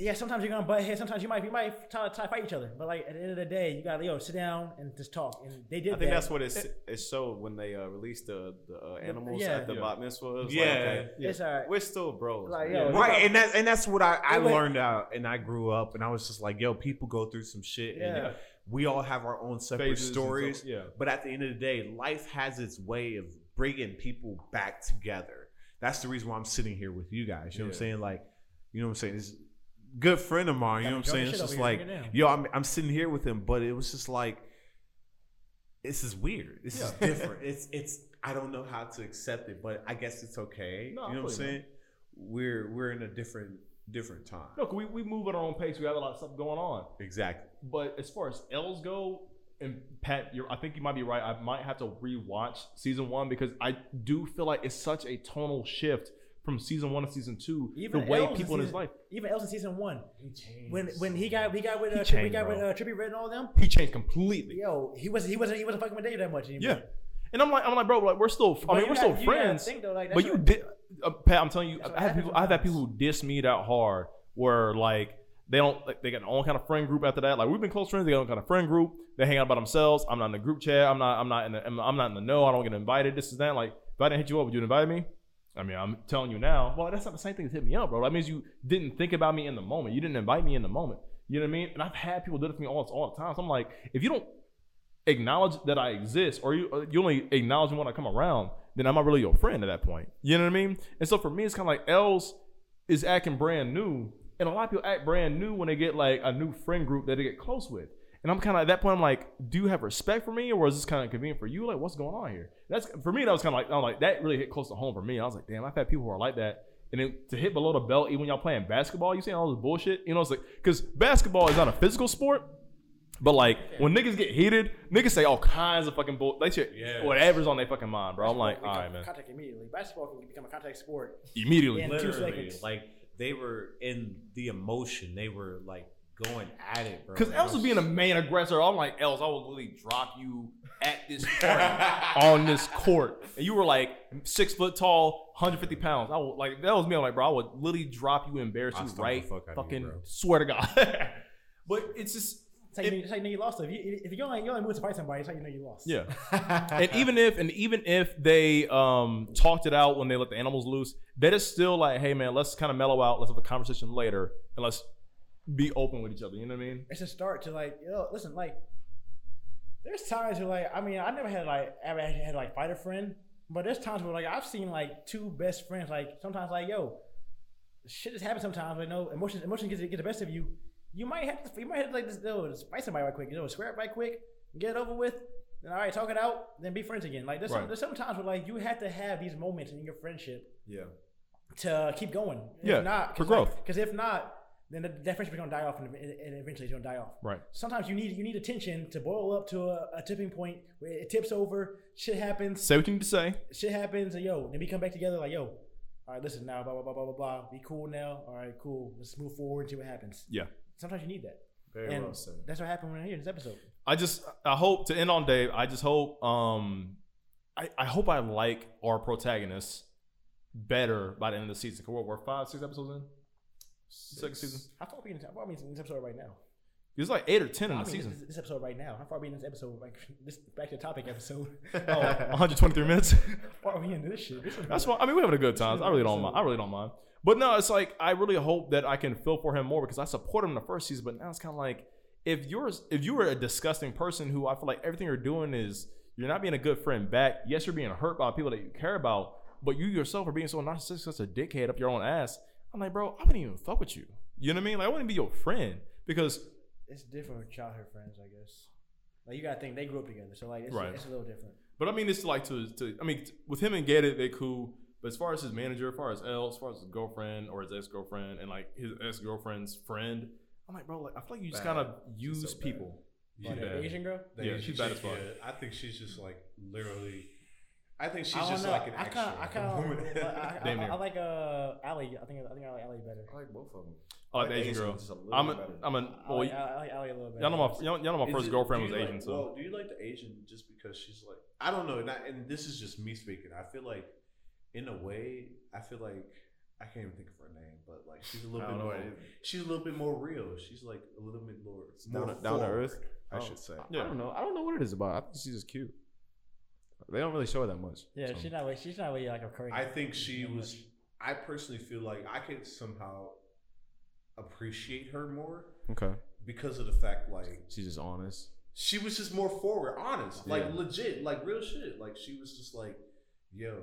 Speaker 4: yeah. Sometimes you're gonna butt heads. Sometimes you might you might try to fight each other. But like at the end of the day, you gotta yo sit down and just talk. And they did.
Speaker 1: I think
Speaker 4: that.
Speaker 1: that's what it's, it showed when they uh, released the, the uh, animals
Speaker 4: yeah.
Speaker 1: at the
Speaker 2: Yeah.
Speaker 1: bat mitzvah. It was
Speaker 3: Yeah.
Speaker 1: like, okay,
Speaker 4: It's all right.
Speaker 1: we're still bros.
Speaker 4: Like,
Speaker 1: man.
Speaker 4: yo,
Speaker 3: Right, and that and that's what I, I
Speaker 4: Yeah, but-
Speaker 3: learned out, and I grew up, and I was just like, "Yo, people go through some shit,
Speaker 4: Yeah.
Speaker 2: uh,
Speaker 3: and we all have our own separate
Speaker 2: Phases and so-
Speaker 3: stories."
Speaker 2: yeah,
Speaker 3: But at the end of the day, life has its way of bringing people back together. That's the reason why I'm sitting here with you guys. You know what I'm
Speaker 2: Yeah.
Speaker 3: saying? Like, you know what I'm saying? It's a good friend of mine. You know what I'm
Speaker 4: Drop your
Speaker 3: saying?
Speaker 4: shit
Speaker 3: It's just
Speaker 4: over
Speaker 3: like,
Speaker 4: here, bring it down.
Speaker 3: yo, I'm I'm sitting here with him, but it was just like, this is weird. This is different. it's it's I don't know how to accept it, but I guess it's okay.
Speaker 2: No, I
Speaker 3: you know what I'm
Speaker 2: feel you, man.
Speaker 3: saying? We're we're in a different different time.
Speaker 2: look, we we move at our own pace. We have a lot of stuff going on.
Speaker 3: Exactly.
Speaker 2: But as far as L's go, and Pat, you're, I think you might be right. I might have to rewatch season one because I do feel like it's such a tonal shift from season one to season two.
Speaker 4: Even
Speaker 2: the way
Speaker 4: L's in
Speaker 2: people in his
Speaker 4: season-
Speaker 2: life,
Speaker 4: Even else in season one, when when he got he got with uh,
Speaker 2: He
Speaker 4: Tri- he
Speaker 2: changed,
Speaker 4: got with
Speaker 2: bro.
Speaker 4: uh, Trippy Red and all them,
Speaker 2: he changed completely.
Speaker 4: yo, he was he wasn't he wasn't fucking with Dave that much anymore.
Speaker 2: Yeah. And I'm like, I'm like, bro, like we're still, I
Speaker 4: But
Speaker 2: mean,
Speaker 4: you
Speaker 2: we're
Speaker 4: gotta-
Speaker 2: still
Speaker 4: you gotta
Speaker 2: friends.
Speaker 4: think, though, like,
Speaker 2: but
Speaker 4: that's
Speaker 2: you
Speaker 4: what-
Speaker 2: did, uh, Pat. I'm telling you,
Speaker 4: That's
Speaker 2: I've
Speaker 4: what
Speaker 2: had
Speaker 4: happens
Speaker 2: people, I've had
Speaker 4: sometimes.
Speaker 2: people who diss me that hard, where like they don't, like, they got their own kind of friend group after that. Like we've been close friends, they got their own kind of friend group. They hang out by themselves. I'm not in the group chat. I'm not, I'm not in the, I'm I'm not in the know. I don't get invited. This is that. Like if I didn't hit you up, would you invite me? I mean, I'm telling you now. Well, that's not the same thing as hit me up, bro. That means you didn't think about me in the moment. You didn't invite me in the moment. You know what I mean? And I've had people do it to me all, all the time. So I'm like, if you don't acknowledge that I exist, or you or you only acknowledge me when I come around, then I'm not really your friend at that point. You know what I mean? And so for me, it's kind of like Els is acting brand new, and a lot of people act brand new when they get like a new friend group that they get close with. And I'm kind of at that point. I'm like, do you have respect for me, or is this kind of convenient for you? Like, what's going on here? That's for me. That was kind of like, I'm like, that really hit close to home for me. I was like, damn, I've had people who are like that. And then to hit below the belt, even when y'all playing basketball, you saying all this bullshit. You know, it's like because basketball is not a physical sport. But like when niggas get heated, niggas say all kinds of fucking bull. They shit, whatever's on their fucking mind, bro. I'm like, all right, man.
Speaker 4: Contact immediately. Basketball can become a contact sport.
Speaker 2: Immediately,
Speaker 4: Yeah. In two seconds.
Speaker 3: Like they were in the emotion. They were like going at it, bro.
Speaker 2: because
Speaker 3: And I
Speaker 2: Els was being a main aggressor. I'm like, Els, I will literally drop you at this court, on this court, and you were like six foot tall, 150 pounds. I will like that was me. I'm like, bro, I would literally drop you, embarrass
Speaker 3: I'll
Speaker 2: you,
Speaker 3: stomp the
Speaker 2: right?
Speaker 3: fuck out of you,
Speaker 2: fucking
Speaker 3: bro.
Speaker 2: swear to God. but it's just
Speaker 4: It's how you, know- it's how you know you lost. though. If you if you only you only move to fight somebody, it's how you know you lost.
Speaker 2: Yeah. and even if and even if they um talked it out when they let the animals loose, that is still like, hey man, let's kind of mellow out, let's have a conversation later, and let's be open with each other. You know what I mean?
Speaker 4: It's a start to like yo, listen like. There's times where like I mean I never had like ever had, had like fight a friend, but there's times where like I've seen like two best friends like sometimes like yo, shit just happens sometimes. But no emotions emotions get, get the best of you. You might have to you might have to like just, yo, just fight somebody right quick. You know square up right quick, get it over with. Then all right, talk it out. Then be friends again. Like there's some,
Speaker 2: Right.
Speaker 4: there's some times where like you have to have these moments in your friendship
Speaker 2: Yeah.
Speaker 4: to keep going. If
Speaker 2: Yeah,
Speaker 4: not,
Speaker 2: for growth.
Speaker 4: Because if not, then the, that friendship is going to die off, and, and eventually it's going to die off.
Speaker 2: Right.
Speaker 4: Sometimes you need you need attention to boil up to a, a tipping point where it tips over. Shit happens.
Speaker 2: Say what you need to say.
Speaker 4: Shit happens, and yo, then we come back together like yo. All right, listen now, blah blah blah blah blah blah. Be cool now. All right, cool. Let's move forward and see what happens.
Speaker 2: Yeah.
Speaker 4: Sometimes you need that.
Speaker 1: Very
Speaker 4: and
Speaker 1: well said.
Speaker 4: That's what happened right here in this episode.
Speaker 2: I just I hope to end on Dave. I just hope um I, I hope I like our protagonist better by the end of the season. 'Cause We're, we're five, six episodes in. Second season.
Speaker 4: How far are we in, how far are we in this episode right now?
Speaker 2: There's like eight or ten in
Speaker 4: I
Speaker 2: the
Speaker 4: mean,
Speaker 2: season.
Speaker 4: This, this episode right now. How far are we in this episode? Like this back to topic episode.
Speaker 2: Oh, 123 minutes.
Speaker 4: How far are we into this shit? This is-
Speaker 2: That's why. I mean, we're having a good time. I really don't mind. I really don't mind. But no, it's like I really hope that I can feel for him more because I support him in the first season. But now it's kind of like if you're if you were a disgusting person who I feel like everything you're doing is you're not being a good friend back. Yes, you're being hurt by people that you care about, but you yourself are being so narcissistic, such a dickhead up your own ass. I'm like, bro, I wouldn't even fuck with you. You know what I mean? Like I wouldn't be your friend because
Speaker 4: It's different with childhood friends, I guess. Like you gotta think they grew up together, so like it's,
Speaker 2: Right.
Speaker 4: it's a little different.
Speaker 2: But I mean, it's like to, to I mean, t- with him and Gator, they cool. But as far as his manager, as far as L, as far as his girlfriend or his ex girlfriend, and like his ex girlfriend's friend, I'm like, bro, like I feel like you just
Speaker 7: Bad.
Speaker 2: kind of
Speaker 7: She's
Speaker 2: use
Speaker 7: so bad.
Speaker 2: people.
Speaker 7: Yeah.
Speaker 4: Like, the Asian girl.
Speaker 7: That
Speaker 2: Yeah,
Speaker 7: is-
Speaker 2: she's bad as fuck.
Speaker 7: yeah, I think she's just like literally. I think she's
Speaker 4: I don't
Speaker 7: just
Speaker 4: know.
Speaker 7: like an
Speaker 4: I
Speaker 7: extra.
Speaker 4: kind of, I kind of, I, I,
Speaker 2: Damn
Speaker 4: I,
Speaker 2: near.
Speaker 4: I like uh, Allie. I think, I think I like Allie better.
Speaker 1: I like both of them.
Speaker 2: Oh, the Asian girl. I'm a, I'm an.
Speaker 4: I
Speaker 2: Well,
Speaker 4: like,
Speaker 2: y-
Speaker 4: I like Allie a little better.
Speaker 2: y'all know my y'all, y'all know my
Speaker 7: Is
Speaker 2: first
Speaker 7: it-
Speaker 2: girlfriend
Speaker 7: do
Speaker 2: was
Speaker 7: you
Speaker 2: Asian,
Speaker 7: like-
Speaker 2: so
Speaker 7: well, do you like the Asian just because she's like I don't know, and, I, and this is just me speaking. I feel like, in a way, I feel like I can't even think of her name, but like she's a little
Speaker 1: I
Speaker 7: bit
Speaker 1: don't know
Speaker 7: more.
Speaker 1: what it
Speaker 7: She's a little bit more real. She's like a little bit more
Speaker 1: Down
Speaker 7: more
Speaker 1: to- down to
Speaker 7: forward,
Speaker 1: earth?
Speaker 7: I
Speaker 1: Oh.
Speaker 7: should say.
Speaker 1: I don't know. I don't know what it is about. I think she's just cute. They don't really show her that much.
Speaker 4: Yeah, she's not. really- She's not really like a crazy.
Speaker 7: I think she was. I personally feel like I could somehow appreciate her more
Speaker 1: Okay.
Speaker 7: because of the fact like
Speaker 1: She's just honest.
Speaker 7: she was just more forward, honest, like
Speaker 1: Yeah.
Speaker 7: legit, like real shit. Like she was just like, yo,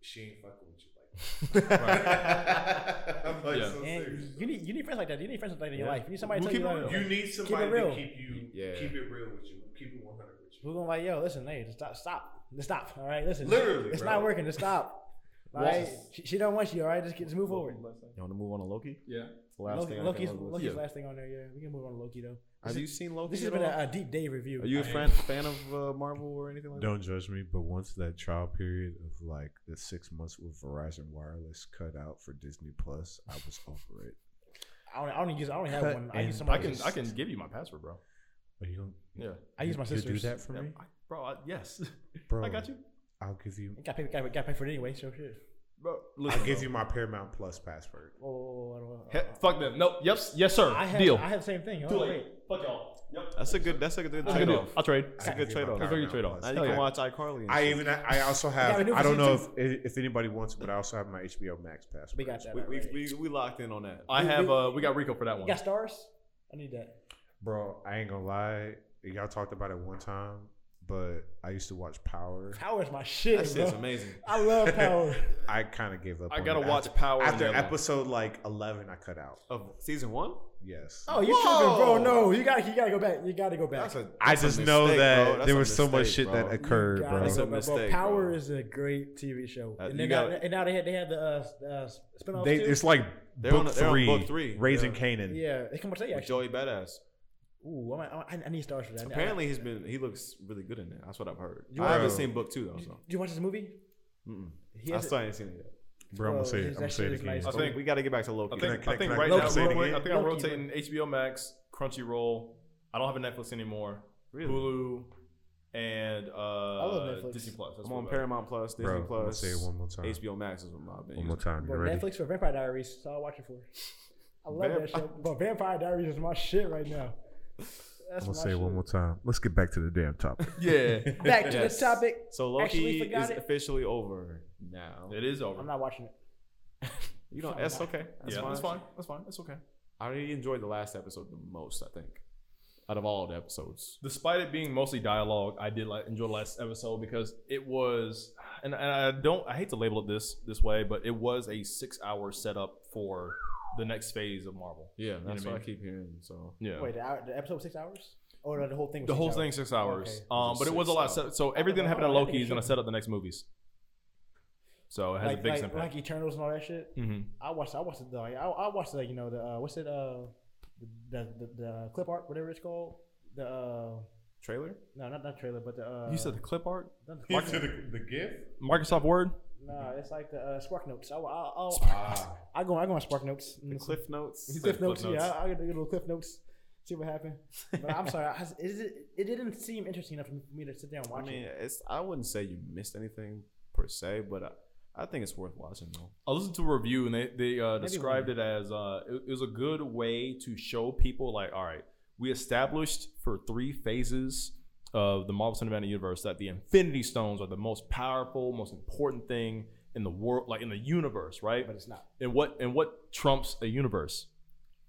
Speaker 7: she ain't fucking with you. Like, that. I'm like,
Speaker 2: Yeah.
Speaker 7: so serious.
Speaker 4: And you need you need friends like that. You need friends like that in your
Speaker 1: Yeah.
Speaker 4: life. You need somebody
Speaker 2: We'll
Speaker 4: to
Speaker 2: keep
Speaker 4: tell
Speaker 2: it
Speaker 4: you,
Speaker 2: real.
Speaker 4: like,
Speaker 7: You need somebody
Speaker 4: real.
Speaker 7: to keep you,
Speaker 1: Yeah.
Speaker 7: keep it real with you, keep it 100 with you.
Speaker 4: We're gonna like, yo, listen, hey, just stop, stop, just stop. All right, listen,
Speaker 7: Literally,
Speaker 4: it's
Speaker 7: bro.
Speaker 4: not working. Just stop. All right,
Speaker 1: Yes.
Speaker 4: she, she don't want you. All right, just, get, just move forward.
Speaker 1: You want to move on to Loki?
Speaker 2: yeah.
Speaker 1: Last
Speaker 4: Loki,
Speaker 1: thing I
Speaker 4: Loki's,
Speaker 1: came up with.
Speaker 4: Loki's
Speaker 2: Yeah.
Speaker 4: last thing on there. Yeah, we can move on to Loki though.
Speaker 1: Have you seen Loki?
Speaker 4: This has
Speaker 1: at
Speaker 4: been
Speaker 1: all?
Speaker 4: a, a deep day review.
Speaker 1: Are you a fan, fan of uh, Marvel or anything like
Speaker 3: Don't judge me, but once that trial period of like the six months with Verizon Wireless cut out for Disney Plus, I was over it.
Speaker 4: I don't, I don't use. I don't have
Speaker 3: Cut
Speaker 4: one. I use
Speaker 3: and
Speaker 2: I
Speaker 4: somebody.
Speaker 2: can I can give you my password, bro.
Speaker 3: Are Oh, you gonna?
Speaker 2: Yeah,
Speaker 4: I use my
Speaker 3: you'll
Speaker 4: sister's.
Speaker 3: Do that for
Speaker 2: Yeah,
Speaker 3: me,
Speaker 2: I, bro. I, yes,
Speaker 3: bro.
Speaker 2: I got you,
Speaker 3: I'll give you.
Speaker 4: Got paid, got, got paid for it anyway. So shit.
Speaker 2: bro. Listen,
Speaker 3: I'll give
Speaker 2: bro.
Speaker 3: you my Paramount Plus password.
Speaker 4: Whoa, whoa, whoa, whoa, whoa.
Speaker 2: He- fuck them. Nope. Yep. Yes, sir.
Speaker 4: I have,
Speaker 2: Deal.
Speaker 4: I have the same thing.
Speaker 2: Too
Speaker 4: Oh, wait.
Speaker 2: late. Fuck y'all. Yep.
Speaker 1: That's a good. That's a good
Speaker 2: That's a good
Speaker 1: trade
Speaker 2: deal.
Speaker 1: off.
Speaker 2: I'll trade.
Speaker 1: That's a
Speaker 3: I
Speaker 1: good
Speaker 3: give you my
Speaker 1: trade off.
Speaker 2: That's a good
Speaker 3: Paramount
Speaker 2: trade-off.
Speaker 3: Plus.
Speaker 1: Now you can
Speaker 2: yeah.
Speaker 1: watch iCarly. and
Speaker 3: I
Speaker 1: shit.
Speaker 3: even I also have
Speaker 4: we do
Speaker 3: I don't know if
Speaker 4: season
Speaker 3: if anybody wants, it, but I also have my HBO Max password.
Speaker 4: We got that.
Speaker 1: We, we, we,
Speaker 4: already.
Speaker 1: we locked in on that.
Speaker 2: I
Speaker 4: We-
Speaker 2: have.
Speaker 4: we-
Speaker 2: Uh, we got Rico for that
Speaker 4: You
Speaker 2: one.
Speaker 4: got stars? I need that.
Speaker 3: bro. I ain't gonna lie, y'all talked about it one time, but I used to watch Power.
Speaker 4: Power is my shit,
Speaker 1: That shit's
Speaker 4: bro.
Speaker 1: amazing.
Speaker 4: I love power.
Speaker 3: I kind of gave up.
Speaker 2: I
Speaker 3: on
Speaker 2: gotta
Speaker 3: it.
Speaker 2: watch Power and
Speaker 3: after,
Speaker 2: the
Speaker 3: after
Speaker 2: other one.
Speaker 3: episode like eleven. I cut out.
Speaker 1: Of season one.
Speaker 3: Yes.
Speaker 4: Oh, you
Speaker 1: Whoa.
Speaker 4: tripping, bro? No, you got to you got to go back. You got to go back.
Speaker 1: That's a.
Speaker 3: I
Speaker 1: that's a
Speaker 3: just know
Speaker 1: mistake,
Speaker 3: that
Speaker 1: bro. That's
Speaker 3: there
Speaker 1: a
Speaker 3: was so much
Speaker 1: mistake,
Speaker 3: shit
Speaker 1: bro.
Speaker 3: that occurred,
Speaker 4: Gotta
Speaker 3: bro.
Speaker 1: That's a
Speaker 4: go back, bro.
Speaker 1: mistake,
Speaker 4: Power
Speaker 1: bro.
Speaker 4: is a great TV show,
Speaker 1: Uh,
Speaker 4: and,
Speaker 1: you
Speaker 4: then now,
Speaker 1: gotta-
Speaker 4: and now they had they had the uh, uh, spinoff
Speaker 3: They,
Speaker 4: too.
Speaker 3: it's like
Speaker 1: They're on
Speaker 3: book,
Speaker 1: a- they're on
Speaker 3: three,
Speaker 1: book three,
Speaker 3: Raising
Speaker 1: yeah.
Speaker 3: Canaan.
Speaker 4: yeah, they come out today
Speaker 1: With
Speaker 4: actually.
Speaker 1: Joey Oh, Badass.
Speaker 4: Ooh, I, I, I need stars for that.
Speaker 1: Apparently he's been. He looks really good in it. That's what I've heard.
Speaker 4: You
Speaker 1: I
Speaker 3: are-
Speaker 1: haven't seen book two though. So.
Speaker 4: Did you watch this movie?
Speaker 1: Mm-mm.
Speaker 4: He
Speaker 1: I
Speaker 4: has
Speaker 1: still ain't seen it yet.
Speaker 3: Bro, I'm
Speaker 4: Bro,
Speaker 3: gonna say it.
Speaker 4: his-
Speaker 3: I'm gonna
Speaker 4: that
Speaker 3: say
Speaker 4: shit
Speaker 3: it
Speaker 4: is
Speaker 3: again.
Speaker 4: nice.
Speaker 2: I
Speaker 1: I
Speaker 2: think-
Speaker 1: think we got to get back to Loki.
Speaker 2: I
Speaker 3: Can I-
Speaker 2: think,
Speaker 3: can I-
Speaker 2: I think
Speaker 3: can I-
Speaker 2: right
Speaker 3: Loki,
Speaker 2: now,
Speaker 3: say it
Speaker 2: real quick,
Speaker 3: again?
Speaker 2: I think I'm
Speaker 4: Loki,
Speaker 2: rotating HBO Max, Crunchyroll. I don't have a Netflix anymore.
Speaker 1: Really?
Speaker 2: Hulu and uh,
Speaker 4: love Netflix.
Speaker 2: Disney Plus. That's
Speaker 1: I'm
Speaker 2: what
Speaker 1: on
Speaker 2: I-
Speaker 1: Paramount Plus, Disney
Speaker 3: Bro, I'm gonna
Speaker 1: Plus,
Speaker 3: say it one more time.
Speaker 1: HBO Max is what I've been
Speaker 3: One more
Speaker 1: using.
Speaker 3: time. You
Speaker 4: Bro,
Speaker 3: ready?
Speaker 4: Netflix for Vampire Diaries. That's all I watch it for. I love that
Speaker 1: Vamp-
Speaker 4: show. But Vampire Diaries is my shit right now. That's
Speaker 3: I'm gonna
Speaker 4: my
Speaker 3: say it
Speaker 4: shit.
Speaker 3: one more time. Let's get back to the damn topic.
Speaker 2: Yeah,
Speaker 4: Back to
Speaker 1: Yes.
Speaker 4: the topic.
Speaker 1: So Loki
Speaker 4: Actually forgot
Speaker 1: is
Speaker 4: it.
Speaker 1: officially over now.
Speaker 2: it is over.
Speaker 4: I'm not watching it.
Speaker 1: You don't. That's okay. That's
Speaker 2: yeah,
Speaker 1: fine.
Speaker 2: that's fine. That's fine. That's okay.
Speaker 1: I really enjoyed the last episode the most. I think out of all the episodes.
Speaker 2: Despite it being mostly dialogue, I did like enjoy the last episode because it was, and, and I don't, I hate to label it this this way, but it was a six hour setup for the next phase of Marvel.
Speaker 1: Yeah,
Speaker 2: know
Speaker 1: that's
Speaker 2: what I
Speaker 1: what I
Speaker 2: mean?
Speaker 1: keep hearing. So
Speaker 2: Yeah,
Speaker 4: Wait, the, hour, the episode was six hours, or the, the whole thing? Was
Speaker 2: the
Speaker 4: six
Speaker 2: whole
Speaker 4: hours?
Speaker 2: thing six hours.
Speaker 4: Okay.
Speaker 2: Um, but it was a lot. So, so everything that happened in
Speaker 4: Oh, I think
Speaker 2: Loki
Speaker 4: it
Speaker 2: is gonna
Speaker 4: should-
Speaker 2: set up the next movies. So it has
Speaker 4: like,
Speaker 2: a big
Speaker 4: like,
Speaker 2: impact.
Speaker 4: like Eternals and all that shit.
Speaker 2: hmm
Speaker 4: I watched. I watched the. I, I watched the. You know the. Uh, what's it? Uh, the, the the clip art, whatever it's called. The uh,
Speaker 1: trailer.
Speaker 4: no, not not trailer, but the. Uh,
Speaker 2: You said the clip art,
Speaker 4: not the
Speaker 7: You
Speaker 4: clip
Speaker 7: said
Speaker 4: art.
Speaker 7: the, the gift.
Speaker 2: Microsoft Word.
Speaker 4: No, it's like the uh, Spark Notes. I I
Speaker 7: Ah,
Speaker 4: I go I go on Spark Notes.
Speaker 1: The Cliff Notes.
Speaker 4: Cliff
Speaker 2: Cliff
Speaker 4: notes,
Speaker 2: Notes.
Speaker 4: Yeah, I, I get a little cliff notes. See what happened. But I'm sorry, I, it, it- it didn't seem interesting enough for me to sit down and
Speaker 1: I
Speaker 4: watch
Speaker 1: mean,
Speaker 4: it.
Speaker 1: it's. I wouldn't say you missed anything per se, but I, I think it's worth watching though.
Speaker 2: I listened to a review and they they uh,
Speaker 1: Maybe
Speaker 2: described it as uh, it, it was a good way to show people like, all right, we established for three phases of the Marvel Cinematic Universe that the Infinity Stones are the most powerful, most important thing in the world, like in the universe, right? But
Speaker 17: it's not.
Speaker 2: And what and what trumps a universe?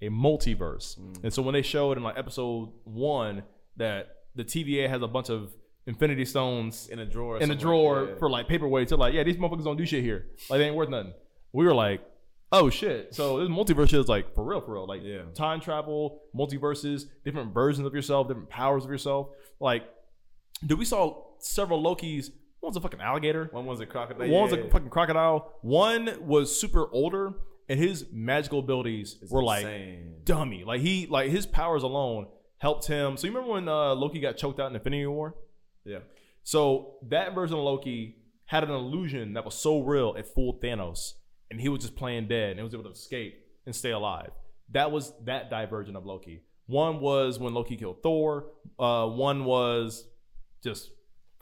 Speaker 2: A multiverse.
Speaker 1: Mm.
Speaker 2: And so when they showed in like episode one that the TVA has a bunch of Infinity Stones
Speaker 1: in a drawer,
Speaker 2: in a
Speaker 1: somewhere.
Speaker 2: drawer
Speaker 1: Yeah.
Speaker 2: for like paperweights. They're like, yeah, these motherfuckers don't do shit here. Like they ain't worth nothing. We were like, oh shit. So this multiverse shit is like for real, for real. Like time travel, multiverses, different versions of yourself, different powers of yourself. Like, dude, we saw several Lokis. One's a fucking alligator.
Speaker 1: One was a crocodile.
Speaker 2: One's
Speaker 1: Yeah.
Speaker 2: a fucking crocodile. One was super older, and his magical abilities were
Speaker 1: insane.
Speaker 2: like dummy. Like he, like his powers alone helped him. So you remember when uh, Loki got choked out in Infinity War?
Speaker 1: Yeah.
Speaker 2: So that version of Loki had an illusion that was so real it fooled Thanos, and he was just playing dead and was able to escape and stay alive. That was that divergent of Loki. One was when Loki killed Thor. Uh, one was just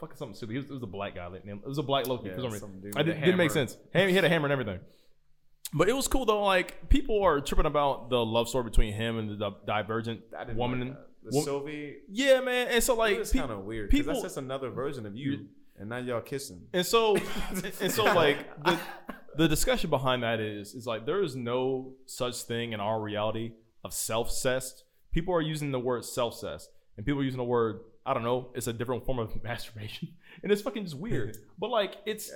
Speaker 2: fucking something silly. He was, it was a black guy. like, It was a black Loki
Speaker 1: Yeah,
Speaker 2: for some
Speaker 1: some
Speaker 2: reason.
Speaker 1: dude
Speaker 2: I
Speaker 1: with
Speaker 2: didn't,
Speaker 1: a
Speaker 2: didn't make
Speaker 1: hammer.
Speaker 2: sense. Ham- He had a hammer and everything. But it was cool though. Like people are tripping about the love story between him and the di- divergent
Speaker 1: didn't
Speaker 2: woman.
Speaker 1: like that. The
Speaker 2: wo-
Speaker 1: Sylvie.
Speaker 2: Yeah, man. And so like
Speaker 1: it's
Speaker 2: pe-
Speaker 1: kind of weird. People,
Speaker 2: People
Speaker 1: that's just another version of you, and now y'all kissing.
Speaker 2: and so, and so, like the the discussion behind that is is like there is no such thing in our reality of self-cessed. People are using the word self-cessed, and people are using the word I don't know. It's a different form of masturbation, and it's fucking just weird. but like, it's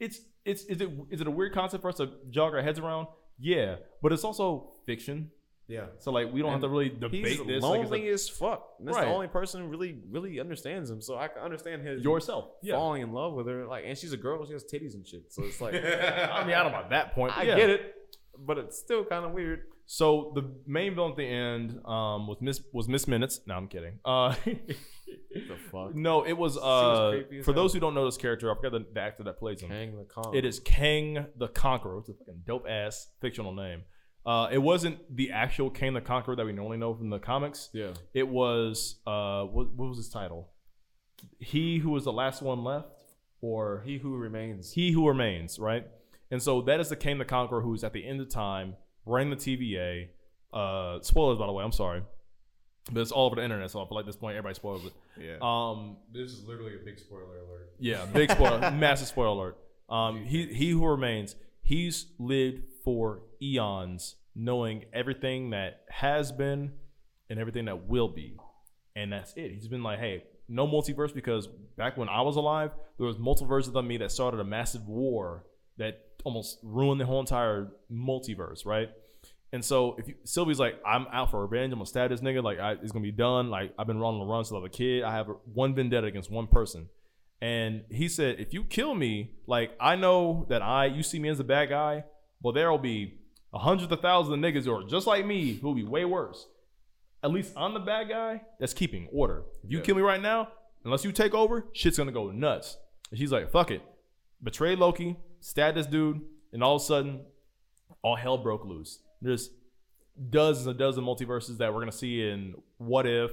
Speaker 2: it's it's is it is it a weird concept for us to jog our heads around? Yeah, but it's also fiction.
Speaker 1: Yeah.
Speaker 2: So like, we don't have to really debate
Speaker 1: He's
Speaker 2: this. like, it's a-
Speaker 1: lonely as fuck. And That's
Speaker 2: Right.
Speaker 1: the only person who really, really understands him. So I can understand his
Speaker 2: Yourself, yeah.
Speaker 1: falling in love with her. Like, and she's a girl. She has titties and shit. So it's like,
Speaker 2: I mean, I don't know about that point. but
Speaker 1: I
Speaker 2: yeah.
Speaker 1: get it, but it's still kind of weird.
Speaker 2: So the main villain at the end um, was Miss was Miss Minutes. No, I'm kidding. Uh,
Speaker 1: The fuck?
Speaker 2: no, it was, uh,
Speaker 1: She was creepy as
Speaker 2: for
Speaker 1: hell.
Speaker 2: those who don't know this character, I forgot the, the actor that plays him.
Speaker 1: Kang the Conqueror.
Speaker 2: It is Kang the Conqueror. It's a fucking dope ass fictional name. Uh, it wasn't the actual Kang the Conqueror that we normally know from the comics.
Speaker 1: Yeah.
Speaker 2: It was uh, what, what was his title? He who was the last one left, or
Speaker 1: He who remains.
Speaker 2: he who remains, right? And so that is the King the Conqueror who is at the end of time, ran the TVA. Uh, spoilers, by the way, I'm sorry. But it's all over the internet, so I feel like at this point everybody spoils it.
Speaker 7: Yeah.
Speaker 2: Um,
Speaker 7: This is literally a big spoiler alert.
Speaker 2: yeah, big spoiler, massive spoiler alert. Um, he he who remains, he's lived for eons, knowing everything that has been and everything that will be, and that's it. He's been like, hey, no multiverse because back when I was alive, there was multiple versions of me that started a massive war that almost ruined the whole entire multiverse, right? And so if you, Sylvie's like, I'm out for revenge. I'm gonna stab this nigga. Like I, it's gonna be done. Like I've been running the run since I was a kid. I have one vendetta against one person. And he said, if you kill me, like I know that I, you see me as a bad guy. Well, there will be a hundreds of thousands of niggas who are just like me who will be way worse. At least I'm the bad guy that's keeping order. If you kill me right now, unless you take over, shit's gonna go nuts. And she's like, fuck it. Betray Loki, stab this dude, and all of a sudden, all hell broke loose. There's dozens and dozens of multiverses that we're gonna see in What If,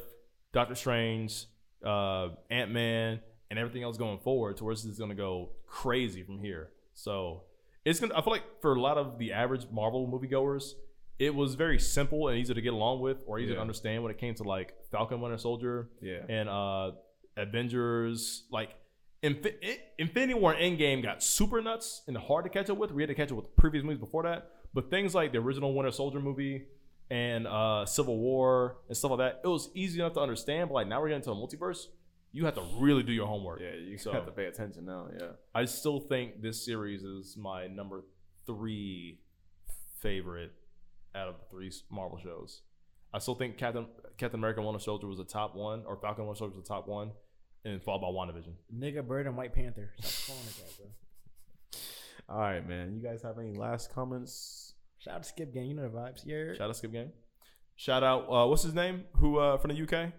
Speaker 2: Doctor Strange, uh, Ant Man, and everything else going forward. Towards is gonna go crazy from here. So it's gonna. I feel like for a lot of the average Marvel moviegoers, it was very simple and easy to get along with, or easy to
Speaker 1: Yeah.
Speaker 2: understand when it came to like Falcon Winter Soldier
Speaker 1: Yeah.
Speaker 2: and uh Avengers like Infi- I- Infinity War and Endgame got super nuts and hard to catch up with. We had to catch up with previous movies before that, but things like the original Winter Soldier movie and uh Civil War and stuff like that, it was easy enough to understand. But like now we're getting into a multiverse, you have to really do your homework.
Speaker 1: Yeah, you
Speaker 2: So-
Speaker 1: have to pay attention now. Yeah.
Speaker 2: I still think this series is my number three favorite out of the three Marvel shows. I still think Captain Captain America Winter Soldier was the top one, or Falcon Winter Soldier was the top one, and then followed by WandaVision.
Speaker 17: Nigga Bird and White Panther. Stop calling it that, bro.
Speaker 1: All right, man. You guys have any last comments?
Speaker 17: Shout out to Skip Gang. You know the vibes. Yeah.
Speaker 2: Shout out Skip Game. Shout out uh, what's his name? Who uh, from the UK?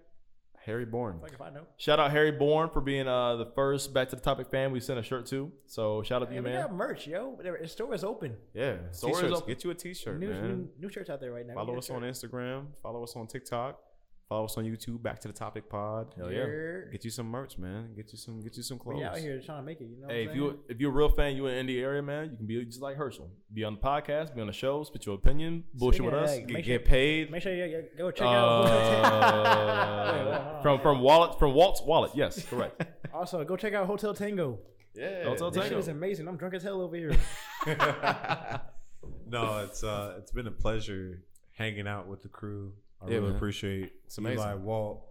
Speaker 1: Harry Bourne.
Speaker 17: Fuck if I know.
Speaker 2: Shout out Harry Bourne for being uh, the first Back to the Topic fan we sent a shirt to. So shout out to
Speaker 17: Hey,
Speaker 2: you,
Speaker 17: we
Speaker 2: man.
Speaker 17: got merch, yo. Whatever. The store is open.
Speaker 1: Yeah.
Speaker 2: Store is
Speaker 1: T-shirts.
Speaker 2: open.
Speaker 1: Get you a t-shirt,
Speaker 17: New,
Speaker 1: man.
Speaker 17: new, new shirts out there right now. We
Speaker 1: Follow
Speaker 17: got
Speaker 1: us on
Speaker 17: shirts.
Speaker 1: Instagram. Follow us on TikTok. Follow us on YouTube. Back to the topic pod.
Speaker 2: Hell yeah.
Speaker 1: Get you some merch, man. Get you some. Get you some clothes.
Speaker 4: We out here trying to make it. You know.
Speaker 2: Hey,
Speaker 4: what
Speaker 2: if
Speaker 4: I'm saying?
Speaker 2: you if you're a real fan, you in the area, man, you can be just like Herschel. Be on the podcast, be on the shows, spit your opinion, bullshit with
Speaker 4: yeah,
Speaker 2: us,
Speaker 4: yeah,
Speaker 2: get,
Speaker 4: make
Speaker 2: get paid.
Speaker 4: make sure you you go check
Speaker 2: Uh,
Speaker 4: out.
Speaker 2: from from wallet from Walt's wallet, yes, correct.
Speaker 4: also, go check out Hotel Tango.
Speaker 1: Yeah.
Speaker 2: Hotel
Speaker 4: This shit
Speaker 2: Tango.
Speaker 4: is amazing. I'm drunk as hell over here.
Speaker 3: No, it's uh, it's been a pleasure hanging out with the crew. I
Speaker 1: Yeah,
Speaker 3: really
Speaker 1: man.
Speaker 3: appreciate
Speaker 1: It's amazing.
Speaker 3: Eli, Walt,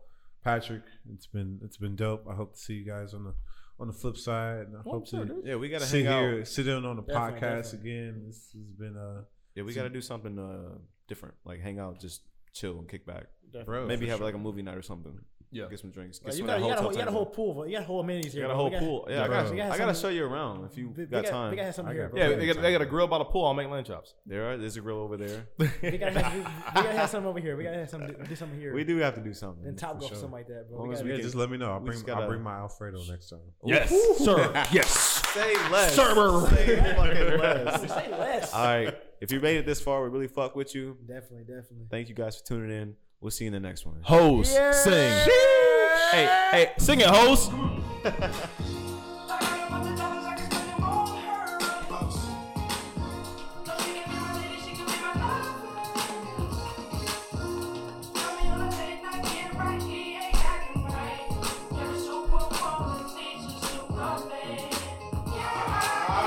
Speaker 3: Patrick. It's been it's been dope. I hope to see you guys on the on the flip side, and I hope to
Speaker 1: Yeah, we gotta
Speaker 3: sit
Speaker 1: hang out.
Speaker 3: here, sit in on the
Speaker 4: Definitely,
Speaker 3: podcast
Speaker 4: definitely.
Speaker 3: again. This has been uh, a
Speaker 1: Yeah, we gotta do something uh different. Like hang out, just chill and kick back.
Speaker 3: bro.
Speaker 1: Maybe have like a movie night or something.
Speaker 2: Yeah.
Speaker 1: Get some drinks. Get
Speaker 4: Like,
Speaker 1: some
Speaker 4: you,
Speaker 1: of
Speaker 4: got,
Speaker 1: that
Speaker 4: you, got a,
Speaker 1: hotel
Speaker 4: whole- you got a
Speaker 1: tango.
Speaker 4: whole pool. of- You got a whole amenities
Speaker 1: You
Speaker 4: here.
Speaker 1: got a
Speaker 4: bro.
Speaker 1: whole
Speaker 4: We got-
Speaker 1: pool. Yeah, I
Speaker 3: Bro.
Speaker 1: got.
Speaker 3: We
Speaker 1: I
Speaker 4: gotta
Speaker 1: gotta,
Speaker 4: have
Speaker 1: show
Speaker 4: something-
Speaker 1: you around if you
Speaker 4: We, we
Speaker 1: got
Speaker 4: gotta-
Speaker 1: time.
Speaker 4: We gotta have something
Speaker 3: I
Speaker 4: here,
Speaker 3: got-
Speaker 4: bro.
Speaker 2: Yeah,
Speaker 3: Okay,
Speaker 2: they got, they got a
Speaker 3: time.
Speaker 2: grill by the pool. I'll make lamb chops.
Speaker 1: There are. There's a grill over there.
Speaker 4: We gotta, have, we, we gotta have something over here. We gotta have something. Do, do something here.
Speaker 1: we do have to do something.
Speaker 4: And top
Speaker 1: for
Speaker 4: golf
Speaker 1: sure.
Speaker 4: something like that, bro.
Speaker 1: Long
Speaker 4: We
Speaker 1: as
Speaker 4: gotta,
Speaker 1: we
Speaker 3: yeah,
Speaker 1: can-
Speaker 3: just let me know. I'll
Speaker 1: we
Speaker 3: bring
Speaker 1: just
Speaker 3: I'll
Speaker 1: gotta-
Speaker 3: bring my Alfredo next time.
Speaker 2: Yes, sir. Yes.
Speaker 1: Say less.
Speaker 2: Server.
Speaker 1: Say fucking less.
Speaker 4: say less.
Speaker 1: All right. If you made it this far, we really fuck with you.
Speaker 4: Definitely, definitely.
Speaker 1: Thank you guys for tuning in. We'll see you in the next one.
Speaker 2: Hoes, sing. Hey, hey, sing it, hoes.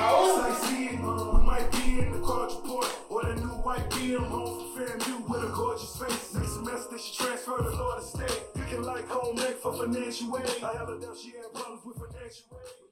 Speaker 8: We might be in the culture port or the new white beam home from Fairview with a gorgeous face. Next semester she transferred to Florida State, picking like home neck for financial aid. I held her down, she had problems with financial aid.